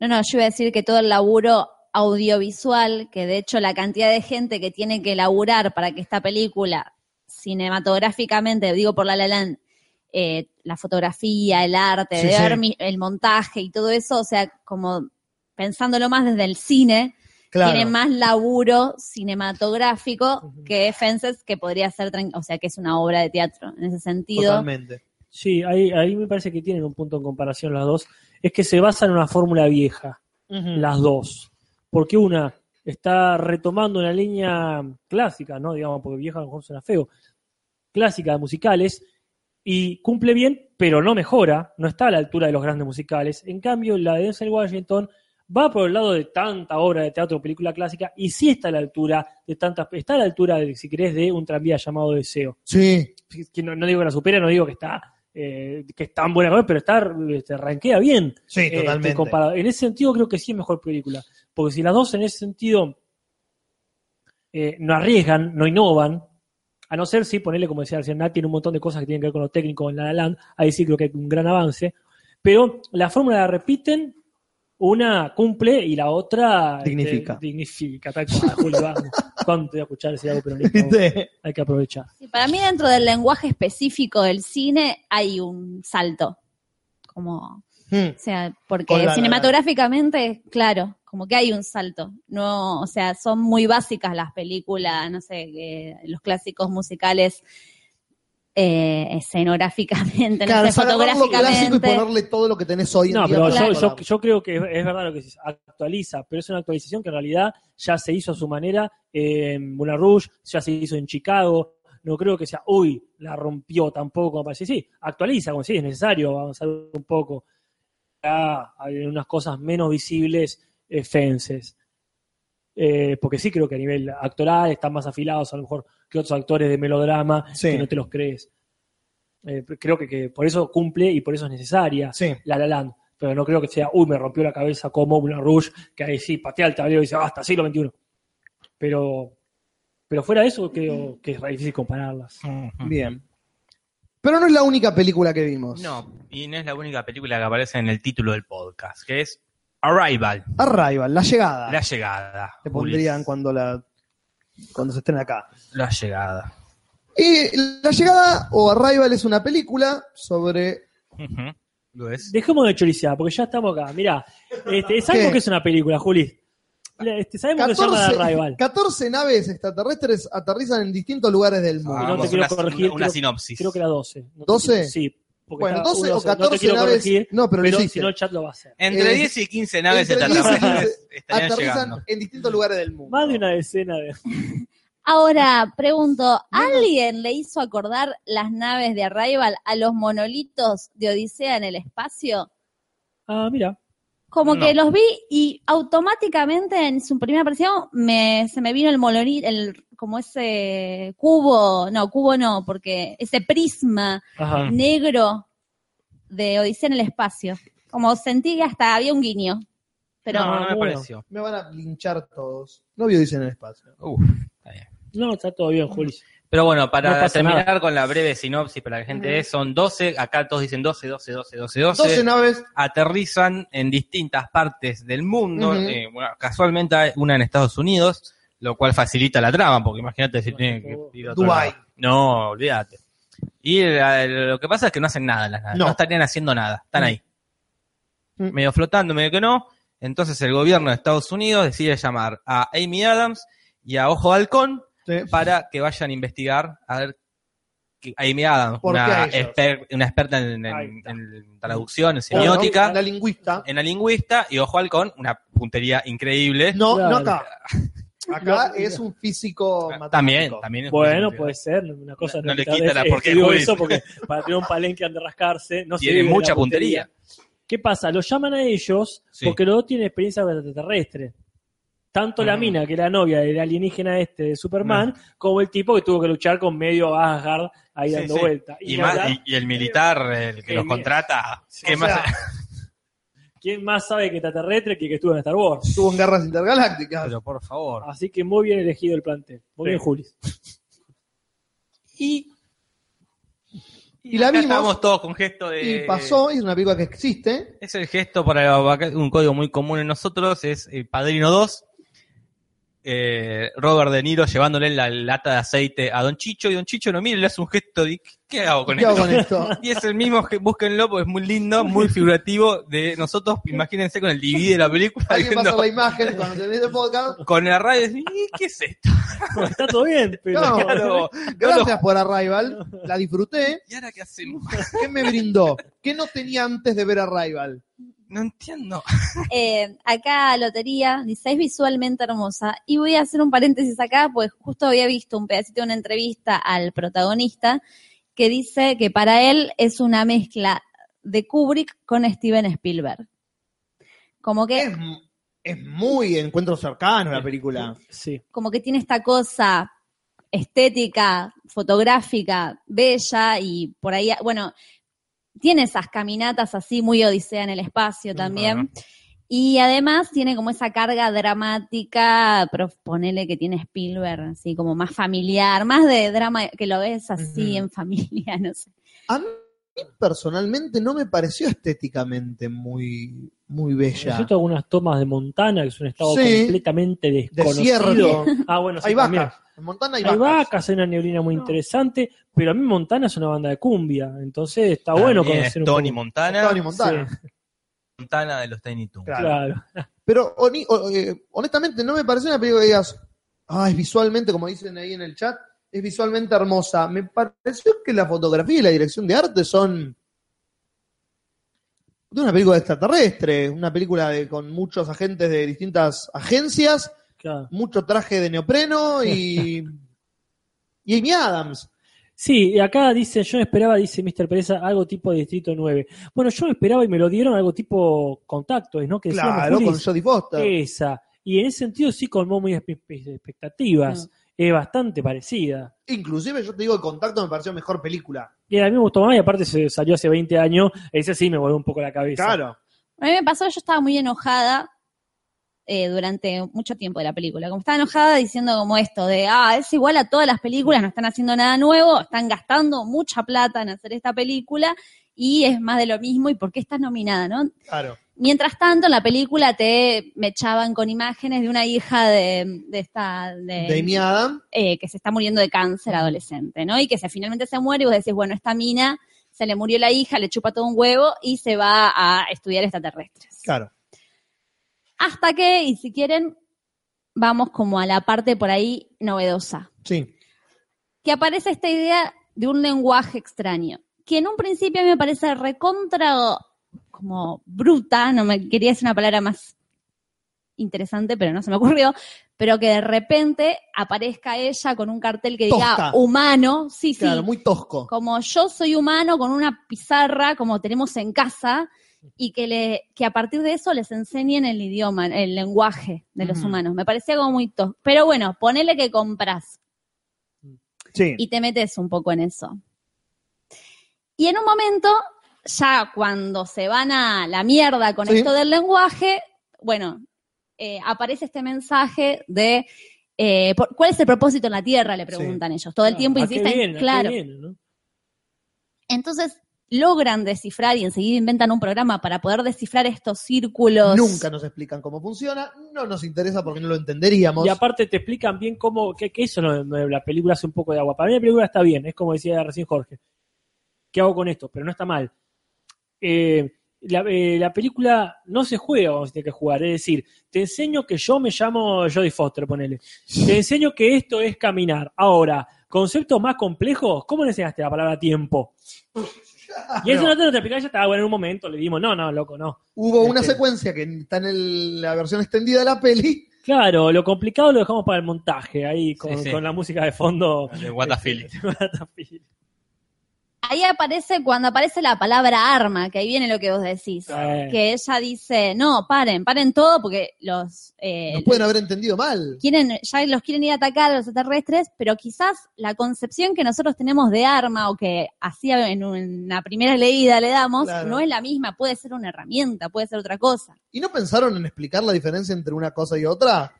[SPEAKER 3] No, no, yo iba a decir que todo el laburo audiovisual, que de hecho la cantidad de gente que tiene que laburar para que esta película cinematográficamente, digo por La La Land, eh, la fotografía, el arte,
[SPEAKER 1] Sí,
[SPEAKER 3] de
[SPEAKER 1] sí.
[SPEAKER 3] ver mi- el montaje y todo eso, o sea, como pensándolo más desde el cine,
[SPEAKER 1] Claro.
[SPEAKER 3] tiene más laburo cinematográfico que Fences, que podría ser, tran- o sea, que es una obra de teatro en ese sentido.
[SPEAKER 1] Totalmente.
[SPEAKER 2] Sí, ahí, ahí me parece que tienen un punto en comparación las dos. Es que se basan en una fórmula vieja, las dos. Porque una está retomando una línea clásica, ¿no? Digamos, porque vieja a lo mejor suena feo. Clásica de musicales y cumple bien, pero no mejora, no está a la altura de los grandes musicales. En cambio, la de Denzel Washington va por el lado de tanta obra de teatro, película clásica, y sí está a la altura de tantas, está a la altura, de, si querés, de un tranvía llamado Deseo
[SPEAKER 1] Sí,
[SPEAKER 2] que no, no digo que la supera, no digo que está eh, que es tan buena, pero está este, rankea bien.
[SPEAKER 1] sí,
[SPEAKER 2] eh,
[SPEAKER 1] totalmente.
[SPEAKER 2] este, comparado. En ese sentido creo que sí es mejor película, porque si las dos en ese sentido eh, no arriesgan, no innovan, a no ser si ponerle como decía recién Nat, tiene un montón de cosas que tienen que ver con lo técnico en La La Land, ahí sí creo que hay un gran avance, pero la fórmula la repiten, una cumple y la otra este,
[SPEAKER 1] Dignifica.
[SPEAKER 2] dignifica, tal cual, Julio, vamos. ¿Cuánto voy a escuchar ese algo peronista?
[SPEAKER 1] ¿Viste?
[SPEAKER 2] Hay que aprovechar.
[SPEAKER 3] Sí, para mí dentro del lenguaje específico del cine hay un salto, como,
[SPEAKER 1] Mm.
[SPEAKER 3] o sea, porque
[SPEAKER 1] Con La La Land.
[SPEAKER 3] cinematográficamente, claro, como que hay un salto. No, o sea, son muy básicas las películas, no sé, que los clásicos musicales. eh, escenográficamente,
[SPEAKER 1] Claro,
[SPEAKER 3] no sé,
[SPEAKER 1] es agarrar lo clásico y
[SPEAKER 3] fotográficamente.
[SPEAKER 1] ponerle todo lo que tenés hoy en
[SPEAKER 2] No,
[SPEAKER 1] día.
[SPEAKER 2] pero
[SPEAKER 1] para
[SPEAKER 2] yo,
[SPEAKER 3] Claro.
[SPEAKER 2] yo, yo creo que es, es verdad lo que dices, actualiza, pero es una actualización que en realidad ya se hizo a su manera en Moulin Rouge, ya se hizo en Chicago, no creo que sea, uy, la rompió tampoco, como para decir, sí, actualiza, como si es necesario avanzar un poco, Ah, hay unas cosas menos visibles, eh, fences. Eh, porque sí creo que a nivel actoral están más afilados a lo mejor que otros actores de melodrama
[SPEAKER 1] Sí.
[SPEAKER 2] que no te los crees. Eh, creo que, que por eso cumple y por eso es necesaria.
[SPEAKER 1] Sí.
[SPEAKER 2] La La Land. Pero no creo que sea, uy, me rompió la cabeza como una Rouge, que ahí sí patea el tablero y dice, basta, siglo XXI. Pero, pero fuera de eso, creo que es re difícil compararlas.
[SPEAKER 1] Ah. Bien. Hmm. Pero no es la única película que vimos.
[SPEAKER 4] No, y no es la única película que aparece en el título del podcast, que es Arrival,
[SPEAKER 1] Arrival, La Llegada.
[SPEAKER 4] La Llegada.
[SPEAKER 1] Te
[SPEAKER 4] Juli.
[SPEAKER 1] pondrían cuando la cuando se estrena acá.
[SPEAKER 4] La Llegada.
[SPEAKER 1] Y La Llegada o Arrival es una película sobre...
[SPEAKER 4] Ujú. Lo es.
[SPEAKER 2] Dejemos de choricear, porque ya estamos acá. Mirá, este, sabemos
[SPEAKER 1] ¿Qué?
[SPEAKER 2] que es una película, Juli. La- este, sabemos que se
[SPEAKER 1] 14,
[SPEAKER 2] llama Rival.
[SPEAKER 1] 14 naves extraterrestres aterrizan en distintos lugares del mundo.
[SPEAKER 2] no te
[SPEAKER 4] Ah, Vamos,
[SPEAKER 2] quiero
[SPEAKER 4] una-
[SPEAKER 2] corregir,
[SPEAKER 4] Una, una
[SPEAKER 2] creo-
[SPEAKER 4] sinopsis.
[SPEAKER 2] Creo que era 12. No te
[SPEAKER 1] 12?
[SPEAKER 2] quiero- sí. porque
[SPEAKER 1] Bueno,
[SPEAKER 2] estaba
[SPEAKER 1] 12
[SPEAKER 2] uno,
[SPEAKER 1] o 14
[SPEAKER 2] no te quiero
[SPEAKER 1] naves.
[SPEAKER 2] corregir,
[SPEAKER 1] no, pero, lo
[SPEAKER 2] pero
[SPEAKER 1] hiciste.
[SPEAKER 2] si no, el chat lo va a hacer.
[SPEAKER 4] Entre
[SPEAKER 1] Eh,
[SPEAKER 4] 10 y 15 naves
[SPEAKER 1] entre 10 y 15
[SPEAKER 4] extraterrestres estarían
[SPEAKER 1] aterrizan
[SPEAKER 4] llegando.
[SPEAKER 1] en distintos lugares del mundo.
[SPEAKER 2] Más de una decena de.
[SPEAKER 3] Ahora pregunto, ¿alguien le hizo acordar las naves de Arrival a los monolitos de Odisea en el espacio?
[SPEAKER 2] Ah, mira.
[SPEAKER 3] Como
[SPEAKER 4] No.
[SPEAKER 3] que los vi y automáticamente en su primera aparición me, se me vino el monolito, el, como ese cubo, no, cubo no, porque ese prisma
[SPEAKER 2] Ajá.
[SPEAKER 3] negro de Odisea en el espacio. Como sentí que hasta había un guiño. Pero
[SPEAKER 4] no, no me
[SPEAKER 2] bueno.
[SPEAKER 4] pareció.
[SPEAKER 1] Me van a linchar todos. No vio dicen en el espacio.
[SPEAKER 4] Uf, está bien.
[SPEAKER 2] No, está todo bien, Juli.
[SPEAKER 4] Pero bueno,
[SPEAKER 2] No
[SPEAKER 4] para
[SPEAKER 2] pasa
[SPEAKER 4] terminar con la breve sinopsis para la gente, es, son 12, acá todos dicen 12, 12, 12, 12, 12.
[SPEAKER 1] 12 naves.
[SPEAKER 4] aterrizan en distintas partes del mundo,
[SPEAKER 1] Ujú.
[SPEAKER 4] eh, bueno, casualmente hay una en Estados Unidos, lo cual facilita la trama, porque imagínate si tienen que ir a otro
[SPEAKER 1] Dubái.
[SPEAKER 4] lado. No, olvídate. Y la- lo que pasa es que no hacen nada las naves,
[SPEAKER 1] No.
[SPEAKER 4] no, estarían haciendo nada, están
[SPEAKER 1] Mm.
[SPEAKER 4] ahí.
[SPEAKER 1] Mm.
[SPEAKER 4] Medio flotando, medio que no. Entonces el gobierno de Estados Unidos decide llamar a Amy Adams y a Ojo de Halcón
[SPEAKER 1] Sí.
[SPEAKER 4] para que vayan a investigar a ver que- a Amy Adams,
[SPEAKER 1] ¿Por
[SPEAKER 4] una,
[SPEAKER 1] qué ellos?
[SPEAKER 4] exper- una experta en, en-
[SPEAKER 2] Ahí está.
[SPEAKER 4] en traducción, en
[SPEAKER 1] Bueno,
[SPEAKER 4] semiótica,
[SPEAKER 1] La lingüista.
[SPEAKER 4] en la lingüista, y ojo al con una puntería increíble.
[SPEAKER 1] No,
[SPEAKER 2] Claro.
[SPEAKER 1] no acá. Acá
[SPEAKER 2] No,
[SPEAKER 1] es un físico matemático.
[SPEAKER 4] Ah, también, también. es
[SPEAKER 2] Bueno,
[SPEAKER 4] posible.
[SPEAKER 2] puede ser. Una cosa
[SPEAKER 4] No- no le
[SPEAKER 2] está-
[SPEAKER 4] quita la-
[SPEAKER 2] eh,
[SPEAKER 4] porque
[SPEAKER 2] digo
[SPEAKER 4] Juli-
[SPEAKER 2] eso porque para tener un palenque han de rascarse. No se
[SPEAKER 4] Tiene
[SPEAKER 2] vive de la
[SPEAKER 4] mucha puntería.
[SPEAKER 2] ¿Qué pasa? Los llaman a ellos
[SPEAKER 4] Sí.
[SPEAKER 2] porque los dos tienen experiencia con extraterrestres. Tanto la
[SPEAKER 4] Mm.
[SPEAKER 2] mina, que era novia del alienígena este de Superman, como el tipo que tuvo que luchar con medio Asgard ahí
[SPEAKER 4] Sí,
[SPEAKER 2] dando
[SPEAKER 4] sí.
[SPEAKER 2] vuelta.
[SPEAKER 4] Y,
[SPEAKER 2] la
[SPEAKER 4] más-
[SPEAKER 2] verdad,
[SPEAKER 4] y- y el militar, el que
[SPEAKER 2] Eh,
[SPEAKER 4] los
[SPEAKER 2] mira.
[SPEAKER 4] contrata,
[SPEAKER 2] Sí,
[SPEAKER 4] ¿qué
[SPEAKER 1] o
[SPEAKER 4] más?
[SPEAKER 1] sea,
[SPEAKER 2] ¿Quién más sabe que extraterrestre que el que estuvo en Star Wars?
[SPEAKER 1] Estuvo en guerras intergalácticas.
[SPEAKER 4] Pero por favor.
[SPEAKER 2] Así que muy bien elegido el plantel. Muy
[SPEAKER 4] Sí.
[SPEAKER 2] bien, Juli.
[SPEAKER 1] y, y la
[SPEAKER 4] Acá
[SPEAKER 1] vimos.
[SPEAKER 4] Estábamos todos con gesto de.
[SPEAKER 1] Y pasó, y es una película que existe.
[SPEAKER 4] Es el gesto para la vaca- un código muy común en nosotros, es eh, Padrino 2. eh, Robert De Niro llevándole la lata de aceite a Don Chicho y Don Chicho lo mira y le hace un gesto de ¿qué- ¿qué hago con
[SPEAKER 1] ¿Qué
[SPEAKER 4] esto?
[SPEAKER 1] hago con esto?
[SPEAKER 4] Y es el mismo, que- búsquenlo, porque es muy lindo, muy figurativo de nosotros, imagínense con el DVD de la película,
[SPEAKER 1] Alguien pasa
[SPEAKER 4] viendo-
[SPEAKER 1] la imagen cuando termine el podcast.
[SPEAKER 4] con la radio, y decís, "¿Y ¿qué es esto?
[SPEAKER 2] Está todo bien, pero.
[SPEAKER 1] No,
[SPEAKER 4] Claro, claro.
[SPEAKER 1] Gracias por Arrival, la disfruté. ¿eh?
[SPEAKER 4] ¿Y ahora qué hacemos?
[SPEAKER 1] ¿Qué me brindó? ¿Qué no tenía antes de ver Arrival?
[SPEAKER 4] No entiendo.
[SPEAKER 3] Eh, acá Lotería dice, es visualmente hermosa. Y voy a hacer un paréntesis acá, pues justo había visto un pedacito de una entrevista al protagonista que dice que para él es una mezcla de Kubrick con Steven Spielberg. Como
[SPEAKER 1] Es,
[SPEAKER 3] que,
[SPEAKER 1] es muy encuentro cercano la película.
[SPEAKER 2] Sí.
[SPEAKER 3] como que tiene esta cosa estética, fotográfica, bella y por ahí, bueno, tiene esas caminatas así muy odisea en el espacio también. Y además tiene como esa carga dramática, pero ponele que tiene Spielberg, así como más familiar, más de drama que lo ves así
[SPEAKER 1] Ujú.
[SPEAKER 3] en familia, no sé.
[SPEAKER 1] A mí personalmente no me pareció estéticamente muy, muy bella.
[SPEAKER 2] Excepto algunas tomas de Montana, que es un estado
[SPEAKER 1] Sí.
[SPEAKER 2] completamente desconocido.
[SPEAKER 1] Desierto.
[SPEAKER 2] Ah, bueno, sí,
[SPEAKER 1] Hay
[SPEAKER 2] también.
[SPEAKER 1] vacas. En Montana hay
[SPEAKER 2] Hay
[SPEAKER 1] vacas.
[SPEAKER 2] vacas, hay una neblina muy interesante, pero a mí Montana es una banda de cumbia, entonces está bueno
[SPEAKER 4] También es
[SPEAKER 2] conocer un
[SPEAKER 4] Tony
[SPEAKER 2] poco.
[SPEAKER 4] Montana,
[SPEAKER 1] Montana y Montana.
[SPEAKER 4] Montana de los Tiny Toons.
[SPEAKER 1] Claro.
[SPEAKER 2] Claro.
[SPEAKER 1] Pero oni- o- eh, honestamente no me pareció una película que digas, ah, es visualmente, como dicen ahí en el chat, es visualmente hermosa. Me pareció que la fotografía y la dirección de arte son de una película extraterrestre, una película de- con muchos agentes de distintas agencias,
[SPEAKER 2] claro.
[SPEAKER 1] mucho traje de neopreno y... y Amy Adams.
[SPEAKER 2] Sí, y acá dice, yo esperaba, dice Mr. Pereza, algo tipo de Distrito 9. Bueno, yo esperaba y me lo dieron algo tipo contacto, ¿no? Que decíamos,
[SPEAKER 1] Claro, con
[SPEAKER 2] Julis,
[SPEAKER 1] Jodie Foster.
[SPEAKER 2] esa. Y en ese sentido sí colmó mis espe- espe- expectativas. Es bastante parecida.
[SPEAKER 1] Inclusive yo te digo, el contacto me pareció mejor película.
[SPEAKER 2] Y a mí me gustó más y aparte se salió hace 20 años. Ese sí me voló un poco la cabeza.
[SPEAKER 1] Claro.
[SPEAKER 3] A mí me pasó, yo estaba muy enojada eh, durante mucho tiempo de la película. Como estaba enojada diciendo como esto, de, ah, es igual a todas las películas, no están haciendo nada nuevo, están gastando mucha plata en hacer esta película y es más de lo mismo y por qué estás nominada, ¿no?
[SPEAKER 1] Claro.
[SPEAKER 3] Mientras tanto, en la película te mechaban con imágenes de una hija de, de esta
[SPEAKER 1] De Amy Adams.
[SPEAKER 3] eh, que se está muriendo de cáncer adolescente, ¿no? Y que se, finalmente se muere y vos decís, bueno, esta mina se le murió la hija, le chupa todo un huevo y se va a estudiar extraterrestres.
[SPEAKER 1] Claro.
[SPEAKER 3] Hasta que, y si quieren, vamos como a la parte por ahí novedosa,
[SPEAKER 1] Sí.
[SPEAKER 3] que aparece esta idea de un lenguaje extraño, que en un principio a mí me parece recontra como bruta, no me quería decir una palabra más interesante, pero no se me ocurrió, pero que de repente aparezca ella con un cartel que diga
[SPEAKER 1] Tosca.
[SPEAKER 3] humano, sí, sí,
[SPEAKER 1] Claro, muy tosco.
[SPEAKER 3] como yo soy humano con una pizarra como tenemos en casa y que, le, que a partir de eso les enseñen el idioma, el lenguaje de los
[SPEAKER 1] Ujú.
[SPEAKER 3] humanos. Me parecía como muy tosco. Pero bueno, ponele que compras
[SPEAKER 1] Sí.
[SPEAKER 3] y te metes un poco en eso. Y en un momento, ya cuando se van a la mierda con
[SPEAKER 1] Sí.
[SPEAKER 3] esto del lenguaje, bueno, eh, aparece este mensaje de... eh, por- ¿Cuál es el propósito en la Tierra? Le
[SPEAKER 1] Sí. Ah,
[SPEAKER 3] preguntan ellos. Todo el tiempo
[SPEAKER 2] ¿A Ah, qué
[SPEAKER 3] insisten,
[SPEAKER 2] viene? ¿A qué
[SPEAKER 3] claro.
[SPEAKER 2] viene, no?
[SPEAKER 3] Entonces logran descifrar y enseguida inventan un programa para poder descifrar estos círculos.
[SPEAKER 1] Nunca nos explican cómo funciona, no nos interesa porque no lo entenderíamos.
[SPEAKER 2] Y aparte te explican bien cómo, que, que eso no, no- la película hace un poco de agua. Para mí la película está bien, es como decía recién Jorge. ¿Qué hago con esto? Pero no está mal. Eh, la, eh, la película no se juega como se tiene que jugar. Es decir, te enseño que yo me llamo Jodie Foster, ponele. Te enseño que esto es caminar. Ahora, conceptos más complejos, ¿cómo le enseñaste la palabra tiempo? Y eso no te lo explicaba, ya estaba bueno en un momento, le dimos, no, no, loco, no.
[SPEAKER 1] Hubo una
[SPEAKER 2] Este.
[SPEAKER 1] secuencia que está en el- la versión extendida de la peli.
[SPEAKER 2] Claro, lo complicado lo dejamos para el montaje, ahí con,
[SPEAKER 4] Sí, sí.
[SPEAKER 2] con la música de fondo.
[SPEAKER 4] De What a Feeling.
[SPEAKER 3] Ahí aparece cuando aparece la palabra arma, que ahí viene lo que vos decís.
[SPEAKER 2] Claro.
[SPEAKER 3] Que ella dice, no, paren, paren todo porque los... eh,
[SPEAKER 1] Nos pueden haber entendido mal.
[SPEAKER 3] quieren, ya los quieren ir a atacar a los extraterrestres, pero quizás la concepción que nosotros tenemos de arma o que así en una primera leída le damos,
[SPEAKER 1] Claro.
[SPEAKER 3] no es la misma, puede ser una herramienta, puede ser otra cosa.
[SPEAKER 1] ¿Y no pensaron en explicar la diferencia entre una cosa y otra?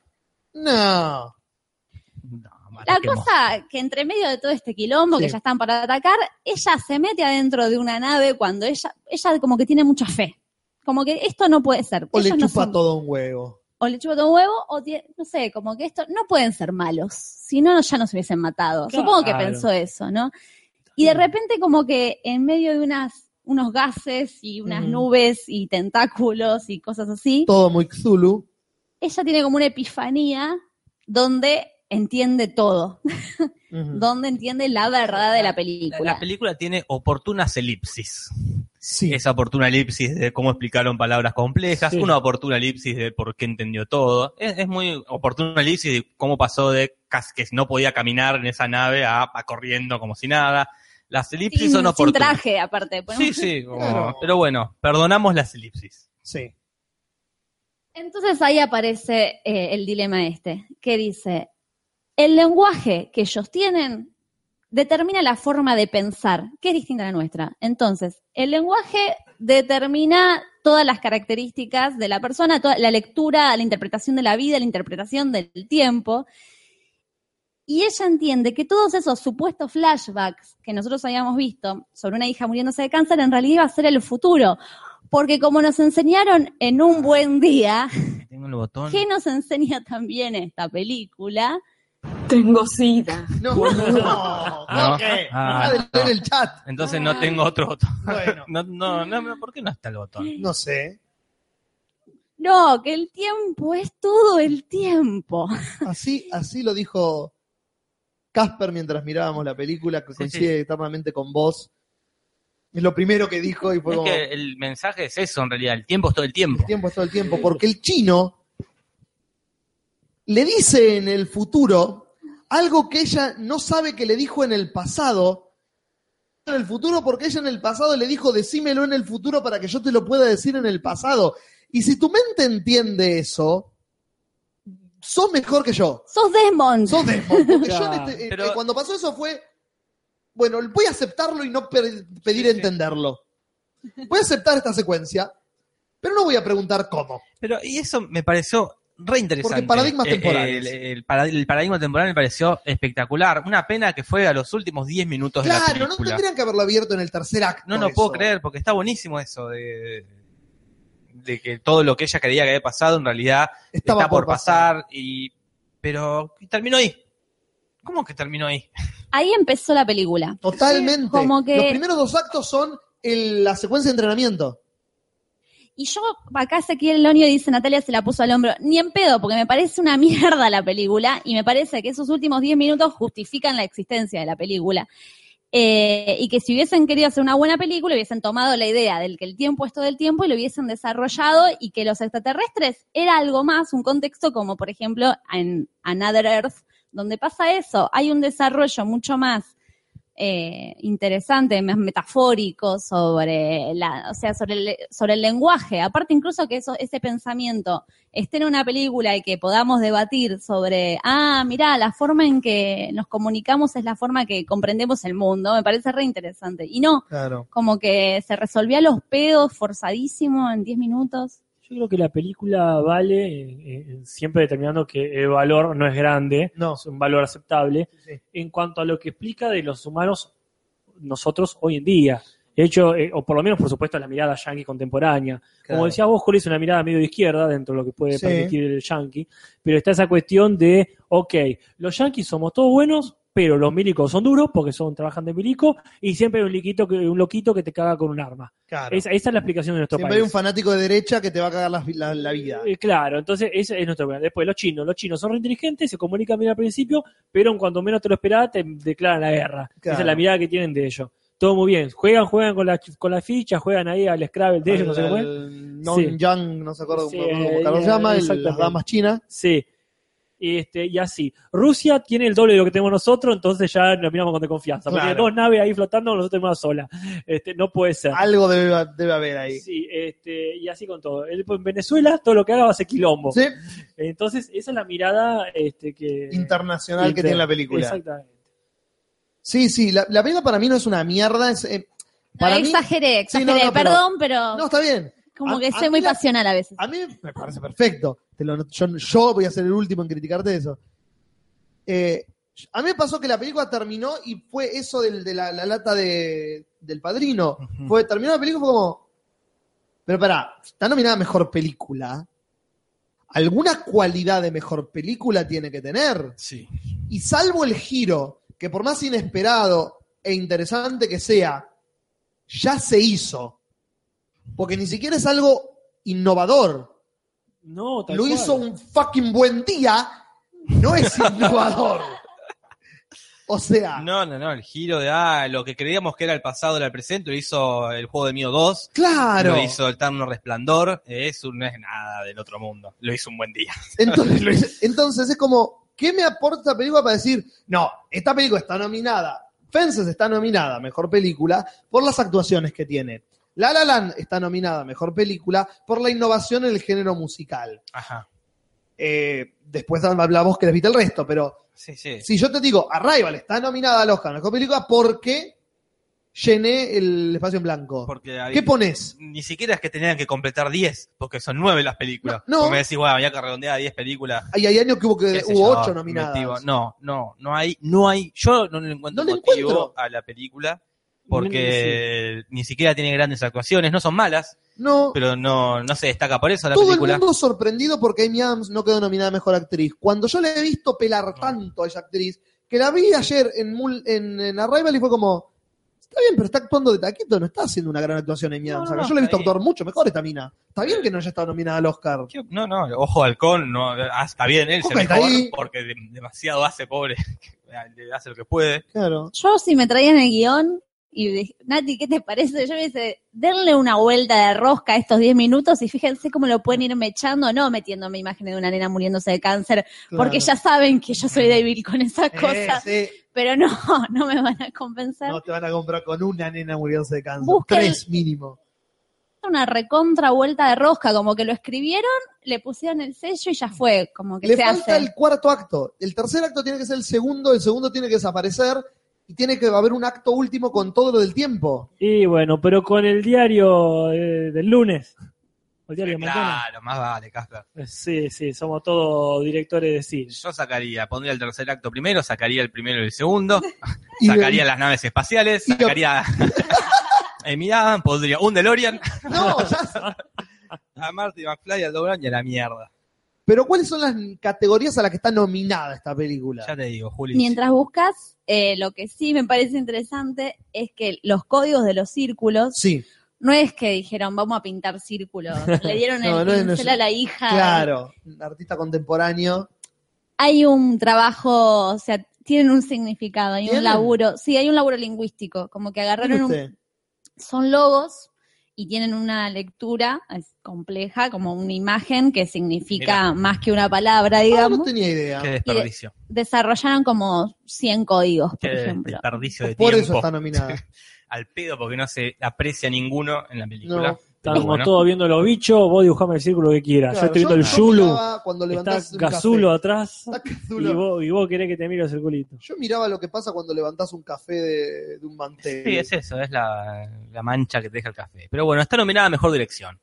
[SPEAKER 1] No.
[SPEAKER 4] No,
[SPEAKER 3] La
[SPEAKER 4] marquemos.
[SPEAKER 3] cosa que entre medio de todo este quilombo que
[SPEAKER 1] Sí.
[SPEAKER 3] ya están para atacar, ella se mete adentro de una nave cuando ella, ella como que tiene mucha fe. Como que esto no puede ser.
[SPEAKER 1] O le
[SPEAKER 3] ellos no
[SPEAKER 1] chupa
[SPEAKER 3] son-
[SPEAKER 1] todo un huevo.
[SPEAKER 3] o le chupan un huevo, o tie- no sé, como que esto, no pueden ser malos, si no, ya nos hubiesen matado.
[SPEAKER 2] Claro.
[SPEAKER 3] Supongo que pensó eso, ¿no? Y de repente como que en medio de unas, unos gases y unas
[SPEAKER 1] Ujú.
[SPEAKER 3] nubes y tentáculos y cosas así,
[SPEAKER 1] Todo muy Cthulhu.
[SPEAKER 3] ella tiene como una epifanía donde entiende todo,
[SPEAKER 1] Ujú.
[SPEAKER 3] donde entiende la verdad de la película.
[SPEAKER 4] La película tiene oportunas elipsis.
[SPEAKER 1] Sí.
[SPEAKER 4] Esa oportuna elipsis de cómo explicaron palabras complejas,
[SPEAKER 2] Sí.
[SPEAKER 4] una oportuna elipsis de por qué entendió todo. Es, es muy oportuna elipsis de cómo pasó de cas- que no podía caminar en esa nave a, a corriendo como si nada. Las elipsis
[SPEAKER 3] sin,
[SPEAKER 4] son
[SPEAKER 3] sin
[SPEAKER 4] oportunas.
[SPEAKER 3] traje, aparte.
[SPEAKER 4] Sí,
[SPEAKER 3] ponemos-
[SPEAKER 4] sí, como-
[SPEAKER 1] Claro.
[SPEAKER 4] pero bueno, perdonamos las elipsis.
[SPEAKER 1] Sí.
[SPEAKER 3] Entonces ahí aparece eh, el dilema este, que dice, el lenguaje que ellos tienen determina la forma de pensar, que es distinta a la nuestra. Entonces, el lenguaje determina todas las características de la persona, toda la lectura, la interpretación de la vida, la interpretación del tiempo. Y ella entiende que todos esos supuestos flashbacks que nosotros habíamos visto sobre una hija muriéndose de cáncer en realidad iba a ser el futuro. Porque como nos enseñaron en un buen día,
[SPEAKER 4] Tengo el botón.
[SPEAKER 3] ¿qué nos enseña también esta película?
[SPEAKER 9] Tengo sida.
[SPEAKER 1] No, no, Jorge,
[SPEAKER 4] Ah,
[SPEAKER 1] dejá de
[SPEAKER 4] no.
[SPEAKER 1] leer el chat.
[SPEAKER 4] Entonces no tengo otro botón.
[SPEAKER 1] Bueno,
[SPEAKER 4] No, no, no, no, ¿por qué no está el botón?
[SPEAKER 1] no sé.
[SPEAKER 3] No, que el tiempo es todo el tiempo.
[SPEAKER 1] Así, así lo dijo Casper mientras mirábamos la película, que
[SPEAKER 4] Sí,
[SPEAKER 1] coincide eternamente con vos. Es lo primero que dijo y fue
[SPEAKER 4] Es
[SPEAKER 1] como,
[SPEAKER 4] que el mensaje es eso en realidad, el tiempo es todo el tiempo.
[SPEAKER 1] el tiempo es todo el tiempo, porque el chino le dice en el futuro algo que ella no sabe que le dijo en el pasado. En el futuro, porque ella en el pasado le dijo, decímelo en el futuro para que yo te lo pueda decir en el pasado. Y si tu mente entiende eso, sos mejor que yo.
[SPEAKER 3] Sos Desmond.
[SPEAKER 1] Sos Desmond, porque yo
[SPEAKER 2] Claro,
[SPEAKER 1] en este- eh,
[SPEAKER 4] pero-
[SPEAKER 1] eh, cuando pasó eso fue, bueno, voy a aceptarlo y no pe- pedir
[SPEAKER 4] Sí, sí.
[SPEAKER 1] entenderlo. Voy a aceptar esta secuencia, pero no voy a preguntar cómo.
[SPEAKER 4] Pero, y eso me pareció re interesante.
[SPEAKER 1] Porque paradigmas
[SPEAKER 4] Eh, eh,
[SPEAKER 1] temporales.
[SPEAKER 4] El, el para- el paradigma temporal me pareció espectacular. Una pena que fue a los últimos 10 minutos de la
[SPEAKER 1] Claro, no
[SPEAKER 4] película.
[SPEAKER 1] tendrían que haberlo abierto en el tercer acto.
[SPEAKER 4] No, no
[SPEAKER 1] eso.
[SPEAKER 4] puedo creer, porque está buenísimo eso de, de que todo lo que ella creía que había pasado en realidad
[SPEAKER 1] Estaba
[SPEAKER 4] está por pasar. y Pero terminó ahí. ¿Cómo que terminó ahí?
[SPEAKER 3] Ahí empezó la película.
[SPEAKER 1] Totalmente.
[SPEAKER 3] Como que-
[SPEAKER 1] Los primeros dos actos son el- la secuencia de entrenamiento.
[SPEAKER 3] Y yo, acá Ezequiel Lonio dice, Natalia se la puso al hombro. Ni en pedo, porque me parece una mierda la película y me parece que esos últimos 10 minutos justifican la existencia de la película. Eh, y que si hubiesen querido hacer una buena película, hubiesen tomado la idea del que el tiempo es todo el tiempo y lo hubiesen desarrollado y que los extraterrestres era algo más, un contexto como por ejemplo en Another Earth, donde pasa eso. Hay un desarrollo mucho más eh, interesante, más metafórico sobre la, o sea, sobre el, sobre el lenguaje. Aparte, incluso que eso, ese pensamiento esté en una película y que podamos debatir sobre, ah, mirá, la forma en que nos comunicamos es la forma que comprendemos el mundo, me parece re interesante. Y no,
[SPEAKER 1] Claro.
[SPEAKER 3] como que se resolvía los pedos forzadísimo en 10 minutos.
[SPEAKER 2] Yo creo que la película vale, eh, eh, siempre determinando que el valor no es grande,
[SPEAKER 1] No.
[SPEAKER 2] es un valor aceptable,
[SPEAKER 1] Sí.
[SPEAKER 2] en cuanto a lo que explica de los humanos nosotros hoy en día. De hecho, eh, o por lo menos, por supuesto, la mirada yankee contemporánea. Como decías vos, Juli, es una mirada medio de izquierda dentro de lo que puede
[SPEAKER 1] Sí.
[SPEAKER 2] permitir el yankee, pero está esa cuestión de, ok, los yankees somos todos buenos, pero los milicos son duros porque son trabajan de milico y siempre hay un, liquito que, un loquito que te caga con un arma.
[SPEAKER 1] claro.
[SPEAKER 2] Esa, esa es la explicación de nuestro
[SPEAKER 1] Siempre
[SPEAKER 2] país.
[SPEAKER 1] hay un fanático de derecha que te va a cagar la, la- la vida.
[SPEAKER 2] Eh, Claro, entonces ese es nuestro problema. Después, los chinos. Los chinos son re inteligentes, se comunican bien al principio, pero en cuanto menos te lo esperás, te declaran la guerra.
[SPEAKER 1] Claro.
[SPEAKER 2] Esa es la mirada que tienen de ellos. Todo muy bien. Juegan, juegan con la, con la ficha, juegan ahí al Scrabble de ellos, no sé cómo es.
[SPEAKER 1] El Non Yang, no se acuerda
[SPEAKER 2] Sí, eh,
[SPEAKER 1] cómo, cómo carajo se llama, el- las
[SPEAKER 2] exactamente.
[SPEAKER 1] damas chinas.
[SPEAKER 2] Sí. Este, y así. Rusia tiene el doble de lo que tenemos nosotros, entonces ya nos miramos con desconfianza. Porque
[SPEAKER 1] Claro.
[SPEAKER 2] dos naves ahí flotando, nosotros tenemos una sola. Este, no puede ser.
[SPEAKER 1] Algo debe, debe haber ahí.
[SPEAKER 2] Sí, este, y así con todo. El- En Venezuela, todo lo que haga va a ser quilombo.
[SPEAKER 1] Sí.
[SPEAKER 2] Entonces, esa es la mirada este, que.
[SPEAKER 1] internacional que
[SPEAKER 2] Inter-
[SPEAKER 1] tiene la película.
[SPEAKER 2] Exactamente.
[SPEAKER 1] Sí, sí, la, la película para mí no es una mierda. Es, eh, para
[SPEAKER 3] No,
[SPEAKER 1] mí,
[SPEAKER 3] exageré,
[SPEAKER 1] Sí,
[SPEAKER 3] exageré,
[SPEAKER 1] no, no, pero-
[SPEAKER 3] perdón, pero
[SPEAKER 1] no, está bien.
[SPEAKER 3] como
[SPEAKER 1] a-
[SPEAKER 3] que
[SPEAKER 1] a
[SPEAKER 3] soy
[SPEAKER 1] mí
[SPEAKER 3] muy
[SPEAKER 1] la-
[SPEAKER 3] pasional a veces.
[SPEAKER 1] A mí me parece perfecto. Te lo- yo, yo voy a ser el último en criticarte eso. Eh, a mí me pasó que la película terminó y fue eso del- de la, la lata de, del padrino. fue, terminó la película y fue como. Pero pará, está nominada a mejor película. alguna cualidad de mejor película tiene que tener.
[SPEAKER 4] Sí.
[SPEAKER 1] Y salvo el giro, que por más inesperado e interesante que sea, ya se hizo. Porque ni siquiera es algo innovador.
[SPEAKER 2] No, tal
[SPEAKER 1] Lo
[SPEAKER 2] cual.
[SPEAKER 1] hizo un fucking buen día, no es innovador. O sea,
[SPEAKER 4] No, no, no, el giro de ah, lo que creíamos que era el pasado era el presente, lo hizo el juego de Mío 2,
[SPEAKER 1] claro.
[SPEAKER 4] lo hizo el Terno Resplandor, eso no es nada del otro mundo, lo hizo un buen día.
[SPEAKER 1] Entonces, lo hice- entonces es como, ¿qué me aporta esta película para decir, no, esta película está nominada, Fences está nominada, a mejor película, por las actuaciones que tiene. La La Land está nominada, a mejor película, por la innovación en el género musical.
[SPEAKER 4] Ajá.
[SPEAKER 1] Eh, después hablamos que les viste el resto, pero
[SPEAKER 4] Sí, sí.
[SPEAKER 1] si yo te digo, Arrival está nominada al Oscar, mejor película, porque llené el espacio en blanco.
[SPEAKER 4] Porque ahí-
[SPEAKER 1] ¿Qué pones?
[SPEAKER 4] ni siquiera es que tenían que completar 10, porque son 9 las películas.
[SPEAKER 1] No, no.
[SPEAKER 4] Porque me decís, bueno, había que redondear a 10 películas.
[SPEAKER 1] Hay, hay años que hubo, que,
[SPEAKER 4] qué sé
[SPEAKER 1] hubo
[SPEAKER 4] yo,
[SPEAKER 1] ocho
[SPEAKER 4] me activo.
[SPEAKER 1] nominadas.
[SPEAKER 4] No, no, no hay, no hay, yo no le encuentro
[SPEAKER 1] No le
[SPEAKER 4] motivo
[SPEAKER 1] encuentro.
[SPEAKER 4] a la película,
[SPEAKER 2] Menos
[SPEAKER 4] porque ni siquiera tiene grandes actuaciones, no son malas,
[SPEAKER 1] No,
[SPEAKER 4] pero no, no se destaca por eso la
[SPEAKER 1] Todo
[SPEAKER 4] película.
[SPEAKER 1] el mundo sorprendido porque Amy Adams no quedó nominada a Mejor Actriz. Cuando yo le he visto
[SPEAKER 4] Ah.
[SPEAKER 1] pelar tanto a esa actriz, que la vi ayer en, Mul- en, en Arrival y fue como, está bien, pero está actuando de taquito, no está haciendo una gran actuación Amy
[SPEAKER 4] No,
[SPEAKER 1] Adams.
[SPEAKER 4] no,
[SPEAKER 1] acá.
[SPEAKER 4] no,
[SPEAKER 1] yo le he visto
[SPEAKER 4] está bien.
[SPEAKER 1] actuar mucho mejor esta mina. Está bien que no haya estado nominada al Oscar.
[SPEAKER 4] ¿Qué? No, no, ojo de halcón, no, ah, está bien, él se
[SPEAKER 1] Coca está
[SPEAKER 4] mejor
[SPEAKER 1] ahí.
[SPEAKER 4] porque de- demasiado hace, pobre, le hace lo que puede.
[SPEAKER 1] Claro.
[SPEAKER 3] Yo si me traían el guión y dije, Nati, ¿qué te parece? Yo me dice, denle una vuelta de rosca a estos 10 minutos y fíjense cómo lo pueden ir mechando, no metiéndome imágenes de una nena muriéndose de cáncer, porque ya saben que yo soy débil con esas
[SPEAKER 4] Eh,
[SPEAKER 1] Eh.
[SPEAKER 3] cosas, pero no, no me van a compensar.
[SPEAKER 1] No te van a comprar con una nena muriéndose de cáncer.
[SPEAKER 3] Busca el-
[SPEAKER 1] Tres mínimo.
[SPEAKER 3] Una recontra vuelta de rosca, como que lo escribieron, le pusieron el sello y ya fue, como que
[SPEAKER 1] Mm. Le
[SPEAKER 3] se
[SPEAKER 1] falta
[SPEAKER 3] hace.
[SPEAKER 1] el cuarto acto. El tercer acto tiene que ser el segundo, el segundo tiene que desaparecer y tiene que haber un acto último con todo lo del tiempo.
[SPEAKER 2] Y bueno, pero con el diario eh, del lunes. El diario de mañana.
[SPEAKER 4] Claro, más vale, Casper.
[SPEAKER 2] Eh, Sí, sí, somos todos directores de cine.
[SPEAKER 4] Yo sacaría, pondría el tercer acto primero, sacaría el primero y el segundo,
[SPEAKER 1] Y
[SPEAKER 4] sacaría las naves espaciales,
[SPEAKER 1] y lo-
[SPEAKER 4] sacaría Amy Adams, podría un DeLorean,
[SPEAKER 1] No, ya-
[SPEAKER 4] a Marty McFly, al Dobran y a la mierda.
[SPEAKER 1] Pero ¿cuáles son las categorías a las que está nominada esta película?
[SPEAKER 4] Ya te digo, Juli.
[SPEAKER 3] Mientras buscas, eh, lo que sí me parece interesante es que los códigos de los círculos
[SPEAKER 1] Sí,
[SPEAKER 3] No es que dijeron, vamos a pintar círculos. Le dieron
[SPEAKER 1] No,
[SPEAKER 3] el
[SPEAKER 1] no es- no
[SPEAKER 3] pincel
[SPEAKER 1] es-
[SPEAKER 3] a la hija.
[SPEAKER 1] claro. Un Artista contemporáneo.
[SPEAKER 3] Hay un trabajo, o sea, tienen un significado, hay
[SPEAKER 1] ¿Tienen?
[SPEAKER 3] un laburo. Sí, hay un laburo lingüístico. Como que
[SPEAKER 1] Mire
[SPEAKER 3] agarraron un-
[SPEAKER 1] usted.
[SPEAKER 3] Son logos y tienen una lectura es compleja, como una imagen que significa más que una palabra,
[SPEAKER 1] Ah,
[SPEAKER 3] digamos.
[SPEAKER 1] no tenía idea.
[SPEAKER 4] Qué desperdicio.
[SPEAKER 3] Desarrollaron como 100 códigos, por
[SPEAKER 4] Qué
[SPEAKER 3] ejemplo.
[SPEAKER 4] desperdicio de
[SPEAKER 1] Por eso
[SPEAKER 4] tiempo.
[SPEAKER 1] está nominada.
[SPEAKER 4] Al pedo porque no se aprecia ninguno en la película.
[SPEAKER 1] No.
[SPEAKER 4] Pero
[SPEAKER 2] Estamos
[SPEAKER 4] bueno.
[SPEAKER 2] todos viendo los bichos, vos dibujame el círculo que quieras.
[SPEAKER 1] Claro,
[SPEAKER 2] yo estoy viendo
[SPEAKER 1] yo
[SPEAKER 2] el Yulu,
[SPEAKER 1] miraba cuando levantás
[SPEAKER 2] está
[SPEAKER 1] un
[SPEAKER 2] Gazulo
[SPEAKER 1] café.
[SPEAKER 2] atrás,
[SPEAKER 1] Está
[SPEAKER 2] y
[SPEAKER 1] Gazulo.
[SPEAKER 2] vos, y vos querés que te mire el circulito.
[SPEAKER 1] Yo miraba lo que pasa cuando levantás un café de, de un mantel.
[SPEAKER 4] Sí, es eso, es la, la mancha que te deja el café. Pero bueno, está nominada a mejor dirección.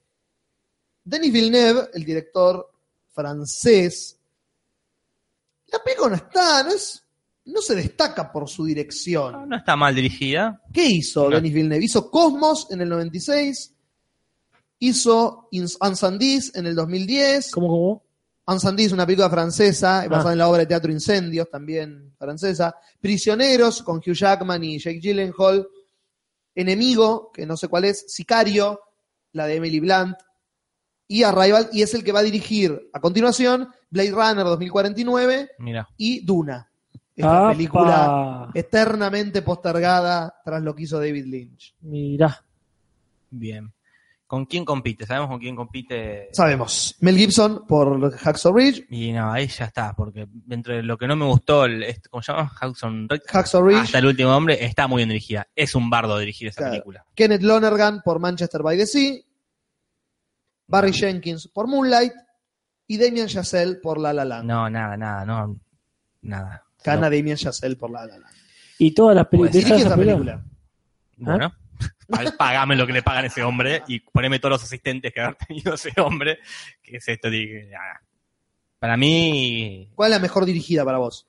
[SPEAKER 1] Denis Villeneuve, el director francés. La película no está, no es... No se destaca por su
[SPEAKER 4] No,
[SPEAKER 1] dirección.
[SPEAKER 4] no está mal dirigida.
[SPEAKER 1] ¿Qué hizo
[SPEAKER 4] No.
[SPEAKER 1] Denis Villeneuve? Hizo Cosmos en el 96, hizo Ins- Insandis en el 2010.
[SPEAKER 2] ¿Cómo, Ah. cómo?
[SPEAKER 1] Ansandis, una película francesa, basada en la obra de teatro Incendios, también francesa. Prisioneros, con Hugh Jackman y Jake Gyllenhaal. Enemigo, que no sé cuál es. Sicario, la de Emily Blunt. Y Arrival, y es el que va a dirigir a continuación Blade Runner 2049
[SPEAKER 4] Mira,
[SPEAKER 1] y Duna. Esta
[SPEAKER 2] ¡Apa!
[SPEAKER 1] película eternamente postergada tras lo que hizo David Lynch.
[SPEAKER 2] Mirá.
[SPEAKER 4] bien. ¿Con quién compite? ¿Sabemos con quién compite?
[SPEAKER 1] Sabemos, Mel Gibson por Hacksaw Ridge.
[SPEAKER 4] Y no, ahí ya está, porque entre lo que no me gustó, el, este, ¿cómo se llama? Hudson Rick,
[SPEAKER 1] Hacksaw Ridge.
[SPEAKER 4] hasta el último hombre, Ah, está muy bien dirigida. Es un bardo dirigir esa
[SPEAKER 1] Claro.
[SPEAKER 4] película.
[SPEAKER 1] Kenneth Lonergan por Manchester by the Sea, Barry
[SPEAKER 4] Mm.
[SPEAKER 1] Jenkins por Moonlight y Damien Chazelle por La La Land.
[SPEAKER 4] No, nada, nada, no, nada.
[SPEAKER 1] Gana Damien Chazelle por La La Land.
[SPEAKER 2] Y todas las
[SPEAKER 4] Pues,
[SPEAKER 2] películas.
[SPEAKER 1] Dirige esta película.
[SPEAKER 4] Bueno, pa- pagame lo que le pagan a ese hombre y poneme todos los asistentes que haber tenido ese hombre. ¿Qué es esto? Dije, ah. Para mí,
[SPEAKER 1] ¿Cuál es la mejor dirigida para vos?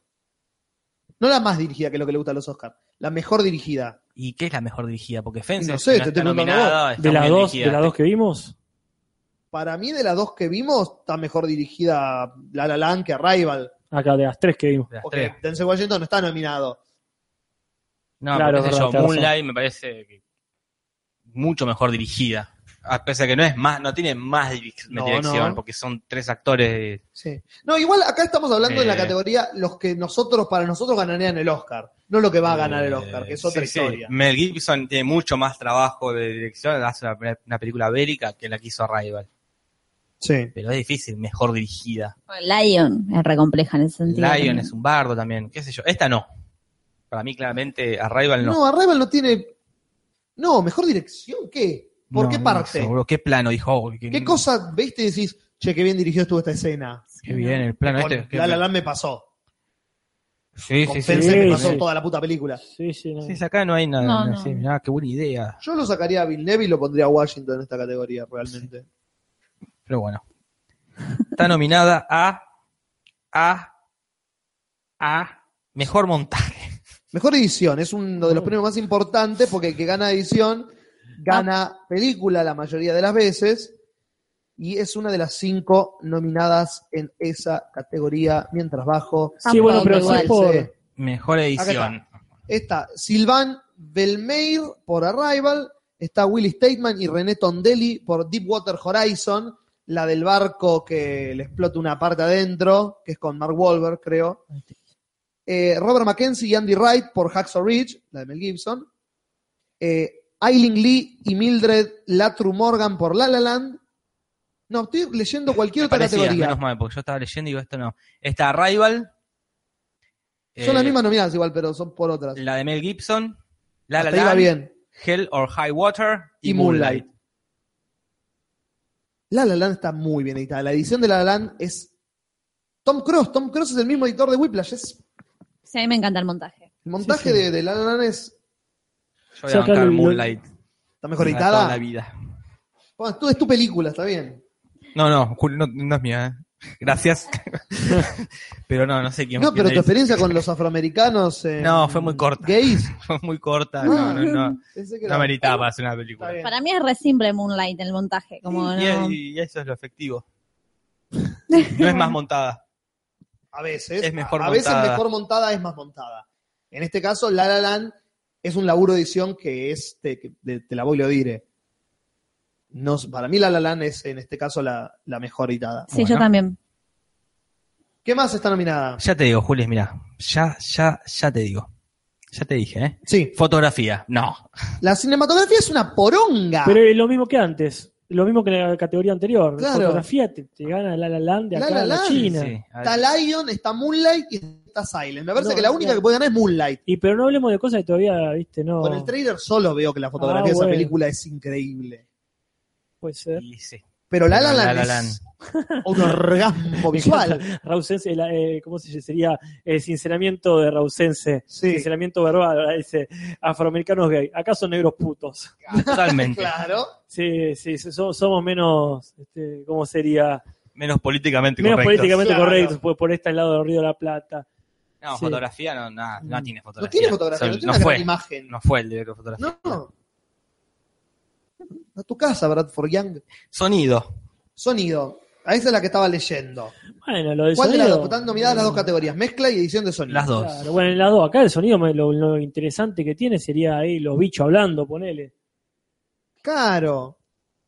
[SPEAKER 1] No la más dirigida, que es lo que le gusta a los Oscars. La mejor dirigida.
[SPEAKER 4] ¿y qué es la mejor dirigida? Porque Fence
[SPEAKER 1] No sé, te estoy preguntando a
[SPEAKER 2] ¿De las dos, de las dos que vimos?
[SPEAKER 1] Para mí, de las dos que vimos, está mejor dirigida La La Land que Arrival.
[SPEAKER 2] Acá de las tres que vimos.
[SPEAKER 4] de las
[SPEAKER 1] Porque
[SPEAKER 4] tres.
[SPEAKER 1] Denzel Washington no está nominado.
[SPEAKER 4] No,
[SPEAKER 2] Claro,
[SPEAKER 4] pero qué
[SPEAKER 2] es
[SPEAKER 4] sé
[SPEAKER 2] verdad,
[SPEAKER 4] yo,
[SPEAKER 2] tenés razón.
[SPEAKER 4] Moonlight me parece que mucho mejor dirigida. A pesar que no es más, no tiene más direc-
[SPEAKER 1] No,
[SPEAKER 4] dirección,
[SPEAKER 1] no.
[SPEAKER 4] porque son tres actores de-
[SPEAKER 1] Sí. No, igual acá estamos hablando de la
[SPEAKER 4] Eh.
[SPEAKER 1] categoría los que nosotros, para nosotros, ganarían el Oscar. No lo que va a ganar el Oscar, que es
[SPEAKER 4] Eh,
[SPEAKER 1] otra
[SPEAKER 4] sí, sí.
[SPEAKER 1] historia.
[SPEAKER 4] Mel Gibson tiene mucho más trabajo de dirección, hace una, una película bélica que la que hizo Arrival.
[SPEAKER 1] Sí.
[SPEAKER 4] Pero es difícil, mejor dirigida.
[SPEAKER 3] Lion es re compleja en ese sentido.
[SPEAKER 4] Lion es un bardo también, qué sé yo. Esta no. Para mí, claramente, Arrival no.
[SPEAKER 1] No, Arrival no tiene. No, mejor dirección, ¿qué? ¿Por
[SPEAKER 4] No,
[SPEAKER 1] qué
[SPEAKER 4] no,
[SPEAKER 1] parte?
[SPEAKER 4] seguro. ¿Qué plano dijo? Oh, que-
[SPEAKER 1] ¿Qué cosa viste y decís, che, qué bien dirigido estuvo esta escena?
[SPEAKER 4] Qué bien, el plano
[SPEAKER 1] Con
[SPEAKER 4] este. qué-
[SPEAKER 1] La La Land me pasó.
[SPEAKER 4] Sí,
[SPEAKER 1] Con
[SPEAKER 4] sí, sí.
[SPEAKER 1] Fences me
[SPEAKER 2] Sí,
[SPEAKER 1] pasó
[SPEAKER 2] sí.
[SPEAKER 1] toda la puta película.
[SPEAKER 2] Sí, sí, no.
[SPEAKER 4] Sí, sí, acá no hay nada.
[SPEAKER 3] No, no.
[SPEAKER 4] sí, mirá, qué buena idea.
[SPEAKER 1] Yo lo sacaría a Villeneuve y lo pondría a Washington en esta categoría, realmente.
[SPEAKER 4] Pero bueno. Está nominada a. A. A. Mejor montaje.
[SPEAKER 1] Mejor edición, es uno de
[SPEAKER 2] Mm.
[SPEAKER 1] los premios más importantes porque el que gana edición gana
[SPEAKER 2] Ah.
[SPEAKER 1] película la mayoría de las veces y es una de las cinco nominadas en esa categoría mientras bajo.
[SPEAKER 2] Sí, bueno, pero
[SPEAKER 3] Tampoco
[SPEAKER 2] sí
[SPEAKER 1] aparece
[SPEAKER 2] por.
[SPEAKER 4] Mejor edición.
[SPEAKER 1] Está Silvan Belmeir por Arrival, está Willy Stateman y René Tondelli por Deepwater Horizon, la del barco que le explota una parte adentro, que es con Mark Wahlberg, creo. Eh, Robert Mackenzie y Andy Wright por Hacksaw Ridge, la de Mel Gibson. Eh, Aileen Lee y Mildred Latru Morgan por La La Land. No, estoy leyendo cualquier
[SPEAKER 4] Me
[SPEAKER 1] otra
[SPEAKER 4] parecía,
[SPEAKER 1] categoría.
[SPEAKER 4] menos mal, porque yo estaba leyendo y digo, esto no. Está Rival. eh,
[SPEAKER 1] Son las mismas nominadas igual, pero son por otras.
[SPEAKER 4] La de Mel Gibson. La La
[SPEAKER 1] Hasta ahí va
[SPEAKER 4] Land,
[SPEAKER 1] bien.
[SPEAKER 4] Hell or High Water y,
[SPEAKER 1] y
[SPEAKER 4] Moonlight.
[SPEAKER 1] Moonlight. La La Land está muy bien editada. La edición de La La Land es Tom Cross. Tom Cross es el mismo editor de Whiplash. Es-
[SPEAKER 3] Sí, a mí me encanta el montaje.
[SPEAKER 1] el montaje
[SPEAKER 2] Sí, sí.
[SPEAKER 1] De, de La La Land es,
[SPEAKER 4] Yo voy a
[SPEAKER 2] O sea,
[SPEAKER 4] bancar
[SPEAKER 2] claro, lo-
[SPEAKER 4] Moonlight.
[SPEAKER 1] está mejor
[SPEAKER 4] para toda la
[SPEAKER 1] editada.
[SPEAKER 4] vida.
[SPEAKER 1] Bueno, es tu- es tu película, está bien.
[SPEAKER 4] No, no, Jul- no, no es mía. ¿eh? Gracias. pero no, no sé quién.
[SPEAKER 1] No, pero tu
[SPEAKER 4] quién la hizo.
[SPEAKER 1] experiencia con los afroamericanos. eh,
[SPEAKER 4] No, fue muy corta.
[SPEAKER 1] Gays.
[SPEAKER 4] Fue muy corta. No, no, no.
[SPEAKER 1] Pensé que
[SPEAKER 4] No
[SPEAKER 1] era-
[SPEAKER 4] meritaba hacer una película.
[SPEAKER 1] Está bien.
[SPEAKER 3] Para mí es re simple Moonlight el montaje. Como,
[SPEAKER 4] Y-
[SPEAKER 3] no-
[SPEAKER 4] y, y eso es lo efectivo. No es más montada.
[SPEAKER 1] A veces.
[SPEAKER 4] Es mejor
[SPEAKER 1] a, a veces
[SPEAKER 4] montada.
[SPEAKER 1] mejor montada es más montada. En este caso, La La Land es un laburo de edición que es, te, que- de- te la voy y lo diré. No, para mí La La Land es en este caso la, la mejor editada.
[SPEAKER 3] Sí, yo
[SPEAKER 4] Bueno.
[SPEAKER 3] también.
[SPEAKER 1] ¿Qué más está nominada?
[SPEAKER 4] Ya te digo, Julius, mira. Ya, ya, ya te digo. Ya te dije, ¿eh?
[SPEAKER 1] Sí.
[SPEAKER 4] Fotografía. No.
[SPEAKER 1] La cinematografía es una poronga.
[SPEAKER 2] Pero es lo mismo que antes. Lo mismo que en la categoría anterior.
[SPEAKER 1] Claro.
[SPEAKER 2] Fotografía te, te gana la la land de
[SPEAKER 1] La
[SPEAKER 2] acá
[SPEAKER 1] La
[SPEAKER 2] a la
[SPEAKER 1] Land,
[SPEAKER 2] China.
[SPEAKER 4] Sí, a ver.
[SPEAKER 1] está Lion, está Moonlight y está Silent. Me parece
[SPEAKER 2] No,
[SPEAKER 1] que la
[SPEAKER 2] no,
[SPEAKER 1] única
[SPEAKER 2] claro.
[SPEAKER 1] que puede ganar es Moonlight.
[SPEAKER 2] Y pero no hablemos de cosas que todavía, viste, no
[SPEAKER 1] Con el trailer solo veo que la fotografía
[SPEAKER 2] Ah,
[SPEAKER 1] de esa
[SPEAKER 2] bueno.
[SPEAKER 1] película es increíble.
[SPEAKER 2] puede ser.
[SPEAKER 4] Y sí.
[SPEAKER 1] Pero La La
[SPEAKER 4] La
[SPEAKER 1] Land,
[SPEAKER 4] La
[SPEAKER 1] es un orgasmo visual.
[SPEAKER 2] Rausense, el, eh, ¿cómo se dice? sería? El sinceramiento de Rausense.
[SPEAKER 1] Sí,
[SPEAKER 2] Sinceramiento verbal, dice afroamericanos gay. Acá son negros putos.
[SPEAKER 4] Totalmente.
[SPEAKER 1] claro.
[SPEAKER 2] Sí, sí, so- somos menos, este, ¿cómo sería?
[SPEAKER 4] Menos políticamente
[SPEAKER 2] menos
[SPEAKER 4] correcto.
[SPEAKER 2] políticamente
[SPEAKER 1] Claro.
[SPEAKER 2] correctos por, por este lado del Río de la Plata.
[SPEAKER 4] No,
[SPEAKER 2] Sí.
[SPEAKER 4] fotografía no, nada, no tiene fotografía.
[SPEAKER 1] No tiene fotografía,
[SPEAKER 4] Sol-
[SPEAKER 1] no tiene una
[SPEAKER 4] no
[SPEAKER 1] gran
[SPEAKER 4] fue.
[SPEAKER 1] imagen.
[SPEAKER 4] No fue el director de fotografía.
[SPEAKER 1] No. A tu casa, Bradford Young.
[SPEAKER 4] Sonido.
[SPEAKER 1] Sonido. A esa es la que estaba leyendo.
[SPEAKER 2] Bueno, lo del
[SPEAKER 1] ¿Cuál de las
[SPEAKER 2] sonido- Mm.
[SPEAKER 1] dos? Están nominadas las dos categorías, mezcla y edición de sonido.
[SPEAKER 4] Las dos.
[SPEAKER 2] Claro, bueno, en las dos, acá el sonido, me- lo, lo interesante que tiene sería ahí los bichos hablando, ponele.
[SPEAKER 1] Claro.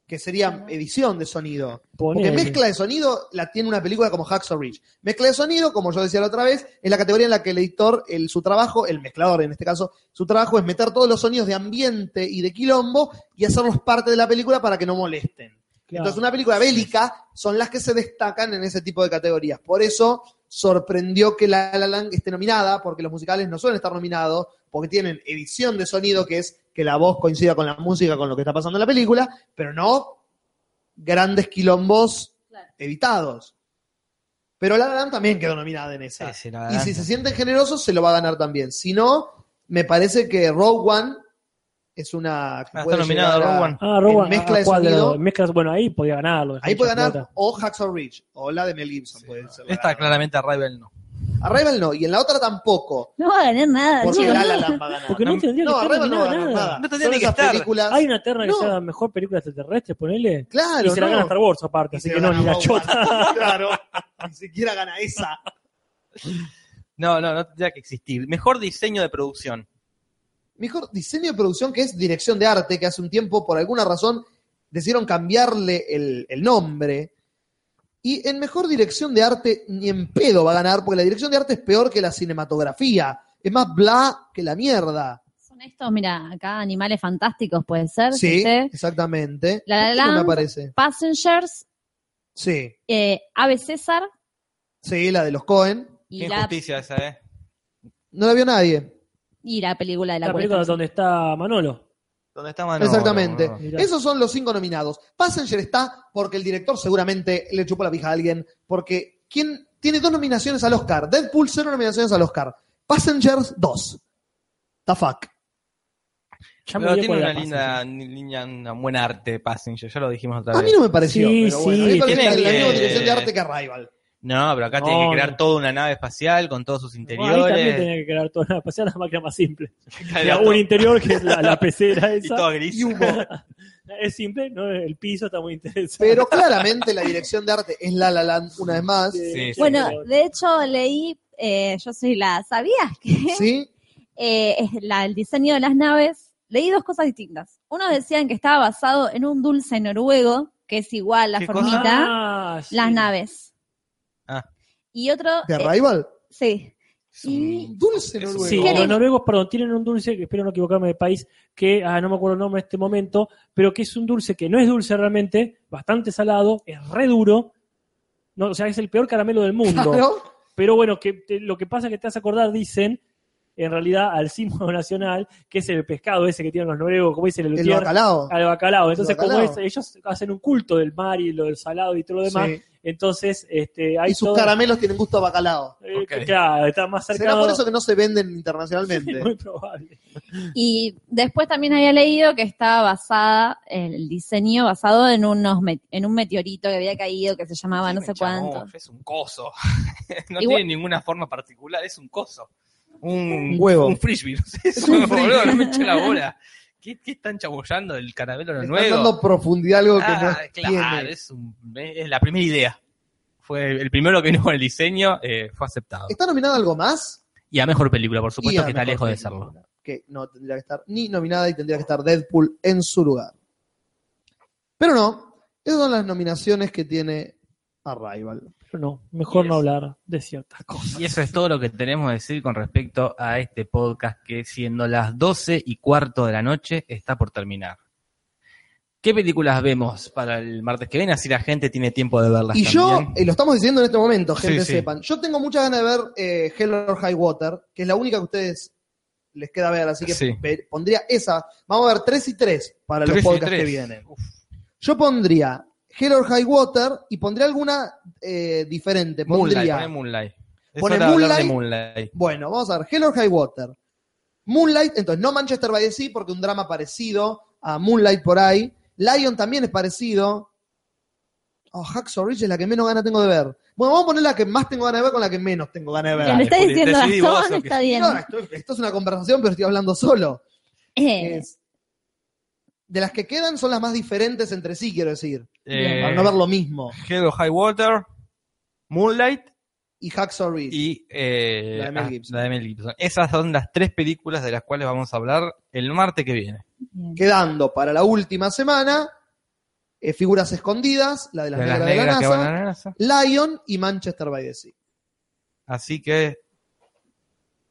[SPEAKER 1] Que sería edición de sonido.
[SPEAKER 2] ponele.
[SPEAKER 1] Porque mezcla de sonido la tiene una película como Hacksaw Ridge. Mezcla de sonido, como yo decía la otra vez, es la categoría en la que el editor, el, su trabajo, el mezclador en este caso, su trabajo es meter todos los sonidos de ambiente y de quilombo y hacerlos parte de la película para que no molesten.
[SPEAKER 2] Claro.
[SPEAKER 1] Entonces, una película bélica son las que se destacan en ese tipo de categorías. Por eso sorprendió que La La Land esté nominada, porque los musicales no suelen estar nominados, porque tienen edición de sonido, que es que la voz coincida con la música, con lo que está pasando en la película, pero no grandes quilombos
[SPEAKER 3] Claro.
[SPEAKER 1] editados. Pero La La Land también quedó nominada en esa.
[SPEAKER 4] Sí, sí, la
[SPEAKER 1] y
[SPEAKER 4] verdad.
[SPEAKER 1] si se sienten generosos, se lo va a ganar también. Si no, me parece que Rogue One es una... que
[SPEAKER 4] Ah, está
[SPEAKER 1] puede
[SPEAKER 4] nominada
[SPEAKER 1] llegar
[SPEAKER 4] Rogue One.
[SPEAKER 2] Ah, Rowan,
[SPEAKER 1] en mezcla
[SPEAKER 2] ah,
[SPEAKER 1] de
[SPEAKER 2] cuál de los
[SPEAKER 1] sonido.
[SPEAKER 2] dos? Mezcla- bueno, ahí podía ganarlo.
[SPEAKER 1] Ahí puede ganar
[SPEAKER 2] Plata.
[SPEAKER 1] o Hacksaw Ridge o la de Mel Gibson. puede ser la
[SPEAKER 4] Esta
[SPEAKER 1] ganadora.
[SPEAKER 4] claramente a Rival no.
[SPEAKER 1] Arrival no, y en la otra tampoco.
[SPEAKER 3] No va a ganar nada.
[SPEAKER 1] Porque
[SPEAKER 3] chicos.
[SPEAKER 1] La La Land va a ganar.
[SPEAKER 2] Porque Ah, no,
[SPEAKER 4] No,
[SPEAKER 2] tendría que
[SPEAKER 1] No,
[SPEAKER 2] estar
[SPEAKER 1] Arrival no va a
[SPEAKER 2] nominada
[SPEAKER 1] ganar
[SPEAKER 2] nada.
[SPEAKER 1] nada.
[SPEAKER 4] No tendría
[SPEAKER 1] Son
[SPEAKER 4] ni que
[SPEAKER 1] esas
[SPEAKER 4] estar.
[SPEAKER 1] películas.
[SPEAKER 2] Hay una terna que
[SPEAKER 1] No.
[SPEAKER 2] sea mejor película extraterrestre, ponele.
[SPEAKER 1] Claro,
[SPEAKER 2] y se la
[SPEAKER 1] no.
[SPEAKER 2] gana Star Wars aparte, así
[SPEAKER 1] Y
[SPEAKER 2] que
[SPEAKER 1] se
[SPEAKER 2] no,
[SPEAKER 1] gana
[SPEAKER 2] ni la
[SPEAKER 1] Boba.
[SPEAKER 2] chota.
[SPEAKER 1] Claro, ni siquiera gana esa.
[SPEAKER 4] No, no, no tendría que existir. Mejor diseño de producción.
[SPEAKER 1] Mejor diseño de producción que es dirección de arte, que hace un tiempo, por alguna razón, decidieron cambiarle el, el nombre. Y en mejor dirección de arte ni en pedo va a ganar, porque la dirección de arte es peor que la cinematografía. Es más bla que la mierda.
[SPEAKER 3] Son estos, mira, acá animales fantásticos puede ser.
[SPEAKER 1] Sí,
[SPEAKER 3] ¿viste?
[SPEAKER 1] exactamente.
[SPEAKER 3] La
[SPEAKER 1] ¿Por qué
[SPEAKER 3] La
[SPEAKER 1] no me
[SPEAKER 3] Land.
[SPEAKER 1] aparece?
[SPEAKER 3] Passengers,
[SPEAKER 1] Sí,
[SPEAKER 3] eh, Ave César
[SPEAKER 1] sí, la de los Cohen.
[SPEAKER 3] y
[SPEAKER 4] Qué
[SPEAKER 3] la,
[SPEAKER 4] injusticia esa, ¿eh?
[SPEAKER 1] No la vio nadie.
[SPEAKER 3] y la película de la,
[SPEAKER 2] La película
[SPEAKER 3] cual
[SPEAKER 2] donde está Manolo.
[SPEAKER 4] ¿Dónde está Manolo?
[SPEAKER 1] Exactamente.
[SPEAKER 4] boludo?
[SPEAKER 2] Mirá.
[SPEAKER 1] Esos son los cinco nominados. Passenger está porque el director seguramente le chupó la pija a alguien. Porque ¿quién tiene dos nominaciones al Oscar? Deadpool, cero nominaciones al Oscar. Passengers, dos. The fuck.
[SPEAKER 2] Ya me
[SPEAKER 4] Pero
[SPEAKER 2] olvidé
[SPEAKER 4] tiene
[SPEAKER 2] cuál
[SPEAKER 4] una
[SPEAKER 2] era
[SPEAKER 4] linda, ni- línea, una buen arte, Passenger. Ya lo dijimos otra
[SPEAKER 1] A
[SPEAKER 4] vez.
[SPEAKER 1] mí no me pareció.
[SPEAKER 2] Sí,
[SPEAKER 1] pero bueno, a mí me
[SPEAKER 2] sí,
[SPEAKER 1] pareció
[SPEAKER 4] tiene
[SPEAKER 1] que la
[SPEAKER 4] que-
[SPEAKER 1] misma dirección de arte que Arrival.
[SPEAKER 4] No, pero acá
[SPEAKER 2] No,
[SPEAKER 4] tiene que crear
[SPEAKER 2] no.
[SPEAKER 4] toda una nave espacial con todos sus
[SPEAKER 2] Bueno, ahí también
[SPEAKER 4] interiores.
[SPEAKER 2] tenía que quedar toda la pasada, la máquina más simple.
[SPEAKER 4] Era
[SPEAKER 2] un
[SPEAKER 4] todo-
[SPEAKER 2] interior que es la, la pecera
[SPEAKER 4] y
[SPEAKER 2] esa.
[SPEAKER 4] todo gris.
[SPEAKER 1] Y hubo.
[SPEAKER 2] Es simple, ¿no? el piso está muy interesante.
[SPEAKER 1] Pero claramente la dirección de arte es La La Land una vez más.
[SPEAKER 4] Sí, sí.
[SPEAKER 2] Ah,
[SPEAKER 3] Bueno, de hecho leí, eh, yo soy la, ¿sabías que
[SPEAKER 1] ¿Sí?
[SPEAKER 3] eh, es la- el diseño de las naves? Leí dos cosas distintas. Uno decían que estaba basado en un dulce noruego, que es igual la
[SPEAKER 4] ¿Qué
[SPEAKER 3] formita,
[SPEAKER 2] Ah, sí.
[SPEAKER 3] las naves.
[SPEAKER 4] Ah.
[SPEAKER 3] Y otro,
[SPEAKER 1] ¿De
[SPEAKER 3] eh,
[SPEAKER 1] Arrival?
[SPEAKER 3] sí,
[SPEAKER 4] Es un-
[SPEAKER 1] Dulce
[SPEAKER 4] es un-
[SPEAKER 1] noruego.
[SPEAKER 2] Sí,
[SPEAKER 3] Bueno.
[SPEAKER 2] los noruegos, perdón, tienen un dulce, que espero no equivocarme de país, que ah, no me acuerdo el nombre en este momento, pero que es un dulce que no es dulce realmente, bastante salado, es re duro, no, o sea, es el peor caramelo del mundo.
[SPEAKER 1] Claro.
[SPEAKER 2] Pero bueno, que te- lo que pasa es que te hace acordar, dicen, en realidad, al símbolo nacional, que es el pescado ese que tienen los noruegos, como dicen, el,
[SPEAKER 1] El
[SPEAKER 2] luthier,
[SPEAKER 1] bacalao.
[SPEAKER 2] al bacalao. Entonces, como
[SPEAKER 1] bacalao.
[SPEAKER 2] es, ellos hacen un culto del mar y lo del salado y todo lo demás,
[SPEAKER 1] Sí.
[SPEAKER 2] entonces este, hay
[SPEAKER 1] Y sus
[SPEAKER 2] todo-
[SPEAKER 1] caramelos tienen gusto a bacalao.
[SPEAKER 2] eh,
[SPEAKER 4] Ok.
[SPEAKER 2] Claro, está más cerca.
[SPEAKER 1] Será por eso que no se venden internacionalmente.
[SPEAKER 2] Muy probable.
[SPEAKER 3] Y después también había leído que estaba basada, el diseño basado en, unos met- en un meteorito que había caído que se llamaba Ah, no
[SPEAKER 4] Sí,
[SPEAKER 3] sé
[SPEAKER 4] me chamó,
[SPEAKER 3] cuánto.
[SPEAKER 4] Es un coso. no
[SPEAKER 3] Igual-
[SPEAKER 4] tiene ninguna forma particular, es un coso. Un
[SPEAKER 1] huevo.
[SPEAKER 4] Un frisbee. No sé, es un boludo, no me eche la bola. ¿Qué, qué están chamullando el caramelo
[SPEAKER 1] Le
[SPEAKER 4] lo
[SPEAKER 1] Están
[SPEAKER 4] nuevo?
[SPEAKER 1] dando profundidad a algo que
[SPEAKER 4] Ah,
[SPEAKER 1] no
[SPEAKER 4] claro,
[SPEAKER 1] tiene.
[SPEAKER 4] es, un- es la primera idea. Fue el primero que vino con el diseño, eh, fue aceptado.
[SPEAKER 1] ¿Está nominada algo más?
[SPEAKER 4] Y a mejor película, por
[SPEAKER 1] Y
[SPEAKER 4] supuesto,
[SPEAKER 1] a
[SPEAKER 4] que está
[SPEAKER 1] mejor
[SPEAKER 4] lejos de
[SPEAKER 1] película,
[SPEAKER 4] serlo.
[SPEAKER 1] Que no tendría que estar ni nominada y tendría que estar Deadpool en su lugar. Pero no, esas son las nominaciones que tiene Arrival.
[SPEAKER 2] Pero no, mejor
[SPEAKER 4] Y
[SPEAKER 2] no
[SPEAKER 4] es-
[SPEAKER 2] hablar de ciertas cosas.
[SPEAKER 4] Y eso es todo lo que tenemos que decir con respecto a este podcast que siendo las 12 y cuarto de la noche está por terminar. ¿Qué películas vemos para el martes que viene? Así la gente tiene tiempo de verlas.
[SPEAKER 1] Y yo,
[SPEAKER 4] también.
[SPEAKER 1] eh, lo estamos diciendo en este momento, gente
[SPEAKER 4] Sí, sí.
[SPEAKER 1] sepan. Yo tengo muchas ganas de ver eh, Hell or High Water, que es la única que a ustedes les queda ver, así que
[SPEAKER 4] Sí.
[SPEAKER 1] pe- pondría esa. Vamos a ver 3 y 3 para los
[SPEAKER 4] Tres y
[SPEAKER 1] podcasts
[SPEAKER 4] tres.
[SPEAKER 1] que vienen.
[SPEAKER 4] Uf,
[SPEAKER 1] Yo pondría Hell or High Water y pondría alguna eh, diferente.
[SPEAKER 4] Moonlight, eh,
[SPEAKER 1] Pondría.
[SPEAKER 4] pone Moonlight. Es
[SPEAKER 1] Pone
[SPEAKER 4] hora de hablar de Moonlight.
[SPEAKER 1] Bueno, vamos a ver. Hell or High Water. Moonlight, entonces no Manchester by the Sea, porque un drama parecido a Moonlight por ahí. Lion también es parecido. Oh, Hacksaw Ridge es la que menos ganas tengo de ver. Bueno, vamos a poner la que más tengo ganas de ver con la que menos tengo ganas de ver.
[SPEAKER 3] Quien le está
[SPEAKER 4] Juli,
[SPEAKER 3] diciendo
[SPEAKER 4] decidí vos,
[SPEAKER 3] razón
[SPEAKER 4] ¿o qué?
[SPEAKER 3] está bien.
[SPEAKER 1] No, esto, esto es una conversación, pero estoy hablando solo.
[SPEAKER 3] Eh,
[SPEAKER 1] Es- de las que quedan son las más diferentes entre sí, quiero decir.
[SPEAKER 4] Eh,
[SPEAKER 1] para no ver lo mismo.
[SPEAKER 4] Hell or High Water, Moonlight
[SPEAKER 1] Y Hacksaw Ridge.
[SPEAKER 4] y eh,
[SPEAKER 1] La de Mel
[SPEAKER 4] ah,
[SPEAKER 1] Gibson.
[SPEAKER 4] la de Mel Gibson. Esas son las tres películas de las cuales vamos a hablar el martes que viene.
[SPEAKER 3] bien.
[SPEAKER 1] quedando para la última semana eh, Figuras Escondidas, la de las
[SPEAKER 4] De
[SPEAKER 1] negras,
[SPEAKER 4] negras
[SPEAKER 1] de
[SPEAKER 4] que
[SPEAKER 1] la
[SPEAKER 4] van a
[SPEAKER 1] NASA,
[SPEAKER 4] la NASA.
[SPEAKER 1] Lion y Manchester by the Sea.
[SPEAKER 4] Así que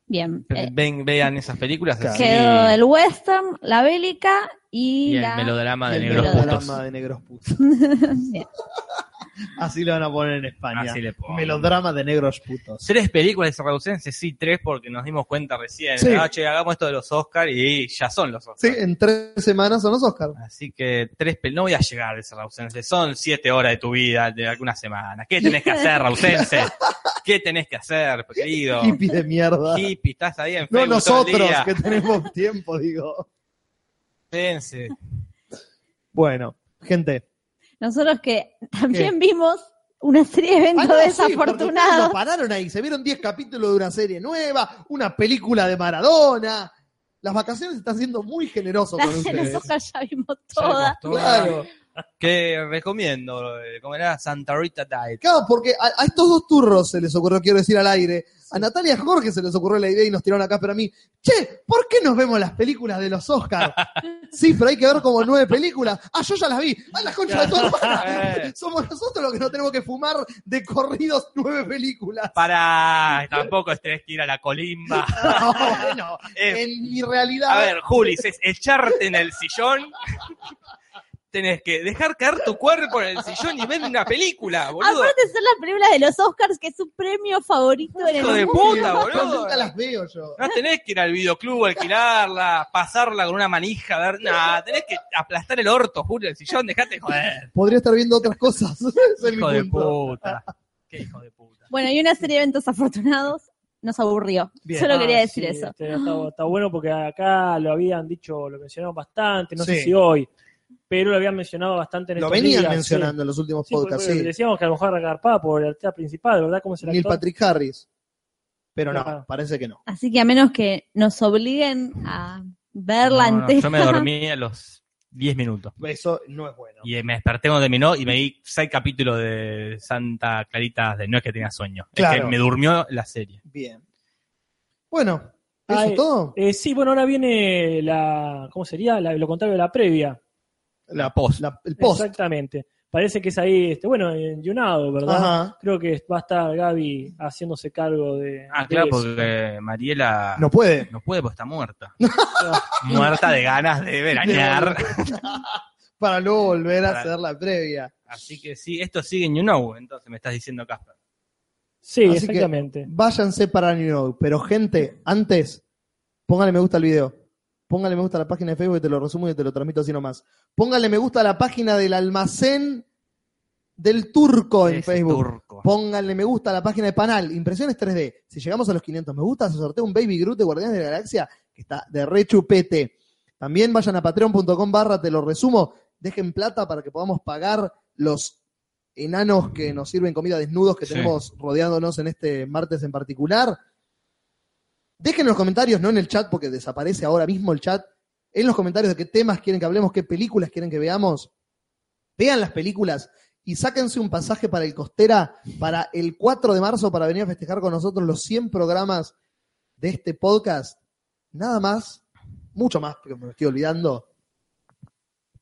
[SPEAKER 3] Bien. Eh,
[SPEAKER 4] ven, vean esas películas. así-
[SPEAKER 3] Quedó el western, la bélica y,
[SPEAKER 4] y el
[SPEAKER 3] la...
[SPEAKER 4] melodrama Ah, de
[SPEAKER 1] El
[SPEAKER 4] negros
[SPEAKER 1] melodrama
[SPEAKER 4] putos.
[SPEAKER 1] de negros putos.
[SPEAKER 3] Bien.
[SPEAKER 1] Así lo van a poner en España.
[SPEAKER 4] Así le pongo.
[SPEAKER 1] Melodrama de negros putos.
[SPEAKER 4] Tres películas reducense, sí, tres, porque nos dimos cuenta recién.
[SPEAKER 1] Sí.
[SPEAKER 4] Ah, che, hagamos esto de los Oscars y ya son los
[SPEAKER 1] Sí,
[SPEAKER 4] Oscars.
[SPEAKER 1] en tres semanas son los Oscars.
[SPEAKER 4] Así que tres pel no voy a llegar de ser rausense. Son siete horas de tu vida, de algunas semanas. ¿Qué tenés que hacer, rausense? ¿Qué tenés que hacer, querido?
[SPEAKER 1] Hippie de mierda.
[SPEAKER 4] Hippie, estás ahí en
[SPEAKER 1] No
[SPEAKER 4] Facebook todo el
[SPEAKER 1] nosotros
[SPEAKER 4] día.
[SPEAKER 1] que tenemos tiempo, digo.
[SPEAKER 4] Rausense.
[SPEAKER 1] Bueno, gente,
[SPEAKER 3] Nosotros que también vimos una serie de eventos
[SPEAKER 1] Ah, no, sí, porque ustedes
[SPEAKER 3] desafortunados.
[SPEAKER 1] no pararon ahí, se vieron 10 capítulos de una serie nueva, una película de Maradona. Las vacaciones están siendo muy generosos con
[SPEAKER 3] en
[SPEAKER 1] ustedes.
[SPEAKER 3] Nosotros ya vimos
[SPEAKER 4] Ya
[SPEAKER 3] todas.
[SPEAKER 4] vimos todas. Que recomiendo, eh, ¿cómo era? Santa Rita Diet.
[SPEAKER 1] Claro, porque a, a estos dos turros se les ocurrió, quiero decir al aire, a Natalia y a Jorge se les ocurrió la idea y nos tiraron acá, pero a mí, che, ¿por qué nos vemos las películas de los Oscars? sí, pero hay que ver como nueve películas. Ah, yo ya las vi. Ah, las conchas de tu hermana.
[SPEAKER 4] Eh.
[SPEAKER 1] Somos nosotros los que no tenemos que fumar de corridos nueve películas.
[SPEAKER 4] Para, tampoco es tenés que ir a la colimba.
[SPEAKER 1] No, bueno,
[SPEAKER 4] Eh,
[SPEAKER 1] en mi realidad.
[SPEAKER 4] a ver, Julis, es echarte en el sillón. Tenés que dejar caer tu cuerpo en el sillón y ver una película, boludo.
[SPEAKER 3] Aparte son las películas de los Oscars, que es su premio favorito en el
[SPEAKER 4] Hijo de
[SPEAKER 3] mundo.
[SPEAKER 4] puta,
[SPEAKER 1] Yo
[SPEAKER 4] boludo.
[SPEAKER 1] nunca las veo yo.
[SPEAKER 4] No tenés que ir al videoclub, alquilarla, pasarla con una manija, a ver, nada, tenés que aplastar el orto, Julio, el sillón, dejate de joder.
[SPEAKER 1] Podría estar viendo otras cosas. Ese es mi
[SPEAKER 4] Hijo de
[SPEAKER 1] punto.
[SPEAKER 4] puta. Qué hijo de puta.
[SPEAKER 3] Bueno, y una serie de eventos afortunados nos aburrió.
[SPEAKER 1] Bien.
[SPEAKER 3] Solo quería
[SPEAKER 2] Ah,
[SPEAKER 3] decir
[SPEAKER 2] sí,
[SPEAKER 3] eso.
[SPEAKER 2] este, está, está bueno porque acá lo habían dicho, lo mencionaron bastante, no sé
[SPEAKER 1] Sí.
[SPEAKER 2] si hoy, pero lo habían mencionado bastante en
[SPEAKER 1] Lo
[SPEAKER 2] estos
[SPEAKER 1] venían
[SPEAKER 2] días,
[SPEAKER 1] mencionando en los
[SPEAKER 2] sí.
[SPEAKER 1] últimos
[SPEAKER 4] pues,
[SPEAKER 2] Sí,
[SPEAKER 1] podcasts.
[SPEAKER 2] porque
[SPEAKER 1] sí.
[SPEAKER 2] Decíamos que a lo mejor agarpaba por el artista principal, ¿verdad? ¿Cómo es el
[SPEAKER 1] Neil
[SPEAKER 2] actor?
[SPEAKER 1] Patrick Harris. Pero no,
[SPEAKER 2] Claro.
[SPEAKER 1] parece que no.
[SPEAKER 3] Así que a menos que nos obliguen a verla
[SPEAKER 4] No, no,
[SPEAKER 3] entera.
[SPEAKER 4] yo me dormí a los 10 minutos.
[SPEAKER 1] Eso no es bueno.
[SPEAKER 4] Y me desperté cuando terminó y me di seis capítulos de Santa Clarita de No es que tenía sueño. Es
[SPEAKER 1] Claro.
[SPEAKER 4] que me durmió la serie.
[SPEAKER 1] Bien. Bueno, ¿eso
[SPEAKER 2] Ay,
[SPEAKER 1] es todo?
[SPEAKER 2] Eh, sí, bueno, ahora viene la, ¿cómo sería? La- lo contrario de la previa.
[SPEAKER 4] La post.
[SPEAKER 1] La- el post.
[SPEAKER 2] Exactamente. Parece que es ahí, este, bueno, en Yunado, ¿verdad?
[SPEAKER 1] Ajá.
[SPEAKER 2] Creo que va a estar Gaby haciéndose cargo de.
[SPEAKER 4] Ah,
[SPEAKER 2] de
[SPEAKER 4] claro,
[SPEAKER 2] eso.
[SPEAKER 4] porque Mariela
[SPEAKER 1] No puede.
[SPEAKER 4] no puede porque está muerta. muerta de ganas de veranear.
[SPEAKER 1] Para luego volver a
[SPEAKER 4] Para-
[SPEAKER 1] hacer la previa.
[SPEAKER 4] Así que sí, esto sigue en You Know, entonces me estás diciendo, Casper.
[SPEAKER 2] Sí,
[SPEAKER 1] Así que-
[SPEAKER 2] exactamente.
[SPEAKER 1] Váyanse para New York. Pero, gente, antes, póngale me gusta al video. Póngale me gusta a la página de Facebook y te lo resumo y te lo transmito así nomás. Póngale me gusta a la página del almacén del turco en
[SPEAKER 4] Ese
[SPEAKER 1] Facebook.
[SPEAKER 4] turco.
[SPEAKER 1] Pónganle me gusta a la página de Panal, impresiones 3D. Si llegamos a los 500 me gusta, se sortea un Baby Groot de Guardianes de la Galaxia que está de rechupete. También vayan a patreon.com barra, te lo resumo, dejen plata para que podamos pagar los enanos que nos sirven comida desnudos que
[SPEAKER 4] Sí.
[SPEAKER 1] tenemos rodeándonos en este martes en particular. Dejen en los comentarios, no en el chat porque desaparece ahora mismo el chat, en los comentarios de qué temas quieren que hablemos, qué películas quieren que veamos. Vean las películas y sáquense un pasaje para el Costera para el 4 de marzo para venir a festejar con nosotros los 100 programas de este podcast. Nada más, mucho más, porque me lo estoy olvidando.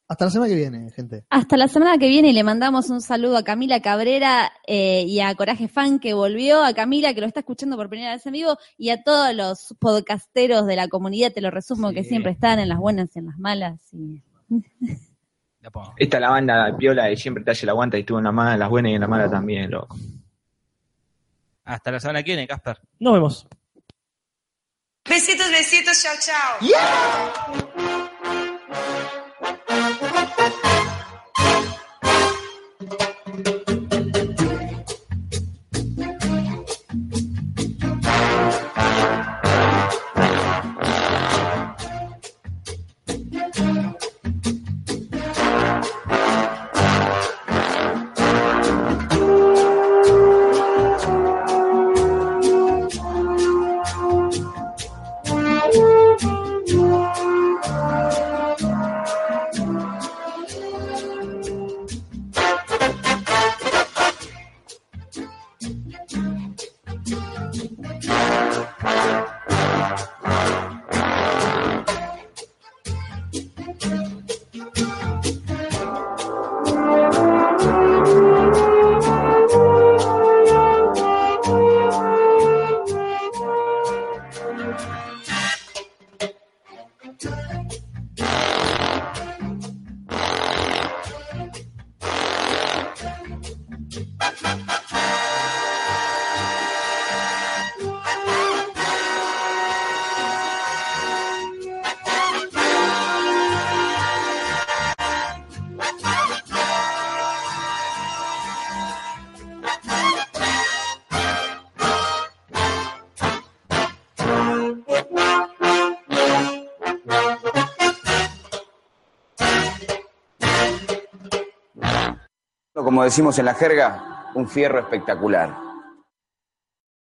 [SPEAKER 1] Hasta la semana que viene, gente.
[SPEAKER 3] Hasta la semana que viene y le mandamos un saludo a Camila Cabrera eh, y a Coraje Fan que volvió, a Camila que lo está escuchando por primera vez en vivo y a todos los podcasteros de la comunidad, te lo resumo, que
[SPEAKER 4] Sí.
[SPEAKER 3] siempre están en las buenas y en las malas. y-
[SPEAKER 4] La pongo.
[SPEAKER 5] Esta es la banda piola de siempre te hace la aguanta y estuvo en la mala, en las buenas y en la mala también, loco.
[SPEAKER 4] Hasta la semana que viene, Casper.
[SPEAKER 2] Nos vemos.
[SPEAKER 9] Besitos, besitos, chao, chao.
[SPEAKER 5] Como decimos en la jerga, un fierro espectacular.